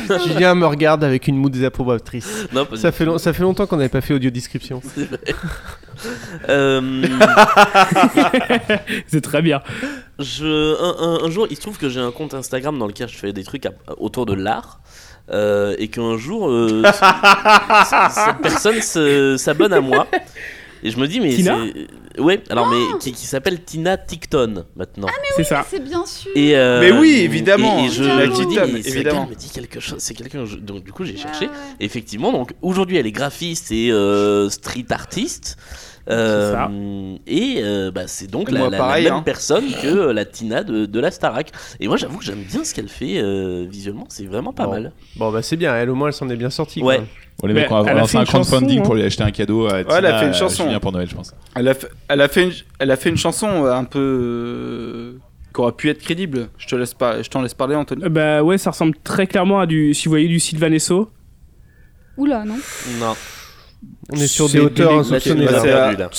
[SPEAKER 7] là.
[SPEAKER 2] Julien me regarde avec une moue désapprobatrice.
[SPEAKER 7] Non, pas du
[SPEAKER 2] Ça fait, long- ça fait longtemps qu'on n'avait pas fait audio description.
[SPEAKER 7] tout, c'est vrai. Euh,
[SPEAKER 10] C'est très bien.
[SPEAKER 7] je, un, un- un jour, il se trouve que j'ai un compte Instagram dans lequel je fais des trucs à- autour de l'art. euh, et qu'un jour, euh, ce- ce- cette personne se- s'abonne à moi. Et je me dis, mais.
[SPEAKER 10] Tina
[SPEAKER 7] c'est- Ouais, alors, mais qui, qui s'appelle Tina Ticton maintenant.
[SPEAKER 10] C'est ça.
[SPEAKER 6] C'est bien sûr.
[SPEAKER 7] Et euh,
[SPEAKER 8] Mais oui, évidemment,
[SPEAKER 7] Et, et je
[SPEAKER 6] la
[SPEAKER 7] me suis dit,
[SPEAKER 8] Titan,
[SPEAKER 7] mais ce
[SPEAKER 8] évidemment.
[SPEAKER 7] gars me dit quelque chose. C'est quelqu'un. que je- Donc du coup, j'ai cherché.
[SPEAKER 6] Ouais, Ah ouais.
[SPEAKER 7] Et Effectivement, donc aujourd'hui, elle est graphiste et euh, street artiste. Euh,
[SPEAKER 10] C'est ça.
[SPEAKER 7] Et euh, bah, c'est donc
[SPEAKER 8] Et
[SPEAKER 7] la,
[SPEAKER 8] moi,
[SPEAKER 7] la- la
[SPEAKER 8] pareil,
[SPEAKER 7] même
[SPEAKER 8] hein.
[SPEAKER 7] personne que euh, la Tina de, de la Starac. Et moi, j'avoue que j'aime bien ce qu'elle fait euh, visuellement. C'est vraiment pas
[SPEAKER 2] Bon.
[SPEAKER 7] mal.
[SPEAKER 2] Bon, bah c'est bien, elle au moins elle s'en est bien sortie.
[SPEAKER 7] Ouais.
[SPEAKER 2] quoi.
[SPEAKER 9] Bon, les
[SPEAKER 10] Mais
[SPEAKER 9] mecs, on va
[SPEAKER 10] elle a
[SPEAKER 9] lancer
[SPEAKER 10] fait
[SPEAKER 9] un
[SPEAKER 10] une chanson,
[SPEAKER 9] crowdfunding
[SPEAKER 10] hein.
[SPEAKER 9] pour lui acheter un cadeau à Tina,
[SPEAKER 8] elle a fait une
[SPEAKER 9] à
[SPEAKER 8] chanson.
[SPEAKER 9] Julien pour Noël, je pense.
[SPEAKER 8] Elle a, fait, elle, a fait une, elle a fait une chanson euh, un peu. euh, qui aurait pu être crédible. Je te laisse pas, je t'en laisse parler, Anthony.
[SPEAKER 10] Euh, Bah ouais, ça ressemble très clairement à du, si vous voyez du Sylvanesso.
[SPEAKER 6] Oula, non.
[SPEAKER 7] Non.
[SPEAKER 2] On est sur
[SPEAKER 10] C'est
[SPEAKER 2] des hauteurs
[SPEAKER 10] des-
[SPEAKER 7] Là, tu
[SPEAKER 2] insoupçonnées.
[SPEAKER 7] m'as
[SPEAKER 8] là,
[SPEAKER 2] là.
[SPEAKER 8] c'est-
[SPEAKER 7] perdu, là.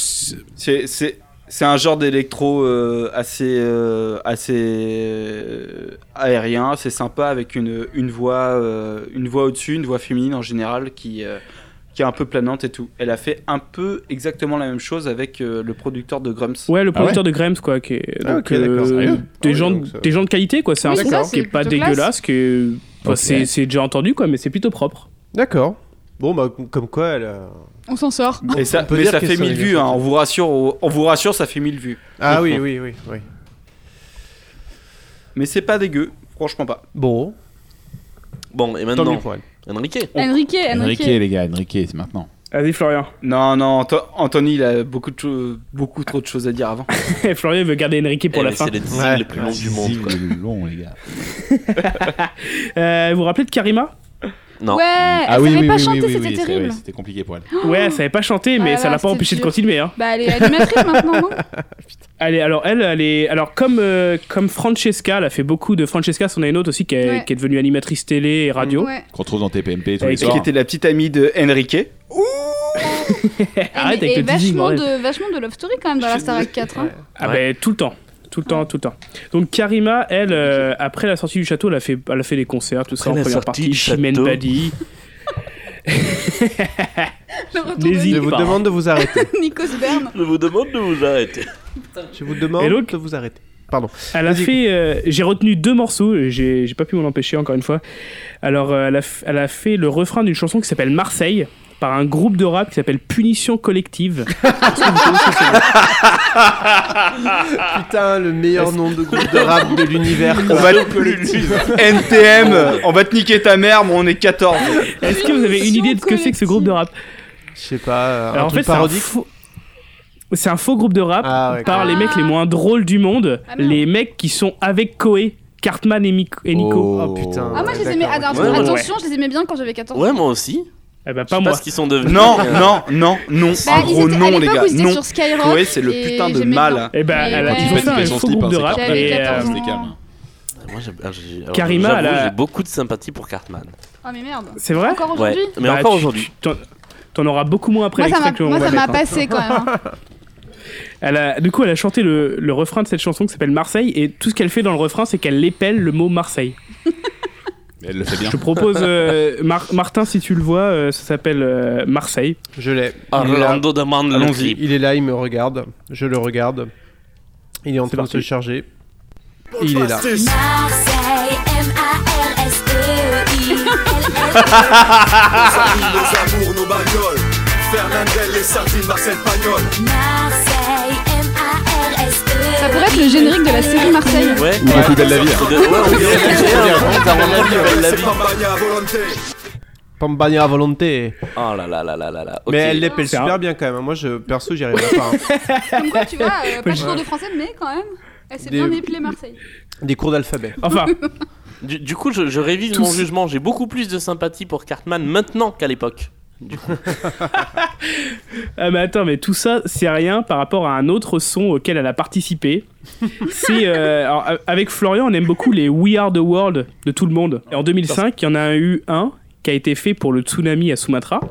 [SPEAKER 8] C'est, c'est, c'est un genre d'électro euh, assez, euh, assez euh, aérien, c'est sympa avec une, une voix, euh, une voix au-dessus, une voix féminine en général qui, euh, qui est un peu planante et tout. Elle a fait un peu exactement la même chose avec euh, le producteur de Grumps.
[SPEAKER 10] Ouais, le producteur de Grams, quoi. Qui est,
[SPEAKER 2] Ah,
[SPEAKER 10] donc, euh,
[SPEAKER 2] ok, d'accord, sérieux Ah
[SPEAKER 10] des,
[SPEAKER 2] oui,
[SPEAKER 10] gens,
[SPEAKER 2] donc ça-
[SPEAKER 10] des gens de qualité, quoi. C'est un
[SPEAKER 6] Oui,
[SPEAKER 10] son
[SPEAKER 6] ça,
[SPEAKER 10] qui est
[SPEAKER 6] c'est
[SPEAKER 10] pas
[SPEAKER 6] plutôt classe.
[SPEAKER 10] dégueulasse, que enfin,
[SPEAKER 9] Ok.
[SPEAKER 10] c'est c'est déjà entendu, quoi, mais c'est plutôt propre.
[SPEAKER 2] D'accord. Bon, bah comme quoi elle a.
[SPEAKER 6] On s'en sort.
[SPEAKER 8] Et ça,
[SPEAKER 2] on peut
[SPEAKER 8] mais
[SPEAKER 2] dire
[SPEAKER 8] ça
[SPEAKER 2] qu'elle
[SPEAKER 8] fait
[SPEAKER 2] s'en est
[SPEAKER 8] 1000
[SPEAKER 2] bien
[SPEAKER 8] vues, hein, on, vous rassure, on vous rassure, ça fait 1000 vues.
[SPEAKER 2] Ah oui, oui, oui. oui.
[SPEAKER 8] Mais c'est pas dégueu, franchement pas.
[SPEAKER 2] Bon,
[SPEAKER 7] Bon, et
[SPEAKER 2] tant mieux
[SPEAKER 7] maintenant,
[SPEAKER 2] pour elle.
[SPEAKER 7] Enrique.
[SPEAKER 6] Enrique,
[SPEAKER 9] Enrique,
[SPEAKER 6] Enrique.
[SPEAKER 9] les gars, Enrique, c'est maintenant.
[SPEAKER 10] Vas-y, Florian.
[SPEAKER 8] Non, non, Anto- Anthony, il a beaucoup, de cho- beaucoup trop de choses à dire avant.
[SPEAKER 10] Florian, il veut garder Enrique pour
[SPEAKER 7] Eh,
[SPEAKER 10] la
[SPEAKER 7] mais
[SPEAKER 10] fin.
[SPEAKER 7] C'est le design
[SPEAKER 2] Ouais.
[SPEAKER 7] le plus long du monde. quoi.
[SPEAKER 9] le long, les gars.
[SPEAKER 10] Euh, vous vous rappelez de Karima
[SPEAKER 7] Non.
[SPEAKER 6] Ouais,
[SPEAKER 9] Ah
[SPEAKER 6] elle savait pas chanter, c'était
[SPEAKER 9] c'est-
[SPEAKER 6] terrible.
[SPEAKER 9] ouais, c'était compliqué pour elle.
[SPEAKER 10] Ouais, elle savait pas chanter, mais
[SPEAKER 6] Oh Ah
[SPEAKER 10] ça
[SPEAKER 6] là,
[SPEAKER 10] l'a pas
[SPEAKER 6] c'était
[SPEAKER 10] empêché de
[SPEAKER 6] dur.
[SPEAKER 10] continuer. Hein.
[SPEAKER 6] Bah, elle est animatrice maintenant, non
[SPEAKER 10] Allez, alors elle, elle est. Alors, comme, euh, comme Francesca, elle a fait beaucoup de. Francesca, c'en est une autre aussi qui est,
[SPEAKER 6] Ouais.
[SPEAKER 10] qui est devenue animatrice télé et radio.
[SPEAKER 6] Ouais.
[SPEAKER 9] Qu'on retrouve dans TPMP tous
[SPEAKER 10] Et
[SPEAKER 9] les
[SPEAKER 10] qui
[SPEAKER 8] Qui
[SPEAKER 9] soirs.
[SPEAKER 8] était la petite amie de Enrique.
[SPEAKER 10] Arrête avec
[SPEAKER 6] et, et
[SPEAKER 10] le Didi,
[SPEAKER 6] vachement
[SPEAKER 10] bordel.
[SPEAKER 6] de, vachement de love story quand même dans la Star 4. Hein.
[SPEAKER 10] Ah ben tout le temps. Tout le temps, tout le temps. Donc Karima, elle, euh, après la sortie du château, elle a fait, elle a fait des concerts, tout ça,
[SPEAKER 7] Après
[SPEAKER 10] en
[SPEAKER 7] la
[SPEAKER 10] première
[SPEAKER 7] sortie
[SPEAKER 10] partie,
[SPEAKER 7] du
[SPEAKER 10] Chimène
[SPEAKER 7] château.
[SPEAKER 10] Badi.
[SPEAKER 6] Le retour
[SPEAKER 10] N'hésite
[SPEAKER 2] Je
[SPEAKER 6] de
[SPEAKER 2] vous
[SPEAKER 10] pas.
[SPEAKER 2] demande de vous arrêter.
[SPEAKER 6] Nikos Bern.
[SPEAKER 7] Je vous demande de vous arrêter.
[SPEAKER 2] Je vous demande
[SPEAKER 10] Et l'autre
[SPEAKER 2] de vous arrêter. Pardon.
[SPEAKER 10] Elle a
[SPEAKER 2] Vas-y.
[SPEAKER 10] fait. euh, j'ai retenu deux morceaux, j'ai, j'ai pas pu m'en empêcher encore une fois. Alors, euh, elle, a, f- elle a fait le refrain d'une chanson qui s'appelle Marseille par un groupe de rap qui s'appelle Punition Collective.
[SPEAKER 2] Putain, le meilleur nom de groupe de rap de l'univers.
[SPEAKER 8] On va NTM, on va te niquer ta mère, mais on est 14.
[SPEAKER 10] Est-ce que vous avez une idée de ce que c'est que ce groupe de rap
[SPEAKER 2] Je sais pas, euh,
[SPEAKER 10] Alors,
[SPEAKER 2] un
[SPEAKER 10] en
[SPEAKER 2] truc
[SPEAKER 10] fait, c'est un,
[SPEAKER 2] parodique.
[SPEAKER 10] faux... c'est un faux groupe de rap
[SPEAKER 2] Ah, ouais,
[SPEAKER 10] par
[SPEAKER 2] cool.
[SPEAKER 10] les mecs les moins drôles du monde,
[SPEAKER 6] Ah, merde.
[SPEAKER 10] les mecs qui sont avec Koé, Cartman et, Mico- et Nico.
[SPEAKER 2] Oh putain.
[SPEAKER 6] Ah, moi je les aimais.
[SPEAKER 2] d'accord,
[SPEAKER 6] Attends,
[SPEAKER 7] ouais.
[SPEAKER 6] attention,
[SPEAKER 10] Ouais.
[SPEAKER 6] je les aimais bien quand j'avais 14 ans.
[SPEAKER 7] Ouais, moi aussi.
[SPEAKER 10] Eh ben,
[SPEAKER 7] Je
[SPEAKER 10] pas
[SPEAKER 7] sais
[SPEAKER 10] moi.
[SPEAKER 7] pas ce qu'ils sont devenus.
[SPEAKER 8] Non, non, non, non.
[SPEAKER 6] Bah,
[SPEAKER 8] en
[SPEAKER 6] ils
[SPEAKER 8] gros,
[SPEAKER 6] étaient- à
[SPEAKER 8] non, les
[SPEAKER 6] l'époque
[SPEAKER 8] gars.
[SPEAKER 6] où ils étaient
[SPEAKER 8] Non.
[SPEAKER 6] sur Skyrock.
[SPEAKER 8] Koé, c'est le
[SPEAKER 6] et
[SPEAKER 8] putain de
[SPEAKER 6] j'aimais
[SPEAKER 8] mal.
[SPEAKER 10] Eh ben,
[SPEAKER 6] Mais
[SPEAKER 10] elle a
[SPEAKER 6] ouais.
[SPEAKER 10] dit ça,
[SPEAKER 6] Ils
[SPEAKER 9] pètent
[SPEAKER 10] un
[SPEAKER 9] les
[SPEAKER 10] faux
[SPEAKER 9] slip,
[SPEAKER 10] groupe
[SPEAKER 9] hein,
[SPEAKER 10] de
[SPEAKER 9] c'est
[SPEAKER 10] rap.
[SPEAKER 9] clair.
[SPEAKER 6] J'avais
[SPEAKER 10] et, euh,
[SPEAKER 6] 14 ans.
[SPEAKER 9] C'était calme. hein.
[SPEAKER 7] Moi, j'ai- ah, j'ai- alors,
[SPEAKER 10] Karima,
[SPEAKER 7] j'avoue,
[SPEAKER 10] elle a-
[SPEAKER 7] J'ai beaucoup de sympathie pour Cartman.
[SPEAKER 6] Ah, mais merde.
[SPEAKER 10] C'est vrai
[SPEAKER 6] Encore
[SPEAKER 7] Ouais.
[SPEAKER 6] aujourd'hui
[SPEAKER 7] Mais
[SPEAKER 10] Bah,
[SPEAKER 7] encore
[SPEAKER 10] tu-
[SPEAKER 7] aujourd'hui.
[SPEAKER 10] tu- T'en, t'en auras beaucoup moins après
[SPEAKER 6] Moi, ça
[SPEAKER 10] l'extrait
[SPEAKER 6] m'a-
[SPEAKER 10] que l'on
[SPEAKER 6] moi,
[SPEAKER 10] va
[SPEAKER 6] ça m'a
[SPEAKER 10] mettre, hein.
[SPEAKER 6] passé quand même. hein.
[SPEAKER 10] Elle a- du coup, elle a chanté le, le refrain de cette chanson qui s'appelle Marseille, et tout ce qu'elle fait dans le refrain, c'est qu'elle épelle le mot Marseille.
[SPEAKER 9] Elle le fait bien.
[SPEAKER 10] Je propose, euh, Mar- Martin, si tu le vois, euh, ça s'appelle euh, Marseille.
[SPEAKER 2] Je l'ai. Il est là.
[SPEAKER 7] Orlando demande le clip.
[SPEAKER 2] Il est là, il me regarde. Je le regarde. Il est en
[SPEAKER 10] C'est
[SPEAKER 2] train de
[SPEAKER 10] parti.
[SPEAKER 2] se charger. Il est là.
[SPEAKER 11] Marseille, M-A-R-S-E-I.
[SPEAKER 4] Nos amours, nos bagnoles. Fernandel et Sartine, Marcel Pagnol.
[SPEAKER 11] Marseille, M-A-R-S-E-I.
[SPEAKER 6] Ça pourrait être le générique de la série Marseille.
[SPEAKER 7] Ouais.
[SPEAKER 9] Ou le plus belle la vie. hein.
[SPEAKER 7] De- ouais, on dirait que c'est un- la
[SPEAKER 4] C'est
[SPEAKER 7] vie.
[SPEAKER 4] pas Bagna à volonté.
[SPEAKER 2] Pambania à volonté.
[SPEAKER 7] Oh là là là là là là. Ok.
[SPEAKER 2] Mais elle l'épelle
[SPEAKER 10] C'est un-
[SPEAKER 2] super bien quand même. hein. Moi, je, perso, j'y arriverai pas. hein.
[SPEAKER 6] Comme quoi, tu vois, euh, pas toujours de français, mais quand même. Elle s'est
[SPEAKER 2] Des-
[SPEAKER 6] bien épelée Marseille.
[SPEAKER 2] Des cours d'alphabet.
[SPEAKER 10] Enfin,
[SPEAKER 7] Du, du coup, je, je révise mon jugement. J'ai beaucoup plus de sympathie pour Cartman maintenant qu'à l'époque.
[SPEAKER 10] Ah mais attends, mais tout ça, c'est rien par rapport à un autre son auquel elle a participé. c'est euh, alors, a- avec Florian, on aime beaucoup les We Are the World de tout le monde. Et en 2005, il y en a eu un qui a été fait pour le tsunami à Sumatra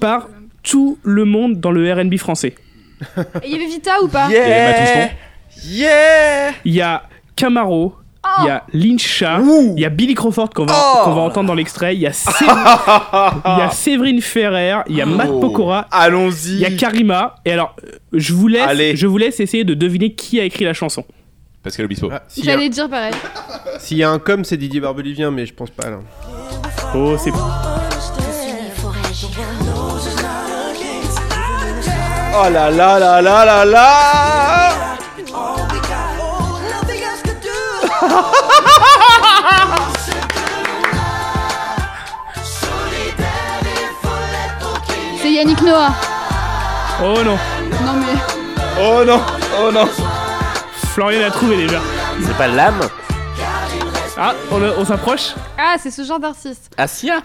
[SPEAKER 10] par tout le monde dans le R&B français.
[SPEAKER 6] Et il y avait Vita ou pas
[SPEAKER 9] Et Emma Touston
[SPEAKER 8] Yeah
[SPEAKER 10] Il y a Camaro, il
[SPEAKER 6] Oh,
[SPEAKER 10] y a Lyncha, il y a Billy Crawford qu'on va,
[SPEAKER 8] Oh
[SPEAKER 10] qu'on va entendre dans l'extrait, il y a Séverine, il y a Séverine Ferrer, il y a Matt
[SPEAKER 9] Oh.
[SPEAKER 10] Pokora
[SPEAKER 8] Allons-y.
[SPEAKER 10] Il y a Karima. Et alors, euh, je vous laisse,
[SPEAKER 8] Allez.
[SPEAKER 10] je vous laisse essayer de deviner qui a écrit la chanson.
[SPEAKER 9] Pascal Obispo.
[SPEAKER 2] Ah, S'il y, a-
[SPEAKER 6] J'allais dire pareil.
[SPEAKER 2] s'il y a un com, c'est Didier Barbelivien, mais je pense pas là.
[SPEAKER 10] Oh, c'est
[SPEAKER 8] Oh là là là là là là
[SPEAKER 6] C'est Yannick Noah.
[SPEAKER 10] Oh non,
[SPEAKER 6] Non, mais.
[SPEAKER 8] Oh non Oh non
[SPEAKER 10] Florian l'a trouvé déjà.
[SPEAKER 7] C'est pas l'âme
[SPEAKER 10] Ah, on, on s'approche
[SPEAKER 6] Ah, c'est ce genre d'artiste.
[SPEAKER 7] Asia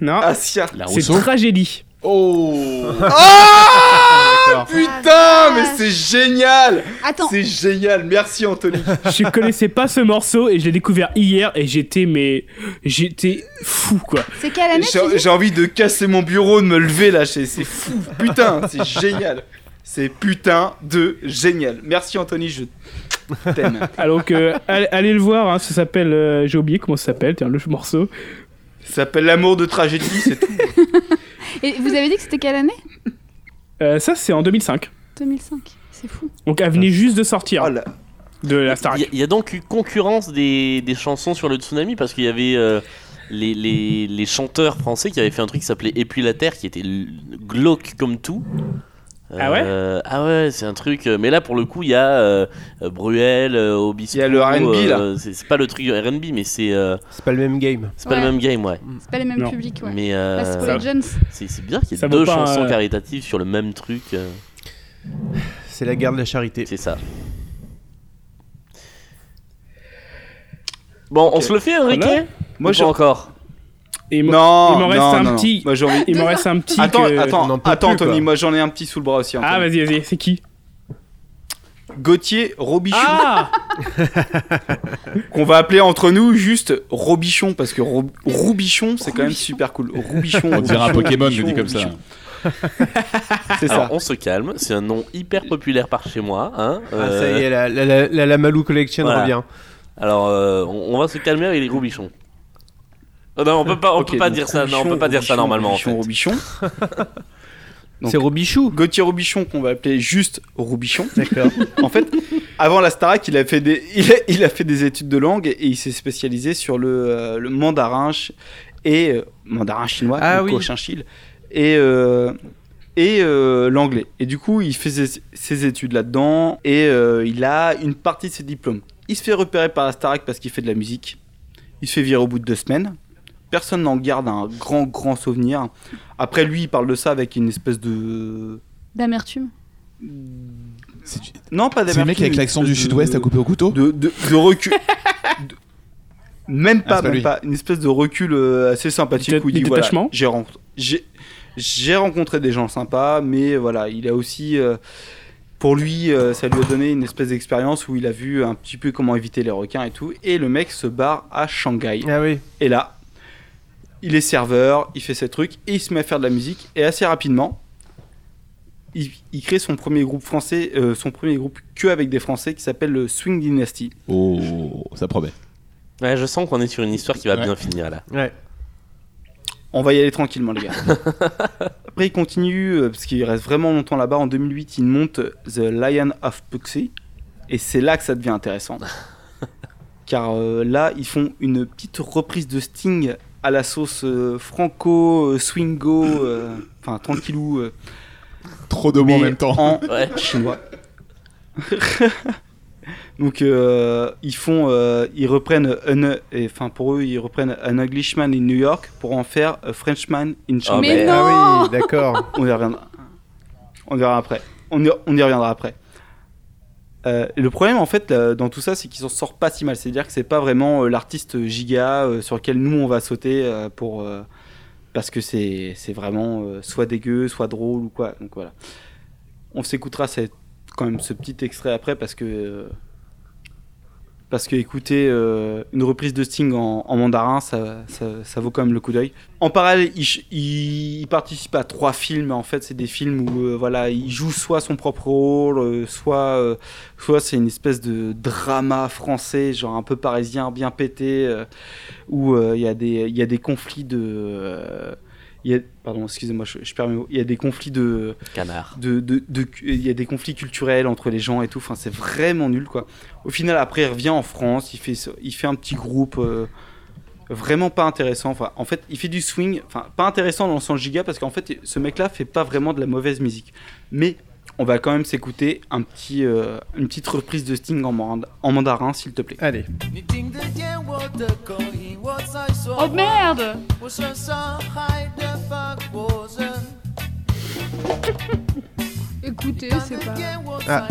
[SPEAKER 10] Non,
[SPEAKER 8] Asia
[SPEAKER 9] La
[SPEAKER 10] Ah, c'est
[SPEAKER 9] Rousseau.
[SPEAKER 10] tragédie.
[SPEAKER 9] Oh
[SPEAKER 8] Putain Mais c'est génial
[SPEAKER 6] Ah, Attends,
[SPEAKER 8] C'est génial Merci Anthony
[SPEAKER 10] Je connaissais pas ce morceau et je l'ai découvert hier et j'étais mais j'étais fou quoi.
[SPEAKER 6] c'est quelle année tu
[SPEAKER 8] J'ai
[SPEAKER 6] dis
[SPEAKER 8] j'ai envie de casser mon bureau, de me lever là, c'est c'est fou Putain C'est génial C'est putain de génial Merci Anthony, je t'aime
[SPEAKER 10] Alors que allez, allez le voir, hein, ça s'appelle euh, j'ai oublié comment ça s'appelle tiens le morceau.
[SPEAKER 8] Ça s'appelle l'amour de tragédie, c'est tout
[SPEAKER 6] Et vous avez dit que c'était quelle année
[SPEAKER 10] Euh, ça c'est en 2005.
[SPEAKER 6] 2005. C'est fou.
[SPEAKER 10] Donc elle venait juste de sortir
[SPEAKER 8] Oh là.
[SPEAKER 10] de la Star.
[SPEAKER 7] Il y, a- il y a donc eu concurrence des, des chansons sur le tsunami parce qu'il y avait euh, les, les- les chanteurs français qui avaient fait un truc qui s'appelait Et puis la Terre qui était l- glauque comme tout.
[SPEAKER 10] Ah ouais
[SPEAKER 7] Euh, Ah ouais, c'est un truc. euh, Mais là, pour le coup, il y a euh, euh, Bruel, euh, Obispo.
[SPEAKER 8] Il y a le R&B, là.
[SPEAKER 7] euh, c'est c'est pas le truc RB, mais c'est euh,
[SPEAKER 2] C'est pas le même game.
[SPEAKER 7] c'est pas
[SPEAKER 6] Ouais.
[SPEAKER 7] le même game, ouais.
[SPEAKER 6] C'est pas les mêmes
[SPEAKER 10] Non.
[SPEAKER 6] publics, ouais.
[SPEAKER 7] Mais
[SPEAKER 6] Là, c'est
[SPEAKER 7] euh,
[SPEAKER 6] pour les jeunes.
[SPEAKER 7] c'est c'est bizarre qu'il y
[SPEAKER 10] Ça
[SPEAKER 7] ait
[SPEAKER 10] vaut
[SPEAKER 7] deux
[SPEAKER 10] pas,
[SPEAKER 7] chansons
[SPEAKER 10] euh,
[SPEAKER 7] caritatives sur le même truc. euh,
[SPEAKER 2] C'est la guerre de la charité.
[SPEAKER 7] c'est ça. Bon, on se le fait, hein, Enrique
[SPEAKER 10] Voilà.
[SPEAKER 8] Moi,
[SPEAKER 7] Moi,
[SPEAKER 8] j'ai-
[SPEAKER 7] j'ai encore.
[SPEAKER 10] Et moi-
[SPEAKER 8] Non,
[SPEAKER 10] il m'en reste
[SPEAKER 8] non,
[SPEAKER 10] un
[SPEAKER 8] non, non.
[SPEAKER 10] petit.
[SPEAKER 8] Moi, j'ai envie-
[SPEAKER 10] Il m'en reste un petit.
[SPEAKER 8] Attends,
[SPEAKER 10] que-
[SPEAKER 2] on en
[SPEAKER 8] attends,
[SPEAKER 2] peut
[SPEAKER 8] attends,
[SPEAKER 2] plus, quoi.
[SPEAKER 8] Anthony, moi j'en ai un petit sous le bras aussi.
[SPEAKER 10] Ah,
[SPEAKER 8] Anthony.
[SPEAKER 10] vas-y, vas-y, c'est qui
[SPEAKER 8] Gauthier Robichon,
[SPEAKER 10] Ah
[SPEAKER 8] qu'on va appeler entre nous juste Robichon, parce que Rob- Roubichon, c'est quand même super cool. Roubichon.
[SPEAKER 9] On dirait un
[SPEAKER 8] Robichon,
[SPEAKER 9] Pokémon, je
[SPEAKER 8] Robichon,
[SPEAKER 9] dis comme ça.
[SPEAKER 8] Robichon. C'est
[SPEAKER 7] Alors,
[SPEAKER 8] ça.
[SPEAKER 7] on se calme. C'est un nom hyper populaire par chez moi. Hein.
[SPEAKER 2] Ah, ça
[SPEAKER 7] Euh,
[SPEAKER 2] y est, la, la, la, la- la Malou Collection
[SPEAKER 7] Voilà.
[SPEAKER 2] revient.
[SPEAKER 7] Alors, euh, on, on va se calmer avec les Roubichons. Oh non, on peut pas, on peut
[SPEAKER 8] Ok,
[SPEAKER 7] pas
[SPEAKER 8] donc
[SPEAKER 7] dire ça. Non, on
[SPEAKER 8] Robichon,
[SPEAKER 7] peut pas dire ça
[SPEAKER 8] Robichon,
[SPEAKER 7] normalement. en
[SPEAKER 8] Robichon,
[SPEAKER 7] fait.
[SPEAKER 8] Robichon. Donc-
[SPEAKER 2] C'est Robichou.
[SPEAKER 8] Gauthier Robichon, qu'on va appeler juste Robichon.
[SPEAKER 2] D'accord.
[SPEAKER 8] En fait, avant la Starac, il a fait des, il a, il a fait des études de langue et il s'est spécialisé sur le, euh, le mandarin ch- et euh, mandarin chinois,
[SPEAKER 2] Ah
[SPEAKER 8] le
[SPEAKER 2] oui.
[SPEAKER 8] Cochinchine, et euh, et euh, l'anglais. Et du coup, il faisait ses- ses études là-dedans et euh, il a une partie de ses diplômes. Il se fait repérer par la Starac parce qu'il fait de la musique. Il se fait virer au bout de deux semaines. Personne n'en garde un grand grand souvenir. Après lui, il parle de ça avec une espèce de
[SPEAKER 6] D'amertume.
[SPEAKER 9] C'est
[SPEAKER 8] non pas
[SPEAKER 9] c'est le mec
[SPEAKER 8] d'amertume,
[SPEAKER 9] avec
[SPEAKER 8] une
[SPEAKER 9] l'accent du
[SPEAKER 8] espèce de-
[SPEAKER 9] sud-ouest à couper au couteau
[SPEAKER 8] de, de, de recul. de- Même pas,
[SPEAKER 9] Ah, c'est pas
[SPEAKER 8] même
[SPEAKER 9] lui.
[SPEAKER 8] pas. Une espèce de recul euh, assez sympathique
[SPEAKER 10] Déta-
[SPEAKER 8] où il dit voilà,
[SPEAKER 10] détachement
[SPEAKER 8] j'ai ren- j'ai- j'ai rencontré des gens sympas, mais voilà, il a aussi. euh, pour lui, euh, ça lui a donné une espèce d'expérience où il a vu un petit peu comment éviter les requins et tout. Et le mec se barre à Shanghai.
[SPEAKER 2] Ah oui.
[SPEAKER 8] Et là, il est serveur, il fait ses trucs, et il se met à faire de la musique. Et assez rapidement, il, il crée son premier groupe français, euh, son premier groupe que avec des Français qui s'appelle le Swing Dynasty.
[SPEAKER 9] Oh, ça promet.
[SPEAKER 7] Ouais, je sens qu'on est sur une histoire qui va
[SPEAKER 9] Ouais.
[SPEAKER 7] bien finir là.
[SPEAKER 2] Ouais.
[SPEAKER 8] On va y aller tranquillement, les gars. Après, il continue, euh, parce qu'il reste vraiment longtemps là-bas. En 2008, il monte The Lion of Puxy. Et c'est là que ça devient intéressant. Car euh, là, ils font une petite reprise de Sting à la sauce euh, franco, euh, swingo, euh, enfin tranquillou, euh,
[SPEAKER 9] Trop de mots en
[SPEAKER 8] mais
[SPEAKER 9] même temps.
[SPEAKER 8] en
[SPEAKER 7] Ouais.
[SPEAKER 8] chinois. Donc euh, ils font, euh, ils reprennent, un- et, enfin pour eux, ils reprennent un Englishman in New York pour en faire a Frenchman in Shanghai.
[SPEAKER 7] Ah,
[SPEAKER 6] mais
[SPEAKER 7] mais-
[SPEAKER 6] non
[SPEAKER 2] Ah oui, d'accord.
[SPEAKER 8] On y reviendra. On y reviendra après. On y, on y reviendra après. Euh, le problème en fait euh, dans tout ça, c'est qu'ils s'en sortent pas si mal. C'est-à-dire que c'est pas vraiment euh, l'artiste giga euh, sur lequel nous on va sauter euh, pour euh, parce que c'est c'est vraiment euh, soit dégueu, soit drôle ou quoi. Donc voilà. On s'écoutera cette- quand même ce petit extrait après parce que euh, parce que écouter euh, une reprise de Sting en, en mandarin, ça, ça- ça vaut quand même le coup d'œil. En parallèle, il, ch- il- il participe à trois films. En fait, c'est des films où euh, voilà, il joue soit son propre rôle, euh, soit, euh, soit c'est une espèce de drama français, genre un peu parisien, bien pété, euh, où euh, il y, a des- il y a des conflits de. euh, il y a- pardon, excusez-moi, je, je perds mes mots. Il y a des conflits de
[SPEAKER 7] Canard.
[SPEAKER 8] de, de- de- il y a des conflits culturels entre les gens et tout. Enfin, c'est vraiment nul, quoi. Au final, après, il revient en France, il fait, ce- il fait un petit groupe euh, vraiment pas intéressant. Enfin, en fait, il fait du swing, enfin, pas intéressant dans le sens giga, parce qu'en fait, ce mec-là fait pas vraiment de la mauvaise musique. Mais on va quand même s'écouter un petit, euh, une petite reprise de Sting en, mand- en mandarin, s'il te plaît.
[SPEAKER 2] Allez.
[SPEAKER 6] Oh merde Écoutez, c'est pas.
[SPEAKER 2] Ah.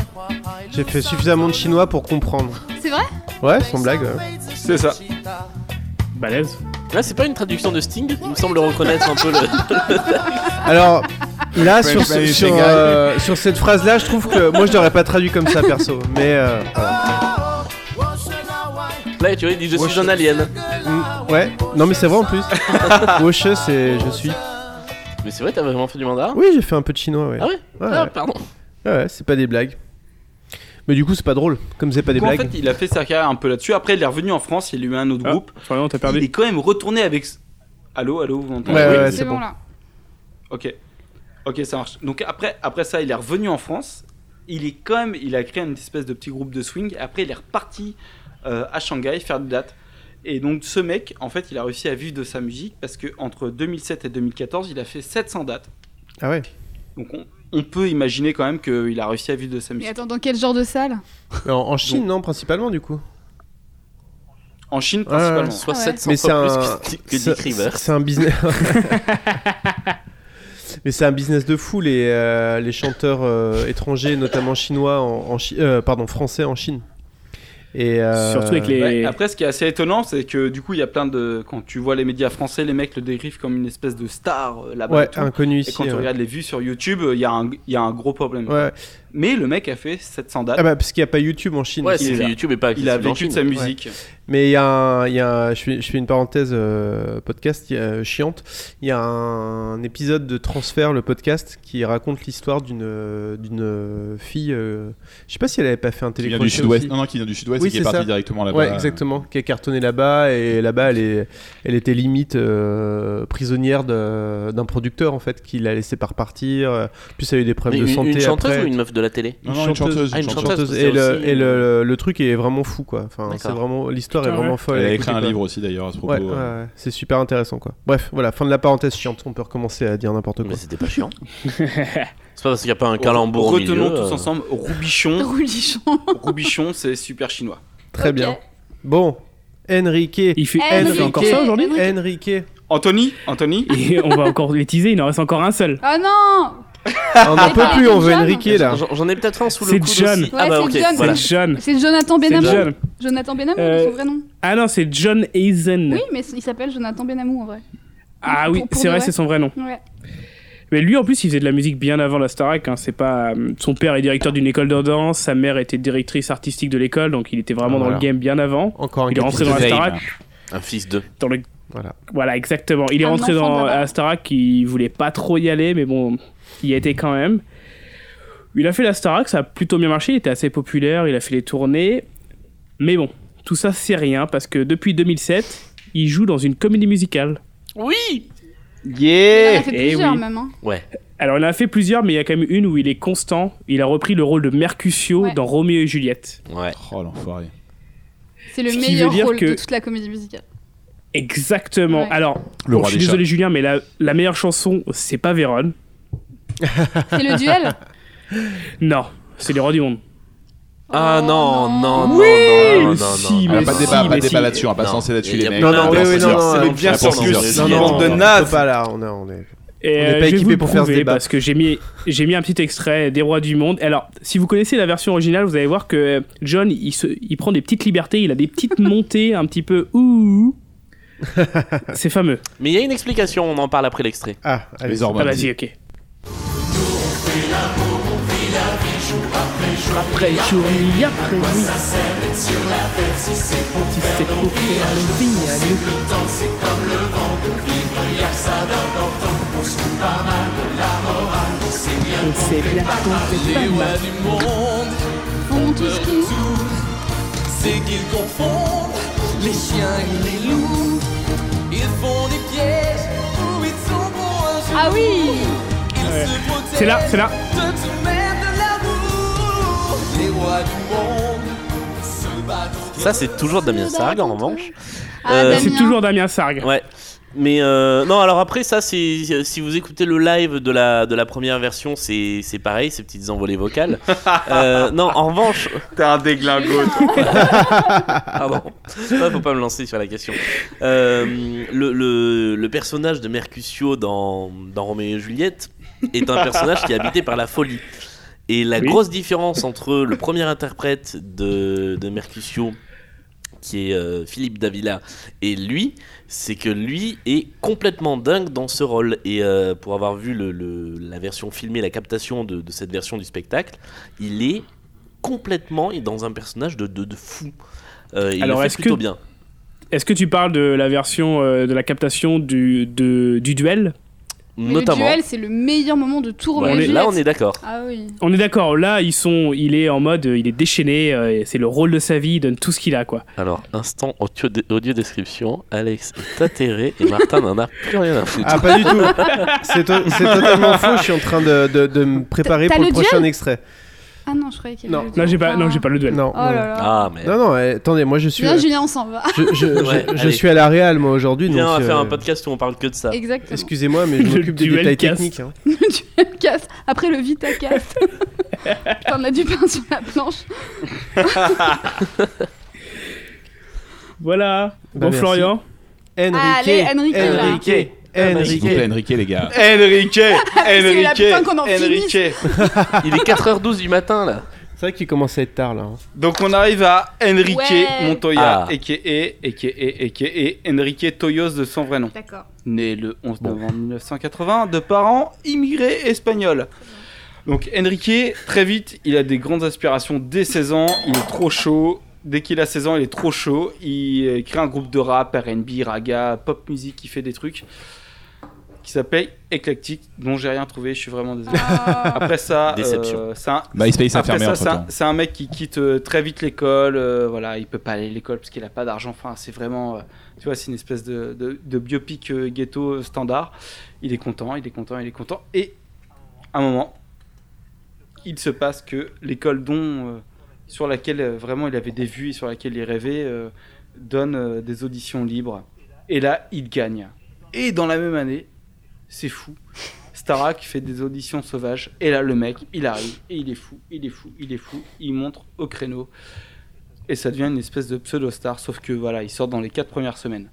[SPEAKER 2] J'ai fait suffisamment de chinois pour comprendre.
[SPEAKER 6] C'est vrai
[SPEAKER 2] Ouais, sans blague. ouais.
[SPEAKER 8] C'est ça.
[SPEAKER 10] Balèze.
[SPEAKER 7] Là, c'est pas une traduction de Sting. Il me semble reconnaître un peu le.
[SPEAKER 2] Alors, là,
[SPEAKER 10] bah,
[SPEAKER 2] sur, ce-
[SPEAKER 9] French
[SPEAKER 2] sur,
[SPEAKER 9] Shanghai.
[SPEAKER 2] euh, sur cette phrase-là, je trouve que moi, je l'aurais pas traduit comme ça, perso. Mais euh, voilà.
[SPEAKER 7] Là, tu vois, il dit Je suis un alien.
[SPEAKER 2] Mm, ouais. Non, mais c'est vrai en plus. Wash, c'est je suis.
[SPEAKER 7] Mais c'est vrai, t'as vraiment fait du mandarin
[SPEAKER 2] Oui, j'ai fait un peu de chinois. Ouais.
[SPEAKER 7] Ah ouais Ah,
[SPEAKER 2] ouais.
[SPEAKER 7] pardon.
[SPEAKER 2] Ouais, ouais, c'est pas des blagues. Mais du coup, c'est pas drôle. Comme c'est pas des
[SPEAKER 8] Du coup, en
[SPEAKER 2] blagues.
[SPEAKER 8] fait, il a fait sa carrière un peu là-dessus. Après, il est revenu en France, il a eu un autre
[SPEAKER 10] Ah,
[SPEAKER 8] groupe.
[SPEAKER 10] je crois que non, t'as
[SPEAKER 8] Il
[SPEAKER 10] perdu.
[SPEAKER 8] est quand même retourné avec. Allô, allô, vous m'entendez
[SPEAKER 2] Ouais, ouais,
[SPEAKER 6] C'est
[SPEAKER 2] c'est
[SPEAKER 6] bon,
[SPEAKER 2] bon.
[SPEAKER 6] là.
[SPEAKER 8] Ok. Ok, ça marche. Donc après, après ça, il est revenu en France. Il est quand même, il a créé une espèce de petit groupe de swing. Après, il est reparti euh, à Shanghai faire des dates. Et donc ce mec, en fait, il a réussi à vivre de sa musique parce que entre 2007 et 2014, il a fait 700 dates.
[SPEAKER 2] Ah ouais.
[SPEAKER 8] Donc on, on peut imaginer quand même qu'il a réussi à vivre de sa
[SPEAKER 6] Mais
[SPEAKER 8] musique.
[SPEAKER 6] attends, dans quel genre de salle
[SPEAKER 2] En, en Chine, non, principalement du coup.
[SPEAKER 8] En Chine,
[SPEAKER 2] Ouais, ouais, ouais.
[SPEAKER 8] principalement.
[SPEAKER 7] Soit
[SPEAKER 6] Ah ouais.
[SPEAKER 7] 700
[SPEAKER 2] Mais c'est
[SPEAKER 7] fois
[SPEAKER 2] un,
[SPEAKER 7] plus que, que
[SPEAKER 2] c'est-
[SPEAKER 7] Dick Rivers.
[SPEAKER 2] c'est un business. Mais c'est un business de fou les, euh, les chanteurs euh, étrangers, notamment chinois, en, en Chi- euh, pardon français en Chine. Et euh,
[SPEAKER 10] Surtout avec les.
[SPEAKER 8] Ouais, Après, ce qui est assez étonnant, c'est que du coup, il y a plein de. Quand tu vois les médias français, les mecs le décrivent comme une espèce de star euh, là-bas. et
[SPEAKER 2] ouais
[SPEAKER 8] tout.
[SPEAKER 2] inconnus
[SPEAKER 8] et
[SPEAKER 2] ici.
[SPEAKER 8] quand tu
[SPEAKER 2] ouais.
[SPEAKER 8] regardes les vues sur YouTube, euh, il y, a un- il y a un gros problème.
[SPEAKER 2] Ouais.
[SPEAKER 8] Mais le mec a fait 700 dates.
[SPEAKER 2] Ah bah parce qu'il n'y a pas YouTube en Chine.
[SPEAKER 7] Ouais,
[SPEAKER 8] il
[SPEAKER 7] c'est
[SPEAKER 8] est
[SPEAKER 7] que
[SPEAKER 8] là.
[SPEAKER 7] YouTube et pas
[SPEAKER 8] il a
[SPEAKER 7] accessible en
[SPEAKER 8] vécu de
[SPEAKER 7] Chine.
[SPEAKER 8] sa musique.
[SPEAKER 2] Mais il y a, un, il y a un- je, fais, je fais une parenthèse euh, podcast il y a- chiante. Il y a un épisode de Transfert, le podcast, qui raconte l'histoire d'une euh, d'une fille. euh, je sais pas si elle avait pas fait un
[SPEAKER 9] Qui vient du
[SPEAKER 2] télécrochet
[SPEAKER 9] sud-ouest.
[SPEAKER 2] aussi.
[SPEAKER 9] Non, non, qui vient du sud-ouest
[SPEAKER 2] Oui,
[SPEAKER 9] et qui est
[SPEAKER 2] c'est
[SPEAKER 9] parti
[SPEAKER 2] ça.
[SPEAKER 9] directement là-bas.
[SPEAKER 2] Ouais, exactement. Qui a cartonné là-bas et là-bas, elle, est- elle était limite euh, prisonnière de- d'un producteur en fait qui l'a laissé par partir. Euh, Puis ça a eu des
[SPEAKER 7] Mais
[SPEAKER 2] problèmes
[SPEAKER 7] une,
[SPEAKER 2] de santé
[SPEAKER 7] une chanteuse
[SPEAKER 2] après.
[SPEAKER 7] ou une meuf de la télé
[SPEAKER 9] Non, non, une chanteuse.
[SPEAKER 7] Ah,
[SPEAKER 9] une
[SPEAKER 7] une
[SPEAKER 9] chanteuse.
[SPEAKER 7] chanteuse. c'est
[SPEAKER 2] Et, le,
[SPEAKER 7] aussi-
[SPEAKER 2] et le, le truc est vraiment fou quoi. Enfin,
[SPEAKER 7] D'accord.
[SPEAKER 2] c'est vraiment l'histoire est
[SPEAKER 10] Putain,
[SPEAKER 2] vraiment
[SPEAKER 10] ouais.
[SPEAKER 2] folle.
[SPEAKER 9] Elle a
[SPEAKER 2] Écoutez,
[SPEAKER 9] écrit un
[SPEAKER 2] quoi.
[SPEAKER 9] livre aussi d'ailleurs à ce propos.
[SPEAKER 2] Ouais, ouais,
[SPEAKER 9] euh.
[SPEAKER 2] ouais, c'est super intéressant quoi. Bref, voilà, fin de la parenthèse chiante, on peut recommencer à dire n'importe quoi.
[SPEAKER 7] Mais c'était pas chiant. c'est pas parce qu'il n'y a pas un calembour au milieu.
[SPEAKER 8] Retenons tous
[SPEAKER 7] euh,
[SPEAKER 8] ensemble Roubichon.
[SPEAKER 6] Roulichon.
[SPEAKER 8] Roubichon, c'est super chinois.
[SPEAKER 2] Très bien. Bon, Enrique.
[SPEAKER 10] Il fait
[SPEAKER 6] Eh,
[SPEAKER 10] N,
[SPEAKER 6] mais
[SPEAKER 10] fait
[SPEAKER 6] oui.
[SPEAKER 10] encore ça aujourd'hui
[SPEAKER 2] Enrique.
[SPEAKER 8] Anthony Anthony
[SPEAKER 10] Et on va encore les teaser, il en reste encore un seul.
[SPEAKER 6] Ah non
[SPEAKER 2] Ah, on n'en
[SPEAKER 6] Mais
[SPEAKER 2] peut
[SPEAKER 6] pas
[SPEAKER 2] plus, on veut
[SPEAKER 6] John.
[SPEAKER 2] Enrique là.
[SPEAKER 7] J'en j'en ai peut-être un sous le
[SPEAKER 10] C'est
[SPEAKER 7] coude
[SPEAKER 10] John.
[SPEAKER 7] aussi. ah
[SPEAKER 6] Ouais,
[SPEAKER 7] bah
[SPEAKER 6] c'est
[SPEAKER 7] ok,
[SPEAKER 6] John.
[SPEAKER 7] voilà.
[SPEAKER 10] C'est John.
[SPEAKER 6] C'est Jonathan
[SPEAKER 10] C'est
[SPEAKER 6] Benamou.
[SPEAKER 10] John.
[SPEAKER 6] Jonathan Benamou,
[SPEAKER 10] Euh,
[SPEAKER 6] c'est son vrai nom.
[SPEAKER 10] Ah non, c'est John Hazen.
[SPEAKER 6] Oui, mais il s'appelle Jonathan Benamou en vrai.
[SPEAKER 10] ah oui,
[SPEAKER 6] pour- pour
[SPEAKER 10] c'est
[SPEAKER 6] de
[SPEAKER 10] vrai,
[SPEAKER 6] vrai.
[SPEAKER 10] c'est son vrai nom.
[SPEAKER 6] Ouais.
[SPEAKER 10] Mais lui, en plus, il faisait de la musique bien avant la Starac. hein, C'est pas euh, son père est directeur d'une école de danse, sa mère était directrice artistique de l'école, donc il était vraiment
[SPEAKER 2] Ah,
[SPEAKER 10] dans le
[SPEAKER 2] voilà.
[SPEAKER 10] game bien avant.
[SPEAKER 2] Encore un
[SPEAKER 10] Il est rentré
[SPEAKER 2] capitaine.
[SPEAKER 10] dans la
[SPEAKER 7] Zayn.
[SPEAKER 10] Starac.
[SPEAKER 7] Un fils de.
[SPEAKER 10] Dans le...
[SPEAKER 2] Voilà.
[SPEAKER 10] Voilà, exactement. Il est
[SPEAKER 6] Un
[SPEAKER 10] rentré
[SPEAKER 6] enfant
[SPEAKER 10] dans euh,
[SPEAKER 6] de là-bas.
[SPEAKER 10] la Starac, il voulait pas trop y aller, mais bon, il y était quand même. Il a fait la Starac, ça a plutôt bien marché, il était assez populaire, il a fait les tournées. Mais bon, tout ça, c'est rien, parce que depuis 2007, il joue dans une comédie musicale.
[SPEAKER 7] Oui
[SPEAKER 6] Il en a
[SPEAKER 8] Yeah
[SPEAKER 6] fait
[SPEAKER 10] eh
[SPEAKER 6] plusieurs
[SPEAKER 10] oui.
[SPEAKER 6] même. hein.
[SPEAKER 10] Alors, il en a fait plusieurs, mais il y a quand même une où il est constant. Il a repris le rôle de Mercutio
[SPEAKER 6] Ouais.
[SPEAKER 10] dans Roméo et Juliette.
[SPEAKER 7] Ouais.
[SPEAKER 9] Oh l'enfoiré.
[SPEAKER 6] C'est le
[SPEAKER 10] Ce qui
[SPEAKER 6] meilleur
[SPEAKER 10] veut dire
[SPEAKER 6] rôle
[SPEAKER 10] que-
[SPEAKER 6] de toute la comédie musicale.
[SPEAKER 10] Exactement.
[SPEAKER 6] Ouais.
[SPEAKER 10] Alors,
[SPEAKER 9] Le
[SPEAKER 10] bon,
[SPEAKER 9] roi
[SPEAKER 10] je suis
[SPEAKER 9] des
[SPEAKER 10] désolé, Julien, mais la, la meilleure chanson, c'est pas Vérone.
[SPEAKER 6] C'est le duel
[SPEAKER 10] Non, c'est les rois du monde.
[SPEAKER 7] Ah
[SPEAKER 6] Oh,
[SPEAKER 7] non, non, non,
[SPEAKER 10] Oui,
[SPEAKER 7] non, non,
[SPEAKER 10] mais
[SPEAKER 7] non,
[SPEAKER 10] si,
[SPEAKER 9] Ah,
[SPEAKER 10] mais
[SPEAKER 9] pas de
[SPEAKER 10] si,
[SPEAKER 9] débat, pas
[SPEAKER 10] mais
[SPEAKER 9] de débat
[SPEAKER 10] si.
[SPEAKER 9] là-dessus, on va pas
[SPEAKER 7] Non.
[SPEAKER 9] se lancer là-dessus
[SPEAKER 7] Il y a
[SPEAKER 9] les mecs.
[SPEAKER 7] plein
[SPEAKER 2] Non, non, oui, oui,
[SPEAKER 7] de-
[SPEAKER 2] non, non,
[SPEAKER 8] C'est
[SPEAKER 2] non,
[SPEAKER 8] bien
[SPEAKER 7] non,
[SPEAKER 8] sûr
[SPEAKER 7] non,
[SPEAKER 8] que
[SPEAKER 7] non,
[SPEAKER 8] c'est
[SPEAKER 7] non,
[SPEAKER 8] une
[SPEAKER 7] non,
[SPEAKER 8] bande de
[SPEAKER 7] non,
[SPEAKER 2] On
[SPEAKER 8] nazes.
[SPEAKER 2] peut pas là, on, a- on est.
[SPEAKER 10] Et
[SPEAKER 2] On n'est
[SPEAKER 10] euh,
[SPEAKER 2] pas
[SPEAKER 10] je vais
[SPEAKER 2] équipé
[SPEAKER 10] vous le
[SPEAKER 2] pour faire ce
[SPEAKER 10] prouver
[SPEAKER 2] débat.
[SPEAKER 10] Parce que j'ai mis, j'ai mis un petit extrait des Rois du Monde. Alors, si vous connaissez la version originale, vous allez voir que euh, John, il, se, il prend des petites libertés, il a des petites montées un petit peu ouh. ouh. c'est fameux.
[SPEAKER 7] Mais il y a une explication, on en parle après l'extrait.
[SPEAKER 2] Ah, allez.
[SPEAKER 9] Les hormones.
[SPEAKER 10] Ah, vas-y, ok. Après jour, il y a après nuit. Si c'est pour faire le bien à nous. On sait bien qu'on fait pas mal.
[SPEAKER 6] On tout ce qui. Ah oui
[SPEAKER 10] C'est là, c'est là.
[SPEAKER 7] Ça, c'est toujours Damien Sargue en revanche.
[SPEAKER 6] Ah,
[SPEAKER 7] Euh,
[SPEAKER 6] Damien.
[SPEAKER 10] C'est toujours Damien Sargue.
[SPEAKER 7] Ouais. Mais euh, non, alors après, ça, c'est si vous écoutez le live de la, de la première version, c'est c'est pareil, ces petites envolées vocales. Euh, non, en revanche,
[SPEAKER 8] T'es un déglingo.
[SPEAKER 7] Pardon. Ouais, faut pas me lancer sur la question. Euh, le, le- le personnage de Mercutio dans, dans Roméo et Juliette est un personnage qui est habité par la folie. Et la
[SPEAKER 10] Oui.
[SPEAKER 7] grosse différence entre le premier interprète de, de Mercutio, qui est euh, Philippe Davila, et lui, c'est que lui est complètement dingue dans ce rôle. Et euh, pour avoir vu le- le- la version filmée, la captation de, de cette version du spectacle, il est complètement et dans un personnage de, de, de fou. Euh, il
[SPEAKER 10] Alors,
[SPEAKER 7] Alors, est
[SPEAKER 10] est-ce que-
[SPEAKER 7] plutôt bien.
[SPEAKER 10] Est-ce que tu parles de la version euh, de la captation du, de- du duel
[SPEAKER 6] Mais Le
[SPEAKER 7] Notamment.
[SPEAKER 6] duel, c'est le meilleur moment de tout
[SPEAKER 7] Ouais,
[SPEAKER 6] Roméo et
[SPEAKER 7] là, on
[SPEAKER 6] Juliette.
[SPEAKER 7] est d'accord.
[SPEAKER 6] Ah oui.
[SPEAKER 10] On est d'accord, là ils sont, il est en mode, euh, il est déchaîné, euh, et c'est le rôle de sa vie, il donne tout ce qu'il a quoi.
[SPEAKER 7] Alors, instant audio, audio description. Alex est atterré et Martin n'en a plus rien à foutre.
[SPEAKER 2] Ah, pas du tout. C'est to- c'est totalement faux, je suis en train de, de- de me préparer
[SPEAKER 6] T'as
[SPEAKER 2] pour le
[SPEAKER 6] le duel
[SPEAKER 2] prochain extrait.
[SPEAKER 6] Ah non, je croyais qu'il y
[SPEAKER 2] Non.
[SPEAKER 6] avait le
[SPEAKER 10] Non, j'ai pas, non,
[SPEAKER 6] Ah.
[SPEAKER 10] j'ai pas le duel.
[SPEAKER 2] Non.
[SPEAKER 6] Oh là là.
[SPEAKER 7] Ah, mais.
[SPEAKER 2] Non, non, eh, attendez, moi je suis.
[SPEAKER 6] Viens, Julien, on s'en va.
[SPEAKER 2] je je- je-
[SPEAKER 7] Ouais,
[SPEAKER 2] je
[SPEAKER 7] allez.
[SPEAKER 2] suis à la Real, moi aujourd'hui.
[SPEAKER 7] Viens, on
[SPEAKER 2] donc,
[SPEAKER 7] va faire
[SPEAKER 2] euh,
[SPEAKER 7] un podcast où on parle que de ça.
[SPEAKER 6] Exactement.
[SPEAKER 2] Excusez-moi, mais je
[SPEAKER 10] Le
[SPEAKER 2] m'occupe des
[SPEAKER 10] duel
[SPEAKER 2] détails
[SPEAKER 10] casse.
[SPEAKER 2] techniques. hein.
[SPEAKER 6] Le casse. Après le vitacast. Putain, on a du pain sur la planche.
[SPEAKER 10] Voilà.
[SPEAKER 2] Bah,
[SPEAKER 10] bon,
[SPEAKER 2] merci.
[SPEAKER 10] Florian.
[SPEAKER 6] Allez, Enrique, là.
[SPEAKER 2] Enrique,
[SPEAKER 9] S'il vous plaît,
[SPEAKER 2] Enrique.
[SPEAKER 9] Enrique, les gars.
[SPEAKER 8] Enrique
[SPEAKER 6] Ah, C'est la putain qu'on en finisse.
[SPEAKER 8] Enrique
[SPEAKER 7] Il est 4h12 du matin là.
[SPEAKER 2] C'est vrai qu'il commence à être tard là. hein.
[SPEAKER 8] Donc on arrive à Enrique
[SPEAKER 6] Ouais.
[SPEAKER 8] Montoya, E,
[SPEAKER 7] Ah.
[SPEAKER 8] a.k.a. a.k.a. a.k.a. E, Enrique Toyos de son vrai nom.
[SPEAKER 6] D'accord.
[SPEAKER 8] Né le 11 novembre 1980 de parents immigrés espagnols. Donc Enrique, très vite, il a des grandes aspirations dès 16 ans, il est trop chaud. Dès qu'il a 16 ans, il est trop chaud. Il euh, crée un groupe de rap, RB, raga, pop musique, qui fait des trucs qui s'appelle Eclectic, dont j'ai rien trouvé, je suis vraiment désolé.
[SPEAKER 6] Euh,
[SPEAKER 8] Après ça,
[SPEAKER 7] Déception.
[SPEAKER 8] euh, c'est un,
[SPEAKER 9] MySpace a
[SPEAKER 8] après
[SPEAKER 9] fermé
[SPEAKER 8] ça,
[SPEAKER 9] entre
[SPEAKER 8] c'est un,
[SPEAKER 9] temps.
[SPEAKER 8] c'est un mec qui quitte euh, très vite l'école. euh, voilà, il peut pas aller à l'école parce qu'il a pas d'argent. Enfin, c'est vraiment, euh, tu vois, c'est une espèce de, de- de biopic euh, ghetto euh, standard. Il est content, il est content, il est content. Et à un moment, il se passe que l'école dont euh, sur laquelle euh, vraiment il avait des vues et sur laquelle il rêvait euh, donne euh, des auditions libres. Et là, il gagne. Et dans la même année, c'est fou. Starak fait des auditions sauvages. Et là, le mec, il arrive. Et il est fou, il est fou, il est fou. Il monte au créneau. Et ça devient une espèce de pseudo-star. Sauf que voilà, il sort dans les quatre premières semaines.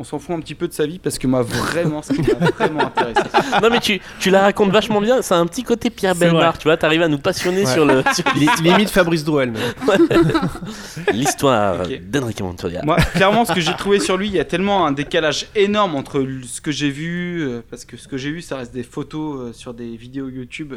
[SPEAKER 8] On s'en fout un petit peu de sa vie parce que moi, vraiment, ça m'a vraiment intéressé.
[SPEAKER 7] Non mais tu, tu la racontes vachement bien, c'est un petit côté Pierre
[SPEAKER 10] C'est
[SPEAKER 7] Belmar,
[SPEAKER 10] vrai.
[SPEAKER 7] tu vois, t'arrives à nous passionner
[SPEAKER 2] Ouais.
[SPEAKER 7] sur le sur
[SPEAKER 2] Li- Limite Fabrice Drouel. mais.
[SPEAKER 7] l'histoire
[SPEAKER 8] Ok.
[SPEAKER 7] d'Enrique Montoya.
[SPEAKER 8] Moi, clairement, ce que j'ai trouvé sur lui, il y a tellement un décalage énorme entre l- ce que j'ai vu, euh, parce que ce que j'ai vu, ça reste des photos euh, sur des vidéos YouTube,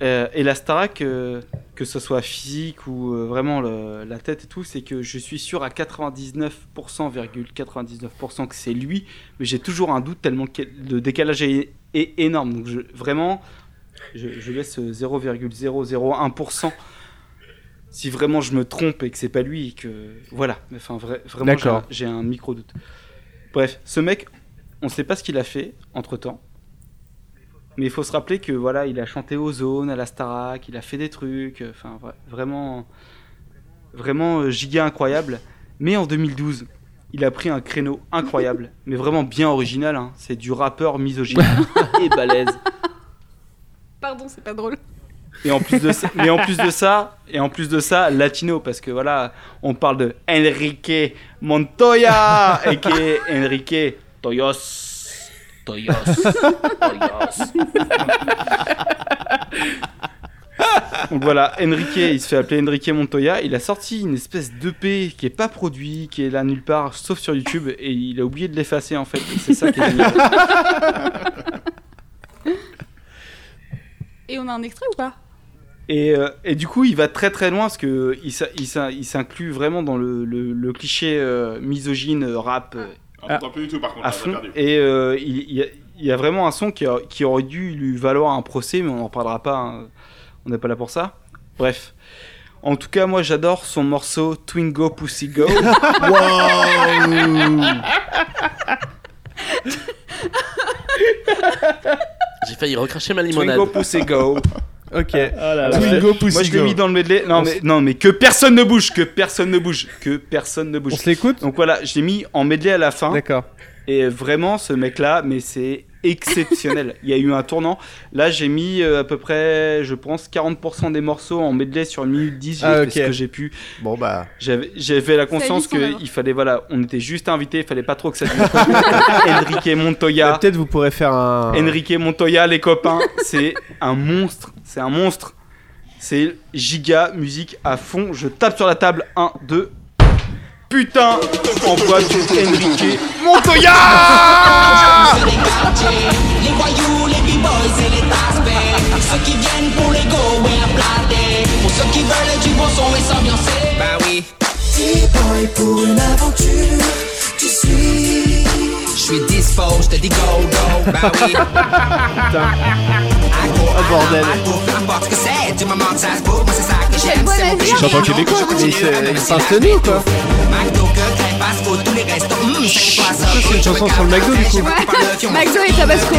[SPEAKER 8] euh, et la Starac, euh, que ce soit physique ou euh, vraiment le- la tête et tout, c'est que je suis sûr à 99%,99% que c'est lui, mais j'ai toujours un doute tellement que le décalage est, est énorme. Donc je- vraiment, je, je laisse euh, 0,001%. Si vraiment je me trompe et que c'est pas lui, et que voilà, Mais enfin vra- vraiment j'ai un-
[SPEAKER 2] D'accord.
[SPEAKER 8] j'ai un micro doute. Bref, ce mec, on sait pas ce qu'il a fait entre temps, mais il faut se rappeler que voilà, il a chanté aux zones, à la Starac, il a fait des trucs, euh, enfin vra- vraiment, vraiment euh, giga incroyable. Mais en 2012, il a pris un créneau incroyable, mais vraiment bien original. hein. C'est du rappeur misogyne et balèze.
[SPEAKER 6] Pardon, c'est pas drôle.
[SPEAKER 8] Et en plus de ça, mais en plus de ça, et en plus de ça, latino parce que voilà, on parle de Enrique Montoya et qui est Enrique Toyos. Toyos. Toyos. Donc voilà, Enrique, il se fait appeler Enrique Montoya. Il a sorti une espèce d'EP qui est pas produit, qui est là nulle part, sauf sur YouTube, et il a oublié de l'effacer en fait. C'est ça qui est génial.
[SPEAKER 6] Et on a un extrait ou pas
[SPEAKER 8] Et, euh, et du coup, il va très très loin parce que euh, il s'in- il s'in- il s'inclut vraiment dans le, le- le cliché euh, misogyne euh, rap euh,
[SPEAKER 10] Ah.
[SPEAKER 4] On plus du tout par contre,
[SPEAKER 8] à
[SPEAKER 4] là, on a
[SPEAKER 8] fond.
[SPEAKER 4] perdu.
[SPEAKER 8] Et euh, il, il y a, il y a vraiment un son qui, a- qui aurait dû lui valoir un procès, mais on n'en parlera pas. hein. On n'est pas là pour ça. Bref. En tout cas, moi j'adore son morceau Twingo Pussy Go.
[SPEAKER 7] J'ai failli recracher ma limonade.
[SPEAKER 8] Twingo Pussy Go.
[SPEAKER 2] Ok.
[SPEAKER 9] Ah
[SPEAKER 10] Ah,
[SPEAKER 9] Twingo
[SPEAKER 8] Moi
[SPEAKER 9] Pussy
[SPEAKER 8] je l'ai mis
[SPEAKER 9] Go.
[SPEAKER 8] dans le medley. Non mais, non mais que personne ne bouge, que personne ne bouge, que personne ne bouge.
[SPEAKER 2] On se l'écoute
[SPEAKER 8] Donc voilà, je l'ai mis en medley à la fin.
[SPEAKER 2] D'accord.
[SPEAKER 8] Et vraiment, ce mec-là, mais c'est exceptionnel. Il y a eu un tournant. Là, j'ai mis euh, à peu près, je pense, 40% des morceaux en medley sur une minute 10. J'ai
[SPEAKER 2] Ah,
[SPEAKER 8] fait
[SPEAKER 2] ok.
[SPEAKER 8] ce que j'ai pu.
[SPEAKER 2] Bon bah.
[SPEAKER 8] J'avais- J'avais la conscience
[SPEAKER 6] son œuvre.
[SPEAKER 8] qu'il fallait, voilà, on était juste invités, il fallait pas trop que ça dure. Enrique Montoya.
[SPEAKER 2] Bah, Peut-être vous pourrez faire un.
[SPEAKER 8] Enrique Montoya, les copains, c'est un monstre. C'est un monstre. C'est giga musique à fond. Je tape sur la table. 1, 2. Putain, envoie du Enrique Montoya!
[SPEAKER 6] Quelle bonne idée
[SPEAKER 9] Je suis en train de Québec, je
[SPEAKER 2] Mais c'est c'est un stonné, quoi C'est une chanson sur le McDo du coup
[SPEAKER 6] Ouais. McDo et Tabasco.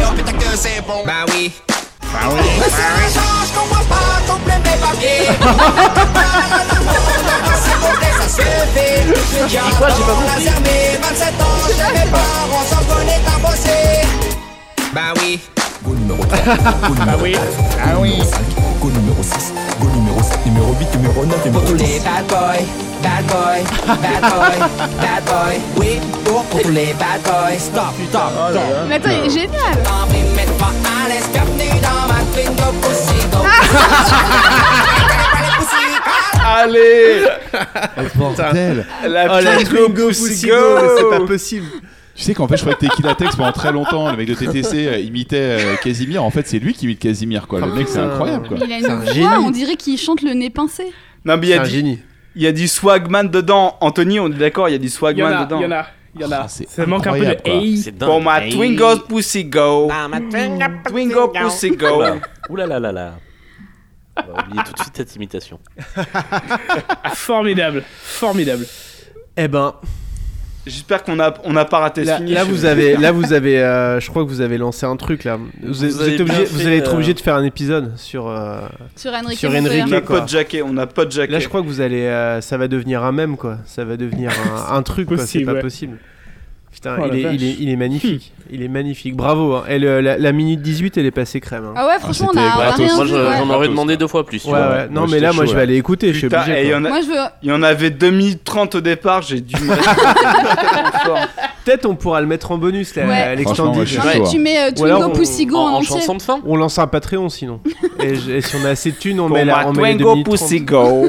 [SPEAKER 7] quoi, j'ai pas compris
[SPEAKER 12] Bah oui. Go numéro 3, go numéro 4, go numéro 5, go numéro 6, go numéro 7, numéro 8, numéro 9, numéro 10. bad boy, bad boy, bad boy, bad boy. Oui, pour, pour tous les bad boys. Stop, stop, stop.
[SPEAKER 6] Mais attends,
[SPEAKER 2] Euh,
[SPEAKER 6] il est génial
[SPEAKER 8] Allez
[SPEAKER 9] Bordel
[SPEAKER 8] La
[SPEAKER 2] Oh, la
[SPEAKER 8] petite
[SPEAKER 2] Twingo
[SPEAKER 8] Go
[SPEAKER 2] Pussy
[SPEAKER 8] Pussy
[SPEAKER 2] Go,
[SPEAKER 8] Go.
[SPEAKER 2] c'est pas possible.
[SPEAKER 9] Tu sais qu'en fait, je croyais que Tequilatex pendant très longtemps, le mec de TTC euh, imitait euh, Casimir. En fait, c'est lui qui imite Casimir, quoi. Le mec, c'est incroyable, quoi.
[SPEAKER 6] Il a une
[SPEAKER 2] un
[SPEAKER 6] voix,
[SPEAKER 2] génie.
[SPEAKER 6] on dirait qu'il chante le nez pincé.
[SPEAKER 8] Non, mais il y,
[SPEAKER 2] C'est
[SPEAKER 8] a
[SPEAKER 2] un
[SPEAKER 8] du-
[SPEAKER 2] génie.
[SPEAKER 8] il y a du swagman dedans. Anthony, on est d'accord, il y a du
[SPEAKER 10] Il y en
[SPEAKER 8] swagman
[SPEAKER 10] a,
[SPEAKER 8] dedans.
[SPEAKER 10] il y en a, il y en a.
[SPEAKER 9] Ah, c'est
[SPEAKER 10] Ça manque un peu de
[SPEAKER 9] incroyable, quoi.
[SPEAKER 10] hey.
[SPEAKER 7] C'est dingue. Ah,
[SPEAKER 8] Pour ma
[SPEAKER 7] Hey.
[SPEAKER 8] Twingo Pussy Go. Bah, Twingo Pussy Go.
[SPEAKER 7] Oula.
[SPEAKER 2] Bah.
[SPEAKER 7] Oula là là là. On va oublier tout de suite cette imitation.
[SPEAKER 10] Formidable, formidable.
[SPEAKER 2] Eh ben,
[SPEAKER 8] J'espère qu'on a, on a pas raté ce
[SPEAKER 2] là,
[SPEAKER 8] finish.
[SPEAKER 2] là, vous avez, là vous avez, euh, je crois que vous avez lancé un truc là. Vous, êtes- vous
[SPEAKER 7] avez
[SPEAKER 2] êtes obligé-
[SPEAKER 7] bien
[SPEAKER 2] vous
[SPEAKER 7] fait,
[SPEAKER 2] allez être
[SPEAKER 7] euh,
[SPEAKER 2] obligé de faire un épisode sur. euh,
[SPEAKER 6] Sur Enrique
[SPEAKER 2] Sur
[SPEAKER 6] Montoya.
[SPEAKER 2] Enrique.
[SPEAKER 8] On a
[SPEAKER 2] quoi.
[SPEAKER 8] pas de jacket, on a pas de jacket.
[SPEAKER 2] Là, je crois que vous allez, euh, ça va devenir un mème quoi. Ça va devenir un, un truc quoi. C'est
[SPEAKER 10] possible,
[SPEAKER 2] pas
[SPEAKER 10] ouais.
[SPEAKER 2] possible. Putain,
[SPEAKER 10] Oh, la
[SPEAKER 2] il, est,
[SPEAKER 10] vache.
[SPEAKER 2] il, est, il est magnifique. Il est magnifique. Bravo. hein. Et le- la, la minute 18, elle est passée crème. hein.
[SPEAKER 6] Ah ouais, franchement, on a,
[SPEAKER 9] c'était
[SPEAKER 6] on a
[SPEAKER 9] gratos.
[SPEAKER 6] rien
[SPEAKER 7] Moi,
[SPEAKER 6] vu,
[SPEAKER 7] je-
[SPEAKER 6] ouais.
[SPEAKER 7] j'en aurais
[SPEAKER 9] Gratos,
[SPEAKER 7] demandé
[SPEAKER 9] quoi.
[SPEAKER 7] deux fois plus. tu
[SPEAKER 2] Ouais,
[SPEAKER 7] vois.
[SPEAKER 2] ouais. Non,
[SPEAKER 9] Moi,
[SPEAKER 2] mais là, moi,
[SPEAKER 9] j'étais
[SPEAKER 2] je
[SPEAKER 9] chaud,
[SPEAKER 2] vais
[SPEAKER 9] là.
[SPEAKER 2] aller écouter. je suis
[SPEAKER 8] Putain,
[SPEAKER 2] obligé.
[SPEAKER 8] et il y,
[SPEAKER 2] quoi.
[SPEAKER 8] en a-
[SPEAKER 6] Moi, je veux...
[SPEAKER 8] il y en avait 2030 au départ, j'ai dû.
[SPEAKER 2] Peut-être on pourra le mettre en bonus, la-
[SPEAKER 6] Ouais.
[SPEAKER 9] Franchement, moi,
[SPEAKER 2] l'extended.
[SPEAKER 9] je suis
[SPEAKER 6] Non,
[SPEAKER 9] chaud,
[SPEAKER 6] mais
[SPEAKER 9] hein.
[SPEAKER 6] tu mets euh,
[SPEAKER 2] Ou alors,
[SPEAKER 6] Twingo
[SPEAKER 2] on-
[SPEAKER 6] Pussigo
[SPEAKER 7] en,
[SPEAKER 6] en
[SPEAKER 7] en
[SPEAKER 6] entier.
[SPEAKER 7] chanson de fin
[SPEAKER 2] On lance un Patreon sinon. et, je- et si on a assez de thunes, on
[SPEAKER 8] Pour
[SPEAKER 2] met
[SPEAKER 8] ma
[SPEAKER 2] la on met les
[SPEAKER 8] Twingo
[SPEAKER 2] 2030.
[SPEAKER 8] Pussy Go.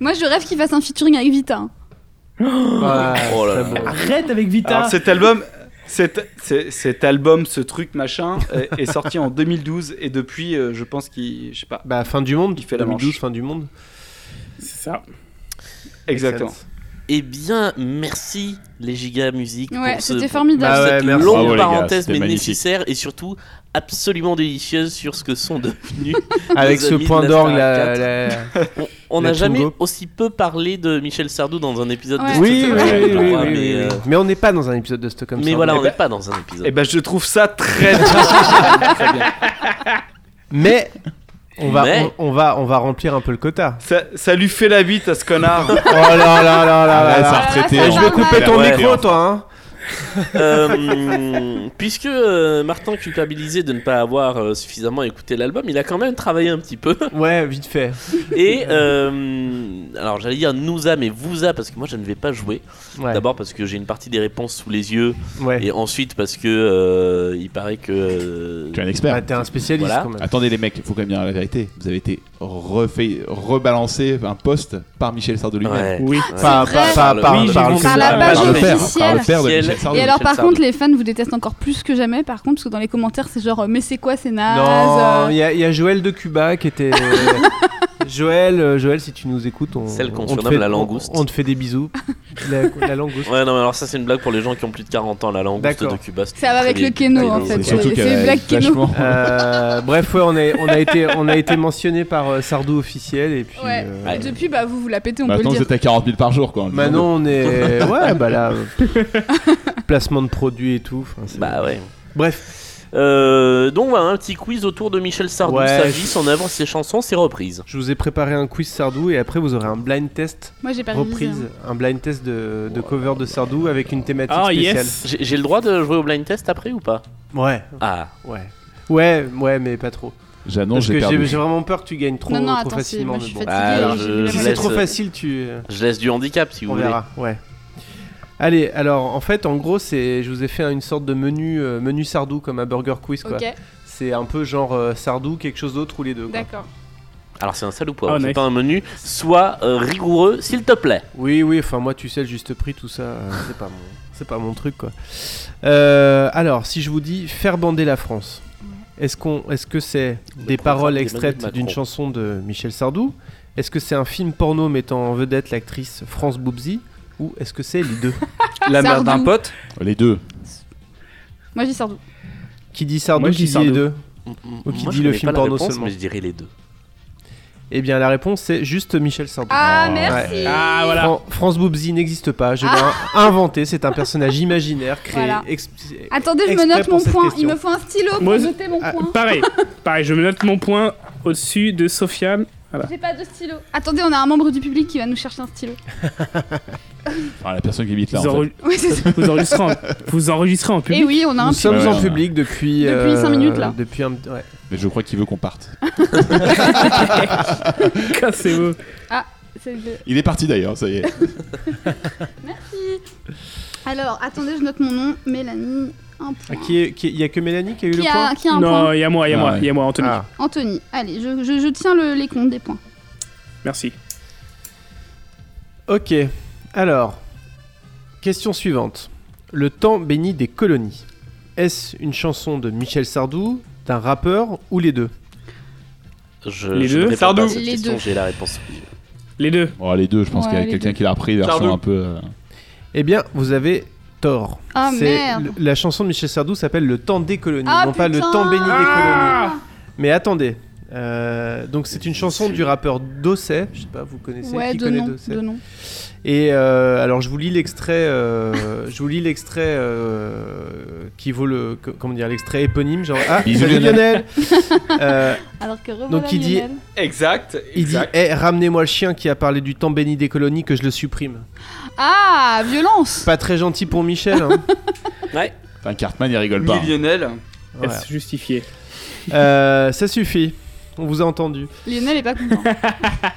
[SPEAKER 6] Moi, je rêve qu'il fasse un featuring avec Vita. hein.
[SPEAKER 2] Ouais,
[SPEAKER 7] Oh là là.
[SPEAKER 2] très beau.
[SPEAKER 10] Arrête avec Vita.
[SPEAKER 8] Alors cet album, cet, c'est- cet album, ce truc machin, est, est sorti en 2012 et depuis, euh, je pense qu'il, je sais pas,
[SPEAKER 2] Bah, fin du monde.
[SPEAKER 8] Il fait la
[SPEAKER 2] 2012,
[SPEAKER 8] manche.
[SPEAKER 2] fin du monde.
[SPEAKER 10] C'est ça.
[SPEAKER 8] exactement.
[SPEAKER 7] Eh bien, merci les gigas musique
[SPEAKER 6] Ouais,
[SPEAKER 7] pour ce-
[SPEAKER 6] c'était
[SPEAKER 7] pour
[SPEAKER 6] formidable.
[SPEAKER 2] Bah ouais,
[SPEAKER 7] cette
[SPEAKER 2] merci.
[SPEAKER 7] longue
[SPEAKER 9] Bravo, les gars,
[SPEAKER 7] parenthèse
[SPEAKER 9] c'était
[SPEAKER 7] mais
[SPEAKER 9] magnifique.
[SPEAKER 7] nécessaire et surtout absolument délicieuse sur ce que sont devenus.
[SPEAKER 2] Avec
[SPEAKER 7] nos
[SPEAKER 2] ce
[SPEAKER 7] amis de
[SPEAKER 2] point
[SPEAKER 7] la
[SPEAKER 2] d'orgue,
[SPEAKER 7] Star
[SPEAKER 2] la,
[SPEAKER 7] 4.
[SPEAKER 2] la-
[SPEAKER 7] On- On
[SPEAKER 2] Le
[SPEAKER 7] n'a jamais
[SPEAKER 2] Tungo.
[SPEAKER 7] aussi peu parlé de Michel Sardou dans un épisode
[SPEAKER 6] Ouais.
[SPEAKER 7] de
[SPEAKER 2] Oui, oui,
[SPEAKER 7] Stockholm,
[SPEAKER 2] oui,
[SPEAKER 7] je
[SPEAKER 2] oui,
[SPEAKER 7] crois,
[SPEAKER 2] oui,
[SPEAKER 7] mais,
[SPEAKER 2] oui.
[SPEAKER 7] euh,
[SPEAKER 2] Mais on n'est pas dans un épisode de Stockholm.
[SPEAKER 7] mais
[SPEAKER 2] Syndrome.
[SPEAKER 7] voilà, on
[SPEAKER 2] Mais-
[SPEAKER 7] n'est pas dans un
[SPEAKER 8] Et
[SPEAKER 2] Eh
[SPEAKER 7] épisode.
[SPEAKER 8] ben, je trouve ça très bien.
[SPEAKER 2] Mais on va,
[SPEAKER 7] Mais-
[SPEAKER 2] On, on va, on va remplir un peu le quota.
[SPEAKER 8] ça, ça lui fait la bite à ce connard.
[SPEAKER 2] Oh là là là là là
[SPEAKER 9] Ah,
[SPEAKER 2] là.
[SPEAKER 9] ça
[SPEAKER 2] là.
[SPEAKER 9] a retraité.
[SPEAKER 6] Ah,
[SPEAKER 2] Eh,
[SPEAKER 6] ça
[SPEAKER 9] hein.
[SPEAKER 2] je vais
[SPEAKER 6] va,
[SPEAKER 2] couper
[SPEAKER 9] ouais.
[SPEAKER 2] ton
[SPEAKER 9] Ouais,
[SPEAKER 2] micro,
[SPEAKER 9] ouais.
[SPEAKER 2] toi. Hein.
[SPEAKER 7] Euh, puisque euh, Martin culpabilisait de ne pas avoir euh, suffisamment écouté l'album, il a quand même travaillé un petit peu.
[SPEAKER 2] hein. Ouais, vite fait.
[SPEAKER 7] Et euh, alors j'allais dire nous a mais vous a parce que moi je ne vais pas jouer.
[SPEAKER 2] Ouais.
[SPEAKER 7] D'abord parce que j'ai une partie des réponses sous les yeux
[SPEAKER 2] Ouais.
[SPEAKER 7] et ensuite parce que euh, il paraît que euh,
[SPEAKER 9] Tu es un
[SPEAKER 2] Bah,
[SPEAKER 9] expert.
[SPEAKER 2] t'es un spécialiste
[SPEAKER 7] Voilà.
[SPEAKER 2] quand même.
[SPEAKER 9] Attendez les mecs, il faut quand même dire la vérité. Vous avez été refait, rebalancé un poste par Michel Sardou lui-même.
[SPEAKER 7] ouais.
[SPEAKER 10] Oui.
[SPEAKER 2] Pas-
[SPEAKER 6] vrai.
[SPEAKER 2] pas- pas-
[SPEAKER 7] Oui,
[SPEAKER 2] par-
[SPEAKER 10] j'ai
[SPEAKER 2] par le-
[SPEAKER 10] vu
[SPEAKER 6] Par
[SPEAKER 10] ça.
[SPEAKER 6] la page
[SPEAKER 9] Par le père,
[SPEAKER 6] officielle.
[SPEAKER 9] par le père de
[SPEAKER 7] Officiel.
[SPEAKER 2] Ah
[SPEAKER 9] Michel Sardou.
[SPEAKER 6] Et alors, par
[SPEAKER 7] Michel
[SPEAKER 6] contre, les fans vous détestent encore plus que jamais, par contre, parce que dans les commentaires, c'est genre, euh, mais c'est quoi, c'est naze
[SPEAKER 2] Non,
[SPEAKER 6] euh,
[SPEAKER 2] il y, a- il y a Joël de Cuba qui était. Joël, euh, Joël, si tu nous écoutes, on,
[SPEAKER 7] Celle qu'on
[SPEAKER 2] on te
[SPEAKER 7] surnomme
[SPEAKER 2] fait-
[SPEAKER 7] la langouste.
[SPEAKER 2] On, on te fait des bisous. La, la langouste.
[SPEAKER 7] Ouais, non, mais alors ça, c'est une blague pour les gens qui ont plus de 40 ans, la langue
[SPEAKER 2] D'accord.
[SPEAKER 7] de Cuba. c'est
[SPEAKER 6] Ça va
[SPEAKER 7] très
[SPEAKER 6] avec
[SPEAKER 7] vieille.
[SPEAKER 6] le keno, en
[SPEAKER 7] Oui,
[SPEAKER 6] fait.
[SPEAKER 9] C'est surtout
[SPEAKER 6] C'est
[SPEAKER 9] qu'elle
[SPEAKER 6] une
[SPEAKER 9] a
[SPEAKER 6] blague keno.
[SPEAKER 9] vachement-
[SPEAKER 2] Euh, bref, ouais, on, est, on a été, on a été mentionné par euh, Sardou officiel et puis.
[SPEAKER 6] Ouais.
[SPEAKER 2] euh,
[SPEAKER 6] Et Depuis, bah, vous vous la pétez, on peut
[SPEAKER 9] Maintenant,
[SPEAKER 6] le
[SPEAKER 9] vous
[SPEAKER 6] dire.
[SPEAKER 9] êtes à 40 000 par jour, quoi.
[SPEAKER 2] Maintenant, on est. Ouais, bah là. euh, placement de produits et tout. enfin, c'est-
[SPEAKER 7] Bah ouais.
[SPEAKER 2] Bref,
[SPEAKER 7] Euh, donc voilà, un petit quiz autour de Michel Sardou,
[SPEAKER 2] Ouais.
[SPEAKER 7] sa vie, son œuvre, ses chansons, ses reprises.
[SPEAKER 2] je vous ai préparé un quiz Sardou et après, vous aurez un blind test
[SPEAKER 6] Moi, j'ai pas hein. révisé,
[SPEAKER 2] reprise, un blind test de, de cover de Sardou avec une thématique
[SPEAKER 10] Ah
[SPEAKER 2] spéciale.
[SPEAKER 10] yes.
[SPEAKER 7] J'ai j'ai le droit de jouer au blind test après ou pas
[SPEAKER 2] Ouais,
[SPEAKER 7] Ah,
[SPEAKER 2] ouais. Ouais, ouais, mais pas trop.
[SPEAKER 9] J'annonce,
[SPEAKER 2] Parce
[SPEAKER 9] j'ai
[SPEAKER 2] que j'ai
[SPEAKER 9] perdu.
[SPEAKER 2] j'ai vraiment peur que tu gagnes trop,
[SPEAKER 6] Non, non,
[SPEAKER 2] trop
[SPEAKER 6] attends, c'est-
[SPEAKER 2] facilement.
[SPEAKER 6] moi, je
[SPEAKER 2] mais
[SPEAKER 6] suis
[SPEAKER 2] bon.
[SPEAKER 6] fatiguée.
[SPEAKER 7] Ah,
[SPEAKER 6] j'ai
[SPEAKER 7] je-
[SPEAKER 6] vu la euh,
[SPEAKER 7] je
[SPEAKER 2] Si
[SPEAKER 6] même
[SPEAKER 2] c'est
[SPEAKER 7] laisse-
[SPEAKER 6] chose.
[SPEAKER 2] trop facile, tu.
[SPEAKER 7] je laisse du handicap si vous
[SPEAKER 2] On
[SPEAKER 7] voulez.
[SPEAKER 2] verra, ouais. Allez, alors en fait, en gros, c'est, je vous ai fait une sorte de menu, euh, menu Sardou comme un Burger Quiz, quoi.
[SPEAKER 6] Ok,
[SPEAKER 2] C'est un peu genre euh, Sardou, quelque chose d'autre ou les deux. quoi.
[SPEAKER 6] d'accord.
[SPEAKER 7] Alors c'est un sale ou poivre,
[SPEAKER 10] Ah,
[SPEAKER 7] c'est
[SPEAKER 10] nice.
[SPEAKER 7] pas un menu. Sois euh, rigoureux, s'il te plaît.
[SPEAKER 2] Oui, oui. Enfin, moi, tu sais, le juste prix, tout ça, euh, c'est pas mon, c'est pas mon truc, quoi. Euh, alors, si je vous dis faire bander la France, est-ce qu'on, est-ce que c'est des
[SPEAKER 7] programme
[SPEAKER 2] paroles
[SPEAKER 7] d'Emmanuel
[SPEAKER 2] extraites
[SPEAKER 7] Macron.
[SPEAKER 2] d'une chanson de Michel Sardou Est-ce que c'est un film porno mettant en vedette l'actrice France Boubzi ou est-ce que c'est les deux
[SPEAKER 8] La mère
[SPEAKER 6] Sardou.
[SPEAKER 8] d'un pote.
[SPEAKER 9] Les deux.
[SPEAKER 6] Moi, j'ai Sardou.
[SPEAKER 2] Qui dit Sardou,
[SPEAKER 10] Moi, je
[SPEAKER 2] qui
[SPEAKER 10] dis
[SPEAKER 2] dit les
[SPEAKER 10] Sardou.
[SPEAKER 2] deux
[SPEAKER 7] M- m-
[SPEAKER 2] Ou qui
[SPEAKER 7] moi,
[SPEAKER 2] dit
[SPEAKER 7] je
[SPEAKER 2] le
[SPEAKER 7] connais pas
[SPEAKER 2] film
[SPEAKER 7] la
[SPEAKER 2] porno
[SPEAKER 7] réponse,
[SPEAKER 2] seulement.
[SPEAKER 7] mais je dirais les deux.
[SPEAKER 2] Eh bien, la réponse, c'est juste Michel Sardou.
[SPEAKER 6] Ah, merci. Ah, voilà.
[SPEAKER 2] Fran- France Boubzi n'existe pas. Je l'ai
[SPEAKER 6] Ah.
[SPEAKER 2] inventé. C'est un personnage imaginaire créé.
[SPEAKER 6] Voilà. Ah.
[SPEAKER 2] ex-
[SPEAKER 6] Attendez, je me
[SPEAKER 2] exprès
[SPEAKER 6] note
[SPEAKER 2] pour
[SPEAKER 6] mon
[SPEAKER 2] cette
[SPEAKER 6] point. Il
[SPEAKER 2] question.
[SPEAKER 6] me faut un stylo pour
[SPEAKER 10] Moi, je-
[SPEAKER 6] noter mon
[SPEAKER 10] Ah,
[SPEAKER 6] point.
[SPEAKER 10] pareil, pareil, je me note mon point au-dessus de Sofiane. Voilà.
[SPEAKER 6] J'ai pas de stylo. Attendez, on a un membre du public qui va nous chercher un stylo.
[SPEAKER 9] Enfin, la personne qui habite là.
[SPEAKER 10] Vous,
[SPEAKER 9] en fait.
[SPEAKER 10] enre- vous enregistrez en... vous enregistrez en public.
[SPEAKER 6] Eh oui, on a un
[SPEAKER 2] Nous
[SPEAKER 6] public.
[SPEAKER 2] sommes
[SPEAKER 9] Ouais,
[SPEAKER 2] en
[SPEAKER 9] ouais.
[SPEAKER 2] public depuis. euh,
[SPEAKER 6] Depuis cinq minutes, là.
[SPEAKER 2] Depuis un. ouais.
[SPEAKER 9] Mais je crois qu'il veut qu'on parte.
[SPEAKER 10] C'est beau.
[SPEAKER 6] Ah, c'est le-
[SPEAKER 9] Il est parti d'ailleurs, ça y est.
[SPEAKER 6] Merci. Alors, attendez, je note mon nom. Mélanie, un point.
[SPEAKER 2] Ah, qui est- qui est- Il y a que Mélanie qui a eu
[SPEAKER 6] Qui
[SPEAKER 2] le
[SPEAKER 6] a-
[SPEAKER 2] point.
[SPEAKER 6] qui a
[SPEAKER 10] Non,
[SPEAKER 6] un point
[SPEAKER 10] il y a moi, il y a
[SPEAKER 9] Ah
[SPEAKER 10] moi, il
[SPEAKER 9] ouais.
[SPEAKER 10] y a moi, Anthony.
[SPEAKER 2] Ah.
[SPEAKER 6] Anthony, allez, je, je- je tiens le- les comptes des points.
[SPEAKER 10] Merci.
[SPEAKER 9] Ah.
[SPEAKER 2] Ok. Alors, question suivante. Le temps béni des colonies. Est-ce une chanson de Michel Sardou, d'un rappeur ou les deux
[SPEAKER 7] Je,
[SPEAKER 10] Les
[SPEAKER 7] je
[SPEAKER 10] deux
[SPEAKER 7] ne réponds
[SPEAKER 10] Sardou.
[SPEAKER 7] pas à cette
[SPEAKER 6] Les
[SPEAKER 7] question,
[SPEAKER 6] deux.
[SPEAKER 7] j'ai la réponse. obligée.
[SPEAKER 10] Les deux.
[SPEAKER 9] Bon, les deux, je pense
[SPEAKER 6] Ouais,
[SPEAKER 9] qu'il y a
[SPEAKER 6] les
[SPEAKER 9] quelqu'un
[SPEAKER 6] deux.
[SPEAKER 9] qui l'a repris, la version
[SPEAKER 8] Sardou.
[SPEAKER 9] un peu. euh,
[SPEAKER 2] Eh bien, vous avez tort.
[SPEAKER 6] Ah,
[SPEAKER 2] C'est-
[SPEAKER 6] merde.
[SPEAKER 2] le- La chanson de Michel Sardou s'appelle Le temps des colonies,
[SPEAKER 6] Ah,
[SPEAKER 2] non pas Le
[SPEAKER 6] putain.
[SPEAKER 2] temps béni des colonies.
[SPEAKER 10] Ah
[SPEAKER 2] Mais attendez. euh, donc c'est une chanson du rappeur Dosset, je sais pas, vous connaissez
[SPEAKER 6] Ouais,
[SPEAKER 2] qui
[SPEAKER 6] de
[SPEAKER 2] connaît
[SPEAKER 6] nom,
[SPEAKER 2] Dosset
[SPEAKER 6] de nom.
[SPEAKER 2] Et euh, alors je vous lis l'extrait, euh, je vous lis l'extrait euh, qui vaut le, que- comment dire, l'extrait éponyme, genre ah
[SPEAKER 9] Bisous,
[SPEAKER 2] salut Lionel.
[SPEAKER 9] Lionel.
[SPEAKER 2] Euh,
[SPEAKER 6] Alors que revoilà
[SPEAKER 2] Donc, il dit-
[SPEAKER 6] Lionel.
[SPEAKER 8] Exact.
[SPEAKER 2] il dit,
[SPEAKER 8] exact.
[SPEAKER 2] Eh, ramenez-moi le chien qui a parlé du temps béni des colonies que je le supprime.
[SPEAKER 6] Ah, violence
[SPEAKER 2] Pas très gentil pour Michel. hein.
[SPEAKER 9] Enfin, Cartman, il rigole pas.
[SPEAKER 8] Ni Lionel.
[SPEAKER 2] Voilà.
[SPEAKER 10] Est-ce justifié
[SPEAKER 2] Euh, ça suffit. On vous a entendu.
[SPEAKER 6] Lionel est pas content.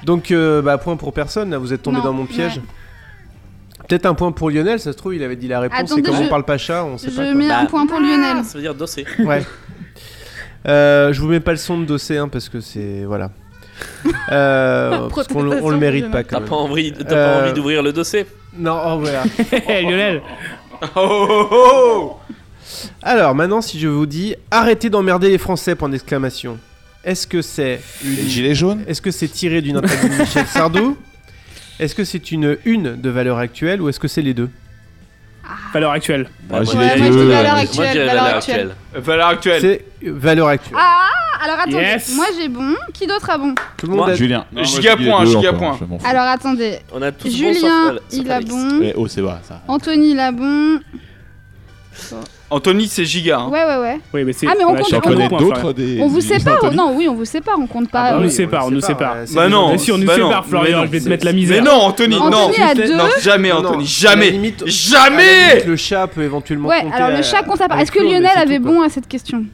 [SPEAKER 2] Donc euh, bah, point pour personne. Là, vous êtes tombé
[SPEAKER 6] Non,
[SPEAKER 2] dans mon piège. Peut-être un point pour Lionel. Ça se trouve, il avait dit la réponse.
[SPEAKER 6] Attendez,
[SPEAKER 2] et comme
[SPEAKER 6] je-
[SPEAKER 2] on parle pas chat, on sait
[SPEAKER 6] je
[SPEAKER 2] pas. quoi.
[SPEAKER 6] mets un
[SPEAKER 7] Bah.
[SPEAKER 6] point pour Lionel.
[SPEAKER 7] Ça veut dire dossier.
[SPEAKER 2] Ouais. Euh, je vous mets pas le son de dossier hein, parce que c'est voilà. Euh, parce qu'on le- on le mérite pas quand
[SPEAKER 7] T'as
[SPEAKER 2] même.
[SPEAKER 7] pas envie, t'as
[SPEAKER 2] Euh,
[SPEAKER 7] pas envie d'ouvrir le dossier
[SPEAKER 2] Non, oh, voilà.
[SPEAKER 10] Eh, Lionel
[SPEAKER 8] Oh, oh, oh
[SPEAKER 2] Alors maintenant, si je vous dis arrêtez d'emmerder les Français point d'exclamation. Est-ce que c'est
[SPEAKER 9] Les gilets jaunes
[SPEAKER 2] est-ce que c'est tiré d'une interview de Michel Sardou Est-ce que c'est une une de valeur actuelle ou est-ce que c'est les deux
[SPEAKER 10] Valeur actuelle.
[SPEAKER 9] Moi,
[SPEAKER 7] moi,
[SPEAKER 9] j'ai
[SPEAKER 6] Ouais,
[SPEAKER 9] les
[SPEAKER 6] moi je
[SPEAKER 9] deux,
[SPEAKER 6] dis
[SPEAKER 9] euh,
[SPEAKER 6] valeur
[SPEAKER 7] Moi, je
[SPEAKER 6] actuelle,
[SPEAKER 7] dirais
[SPEAKER 6] valeur
[SPEAKER 7] valeur
[SPEAKER 6] actuelle.
[SPEAKER 7] actuelle.
[SPEAKER 8] Valeur actuelle.
[SPEAKER 2] C'est euh, valeur actuelle.
[SPEAKER 6] Ah, alors attendez,
[SPEAKER 10] Yes.
[SPEAKER 6] moi j'ai bon, qui d'autres a bon
[SPEAKER 2] Tout le monde
[SPEAKER 7] moi,
[SPEAKER 2] a-
[SPEAKER 9] Julien. Non, moi, je
[SPEAKER 8] Giga
[SPEAKER 9] dis les
[SPEAKER 8] point,
[SPEAKER 9] deux
[SPEAKER 8] giga
[SPEAKER 9] encore,
[SPEAKER 8] point.
[SPEAKER 9] je m'en fous.
[SPEAKER 6] Alors attendez,
[SPEAKER 7] On a tous bon
[SPEAKER 6] Julien,
[SPEAKER 7] sauf- sauf
[SPEAKER 6] il a
[SPEAKER 7] Alex.
[SPEAKER 6] bon.
[SPEAKER 9] Eh, Oh, c'est vrai, ça.
[SPEAKER 6] Anthony, il a bon.
[SPEAKER 8] Anthony, c'est giga. hein.
[SPEAKER 6] Ouais, ouais, ouais.
[SPEAKER 10] Oui, mais c'est.
[SPEAKER 6] Ah, mais on
[SPEAKER 10] a
[SPEAKER 6] compte-
[SPEAKER 9] J'en
[SPEAKER 10] chacun
[SPEAKER 6] on
[SPEAKER 9] connais
[SPEAKER 10] nos points,
[SPEAKER 9] d'autres des.
[SPEAKER 6] On vous
[SPEAKER 9] des- des
[SPEAKER 6] sépare ou
[SPEAKER 9] Anthony.
[SPEAKER 6] non Oui, on vous sépare, on compte pas.
[SPEAKER 10] Ah bah
[SPEAKER 6] euh,
[SPEAKER 10] oui.
[SPEAKER 2] on
[SPEAKER 10] nous sépare, on nous sépare.
[SPEAKER 2] euh, c'est
[SPEAKER 8] Bah
[SPEAKER 2] les
[SPEAKER 8] non.
[SPEAKER 2] deux.
[SPEAKER 10] Frère. Mais si on nous
[SPEAKER 8] Bah non.
[SPEAKER 10] sépare, Florian,
[SPEAKER 2] Mais
[SPEAKER 10] je vais
[SPEAKER 2] non,
[SPEAKER 10] te mettre la
[SPEAKER 2] c'est-
[SPEAKER 10] misère.
[SPEAKER 8] Mais non, Anthony, non.
[SPEAKER 6] Anthony a deux.
[SPEAKER 8] Non, jamais,
[SPEAKER 2] Non,
[SPEAKER 8] Anthony,
[SPEAKER 2] non, à la
[SPEAKER 8] jamais.
[SPEAKER 2] limite- à la
[SPEAKER 8] Jamais
[SPEAKER 2] limite, le chat peut éventuellement
[SPEAKER 6] Ouais,
[SPEAKER 2] compter
[SPEAKER 6] alors
[SPEAKER 2] à-
[SPEAKER 6] le chat compte à part.
[SPEAKER 2] avec
[SPEAKER 6] Est-ce que
[SPEAKER 2] Flo, mais
[SPEAKER 6] Lionel
[SPEAKER 2] c'est
[SPEAKER 6] avait
[SPEAKER 2] tout,
[SPEAKER 6] bon à cette question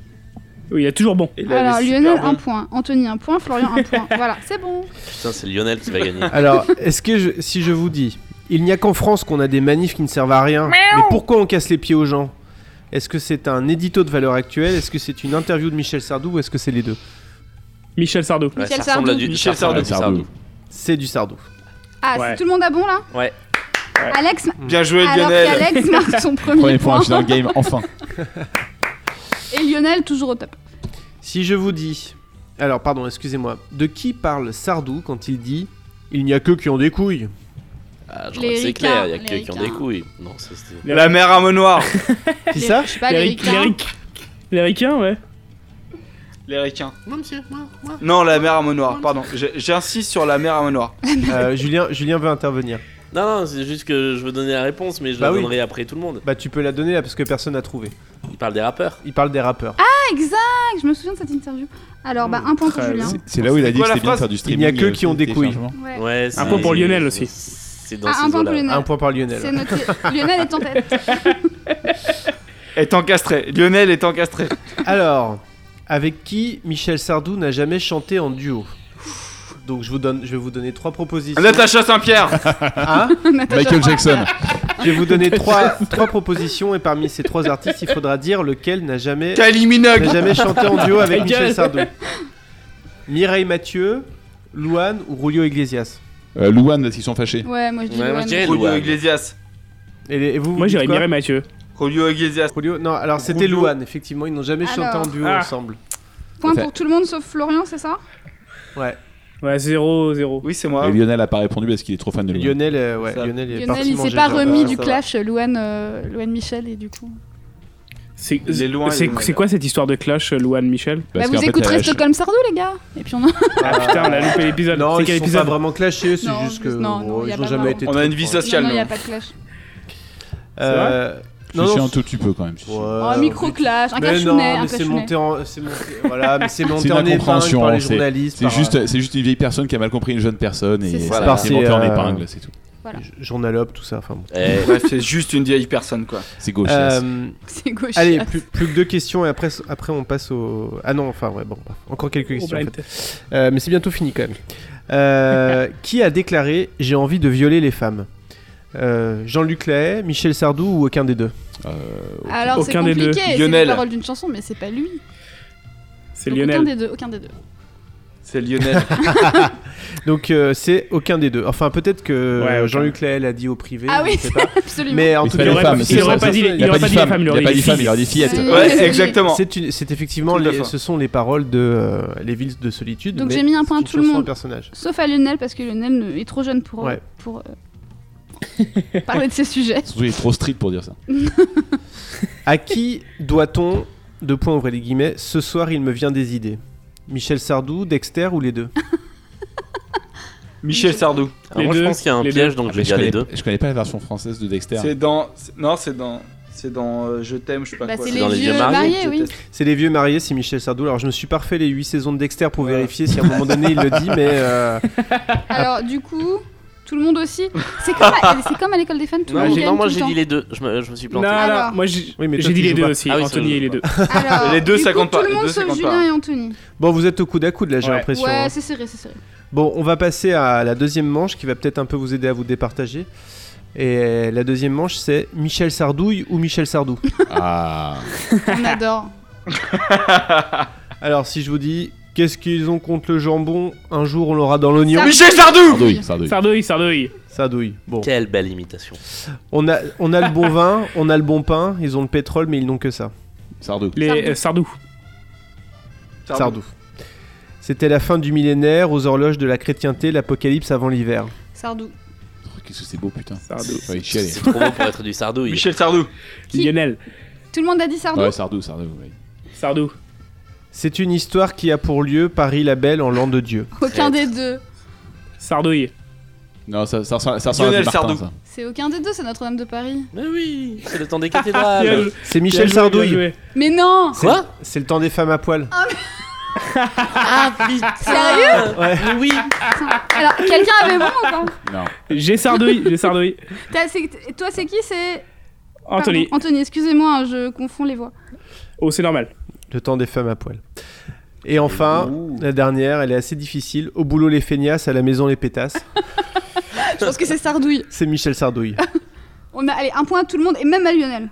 [SPEAKER 10] Oui, il y a toujours bon.
[SPEAKER 8] Il
[SPEAKER 6] Alors
[SPEAKER 8] avait super
[SPEAKER 6] Lionel,
[SPEAKER 8] bon.
[SPEAKER 6] un point. Anthony, un point. Florian, un point. Voilà, c'est bon.
[SPEAKER 7] Putain, c'est Lionel qui va gagner.
[SPEAKER 2] quoi. Alors, est-ce que je- si je vous dis, il n'y a qu'en France qu'on a des manifs qui ne servent à rien, mais pourquoi on casse les pieds aux gens Est-ce que c'est un édito de valeur actuelle Est-ce que c'est une interview de Michel Sardou ou est-ce que c'est les deux
[SPEAKER 10] Michel Sardou.
[SPEAKER 7] Ouais,
[SPEAKER 6] Michel
[SPEAKER 7] ça ressemble à
[SPEAKER 6] Sardou.
[SPEAKER 7] du-
[SPEAKER 8] Michel
[SPEAKER 7] ça ressemble à du
[SPEAKER 9] Sardou.
[SPEAKER 2] C'est du Sardou.
[SPEAKER 6] Ah,
[SPEAKER 10] Ouais.
[SPEAKER 6] c'est tout le monde a bon là
[SPEAKER 7] Ouais.
[SPEAKER 6] Alex,
[SPEAKER 8] Bien joué,
[SPEAKER 6] alors
[SPEAKER 8] Lionel.
[SPEAKER 6] qu'Alex marque son premier,
[SPEAKER 9] Premier point,
[SPEAKER 6] point.
[SPEAKER 9] je suis dans le game, enfin.
[SPEAKER 6] Et Lionel toujours au top.
[SPEAKER 2] Si je vous dis. Alors, pardon, excusez-moi. De qui parle Sardou quand il dit Il n'y a que qui ont des couilles
[SPEAKER 7] Ah, genre,
[SPEAKER 6] Les
[SPEAKER 7] c'est clair, il y a
[SPEAKER 6] Ricains,
[SPEAKER 7] que
[SPEAKER 6] les
[SPEAKER 7] qui ont des
[SPEAKER 6] Ricains.
[SPEAKER 7] couilles. Non, ça, c'était.
[SPEAKER 8] La mère à monoir.
[SPEAKER 2] Qui ça
[SPEAKER 6] Je sais pas, hein. les
[SPEAKER 10] L'Éric.
[SPEAKER 6] Ricains.
[SPEAKER 10] L'Éric. L'Éricain, ouais.
[SPEAKER 8] Les requins. Non, la mère à mot noir, pardon. J'ai- J'insiste sur la mère à mot noir.
[SPEAKER 2] Euh, Julien, Julien veut intervenir.
[SPEAKER 7] Non, non, c'est juste que je veux donner la réponse, mais je
[SPEAKER 2] Bah
[SPEAKER 7] la
[SPEAKER 2] oui.
[SPEAKER 7] donnerai après tout le monde.
[SPEAKER 2] Bah, tu peux la donner là parce que personne n'a trouvé.
[SPEAKER 7] Il parle des rappeurs.
[SPEAKER 2] Il parle des rappeurs.
[SPEAKER 6] Ah, exact Je me souviens de cette interview. Alors, bah, un point pour
[SPEAKER 10] Très
[SPEAKER 6] Julien.
[SPEAKER 9] C'est- C'est là où il a dit que
[SPEAKER 8] quoi la
[SPEAKER 9] c'était bien de
[SPEAKER 8] phrase
[SPEAKER 9] faire du
[SPEAKER 2] Il
[SPEAKER 9] streaming.
[SPEAKER 2] n'y a que
[SPEAKER 9] euh,
[SPEAKER 2] qui ont des couilles.
[SPEAKER 9] téléchargement.
[SPEAKER 6] Ouais.
[SPEAKER 7] Ouais,
[SPEAKER 10] Un
[SPEAKER 7] c'est-
[SPEAKER 10] point pour Lionel
[SPEAKER 7] c'est-
[SPEAKER 10] aussi.
[SPEAKER 7] C'est dans
[SPEAKER 6] Ah, un
[SPEAKER 7] ces
[SPEAKER 6] point pour
[SPEAKER 7] eaux-là.
[SPEAKER 6] Lionel.
[SPEAKER 2] Un point par Lionel.
[SPEAKER 6] C'est noté. Lionel est en tête.
[SPEAKER 8] Est encastré. Lionel est encastré.
[SPEAKER 2] Alors, avec qui Michel Sardou n'a jamais chanté en duo Donc je, vous donne, je vais vous donner trois propositions.
[SPEAKER 8] Natacha Saint-Pierre.
[SPEAKER 2] Hein
[SPEAKER 9] Michael Jackson.
[SPEAKER 2] je vais vous donner trois, trois propositions et parmi ces trois artistes, il faudra dire lequel n'a jamais,
[SPEAKER 8] Kylie Minogue.
[SPEAKER 2] n'a jamais chanté en duo avec Michel
[SPEAKER 10] Gueule.
[SPEAKER 2] Sardou. Mireille Mathieu, Louane ou Julio Iglesias
[SPEAKER 9] Euh, Louane, là, s'ils sont fâchés.
[SPEAKER 6] Ouais, moi je dis
[SPEAKER 7] Ouais, moi,
[SPEAKER 6] Lionel.
[SPEAKER 7] je dirais
[SPEAKER 8] Julio
[SPEAKER 7] Louane.
[SPEAKER 8] Iglesias.
[SPEAKER 2] et, les- et vous, vous
[SPEAKER 10] Moi,
[SPEAKER 2] dites
[SPEAKER 10] j'irais
[SPEAKER 2] quoi
[SPEAKER 10] Mireille Mathieu.
[SPEAKER 8] Julio Iglesias.
[SPEAKER 2] Julio Non, alors c'était
[SPEAKER 8] Julio.
[SPEAKER 2] Louane, effectivement, ils n'ont jamais chanté en
[SPEAKER 6] Alors.
[SPEAKER 2] duo
[SPEAKER 10] Ah.
[SPEAKER 2] ensemble.
[SPEAKER 6] Point pour tout le monde sauf Florian, c'est ça
[SPEAKER 2] Ouais,
[SPEAKER 10] Ouais, 0, 0.
[SPEAKER 8] Oui, c'est moi.
[SPEAKER 9] Et Lionel a pas répondu parce qu'il est trop fan de Louane.
[SPEAKER 2] Lionel, euh, ouais,
[SPEAKER 8] Ça-
[SPEAKER 2] Lionel, est
[SPEAKER 6] Lionel,
[SPEAKER 2] parti
[SPEAKER 6] il
[SPEAKER 2] manger
[SPEAKER 6] s'est pas
[SPEAKER 2] genre.
[SPEAKER 6] remis
[SPEAKER 8] Ah,
[SPEAKER 6] du
[SPEAKER 8] ça
[SPEAKER 6] clash Louane, euh, Louane Michel et du coup.
[SPEAKER 10] C'est
[SPEAKER 8] est loin, il est
[SPEAKER 10] c'est-
[SPEAKER 8] loin.
[SPEAKER 10] c'est quoi cette histoire de clash, euh, Louane Michel
[SPEAKER 6] Bah, vous écouterez Stockholm Sardou, les gars Et puis on en-
[SPEAKER 10] Ah putain, on a loupé l'épisode.
[SPEAKER 2] Non,
[SPEAKER 10] C'est
[SPEAKER 2] ils
[SPEAKER 10] quel
[SPEAKER 2] sont
[SPEAKER 10] épisode
[SPEAKER 2] pas vraiment clashés, c'est
[SPEAKER 6] Non,
[SPEAKER 2] juste que
[SPEAKER 6] juste- non,
[SPEAKER 2] bon,
[SPEAKER 6] non, y a
[SPEAKER 2] ils
[SPEAKER 6] pas
[SPEAKER 2] ont jamais
[SPEAKER 6] vraiment.
[SPEAKER 2] été.
[SPEAKER 8] On a une vie
[SPEAKER 2] trop proches.
[SPEAKER 8] sociale,
[SPEAKER 6] Non, il n'y a
[SPEAKER 8] nous.
[SPEAKER 6] pas de clash.
[SPEAKER 2] Euh,
[SPEAKER 9] Je suis un tout petit peu quand même. si, si.
[SPEAKER 6] Oh, un micro-clash, un
[SPEAKER 2] mais
[SPEAKER 6] cachounet,
[SPEAKER 2] non,
[SPEAKER 6] un
[SPEAKER 2] mais c'est
[SPEAKER 6] cachounet.
[SPEAKER 2] monté en, c'est monté, voilà, mais c'est
[SPEAKER 9] C'est
[SPEAKER 2] monté
[SPEAKER 9] une
[SPEAKER 2] en épingle
[SPEAKER 9] incompréhension.
[SPEAKER 2] par les
[SPEAKER 9] c'est-
[SPEAKER 2] journalistes.
[SPEAKER 9] C'est
[SPEAKER 2] par-
[SPEAKER 9] juste, c'est juste une vieille personne qui a mal compris une jeune personne et
[SPEAKER 6] C'est
[SPEAKER 9] c'est
[SPEAKER 6] ça.
[SPEAKER 2] Par
[SPEAKER 9] c'est
[SPEAKER 2] ces,
[SPEAKER 9] monté en
[SPEAKER 2] euh,
[SPEAKER 9] épingle, c'est tout.
[SPEAKER 6] Voilà.
[SPEAKER 2] Journalope, tout ça. Enfin, bon.
[SPEAKER 7] Eh,
[SPEAKER 8] Bref, bah, c'est juste une vieille personne, quoi.
[SPEAKER 9] C'est gauche.
[SPEAKER 2] Euh,
[SPEAKER 6] C'est gauche.
[SPEAKER 2] allez, plus, plus que deux questions et après, après on passe au. Ah non, enfin ouais, bon, bref, encore quelques
[SPEAKER 10] Au
[SPEAKER 2] questions. en
[SPEAKER 10] Oh, blind
[SPEAKER 2] fait.
[SPEAKER 10] test.
[SPEAKER 2] Euh, mais c'est bientôt fini quand même. Euh, qui a déclaré j'ai envie de violer les femmes Euh, Jean-Luc Lahaye, Michel Sardou ou aucun des deux
[SPEAKER 6] Alors c'est
[SPEAKER 10] Aucun des deux.
[SPEAKER 6] compliqué, c'est la
[SPEAKER 8] Lionel.
[SPEAKER 6] parole d'une chanson, mais c'est pas lui.
[SPEAKER 10] C'est
[SPEAKER 6] Donc, Aucun
[SPEAKER 10] Lionel.
[SPEAKER 6] des deux, aucun des deux.
[SPEAKER 8] C'est Lionel.
[SPEAKER 2] Donc euh, c'est aucun des deux. Enfin peut-être que
[SPEAKER 10] Ouais, aucun.
[SPEAKER 2] Jean-Luc Lahaye l'a dit au privé.
[SPEAKER 6] Ah
[SPEAKER 2] je
[SPEAKER 6] oui,
[SPEAKER 2] sais pas.
[SPEAKER 6] absolument.
[SPEAKER 2] Mais en
[SPEAKER 9] Il
[SPEAKER 2] tout
[SPEAKER 9] fallait
[SPEAKER 2] cas,
[SPEAKER 10] aurait
[SPEAKER 9] femmes,
[SPEAKER 10] pas-
[SPEAKER 9] c'est
[SPEAKER 10] il
[SPEAKER 9] ça,
[SPEAKER 10] aurait pas
[SPEAKER 9] ça.
[SPEAKER 10] dit les- il
[SPEAKER 9] Il a
[SPEAKER 10] aurait pas dit les
[SPEAKER 9] femmes,
[SPEAKER 10] femmes,
[SPEAKER 9] il
[SPEAKER 10] il
[SPEAKER 9] a
[SPEAKER 10] aurait
[SPEAKER 9] pas
[SPEAKER 10] dit
[SPEAKER 9] dit
[SPEAKER 10] les
[SPEAKER 9] femmes, il
[SPEAKER 10] filles.
[SPEAKER 9] aurait dit fillettes.
[SPEAKER 6] Ouais.
[SPEAKER 8] ouais, exactement.
[SPEAKER 2] C'est une- c'est effectivement
[SPEAKER 8] Tout à
[SPEAKER 2] les,
[SPEAKER 8] fait.
[SPEAKER 2] ce sont les paroles de euh, les villes de solitude.
[SPEAKER 6] Donc
[SPEAKER 2] mais
[SPEAKER 6] j'ai mis un point
[SPEAKER 2] c'est
[SPEAKER 6] à
[SPEAKER 2] une
[SPEAKER 6] tout le
[SPEAKER 2] chanson,
[SPEAKER 6] monde.
[SPEAKER 2] un personnage.
[SPEAKER 6] Sauf à Lionel parce que Lionel ne- est trop jeune pour
[SPEAKER 2] Ouais.
[SPEAKER 6] pour euh, parler de ces sujets.
[SPEAKER 9] Surtout, il est trop strict pour dire ça.
[SPEAKER 2] À qui doit-on deux points ouvrez les guillemets Ce soir, il me vient des idées. Michel Sardou, Dexter ou les deux
[SPEAKER 8] Michel Sardou.
[SPEAKER 7] alors
[SPEAKER 10] Les
[SPEAKER 7] moi, je
[SPEAKER 10] deux,
[SPEAKER 7] pense qu'il y a un
[SPEAKER 10] les deux.
[SPEAKER 7] piège, donc
[SPEAKER 9] Ah,
[SPEAKER 7] je
[SPEAKER 9] mais
[SPEAKER 7] vais
[SPEAKER 9] je
[SPEAKER 7] dire les
[SPEAKER 9] connais-
[SPEAKER 7] deux.
[SPEAKER 9] Je connais pas la version française de Dexter.
[SPEAKER 8] C'est dans. c'est- Non, c'est dans. C'est dans euh, Je t'aime, je sais pas
[SPEAKER 6] Bah,
[SPEAKER 8] quoi.
[SPEAKER 6] c'est
[SPEAKER 7] les dans les vieux vieux
[SPEAKER 6] mariés, mariés, oui.
[SPEAKER 2] C'est les vieux mariés, c'est Michel Sardou. Alors je me suis parfait les 8 saisons de Dexter pour vérifier si à un moment donné il le dit, mais euh,
[SPEAKER 6] Alors du coup, tout le monde aussi. C'est comme à, c'est comme à l'école des fans, tout le
[SPEAKER 7] Non,
[SPEAKER 6] monde
[SPEAKER 7] j'ai-
[SPEAKER 6] gagne
[SPEAKER 7] non, moi
[SPEAKER 6] tout le
[SPEAKER 7] j'ai
[SPEAKER 6] temps.
[SPEAKER 7] dit les deux, je me, je me suis
[SPEAKER 10] Non,
[SPEAKER 7] planté.
[SPEAKER 10] non,
[SPEAKER 6] Alors.
[SPEAKER 10] moi j'ai
[SPEAKER 2] Oui, mais toi,
[SPEAKER 10] j'ai dit
[SPEAKER 2] tu
[SPEAKER 10] les
[SPEAKER 2] joues
[SPEAKER 10] deux
[SPEAKER 2] pas.
[SPEAKER 10] aussi,
[SPEAKER 7] Ah oui, c'est
[SPEAKER 10] Anthony
[SPEAKER 7] vrai,
[SPEAKER 10] et les
[SPEAKER 7] je
[SPEAKER 10] deux.
[SPEAKER 6] Alors,
[SPEAKER 8] Les deux,
[SPEAKER 6] du
[SPEAKER 8] ça
[SPEAKER 6] coup,
[SPEAKER 8] compte pas,
[SPEAKER 6] Tout le
[SPEAKER 8] les
[SPEAKER 6] monde
[SPEAKER 8] deux, ça
[SPEAKER 6] sauf
[SPEAKER 8] compte pas.
[SPEAKER 6] Julien et Anthony.
[SPEAKER 2] bon, vous êtes au coude à coude là, j'ai
[SPEAKER 10] Ouais.
[SPEAKER 2] l'impression. hein.
[SPEAKER 6] Ouais, c'est serré, c'est serré.
[SPEAKER 2] Bon, on va passer à la deuxième manche qui va peut-être un peu vous aider à vous départager. Et la deuxième manche, c'est Michel Sardouille ou Michel Sardou.
[SPEAKER 9] Ah,
[SPEAKER 6] On adore.
[SPEAKER 2] Alors, si je vous dis, qu'est-ce qu'ils ont contre le jambon Un jour, on l'aura dans l'oignon.
[SPEAKER 6] Ça-
[SPEAKER 8] Michel Sardou
[SPEAKER 9] Sardouille, Sardouille.
[SPEAKER 10] Sardouille, Sardouille.
[SPEAKER 2] Sardouille. Bon,
[SPEAKER 7] Quelle belle imitation.
[SPEAKER 2] on a, on a le bon vin, on a le bon pain, ils ont le pétrole, mais ils n'ont que ça.
[SPEAKER 9] Sardou.
[SPEAKER 10] Les euh, Sardou.
[SPEAKER 2] Sardou. C'était la fin du millénaire, aux horloges de la chrétienté, l'apocalypse avant l'hiver.
[SPEAKER 6] Sardou.
[SPEAKER 9] Oh, Qu'est-ce que c'est beau, putain.
[SPEAKER 10] Sardou.
[SPEAKER 9] Ouais, chialer.
[SPEAKER 7] C'est trop beau pour être du sardouille.
[SPEAKER 8] Michel Sardou.
[SPEAKER 6] Qui
[SPEAKER 10] Lionel.
[SPEAKER 6] Tout le monde a dit Sardou.
[SPEAKER 9] Ouais, Sardou, Sardou. ouais.
[SPEAKER 10] Sardou.
[SPEAKER 2] C'est une histoire qui a pour lieu Paris la Belle en l'an de Dieu.
[SPEAKER 6] Aucun des deux.
[SPEAKER 10] Sardouille.
[SPEAKER 9] Non, ça, ça ressemble ça ressemble à
[SPEAKER 8] Lionel
[SPEAKER 9] du Martin,
[SPEAKER 8] Sardou.
[SPEAKER 9] ça.
[SPEAKER 6] C'est aucun des deux, c'est Notre-Dame de Paris.
[SPEAKER 7] Mais oui, c'est le temps des
[SPEAKER 10] Bien
[SPEAKER 7] cathédrales.
[SPEAKER 10] joué,
[SPEAKER 2] C'est
[SPEAKER 10] bien
[SPEAKER 2] Ah, bah, Michel
[SPEAKER 10] joué,
[SPEAKER 2] Sardouille.
[SPEAKER 10] bien joué.
[SPEAKER 6] Mais non
[SPEAKER 2] C'est-
[SPEAKER 7] Quoi
[SPEAKER 2] C'est le temps des femmes à poil.
[SPEAKER 7] ah putain
[SPEAKER 6] Sérieux
[SPEAKER 2] Ouais.
[SPEAKER 7] Mais oui
[SPEAKER 6] Alors, quelqu'un avait bon ou pas
[SPEAKER 9] Non.
[SPEAKER 10] J'ai Sardouille, j'ai Sardouille.
[SPEAKER 6] T'as- c'est- Toi, c'est qui C'est Pardon,
[SPEAKER 10] Anthony.
[SPEAKER 6] Anthony, excusez-moi, hein, je confonds les voix.
[SPEAKER 10] Oh, c'est normal.
[SPEAKER 2] Le temps des femmes à poil. Et enfin, la dernière, elle est assez difficile. Au boulot les feignasses, à la maison les pétasses.
[SPEAKER 6] Je pense que c'est Sardouille.
[SPEAKER 2] C'est Michel Sardouille.
[SPEAKER 6] On a allez, un point à tout le monde et même à Lionel.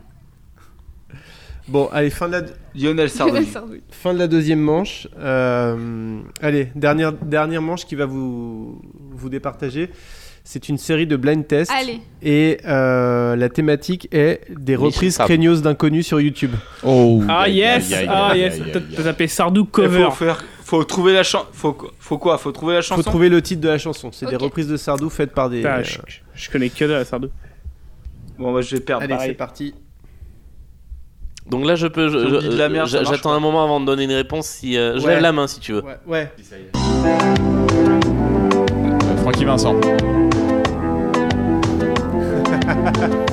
[SPEAKER 2] Bon, allez, fin de la,
[SPEAKER 8] Lionel
[SPEAKER 6] Lionel
[SPEAKER 8] Sardou.
[SPEAKER 6] Sardouille.
[SPEAKER 2] fin de la deuxième manche. Euh, allez, dernière, dernière manche qui va vous, vous départager. C'est une série de blind tests.
[SPEAKER 6] Allez,
[SPEAKER 2] Et euh, la thématique est des reprises
[SPEAKER 7] Sardou.
[SPEAKER 2] craignos d'inconnus sur YouTube.
[SPEAKER 9] Oh.
[SPEAKER 10] Ah
[SPEAKER 9] aïe,
[SPEAKER 10] yes,
[SPEAKER 9] aïe, aïe,
[SPEAKER 10] ah
[SPEAKER 9] aïe,
[SPEAKER 10] yes.
[SPEAKER 9] aïe,
[SPEAKER 10] T'as
[SPEAKER 9] aïe,
[SPEAKER 10] t'as
[SPEAKER 9] aïe.
[SPEAKER 10] tapé Sardou
[SPEAKER 8] Il
[SPEAKER 10] cover.
[SPEAKER 8] Faut faire. Faut trouver la chanson. Faut... faut quoi Faut trouver la
[SPEAKER 2] Il faut
[SPEAKER 8] chanson.
[SPEAKER 2] trouver le titre de la chanson. C'est des
[SPEAKER 6] Ok.
[SPEAKER 2] reprises de Sardou faites par des. euh,
[SPEAKER 10] Putain, je, je- je connais que de la Sardou.
[SPEAKER 8] Bon, bah, je vais perdre.
[SPEAKER 2] Allez,
[SPEAKER 8] pareil.
[SPEAKER 2] c'est parti.
[SPEAKER 7] Donc là, je peux. je-
[SPEAKER 8] J'ai oublié de la
[SPEAKER 7] je-
[SPEAKER 8] merde, ça
[SPEAKER 7] je-
[SPEAKER 8] marche
[SPEAKER 7] J'attends un moment avant de donner une réponse. Si, euh, Je
[SPEAKER 2] Ouais.
[SPEAKER 7] lève la main si tu veux.
[SPEAKER 2] Ouais, ouais.
[SPEAKER 9] Euh, Francky Vincent.
[SPEAKER 2] Euh,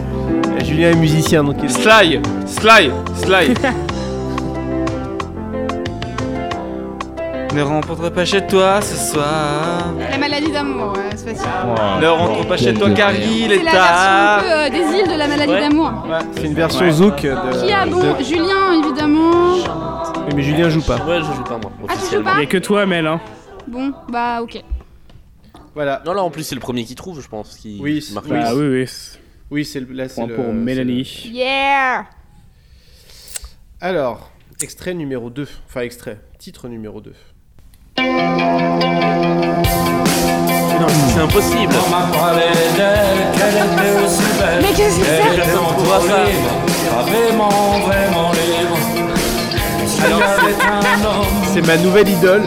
[SPEAKER 2] Julien est musicien, donc il
[SPEAKER 8] Sly Sly Sly Ne rentre pas chez toi ce soir.
[SPEAKER 6] la maladie d'amour, ouais, c'est facile.
[SPEAKER 8] Ne rentre pas chez toi car il
[SPEAKER 6] C'est
[SPEAKER 8] est
[SPEAKER 6] la version un
[SPEAKER 8] tard.
[SPEAKER 6] peu euh, des îles de la maladie
[SPEAKER 7] Ouais.
[SPEAKER 6] d'amour.
[SPEAKER 2] C'est une version zouk de.
[SPEAKER 6] Qui a bon
[SPEAKER 2] de-
[SPEAKER 6] Julien, évidemment.
[SPEAKER 2] Oui, mais Julien joue pas.
[SPEAKER 7] Ouais, je joue pas
[SPEAKER 6] Ah,
[SPEAKER 7] moi.
[SPEAKER 6] tu joues
[SPEAKER 7] Officiellement.
[SPEAKER 6] pas
[SPEAKER 10] Y'a que toi, Mel, hein.
[SPEAKER 6] Bon, bah ok.
[SPEAKER 2] Voilà.
[SPEAKER 7] Non, là en plus, c'est le premier qui trouve, je pense. Qui
[SPEAKER 2] Oui,
[SPEAKER 7] qui marque
[SPEAKER 2] oui.
[SPEAKER 7] le
[SPEAKER 10] Bah
[SPEAKER 7] plus.
[SPEAKER 10] oui, oui. c'est-
[SPEAKER 2] Oui, c'est le- là, c'est
[SPEAKER 10] Point
[SPEAKER 2] le-
[SPEAKER 10] pour
[SPEAKER 2] c'est
[SPEAKER 10] Mélanie.
[SPEAKER 6] Yeah
[SPEAKER 2] le- Alors, extrait numéro 2. Enfin, extrait. Titre numéro 2.
[SPEAKER 7] Non, c'est impossible.
[SPEAKER 6] Mais qu'est-ce
[SPEAKER 7] Eh,
[SPEAKER 6] que c'est
[SPEAKER 2] C'est ma nouvelle idole.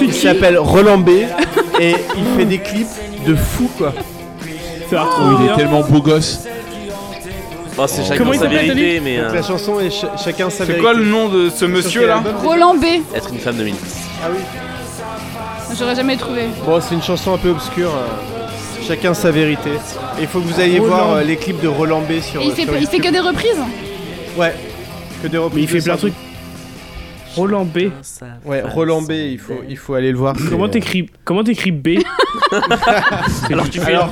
[SPEAKER 2] Il s'appelle Roland B. Et il fait des clips de fou, quoi.
[SPEAKER 10] Ça va
[SPEAKER 9] Oh,
[SPEAKER 10] trop
[SPEAKER 9] il est
[SPEAKER 10] bien.
[SPEAKER 9] tellement beau gosse.
[SPEAKER 7] Bon, Oh, c'est chacun sa vérité, mais.
[SPEAKER 2] Donc,
[SPEAKER 7] euh,
[SPEAKER 2] la chanson est ch- chacun sa
[SPEAKER 8] C'est
[SPEAKER 2] vérité.
[SPEAKER 8] quoi le nom de ce
[SPEAKER 2] Sur
[SPEAKER 8] monsieur
[SPEAKER 2] quel
[SPEAKER 8] là
[SPEAKER 2] album
[SPEAKER 6] Roland B.
[SPEAKER 7] Être une femme de 2010.
[SPEAKER 2] Ah oui.
[SPEAKER 6] J'aurais jamais trouvé.
[SPEAKER 2] Bon, c'est une chanson un peu obscure. euh, Chacun sa vérité. Et Il faut que vous ayez
[SPEAKER 6] Roland.
[SPEAKER 2] voir euh, les clips de Roland B sur.
[SPEAKER 6] Et il
[SPEAKER 2] euh,
[SPEAKER 6] fait,
[SPEAKER 2] sur
[SPEAKER 6] il fait que
[SPEAKER 2] YouTube.
[SPEAKER 6] des reprises
[SPEAKER 2] Ouais. Que des reprises.
[SPEAKER 10] Mais il fait plein de trucs.
[SPEAKER 2] Sardou.
[SPEAKER 10] Roland B.
[SPEAKER 2] Ouais, Roland B. Il faut, il faut aller le voir. c'est,
[SPEAKER 10] Comment
[SPEAKER 2] euh,
[SPEAKER 10] t'écris comment t'écris B
[SPEAKER 7] Alors tu fais.
[SPEAKER 2] Alors,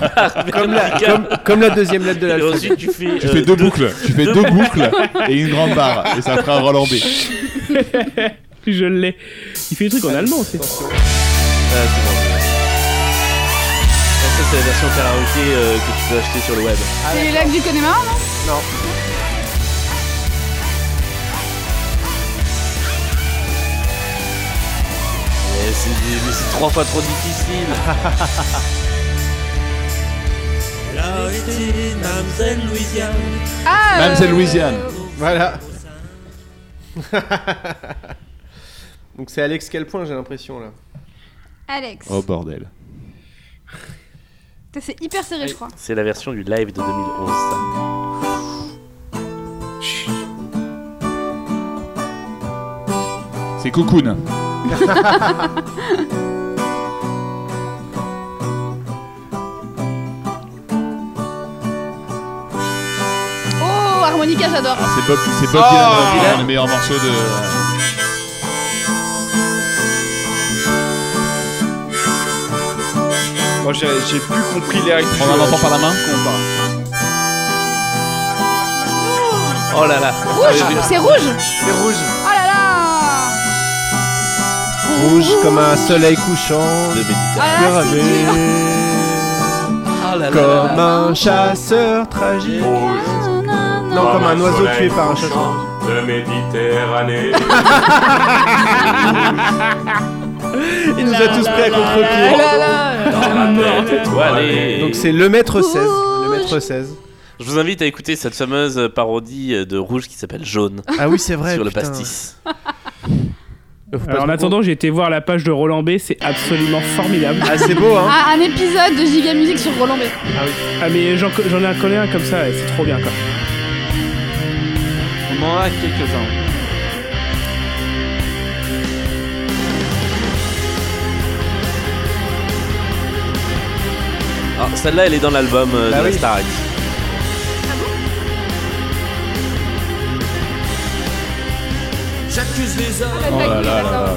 [SPEAKER 2] comme la, euh, comme, comme la deuxième lettre de
[SPEAKER 7] Et
[SPEAKER 2] l'alphabet.
[SPEAKER 7] ensuite, tu fais.
[SPEAKER 9] Tu
[SPEAKER 7] euh,
[SPEAKER 9] fais deux boucles, tu fais deux boucles et une grande barre, et ça fera un Roland B.
[SPEAKER 10] Je l'ai. Il fait des trucs en allemand aussi.
[SPEAKER 7] Ah, c'est bon. Ça, c'est la version karaoké euh, que tu peux acheter sur le web.
[SPEAKER 6] C'est les lacs du Connemara, non
[SPEAKER 2] Non.
[SPEAKER 7] Mais c'est mais c'est trois fois trop difficile.
[SPEAKER 6] Ah
[SPEAKER 9] Mademoiselle Louisiane.
[SPEAKER 6] Euh,
[SPEAKER 2] Voilà. Donc c'est Alex Calpoint, j'ai l'impression là.
[SPEAKER 6] Alex.
[SPEAKER 9] Oh bordel.
[SPEAKER 6] Putain, C'est hyper serré, je crois.
[SPEAKER 7] C'est la version du live de 2011. ça.
[SPEAKER 9] C'est Cocoon.
[SPEAKER 6] Oh, harmonica, j'adore.
[SPEAKER 9] Alors, Ah, c'est Bob, c'est Bob Dylan, Bob Dylan, le meilleur morceau de.
[SPEAKER 8] Moi j'ai j'ai plus compris les règles.
[SPEAKER 9] Prendre un enfant par la main.
[SPEAKER 7] Oh là là.
[SPEAKER 6] Rouge C'est rouge
[SPEAKER 2] C'est rouge.
[SPEAKER 6] Oh là là
[SPEAKER 2] Rouge comme un soleil couchant.
[SPEAKER 7] De Méditerranée.
[SPEAKER 6] Ah, c'est dur.
[SPEAKER 2] Ah
[SPEAKER 7] Oh là là là
[SPEAKER 2] Comme
[SPEAKER 7] là.
[SPEAKER 2] un chasseur tragique. Non, Oh, comme un oiseau tué par un chasseur.
[SPEAKER 4] De Méditerranée.
[SPEAKER 2] Il nous a tous pris à
[SPEAKER 6] Oh
[SPEAKER 2] contre-pied.
[SPEAKER 6] là
[SPEAKER 2] Ah,
[SPEAKER 6] là
[SPEAKER 7] Étoilée.
[SPEAKER 2] Donc c'est le maître 16. Le
[SPEAKER 6] Rouge.
[SPEAKER 2] maître 16.
[SPEAKER 7] Je vous invite à écouter cette fameuse parodie de rouge qui s'appelle Jaune
[SPEAKER 2] Ah oui, c'est vrai.
[SPEAKER 7] sur le
[SPEAKER 2] putain.
[SPEAKER 7] pastis.
[SPEAKER 2] Faut pas
[SPEAKER 10] Alors, en
[SPEAKER 2] se
[SPEAKER 10] attendant, j'ai été voir la page de Roland B, c'est absolument formidable.
[SPEAKER 2] Ah, c'est beau, hein.
[SPEAKER 6] Ah, un épisode de Giga Music sur Roland B.
[SPEAKER 10] Ah, mais j'en j'en ai un connais un comme ça, et c'est trop bien quoi.
[SPEAKER 8] On en a quelques-uns.
[SPEAKER 7] Ah, Celle-là, elle est dans l'album euh,
[SPEAKER 2] Bah
[SPEAKER 7] de la
[SPEAKER 2] oui.
[SPEAKER 7] Starac.
[SPEAKER 4] J'accuse les hommes
[SPEAKER 6] Oh là là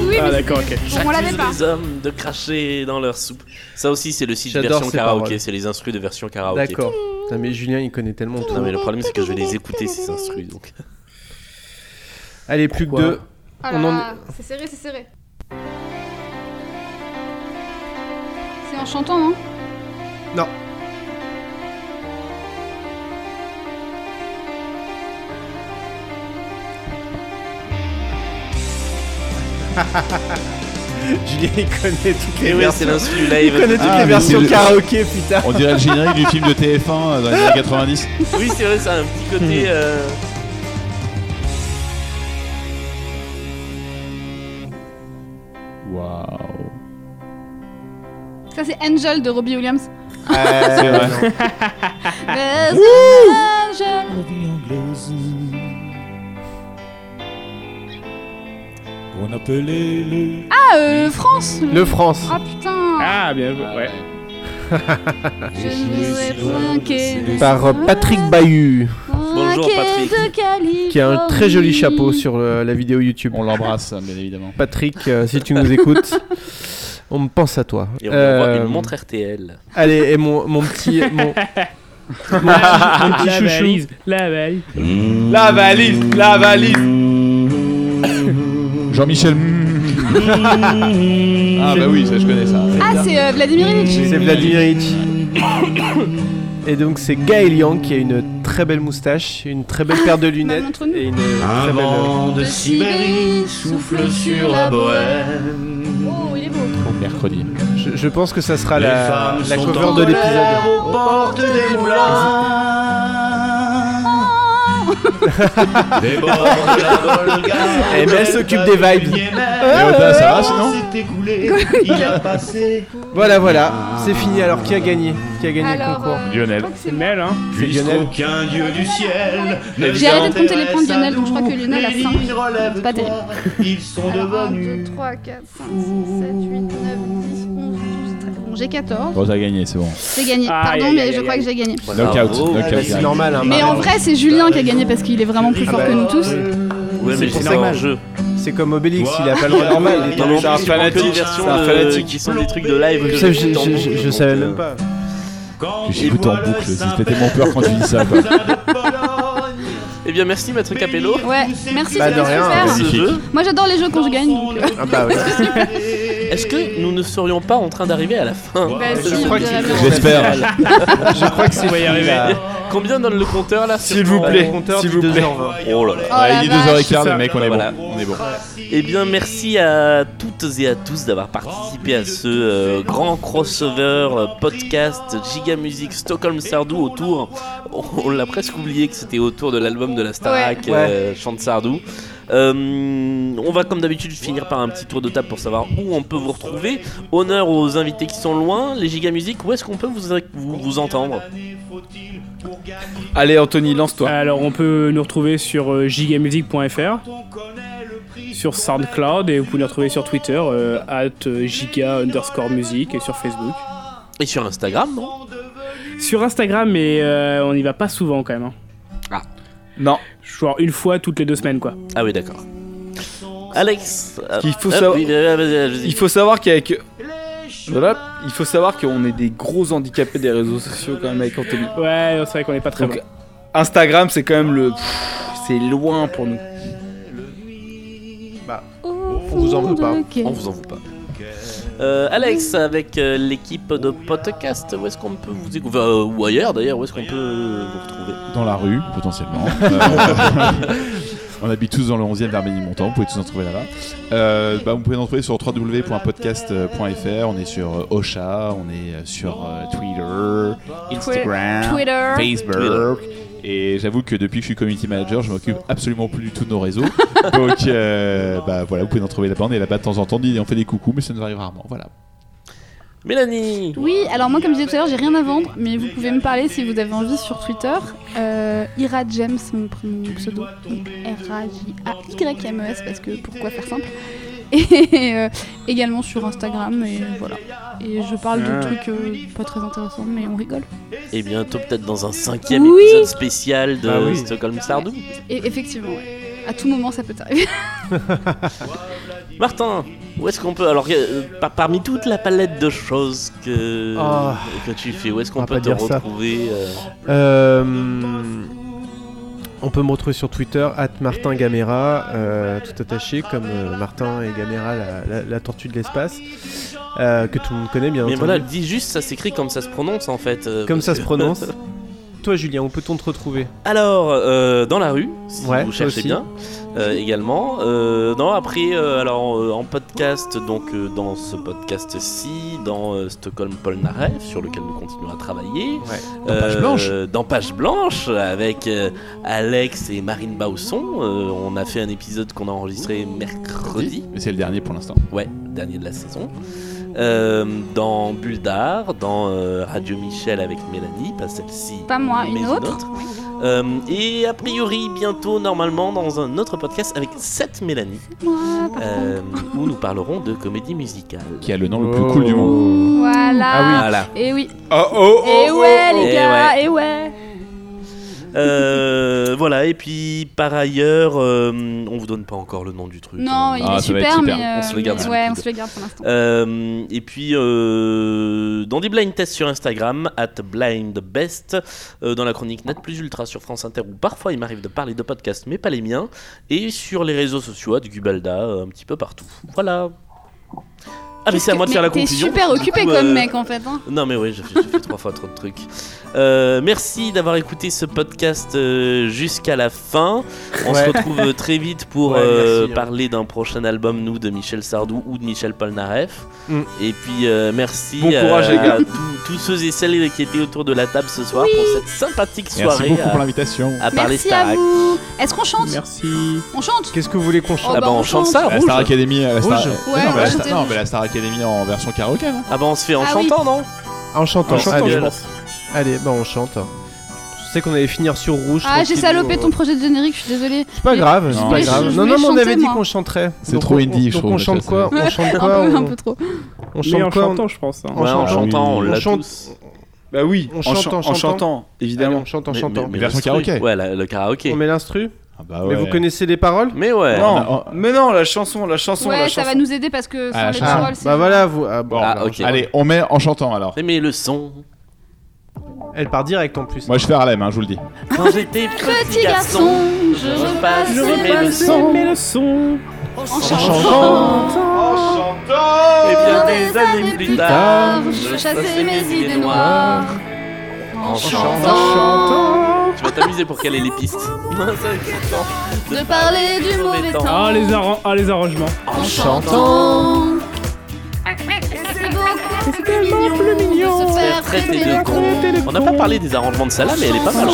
[SPEAKER 6] Oui,
[SPEAKER 10] Ah,
[SPEAKER 6] mais
[SPEAKER 10] d'accord, ok.
[SPEAKER 6] on l'avait pas.
[SPEAKER 7] les hommes de cracher dans leur soupe. Ça aussi, c'est le site
[SPEAKER 2] J'adore
[SPEAKER 7] version
[SPEAKER 2] ces
[SPEAKER 7] karaoké.
[SPEAKER 2] paroles.
[SPEAKER 7] C'est les instrus de version karaoké.
[SPEAKER 2] D'accord. Putain, mais Julien, il connaît tellement tout.
[SPEAKER 7] Ah, Non, mais le problème, c'est que je vais les écouter, ces instrus. Donc.
[SPEAKER 2] Allez, plus que
[SPEAKER 10] Pourquoi
[SPEAKER 2] deux.
[SPEAKER 6] Ah
[SPEAKER 2] On
[SPEAKER 6] là
[SPEAKER 2] en-
[SPEAKER 6] là, C'est serré, c'est serré. C'est en chantant, non
[SPEAKER 2] Non. Julien, il connaît toutes les
[SPEAKER 7] Et oui, c'est
[SPEAKER 2] versions.
[SPEAKER 7] l'instru du
[SPEAKER 2] Il
[SPEAKER 7] live.
[SPEAKER 2] connaît toutes
[SPEAKER 9] Ah,
[SPEAKER 2] les
[SPEAKER 9] mais
[SPEAKER 2] versions
[SPEAKER 9] c'est le-
[SPEAKER 2] karaoké, putain.
[SPEAKER 9] On dirait le générique du film de TF1 euh, dans les années 90.
[SPEAKER 7] Oui, c'est vrai, ça a un petit côté. euh,
[SPEAKER 9] Waouh.
[SPEAKER 6] Ça, c'est Angel de Robbie Williams.
[SPEAKER 2] C'est vrai.
[SPEAKER 6] There's an Angel.
[SPEAKER 9] On appelait le.
[SPEAKER 6] Ah, euh, France
[SPEAKER 2] Le France.
[SPEAKER 6] Ah putain
[SPEAKER 10] Ah, bien joué, ouais.
[SPEAKER 6] Je ne voudrais rien qu'aimer.
[SPEAKER 2] Par euh, Patrick Bayou,
[SPEAKER 7] Bonjour, Patrick.
[SPEAKER 2] qui a
[SPEAKER 6] Oh
[SPEAKER 2] un très joli chapeau sur le- la vidéo YouTube.
[SPEAKER 9] On l'embrasse, hein, bien évidemment.
[SPEAKER 2] Patrick, euh, si tu nous écoutes, on me pense à toi.
[SPEAKER 7] Et on voit
[SPEAKER 2] Euh,
[SPEAKER 7] une montre RTL.
[SPEAKER 2] Allez, et mon, mon petit. Mon...
[SPEAKER 10] la
[SPEAKER 2] petit chouchou.
[SPEAKER 10] valise, la valise.
[SPEAKER 8] La valise, la valise.
[SPEAKER 9] Jean-Michel. mm. ah bah oui, ça je connais ça.
[SPEAKER 6] Ah, c'est euh, Vladimir Ilitch.
[SPEAKER 2] C'est Vladimir Hitch. Et donc c'est Gaël Yang qui a une très belle moustache, une très belle paire de lunettes
[SPEAKER 6] montre-nous.
[SPEAKER 2] et une très belle. euh,
[SPEAKER 6] De Sibérie souffle sur la bohème. Oh, il est beau.
[SPEAKER 9] Mercredi.
[SPEAKER 2] Je, je pense que ça sera la, la cover de l'épisode.
[SPEAKER 4] Déborde la Volga.
[SPEAKER 2] Eh, mais elle s'occupe des vibes.
[SPEAKER 4] Yémen.
[SPEAKER 9] Léotin, Euh, ça va
[SPEAKER 2] Ah,
[SPEAKER 9] sinon
[SPEAKER 13] écoulé, il a passé.
[SPEAKER 2] Voilà, voilà, c'est fini. Alors, qui a gagné Qui a gagné le
[SPEAKER 13] Alors,
[SPEAKER 2] concours
[SPEAKER 13] euh,
[SPEAKER 9] Lionel.
[SPEAKER 6] C'est
[SPEAKER 10] Lionel, hein
[SPEAKER 2] C'est Lionel.
[SPEAKER 13] Puisqu'aucun dieu du ciel ne
[SPEAKER 6] J'ai arrêté de compter les
[SPEAKER 13] s'intéresse
[SPEAKER 6] points de
[SPEAKER 13] à
[SPEAKER 6] Lionel, donc je crois
[SPEAKER 13] nous.
[SPEAKER 6] que Lionel a
[SPEAKER 13] Les
[SPEAKER 6] 5.
[SPEAKER 13] lignes
[SPEAKER 6] C'est pas terrible.
[SPEAKER 13] Ils sont devenus.
[SPEAKER 6] 3, 4, 5, 6, 7, 8, 9, 10, 11, 12, 13. Bon, j'ai 14.
[SPEAKER 9] Bon, t'as gagné, c'est bon.
[SPEAKER 6] J'ai gagné,
[SPEAKER 9] Aïe,
[SPEAKER 6] pardon,
[SPEAKER 9] aïe,
[SPEAKER 6] mais
[SPEAKER 9] aïe,
[SPEAKER 6] je
[SPEAKER 9] aïe,
[SPEAKER 6] crois
[SPEAKER 9] aïe.
[SPEAKER 6] que j'ai gagné.
[SPEAKER 7] Ah,
[SPEAKER 9] Knockout, knockout.
[SPEAKER 2] C'est normal, hein,
[SPEAKER 6] Mais en
[SPEAKER 2] Marvel.
[SPEAKER 6] vrai, c'est Julien qui a gagné parce qu'il est vraiment plus fort que nous tous.
[SPEAKER 7] Ouais, mais
[SPEAKER 2] pour
[SPEAKER 7] c'est
[SPEAKER 2] ça.
[SPEAKER 7] un jeu.
[SPEAKER 2] C'est comme Obélix, il a pas le droit normal. il est
[SPEAKER 7] Non,
[SPEAKER 2] dans le
[SPEAKER 7] non,
[SPEAKER 2] jardin.
[SPEAKER 7] je prends que des versions
[SPEAKER 2] C'est un
[SPEAKER 7] de-
[SPEAKER 2] fanatique.
[SPEAKER 7] qui sont des trucs de live. que
[SPEAKER 2] Ça, je-
[SPEAKER 7] j'écoute en
[SPEAKER 2] je-
[SPEAKER 7] boucle,
[SPEAKER 2] je- je
[SPEAKER 7] donc,
[SPEAKER 2] savais
[SPEAKER 7] euh,
[SPEAKER 2] même pas.
[SPEAKER 9] J'écoute en boucle, ça fait tellement peur quand tu dis ça. quoi.
[SPEAKER 7] Eh bien, merci, Maître Capello.
[SPEAKER 6] Ouais, merci,
[SPEAKER 7] Bah, de
[SPEAKER 6] c'était
[SPEAKER 7] rien,
[SPEAKER 6] super.
[SPEAKER 7] c'est magnifique. Ce jeu.
[SPEAKER 6] Moi j'adore les jeux quand je gagne. donc, euh,
[SPEAKER 2] Ah bah oui.
[SPEAKER 7] Est-ce que nous ne serions pas en train d'arriver à la fin
[SPEAKER 6] Bah, si, Je crois on que- dirait bien.
[SPEAKER 2] J'espère.
[SPEAKER 7] Je crois que c'est
[SPEAKER 2] y arriver.
[SPEAKER 7] Ah. Combien donne le compteur là sur
[SPEAKER 2] S'il vous
[SPEAKER 7] ton-
[SPEAKER 2] plaît,
[SPEAKER 7] ton compteur
[SPEAKER 2] s'il
[SPEAKER 7] de
[SPEAKER 2] vous plaît.
[SPEAKER 7] 2h20? Oh là là.
[SPEAKER 2] Oh Ouais, il la est 2h15,
[SPEAKER 7] vache.
[SPEAKER 9] les mecs, on est
[SPEAKER 7] Voilà.
[SPEAKER 9] bon, on est bon.
[SPEAKER 7] Eh bien, merci à toutes et à tous d'avoir participé à ce euh, grand crossover euh, podcast Giga Music Stockholm Sardou autour. On, on l'a presque oublié que c'était autour de l'album de la Starac
[SPEAKER 5] Ouais.
[SPEAKER 7] euh, Chante Sardou. Euh, on va comme d'habitude finir par un petit tour de table pour savoir où on peut vous retrouver. Honneur aux invités qui sont loin, les Giga Music, où est-ce qu'on peut vous, vous, vous entendre
[SPEAKER 8] Allez, Anthony, lance-toi.
[SPEAKER 2] Euh.
[SPEAKER 10] Alors, on peut nous retrouver sur euh, gigamusic.fr, sur SoundCloud, et vous pouvez nous retrouver sur Twitter, euh, at euh, giga underscore music, et sur Facebook.
[SPEAKER 7] Et sur Instagram, non
[SPEAKER 10] Sur Instagram, mais euh, on n'y va pas souvent quand même. hein.
[SPEAKER 7] Ah.
[SPEAKER 8] Non.
[SPEAKER 10] Genre une fois toutes les deux semaines, quoi.
[SPEAKER 7] Ah oui, d'accord. Alex
[SPEAKER 8] Qu'il faut
[SPEAKER 7] hop,
[SPEAKER 8] savoir-
[SPEAKER 7] oui, vas-y, vas-y, vas-y.
[SPEAKER 8] Il faut savoir qu'avec. Voilà, il faut savoir qu'on est des gros handicapés des réseaux sociaux quand même avec Anthony.
[SPEAKER 10] Ouais, c'est vrai qu'on est pas très
[SPEAKER 8] Donc,
[SPEAKER 10] bon.
[SPEAKER 8] Instagram, c'est quand même le. pff, C'est loin pour nous.
[SPEAKER 2] Bah,
[SPEAKER 8] on
[SPEAKER 2] vous en veut pas.
[SPEAKER 7] On vous en veut pas. Euh, Alex, avec euh, l'équipe de podcast, où est-ce qu'on peut vous découvrir Euh, Ou ailleurs d'ailleurs, où est-ce qu'on peut euh, vous retrouver
[SPEAKER 9] Dans la rue, potentiellement. Euh, on habite tous dans le 11e d'Arménie-Montant, vous pouvez tous en trouver là-bas. Euh, bah, vous pouvez nous trouver sur www.podcast.fr, on est sur euh, Ocha, on est euh, sur euh, Twitter, Instagram,
[SPEAKER 6] Twitter.
[SPEAKER 9] Facebook. Et j'avoue que depuis que je suis community manager, je m'occupe absolument plus du tout de nos réseaux. Donc euh, bah, voilà, vous pouvez nous retrouver là-bas. On est là-bas de temps en temps, on fait des coucous, mais ça nous arrive rarement. Voilà.
[SPEAKER 7] Mélanie
[SPEAKER 6] Oui, alors moi, comme je disais tout à l'heure, j'ai rien à vendre, mais vous pouvez me parler si vous avez envie sur Twitter. Euh, Ira James, mon, pr- mon pseudo. Donc R-A-J-A-Y-M-E-S, E parce que pourquoi faire simple Et euh, également sur Instagram, et voilà. Et je parle
[SPEAKER 7] Ah.
[SPEAKER 6] de trucs euh, pas très intéressants, mais on rigole.
[SPEAKER 7] Et bientôt peut-être dans un cinquième
[SPEAKER 6] Oui.
[SPEAKER 7] épisode spécial de
[SPEAKER 2] Ah oui.
[SPEAKER 7] Stockholm Sardou.
[SPEAKER 6] Et effectivement, ouais. à tout moment, ça peut arriver.
[SPEAKER 7] Martin, où est-ce qu'on peut Alors euh, par- parmi toute la palette de choses que,
[SPEAKER 2] Ah.
[SPEAKER 7] que tu fais, où est-ce
[SPEAKER 2] On
[SPEAKER 7] qu'on
[SPEAKER 2] va
[SPEAKER 7] peut
[SPEAKER 2] pas
[SPEAKER 7] te
[SPEAKER 2] dire ça.
[SPEAKER 7] retrouver euh,
[SPEAKER 2] Euh, on peut me retrouver sur Twitter, at Martin Gamera, euh, tout attaché, comme euh, Martin et Gamera, la, la- la tortue de l'espace, euh, que tout le monde connaît bien
[SPEAKER 7] Mais
[SPEAKER 2] entendu.
[SPEAKER 7] voilà, dis juste, ça s'écrit comme ça se prononce en fait. euh,
[SPEAKER 2] Comme
[SPEAKER 7] parce
[SPEAKER 2] ça se
[SPEAKER 7] que-
[SPEAKER 2] prononce. Toi, Julien, où peut-on te retrouver
[SPEAKER 7] Alors, euh, dans la rue, si
[SPEAKER 2] Ouais,
[SPEAKER 7] vous
[SPEAKER 2] toi
[SPEAKER 7] cherchez
[SPEAKER 2] aussi.
[SPEAKER 7] bien, euh, également. Euh, non, après, euh, alors euh, en podcast, donc euh, dans ce podcast-ci, dans euh, Stockholm Polnareff, sur lequel nous continuons à travailler. euh,
[SPEAKER 2] Dans Page Blanche.
[SPEAKER 7] Dans Page Blanche, avec euh, Alex et Marine Bausson. Euh, on a fait un épisode qu'on a enregistré mercredi.
[SPEAKER 9] Mais c'est le dernier pour l'instant.
[SPEAKER 7] Ouais, dernier de la saison. Euh, dans Bulldar, dans euh, Radio Michel avec Mélanie, pas celle-ci.
[SPEAKER 6] Pas moi,
[SPEAKER 7] mais
[SPEAKER 6] une autre.
[SPEAKER 7] euh, et a priori, bientôt, normalement, dans un autre podcast avec 7 Mélanie,
[SPEAKER 6] Moi, par
[SPEAKER 7] euh, où nous parlerons de comédie musicale.
[SPEAKER 9] Qui a le nom le
[SPEAKER 7] Oh.
[SPEAKER 9] plus cool du monde.
[SPEAKER 6] Voilà.
[SPEAKER 7] Ah oui. Voilà.
[SPEAKER 6] Et oui.
[SPEAKER 2] Ah,
[SPEAKER 9] Oh, oh,
[SPEAKER 6] et ouais,
[SPEAKER 7] oh, oh.
[SPEAKER 6] les
[SPEAKER 7] Eh
[SPEAKER 6] gars,
[SPEAKER 7] ouais.
[SPEAKER 6] et ouais.
[SPEAKER 7] Euh, voilà, et puis par ailleurs, euh, on vous donne pas encore le nom du truc.
[SPEAKER 6] Non,
[SPEAKER 7] Euh,
[SPEAKER 6] il est super, mais. euh,
[SPEAKER 7] on se le garde.
[SPEAKER 6] mais
[SPEAKER 7] sous le
[SPEAKER 6] Ouais, on
[SPEAKER 7] coude.
[SPEAKER 6] se le garde pour l'instant.
[SPEAKER 7] Euh, et puis euh, dans des blind tests sur Instagram, at blindbest, euh, dans la chronique Net plus Ultra sur France Inter, où parfois il m'arrive de parler de podcasts, mais pas les miens, et sur les réseaux sociaux, at Gubalda, euh, un petit peu partout. Voilà. Ah, mais c'est à moi de
[SPEAKER 6] Mais
[SPEAKER 7] faire la
[SPEAKER 6] t'es
[SPEAKER 7] conclusion.
[SPEAKER 6] super
[SPEAKER 7] Du
[SPEAKER 6] occupé
[SPEAKER 7] coup,
[SPEAKER 6] comme
[SPEAKER 7] euh,
[SPEAKER 6] mec en fait. Hein.
[SPEAKER 7] Non mais oui, j'ai fait, j'ai fait trois fois trop de trucs. Euh, merci d'avoir écouté ce podcast euh, jusqu'à la fin. On
[SPEAKER 2] Ouais.
[SPEAKER 7] se retrouve euh, très vite pour
[SPEAKER 2] Ouais,
[SPEAKER 7] euh,
[SPEAKER 2] merci, hein.
[SPEAKER 7] parler d'un prochain album, nous, de Michel Sardou ou de Michel Polnareff.
[SPEAKER 2] Mm.
[SPEAKER 7] Et puis euh, merci
[SPEAKER 8] Bon courage,
[SPEAKER 7] à,
[SPEAKER 8] les gars.
[SPEAKER 7] à tous- tous ceux et celles qui étaient autour de la table ce soir pour cette sympathique
[SPEAKER 9] Merci
[SPEAKER 7] soirée.
[SPEAKER 9] beaucoup
[SPEAKER 7] à-
[SPEAKER 9] pour l'invitation.
[SPEAKER 7] À parler
[SPEAKER 6] Merci à
[SPEAKER 7] Starac.
[SPEAKER 6] vous. Est-ce qu'on chante
[SPEAKER 10] Merci.
[SPEAKER 6] On chante
[SPEAKER 2] Qu'est-ce que vous voulez qu'on
[SPEAKER 6] chante
[SPEAKER 7] Ah
[SPEAKER 6] bah, on chante.
[SPEAKER 9] La Star Academy. euh, la Star-
[SPEAKER 2] Rouge.
[SPEAKER 9] Non,
[SPEAKER 6] Ouais,
[SPEAKER 9] mais la
[SPEAKER 6] ouais,
[SPEAKER 9] Star-
[SPEAKER 6] c'était
[SPEAKER 9] Non,
[SPEAKER 6] rouge.
[SPEAKER 9] mais la Star Academy en version karaoké, hein. non
[SPEAKER 7] Ah bah on se fait en
[SPEAKER 6] Ah oui.
[SPEAKER 7] chantant, non
[SPEAKER 2] En chantant,
[SPEAKER 9] En chantant,
[SPEAKER 2] allez.
[SPEAKER 9] je pense.
[SPEAKER 2] Allez, bah on chante. Je sais qu'on allait finir sur rouge.
[SPEAKER 6] Ah, j'ai
[SPEAKER 2] tranquille,
[SPEAKER 6] salopé
[SPEAKER 2] ou-
[SPEAKER 6] ton projet de générique, je suis désolée.
[SPEAKER 2] C'est pas grave, c'est
[SPEAKER 9] Non.
[SPEAKER 2] pas
[SPEAKER 9] Mais je-
[SPEAKER 2] grave.
[SPEAKER 6] je
[SPEAKER 2] non, non,
[SPEAKER 6] voulais
[SPEAKER 2] mais on avait
[SPEAKER 6] chanter,
[SPEAKER 2] dit
[SPEAKER 6] moi.
[SPEAKER 2] qu'on chanterait.
[SPEAKER 9] C'est
[SPEAKER 2] Donc
[SPEAKER 9] trop
[SPEAKER 2] on-
[SPEAKER 9] indie, je
[SPEAKER 2] donc
[SPEAKER 9] trouve,
[SPEAKER 2] on chante
[SPEAKER 9] ça,
[SPEAKER 2] quoi
[SPEAKER 9] c'est-
[SPEAKER 2] On chante quoi
[SPEAKER 6] un, peu,
[SPEAKER 2] on-
[SPEAKER 6] un peu trop.
[SPEAKER 2] On
[SPEAKER 10] Mais en
[SPEAKER 2] chante quoi
[SPEAKER 10] chantant, je pense. hein.
[SPEAKER 2] En
[SPEAKER 7] Ouais, en
[SPEAKER 2] chantant.
[SPEAKER 7] chantant, on
[SPEAKER 2] On
[SPEAKER 7] l'a
[SPEAKER 2] chante-
[SPEAKER 7] tous.
[SPEAKER 8] Bah oui,
[SPEAKER 2] On
[SPEAKER 8] en,
[SPEAKER 2] chante hein.
[SPEAKER 8] chan-
[SPEAKER 2] en
[SPEAKER 8] en
[SPEAKER 2] chantant.
[SPEAKER 8] chantant,
[SPEAKER 2] Allez,
[SPEAKER 8] évidemment.
[SPEAKER 2] on chante en
[SPEAKER 7] Mais-
[SPEAKER 2] chantant.
[SPEAKER 7] mais- mais
[SPEAKER 9] Version
[SPEAKER 7] le truc-
[SPEAKER 9] karaoké.
[SPEAKER 7] Ouais, la- le karaoké.
[SPEAKER 2] On met l'instru
[SPEAKER 9] Ah bah
[SPEAKER 2] Mais
[SPEAKER 9] ouais.
[SPEAKER 2] vous connaissez les paroles
[SPEAKER 7] Mais ouais.
[SPEAKER 8] Non, mais non, la chanson, la chanson,
[SPEAKER 6] Ouais,
[SPEAKER 8] la
[SPEAKER 6] ça
[SPEAKER 8] chanson.
[SPEAKER 6] va nous aider parce que sans
[SPEAKER 9] Ah,
[SPEAKER 6] les
[SPEAKER 9] la
[SPEAKER 2] Ah,
[SPEAKER 6] paroles, c'est.
[SPEAKER 2] Bah voilà, vous. ah, bon,
[SPEAKER 7] Ah,
[SPEAKER 2] alors,
[SPEAKER 7] ok.
[SPEAKER 9] Allez, on met en chantant alors.
[SPEAKER 7] Mais- Mais le son.
[SPEAKER 2] Elle part direct en plus.
[SPEAKER 9] Moi je fais Harlem, hein, je vous le dis.
[SPEAKER 7] Quand j'étais petit
[SPEAKER 6] garçon,
[SPEAKER 7] garçon,
[SPEAKER 6] je
[SPEAKER 7] je repasse
[SPEAKER 6] repasse
[SPEAKER 7] mes leçons.
[SPEAKER 10] Mais le son.
[SPEAKER 6] En chantant.
[SPEAKER 2] chantant.
[SPEAKER 7] Et Eh bien
[SPEAKER 6] Dans
[SPEAKER 7] des années plus tard,
[SPEAKER 6] tard, je chassais mes idées noires. En
[SPEAKER 7] chantant.
[SPEAKER 6] chantant.
[SPEAKER 7] Tu vas t'amuser pour caler les pistes.
[SPEAKER 6] De parler du mauvais temps.
[SPEAKER 10] Ah, les, arran- ah, les arrangements.
[SPEAKER 6] En chantant. Et c'est beaucoup plus mignon, de se faire traiter de con.
[SPEAKER 7] On n'a pas parlé des arrangements de Salah, mais elle est pas mal.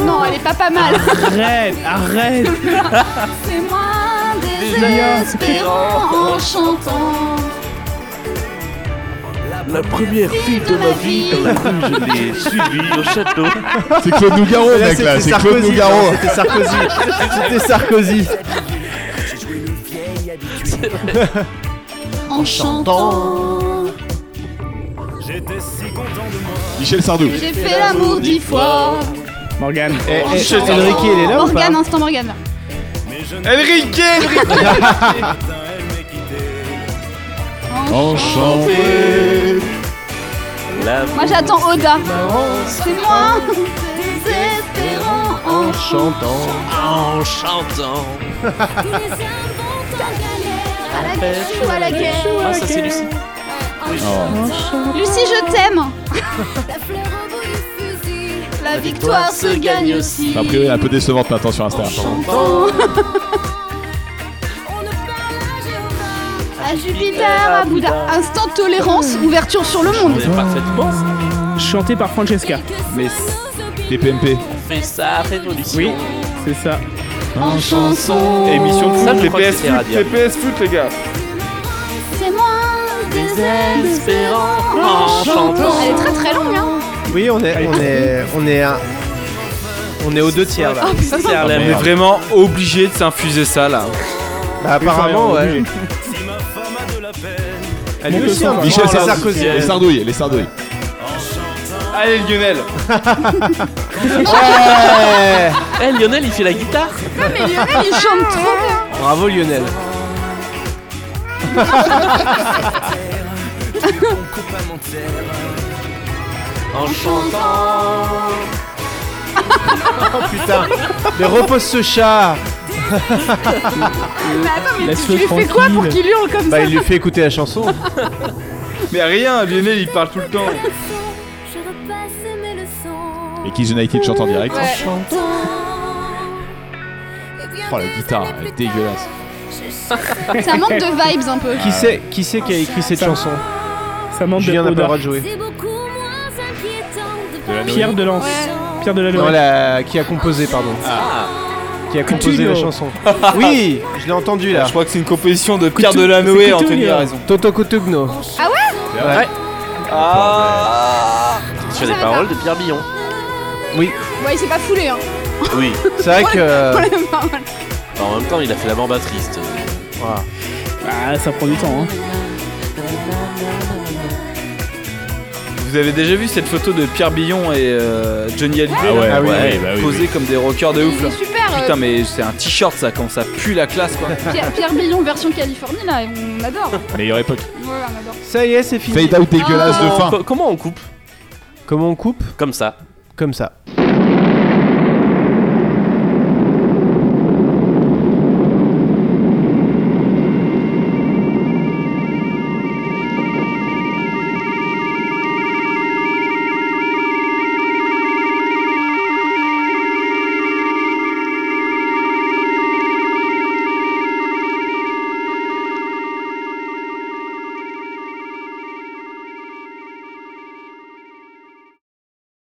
[SPEAKER 6] Non, elle est pas pas mal.
[SPEAKER 10] Arrête, arrête.
[SPEAKER 6] C'est moins
[SPEAKER 7] désespérant
[SPEAKER 6] désespérant en chantant.
[SPEAKER 7] La première fille
[SPEAKER 6] de ma vie, dans la
[SPEAKER 7] je l'ai suivie au château.
[SPEAKER 9] C'est Claude Nougaro,
[SPEAKER 2] Là,
[SPEAKER 9] mec là,
[SPEAKER 2] c'était
[SPEAKER 9] c'est Claude
[SPEAKER 2] Sarkozy,
[SPEAKER 9] Nougaro.
[SPEAKER 2] non, C'était Sarkozy. C'était Sarkozy.
[SPEAKER 6] En chantant.
[SPEAKER 9] Michel Sardou.
[SPEAKER 6] J'ai fait l'amour dix fois.
[SPEAKER 10] Morgane.
[SPEAKER 2] Eh, eh,
[SPEAKER 6] chantant.
[SPEAKER 2] Enrique, elle est là ou pas
[SPEAKER 6] Morgane, instant Morgane.
[SPEAKER 8] Enrique, Enrique
[SPEAKER 9] Enchanté.
[SPEAKER 7] La
[SPEAKER 6] Moi j'attends Oda. C'est moins désespérant en
[SPEAKER 2] Chantant.
[SPEAKER 7] en chantant.
[SPEAKER 6] À la guerre, ou à la guerre.
[SPEAKER 7] Ah, ça c'est Lucie.
[SPEAKER 6] Lucie, je t'aime. La victoire se gagne aussi.
[SPEAKER 9] Bah, A priori, elle est un peu décevante maintenant sur Insta.
[SPEAKER 6] À Jupiter, à Bouddha. Instant tolérance, ouverture sur le monde.
[SPEAKER 7] Mais parfaitement,
[SPEAKER 10] Chanté par Francesca.
[SPEAKER 9] Mais TPMP.
[SPEAKER 7] on fait sa révolution.
[SPEAKER 10] Oui, c'est ça.
[SPEAKER 6] En chanson.
[SPEAKER 8] Émission de
[SPEAKER 7] Ça,
[SPEAKER 8] foot,
[SPEAKER 7] je
[SPEAKER 8] les
[SPEAKER 7] crois que
[SPEAKER 8] PS
[SPEAKER 7] c'était
[SPEAKER 8] foot,
[SPEAKER 7] Radia.
[SPEAKER 8] les PS foot, les gars.
[SPEAKER 6] C'est moins désespérant
[SPEAKER 7] en chantant.
[SPEAKER 6] Elle est très très longue, hein.
[SPEAKER 2] Oui, on est, on est, on est, à- on est aux deux tiers
[SPEAKER 6] Oh, Ah.
[SPEAKER 2] là.
[SPEAKER 7] Ça c'est Harlem.
[SPEAKER 8] On est vraiment obligé de s'infuser ça là.
[SPEAKER 2] Bah, apparemment, ouais. Elle est aussi, hein,
[SPEAKER 9] Michel
[SPEAKER 2] vraiment,
[SPEAKER 9] Sardou.
[SPEAKER 2] la Sarkozy.
[SPEAKER 9] Les sardouilles, les sardouilles.
[SPEAKER 8] Allez Lionel
[SPEAKER 2] Ouais
[SPEAKER 7] Eh Lionel, il fait la guitare.
[SPEAKER 6] Non, mais Lionel, il chante trop bien.
[SPEAKER 2] Bravo Lionel.
[SPEAKER 7] En chantant.
[SPEAKER 2] Oh putain. Mais repose ce chat.
[SPEAKER 6] Mais attends, mais tu
[SPEAKER 10] Laisse-le
[SPEAKER 6] lui fais quoi pour
[SPEAKER 10] tranquille.
[SPEAKER 6] qu'il hurle comme ça
[SPEAKER 2] Bah, il lui fait écouter la chanson.
[SPEAKER 8] Ah Mais rien, Lionel il parle tout le temps.
[SPEAKER 11] Je repasse mes leçons.
[SPEAKER 9] Et Kids United chante en direct.
[SPEAKER 6] Ouais.
[SPEAKER 9] Oh la guitare, elle est dégueulasse.
[SPEAKER 6] Ça manque de vibes un peu.
[SPEAKER 2] Qui c'est, qui c'est qui a écrit cette chanson
[SPEAKER 10] Ça manque de
[SPEAKER 2] Julien n'a pas le
[SPEAKER 10] Oda.
[SPEAKER 2] droit de jouer.
[SPEAKER 11] C'est beaucoup moins inquiétant de
[SPEAKER 9] la
[SPEAKER 11] parler
[SPEAKER 10] Pierre de Lance.
[SPEAKER 6] Ouais.
[SPEAKER 10] Pierre de la
[SPEAKER 2] Non,
[SPEAKER 10] Lance.
[SPEAKER 2] la... qui a composé, pardon.
[SPEAKER 8] Ah.
[SPEAKER 2] Qui a composé
[SPEAKER 10] Coutinho.
[SPEAKER 2] la chanson. Oui, je l'ai entendu là.
[SPEAKER 8] Je crois que c'est une composition de Pierre
[SPEAKER 10] Coutu-
[SPEAKER 8] Delanoë
[SPEAKER 10] c'est
[SPEAKER 8] Anthony
[SPEAKER 10] Coutu-
[SPEAKER 8] a raison.
[SPEAKER 2] Toto Cotugno.
[SPEAKER 9] Ouais.
[SPEAKER 7] Sur les paroles de Pierre Billon.
[SPEAKER 6] Ouais, il s'est pas foulé, hein.
[SPEAKER 7] Oui.
[SPEAKER 2] C'est vrai que.
[SPEAKER 7] Bah, en même temps, il a fait la bamba triste.
[SPEAKER 2] Voilà.
[SPEAKER 10] Ah, ça prend du temps. Hein.
[SPEAKER 8] Vous avez déjà vu cette photo de Pierre Billon et euh, Johnny Hallyday
[SPEAKER 9] Ah ouais,
[SPEAKER 8] là,
[SPEAKER 9] ah oui,
[SPEAKER 7] ouais,
[SPEAKER 9] oui, bah oui,
[SPEAKER 8] posés
[SPEAKER 9] oui.
[SPEAKER 8] comme des rockers Oh, de ouf
[SPEAKER 6] Il
[SPEAKER 8] là.
[SPEAKER 6] est super. euh,
[SPEAKER 8] Putain mais c'est un t-shirt ça quand ça pue la classe quoi.
[SPEAKER 6] Pierre, Pierre Billon version Californie là, et on adore. Ouais,
[SPEAKER 9] Meilleure époque.
[SPEAKER 6] on adore.
[SPEAKER 2] Ça y est, c'est fini.
[SPEAKER 9] Fade out dégueulasse de
[SPEAKER 7] Comment-
[SPEAKER 9] fin.
[SPEAKER 7] co- Comment on coupe
[SPEAKER 2] Comment on coupe
[SPEAKER 7] Comme ça.
[SPEAKER 2] Comme ça.